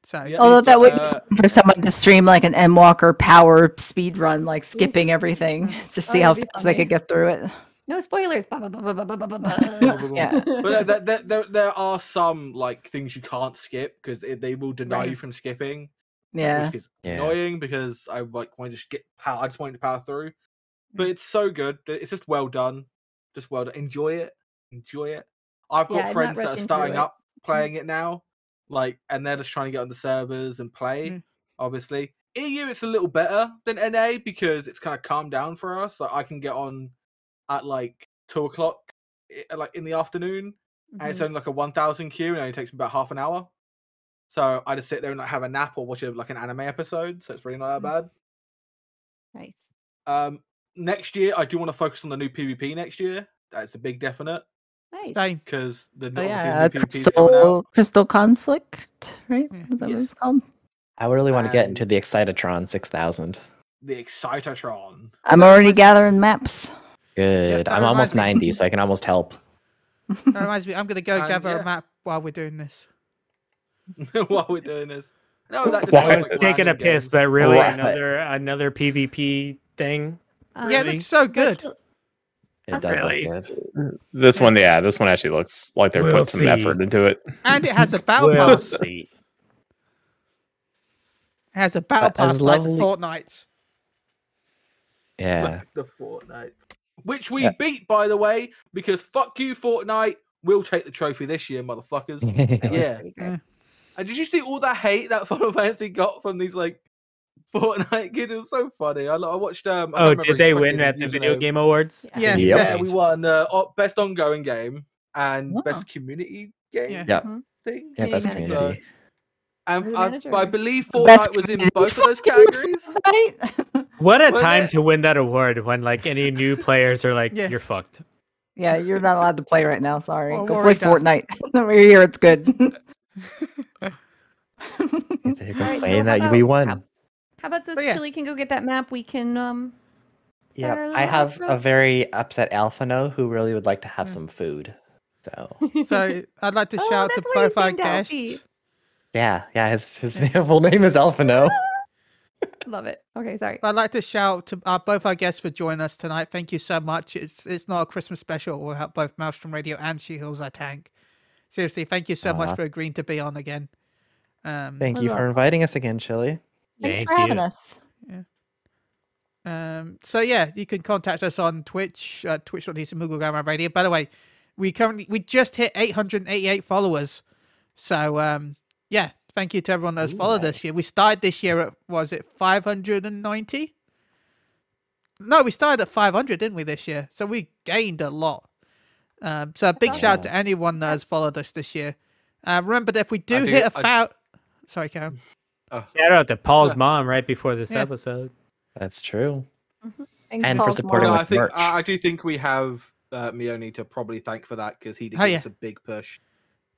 Speaker 2: So,
Speaker 1: Yeah,
Speaker 3: Although that would be
Speaker 1: uh,
Speaker 3: fun for someone to stream like an M Walker power speed run, like skipping everything to see
Speaker 4: that'd
Speaker 3: how
Speaker 4: be
Speaker 3: fast they
Speaker 4: funny.
Speaker 3: could get through it.
Speaker 4: No spoilers. Ba, ba, ba, ba, ba, ba, ba, ba, ba.
Speaker 3: yeah.
Speaker 1: but uh, there- there, there, there are some like things you can't skip because they, they will deny you from skipping,
Speaker 3: Yeah.
Speaker 1: which is
Speaker 5: Yeah.
Speaker 1: annoying because I like want to just get power. I just wanted to power through, but it's so good. th- It's just well done, just well done. Enjoy it, enjoy it. I've got
Speaker 4: Yeah, I'm not
Speaker 1: friends that are
Speaker 4: rushing through
Speaker 1: starting
Speaker 4: it.
Speaker 1: up playing it now, like, and they're just trying to get on the servers and play.
Speaker 2: Mm.
Speaker 1: Obviously, EU it's a little better than NA because it's kind of calmed down for us. Like, I can get on at like two o'clock, i- like in the afternoon, and it's
Speaker 4: Mhm.
Speaker 1: only like a 1000 queue and it only takes me about half an hour so i just sit there and like have a nap or watch a, like an anime episode so it's really not that bad
Speaker 4: nice.
Speaker 1: um next year i do want to focus on the new pvp next year that's a big definite
Speaker 4: Nice.
Speaker 2: same.
Speaker 1: because the new,
Speaker 3: Oh,
Speaker 1: obviously
Speaker 3: yeah.
Speaker 1: the new PvP is coming out.
Speaker 3: Crystal, crystal conflict, right?
Speaker 2: Yeah.
Speaker 3: Is that
Speaker 1: Yes.
Speaker 3: what it's called?
Speaker 5: I would really want to get
Speaker 2: Um,
Speaker 5: into
Speaker 1: And-
Speaker 5: the Excitatron 6000.
Speaker 1: the excitatron
Speaker 3: I'm
Speaker 2: that
Speaker 3: already
Speaker 2: reminds-
Speaker 3: gathering maps.
Speaker 5: Good.
Speaker 2: that
Speaker 5: I'm almost
Speaker 2: reminds
Speaker 5: 90, so I can almost help.
Speaker 2: That reminds me, I'm going to go
Speaker 1: And,
Speaker 2: gather
Speaker 1: yeah.
Speaker 2: a map while we're doing this.
Speaker 1: while we're doing this no that just
Speaker 7: Why-
Speaker 1: sounds like
Speaker 6: Taking a
Speaker 1: random
Speaker 6: piss,
Speaker 1: games.
Speaker 6: but really
Speaker 5: Right.
Speaker 6: another another PvP thing.
Speaker 4: Um,
Speaker 2: Yeah, it
Speaker 6: Really?
Speaker 2: looks so good.
Speaker 4: virtual-
Speaker 5: It does
Speaker 6: Really?
Speaker 5: look good.
Speaker 7: This one, yeah, this one actually looks like they're
Speaker 6: We'll
Speaker 7: putting some
Speaker 6: see.
Speaker 7: effort into it.
Speaker 2: And it has a battle
Speaker 6: We'll
Speaker 2: pass. It
Speaker 6: see.
Speaker 2: has a battle
Speaker 5: But as
Speaker 2: pass like the
Speaker 5: lovely-
Speaker 2: Fortnite's.
Speaker 5: Yeah.
Speaker 1: Fuck the Fortnite. Which we
Speaker 5: Yeah.
Speaker 1: beat, by the way, because fuck you, Fortnite. We'll take the trophy this year, motherfuckers.
Speaker 4: that was
Speaker 1: yeah.
Speaker 4: pretty good.
Speaker 2: Yeah.
Speaker 1: And did you see all that hate that Final Fantasy got from these like Fortnite kids? It was so funny. I, lo- I watched. Um, I can't
Speaker 6: Oh,
Speaker 1: remember
Speaker 6: did they
Speaker 1: his
Speaker 6: win
Speaker 1: fucking
Speaker 6: at the video
Speaker 1: username.
Speaker 6: game awards?
Speaker 2: Yeah.
Speaker 5: Yep.
Speaker 1: Yeah, we won uh, o- best ongoing game and
Speaker 3: Wow.
Speaker 1: best community game
Speaker 2: Yeah.
Speaker 5: Yeah.
Speaker 1: thing.
Speaker 5: Yeah,
Speaker 4: Community
Speaker 5: best
Speaker 4: manager.
Speaker 5: community.
Speaker 1: And
Speaker 4: Who
Speaker 1: I, but I
Speaker 4: manager?
Speaker 1: believe
Speaker 3: Best
Speaker 1: Fortnite was in
Speaker 3: community.
Speaker 1: both of those
Speaker 3: Fuck you,
Speaker 1: categories.
Speaker 3: Fortnite.
Speaker 6: What a
Speaker 1: Well,
Speaker 6: time
Speaker 1: that-
Speaker 6: to win that award when like any new players are like,
Speaker 2: Yeah.
Speaker 6: you're fucked.
Speaker 3: yeah, you're not allowed to play right now. Sorry.
Speaker 2: Well,
Speaker 3: Go
Speaker 2: we're
Speaker 3: play
Speaker 2: already
Speaker 3: Fortnite. Over here, it's good.
Speaker 5: They're
Speaker 4: All right, so
Speaker 5: complaining
Speaker 4: how
Speaker 5: that we
Speaker 4: about-
Speaker 5: won.
Speaker 4: how- How about so
Speaker 2: But yeah.
Speaker 4: Chili can go get that map? We can um. start
Speaker 5: Yeah,
Speaker 4: our
Speaker 5: I
Speaker 4: little
Speaker 5: have a
Speaker 4: outro?
Speaker 5: very upset Alphano who really would like to
Speaker 4: Hmm.
Speaker 5: have some food. So
Speaker 2: So I'd like to
Speaker 4: Oh,
Speaker 2: shout to
Speaker 4: that's why he's
Speaker 2: both our
Speaker 4: named Alfie.
Speaker 2: guests.
Speaker 5: yeah, yeah, his his full name is Alphano.
Speaker 4: love it. Okay, sorry.
Speaker 2: I'd like to shout to uh, both our guests for joining us tonight. Thank you so much. It's it's not a Christmas special without both Maelstrom Radio and She Heals I Tank. Seriously, thank you so
Speaker 5: Aw.
Speaker 2: much for agreeing to be on again. Um,
Speaker 5: Thank
Speaker 4: I
Speaker 5: you
Speaker 4: love
Speaker 5: for
Speaker 4: it.
Speaker 5: inviting us again, Chili.
Speaker 3: Thanks
Speaker 6: Thank
Speaker 3: for having
Speaker 6: you.
Speaker 3: us.
Speaker 2: Um, so yeah, you can contact us on Twitch, uh, twitch.tv Moogle Radio. By the way, we currently we just hit 888 followers. So um, yeah, thank you to everyone that's followed us year. We started this year at was it 590? No, we started at 500, didn't we this year? So we gained a lot. Um, so a big shout out to anyone that has followed us this year. Uh, remember that if we do,
Speaker 1: do-
Speaker 2: hit a
Speaker 1: I-
Speaker 2: foul, sorry, Karen.
Speaker 6: Shout out to Paul's mom right before this
Speaker 2: Yeah.
Speaker 6: episode.
Speaker 5: That's true.
Speaker 3: Thanks,
Speaker 5: And for
Speaker 3: Paul,
Speaker 5: supporting
Speaker 1: No,
Speaker 5: with
Speaker 3: tomorrow.
Speaker 1: I think uh,
Speaker 5: merch.
Speaker 1: I, I do think we have uh, Mione to probably thank for that because he did
Speaker 2: Oh,
Speaker 1: give
Speaker 2: yeah.
Speaker 1: us a big push.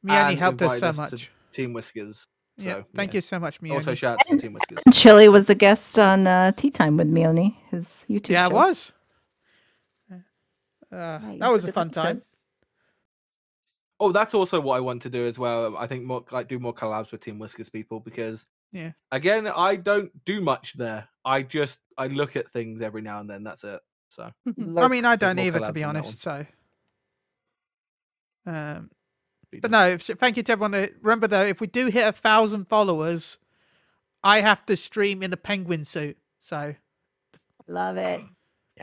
Speaker 2: Mione
Speaker 1: and
Speaker 2: helped us so
Speaker 1: invited to
Speaker 2: much.
Speaker 1: Team Whiskers. So,
Speaker 2: yeah, thank you so much, Mione.
Speaker 1: Also, shout out to Team Whiskers.
Speaker 3: And Chili was a guest on uh, Tea Time with Mione, his YouTube
Speaker 2: Yeah,
Speaker 3: show.
Speaker 2: it was. Uh,
Speaker 4: you
Speaker 2: that was a
Speaker 4: should have
Speaker 2: fun
Speaker 4: looked at
Speaker 2: time.
Speaker 1: Oh, that's also what I want to do as well. I think more like do more collabs with Team Whiskers people because
Speaker 2: Yeah.
Speaker 1: again, I don't do much there. I just I look at things every now and then. That's it. So
Speaker 2: I mean, I
Speaker 1: Did
Speaker 2: don't
Speaker 1: more
Speaker 2: either, to
Speaker 1: collabs
Speaker 2: be
Speaker 1: on that
Speaker 2: honest. So, um,
Speaker 1: be
Speaker 2: but
Speaker 1: nice.
Speaker 2: no, so thank you to everyone. that- Remember though, if we do hit a thousand followers, I have to stream in the penguin suit. So
Speaker 4: Love it.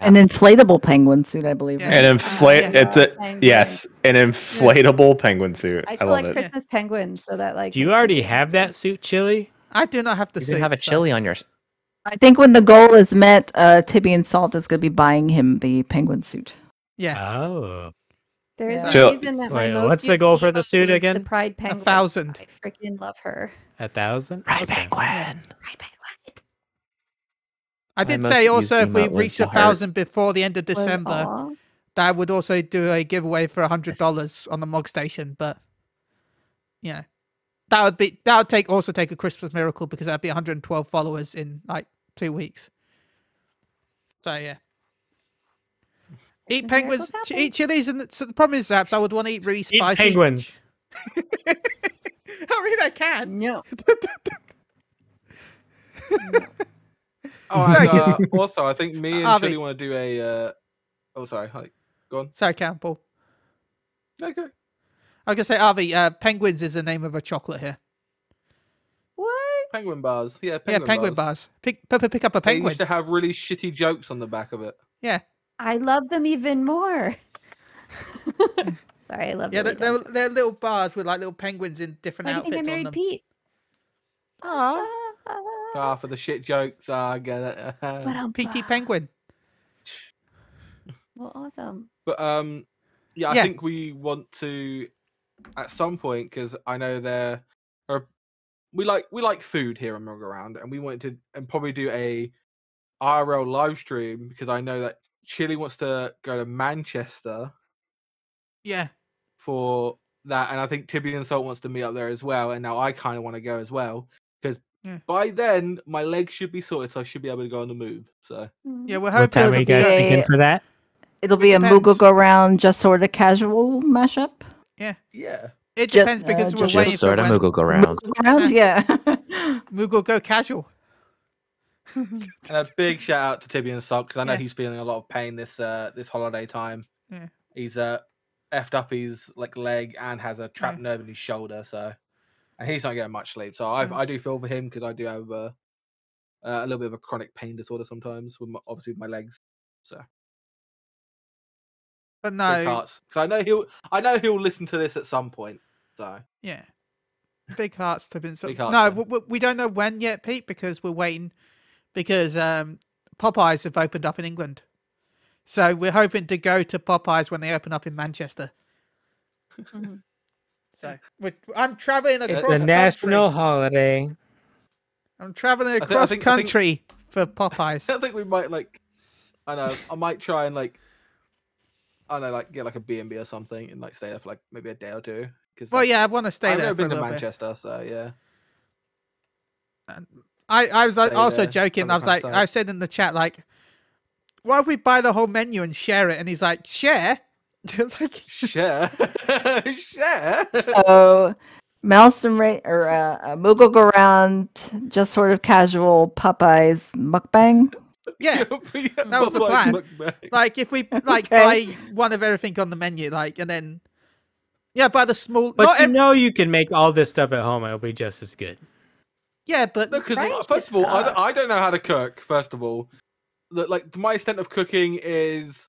Speaker 3: An inflatable penguin suit, I believe.
Speaker 2: Yeah.
Speaker 3: right?
Speaker 9: An inflate.
Speaker 4: Oh, yeah.
Speaker 9: It's a
Speaker 4: Penguin.
Speaker 9: yes, an inflatable penguin suit.
Speaker 4: I
Speaker 9: I,
Speaker 4: collect
Speaker 9: love it.
Speaker 4: Christmas penguins, so that like
Speaker 6: Do you already have that suit, Chili?
Speaker 2: I do not have the
Speaker 5: You
Speaker 2: suit.
Speaker 5: can have a
Speaker 2: so-
Speaker 5: chili on your. s-
Speaker 3: I think when the goal is met, uh, Tibby and Salt is going to be buying him the penguin suit.
Speaker 2: Yeah,
Speaker 6: Oh,
Speaker 4: There's
Speaker 3: Yeah.
Speaker 4: a
Speaker 9: So-
Speaker 4: reason that
Speaker 6: Wait,
Speaker 4: my most
Speaker 6: what's the
Speaker 4: used
Speaker 6: goal for the
Speaker 4: emoji
Speaker 6: suit
Speaker 4: is The
Speaker 6: again?
Speaker 4: pride penguin.
Speaker 2: thousand.
Speaker 4: I freaking love her.
Speaker 6: a thousand.
Speaker 5: Right,
Speaker 6: Okay.
Speaker 5: penguin.
Speaker 4: Pride penguin.
Speaker 2: I
Speaker 5: I
Speaker 2: did
Speaker 5: must
Speaker 2: say
Speaker 5: use
Speaker 2: also if
Speaker 5: emote
Speaker 2: we
Speaker 5: with
Speaker 2: reach
Speaker 5: the
Speaker 2: a
Speaker 5: heart.
Speaker 2: thousand before the end of
Speaker 4: Was-
Speaker 2: December,
Speaker 4: aw.
Speaker 2: that I would also do a giveaway for a hundred dollars on the Mog Station. But yeah, that would be that would take also take a Christmas miracle because that'd be 112 followers in like two weeks. So yeah. Eat
Speaker 4: Christmas
Speaker 2: penguins,
Speaker 4: miracles
Speaker 2: ch- eat chilies, and so the problem is, Zaps, I would want to eat really
Speaker 6: Eat
Speaker 2: spicy.
Speaker 6: penguins.
Speaker 2: I mean, I can.
Speaker 4: No.
Speaker 1: Oh, and, uh, also, I think me and
Speaker 2: Harvey.
Speaker 1: Chili want to do a. Uh... Oh, sorry. Hi. Go on.
Speaker 2: Sorry, Campbell.
Speaker 1: Okay.
Speaker 2: I was gonna say, Avi, uh, penguins is the name of a chocolate here.
Speaker 4: What?
Speaker 1: Penguin bars. Yeah. Penguin
Speaker 2: yeah, penguin
Speaker 1: bars.
Speaker 2: bars. Pick, p- p- pick up a
Speaker 1: They
Speaker 2: penguin.
Speaker 1: used to have really shitty jokes on the back of it.
Speaker 2: Yeah,
Speaker 4: I love them even more. Sorry, I love
Speaker 2: Hmm. yeah,
Speaker 4: them.
Speaker 2: they're, they're, they're little bars with like little penguins in different
Speaker 4: Why do you think I
Speaker 2: outfits on
Speaker 4: married
Speaker 2: them.
Speaker 4: Pete?
Speaker 2: Aw,
Speaker 1: Ah, for the shit jokes. Ah, I get it.
Speaker 4: What a
Speaker 2: Petey
Speaker 4: bop.
Speaker 2: penguin.
Speaker 4: Well, awesome.
Speaker 1: But um, yeah, I
Speaker 2: Yeah.
Speaker 1: think we want to at some point because I know there are we like we like food here on Mug Around, and we wanted to and probably do a IRL live stream because I know that Chile wants to go to Manchester
Speaker 2: Yeah,
Speaker 1: for that, and I think Tibby and Salt wants to meet up there as well, and now I kind of want to go as well because
Speaker 2: Yeah.
Speaker 1: by then my legs should be sorted, so I should be able to go on the move. So
Speaker 4: Mm.
Speaker 2: yeah. We're
Speaker 6: What
Speaker 2: hoping
Speaker 6: time are
Speaker 2: to
Speaker 6: you guys
Speaker 2: go-
Speaker 3: Yeah.
Speaker 6: thinking for that?
Speaker 3: It'll
Speaker 2: It
Speaker 3: be a
Speaker 2: depends.
Speaker 3: Moogle go round, just sort of casual mashup.
Speaker 1: yeah,
Speaker 2: It
Speaker 3: Ju-
Speaker 2: depends
Speaker 3: uh,
Speaker 2: because we're
Speaker 3: just-
Speaker 2: waiting
Speaker 3: Just
Speaker 2: for when
Speaker 5: Moogle go round.
Speaker 3: Moogle go round, yeah.
Speaker 2: Moogle go casual.
Speaker 1: And a big shout out to Tibby and Sock because I know
Speaker 2: Yeah.
Speaker 1: he's feeling a lot of pain this uh this holiday time.
Speaker 2: Yeah.
Speaker 1: He's uh effed up his like leg and has a trapped nerve in his shoulder, so and he's not getting much sleep. So I
Speaker 2: Mm.
Speaker 1: I do feel for him because I do have uh, uh, a little bit of a chronic pain disorder sometimes with my, obviously with my legs. So
Speaker 2: But
Speaker 1: big
Speaker 2: no,
Speaker 1: hearts. 'Cause I know he'll I know he'll listen to this at some point. So
Speaker 2: yeah. Big hearts to be so.
Speaker 1: Big hearts,
Speaker 2: No,
Speaker 1: yeah.
Speaker 2: w- w- we don't know when yet, Pete, because we're waiting because um, Popeyes have opened up in England. So we're hoping to go to Popeyes when they open up in Manchester.
Speaker 3: Mm-hmm.
Speaker 4: Mhm.
Speaker 2: So we're, I'm traveling across
Speaker 6: It's a
Speaker 2: country.
Speaker 6: national holiday.
Speaker 2: I'm traveling
Speaker 1: I
Speaker 2: across
Speaker 1: think- I think-
Speaker 2: country for Popeyes.
Speaker 1: I think we might like I know I might try and like I don't know like get like a B and B or something and like stay there for like maybe a day or two. Cause,
Speaker 2: well,
Speaker 1: like,
Speaker 2: yeah, I want to stay
Speaker 1: I've
Speaker 2: there
Speaker 1: never
Speaker 2: for a
Speaker 1: been to
Speaker 2: little bit.
Speaker 1: Manchester, so yeah.
Speaker 2: I, I was like,
Speaker 1: Stay
Speaker 2: also
Speaker 1: there,
Speaker 2: joking.
Speaker 1: on
Speaker 2: I
Speaker 1: the
Speaker 2: was like,
Speaker 1: campsite.
Speaker 2: I said in the chat, like, why if we buy the whole menu and share it? And he's like, share? I was like,
Speaker 1: Share, share.
Speaker 2: Uh,
Speaker 3: so Maelstrom Ra- or uh, uh, Moogle go round, just sort of casual Popeyes mukbang.
Speaker 2: yeah.
Speaker 1: that
Speaker 2: was the plan. Like, if we like
Speaker 3: Okay.
Speaker 2: buy one of everything on the menu, like, and then, yeah, buy the small.
Speaker 6: But
Speaker 2: not
Speaker 6: you
Speaker 2: ev-
Speaker 6: know you can make all this stuff at home. It'll be just as good.
Speaker 2: yeah, but
Speaker 1: No, because
Speaker 4: Right,
Speaker 1: first of all, I
Speaker 4: it's,
Speaker 1: don't, I don't know how to cook. First of all, Look, like my extent of cooking is,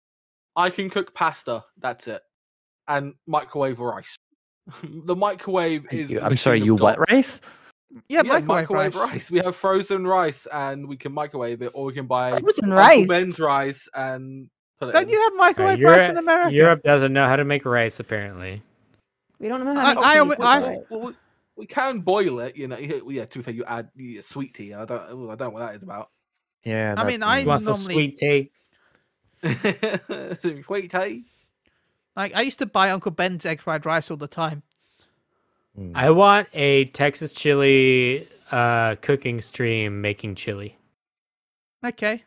Speaker 1: I can cook pasta. That's it, and microwave rice. the microwave is. the
Speaker 5: I'm sorry,
Speaker 1: machine of
Speaker 5: you what
Speaker 1: God.
Speaker 5: rice?
Speaker 2: yeah,
Speaker 1: Yeah,
Speaker 2: microwave, rice.
Speaker 1: We have frozen rice, and we can microwave it, or we can buy
Speaker 3: Frozen
Speaker 1: Uncle
Speaker 3: rice.
Speaker 1: Ben's rice and put it.
Speaker 2: Don't
Speaker 1: in.
Speaker 2: you have
Speaker 6: Uh,
Speaker 2: microwave
Speaker 6: Europe,
Speaker 2: rice in America?
Speaker 6: Europe doesn't know how to make rice, apparently.
Speaker 4: We don't know
Speaker 2: I-
Speaker 4: how to
Speaker 2: I
Speaker 4: I,
Speaker 2: alwa- I-
Speaker 1: Well, well, we, we can boil it, you know. Yeah, well, yeah, to be fair, you add yeah, sweet tea. I don't, ooh, I don't know what that is about.
Speaker 5: Yeah.
Speaker 2: I mean,
Speaker 5: that's-
Speaker 2: I
Speaker 6: You want some
Speaker 2: normally-
Speaker 6: sweet tea?
Speaker 1: Some sweet tea.
Speaker 2: Like, I used to buy Uncle Ben's egg fried rice all the time.
Speaker 5: Mm.
Speaker 6: I want a Texas chili uh, cooking stream making chili.
Speaker 2: Okay.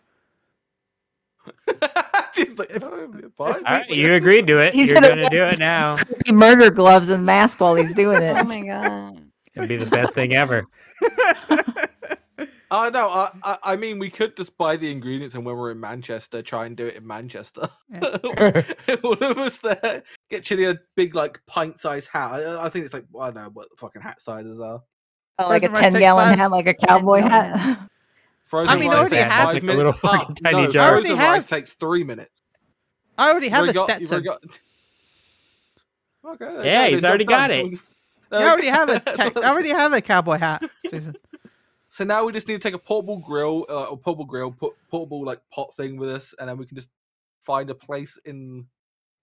Speaker 1: Just like,
Speaker 2: If-
Speaker 1: "Oh, yeah, fine,
Speaker 6: All
Speaker 1: we-
Speaker 6: right, Uh, you agreed to it.
Speaker 3: He's
Speaker 6: You're
Speaker 3: gonna
Speaker 6: gonna do it now.
Speaker 3: Creepy murder gloves and mask while he's doing
Speaker 4: Oh
Speaker 3: it.
Speaker 4: my god.
Speaker 6: It'd be the best thing ever.
Speaker 1: Oh no, I, I, I mean, we could just buy the ingredients, and when we're in Manchester, try and do it in Manchester. All of us there uh, get chili a big like pint-sized hat. I, I think it's like I don't know what fucking hat sizes are.
Speaker 3: Oh, like a
Speaker 2: Frozen rice takes
Speaker 3: 10 gallon
Speaker 2: five.
Speaker 3: hat, like a cowboy
Speaker 4: gallon
Speaker 3: hat.
Speaker 1: Frozen
Speaker 2: I mean,
Speaker 1: rice
Speaker 2: already
Speaker 1: takes
Speaker 2: has-
Speaker 1: five
Speaker 6: Like a
Speaker 1: minutes.
Speaker 6: little fucking
Speaker 1: Oh,
Speaker 6: tiny
Speaker 1: no,
Speaker 6: jar.
Speaker 2: Already
Speaker 1: Frozen rice
Speaker 2: have-
Speaker 1: takes three minutes.
Speaker 2: I already have a
Speaker 1: You've already got- you've
Speaker 2: Stetson.
Speaker 1: already got- Okay, there you
Speaker 6: Yeah,
Speaker 1: go,
Speaker 6: he's
Speaker 1: they
Speaker 6: already
Speaker 1: jumped
Speaker 6: got
Speaker 1: on.
Speaker 6: it.
Speaker 2: You already have a
Speaker 1: That's
Speaker 2: tech-
Speaker 1: what-
Speaker 2: I already have a cowboy hat, Susan.
Speaker 1: So now we just need to take a portable grill, uh, a portable grill, put portable like pot thing with us, and then we can just find a place in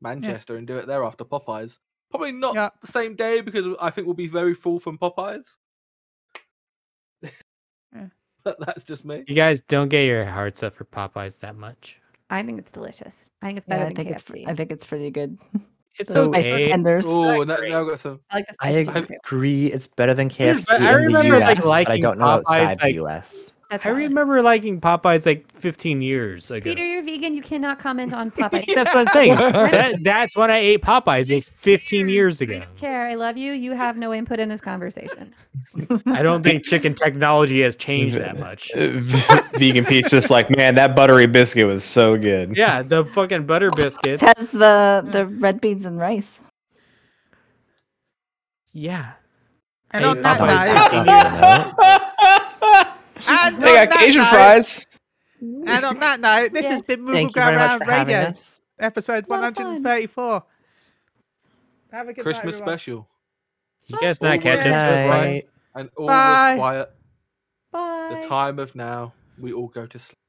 Speaker 1: Manchester and do it there after Popeyes. Probably not
Speaker 2: Yeah.
Speaker 1: the same day because I think we'll be very full from Popeyes.
Speaker 2: Yeah.
Speaker 1: but that's just me.
Speaker 6: You guys don't get your hearts up for Popeyes that much.
Speaker 4: I think it's delicious. I think it's
Speaker 3: Yeah,
Speaker 4: better
Speaker 3: I
Speaker 4: than
Speaker 3: think it's
Speaker 4: KFC.
Speaker 3: I think it's pretty good.
Speaker 6: It's
Speaker 3: Those spicy
Speaker 6: okay.
Speaker 3: tenders.
Speaker 1: Oh,
Speaker 6: not
Speaker 1: now,
Speaker 6: great.
Speaker 1: now I've got some.
Speaker 4: I like the
Speaker 5: I
Speaker 4: spicy one too.
Speaker 5: agree. It's better than KFC
Speaker 6: but I
Speaker 5: in the
Speaker 6: remember, like,
Speaker 5: US, but I
Speaker 6: liking
Speaker 5: don't know
Speaker 6: Popeyes,
Speaker 5: outside
Speaker 6: like-
Speaker 5: the US.
Speaker 4: That's
Speaker 6: I
Speaker 4: all.
Speaker 6: remember liking Popeyes like 15 years ago.
Speaker 4: Peter, you're vegan. You cannot comment on Popeyes.
Speaker 6: That's what I'm saying. that, that's when I ate Popeyes was 15 years ago.
Speaker 4: Care, I love you. You have no input in this conversation.
Speaker 6: I don't think chicken technology has changed that much.
Speaker 7: Vegan Pete's just like, man, that buttery biscuit was so good.
Speaker 6: Yeah, the fucking butter
Speaker 3: It
Speaker 6: biscuits.
Speaker 3: has the, the red beans and rice.
Speaker 6: Yeah.
Speaker 2: And
Speaker 6: Hey,
Speaker 2: on that
Speaker 6: Popeyes
Speaker 2: note,
Speaker 6: is vegan, you know?
Speaker 2: and on
Speaker 7: They got
Speaker 2: that
Speaker 7: Asian
Speaker 2: note-
Speaker 7: fries.
Speaker 2: And on that note, this
Speaker 4: Yeah.
Speaker 2: has been Moogle
Speaker 5: Thank you
Speaker 2: Go
Speaker 5: very much
Speaker 2: Round
Speaker 5: for having
Speaker 2: Radio,
Speaker 5: us.
Speaker 2: episode
Speaker 4: Well, fun.
Speaker 2: 134. Have a good
Speaker 1: Christmas
Speaker 2: night, everyone.
Speaker 1: special.
Speaker 6: You guys not
Speaker 1: Always
Speaker 6: catching
Speaker 1: That's
Speaker 6: this
Speaker 1: right.
Speaker 5: Night.
Speaker 1: And all
Speaker 2: Bye.
Speaker 1: was quiet.
Speaker 4: Bye.
Speaker 1: The time of now. We all go to sleep.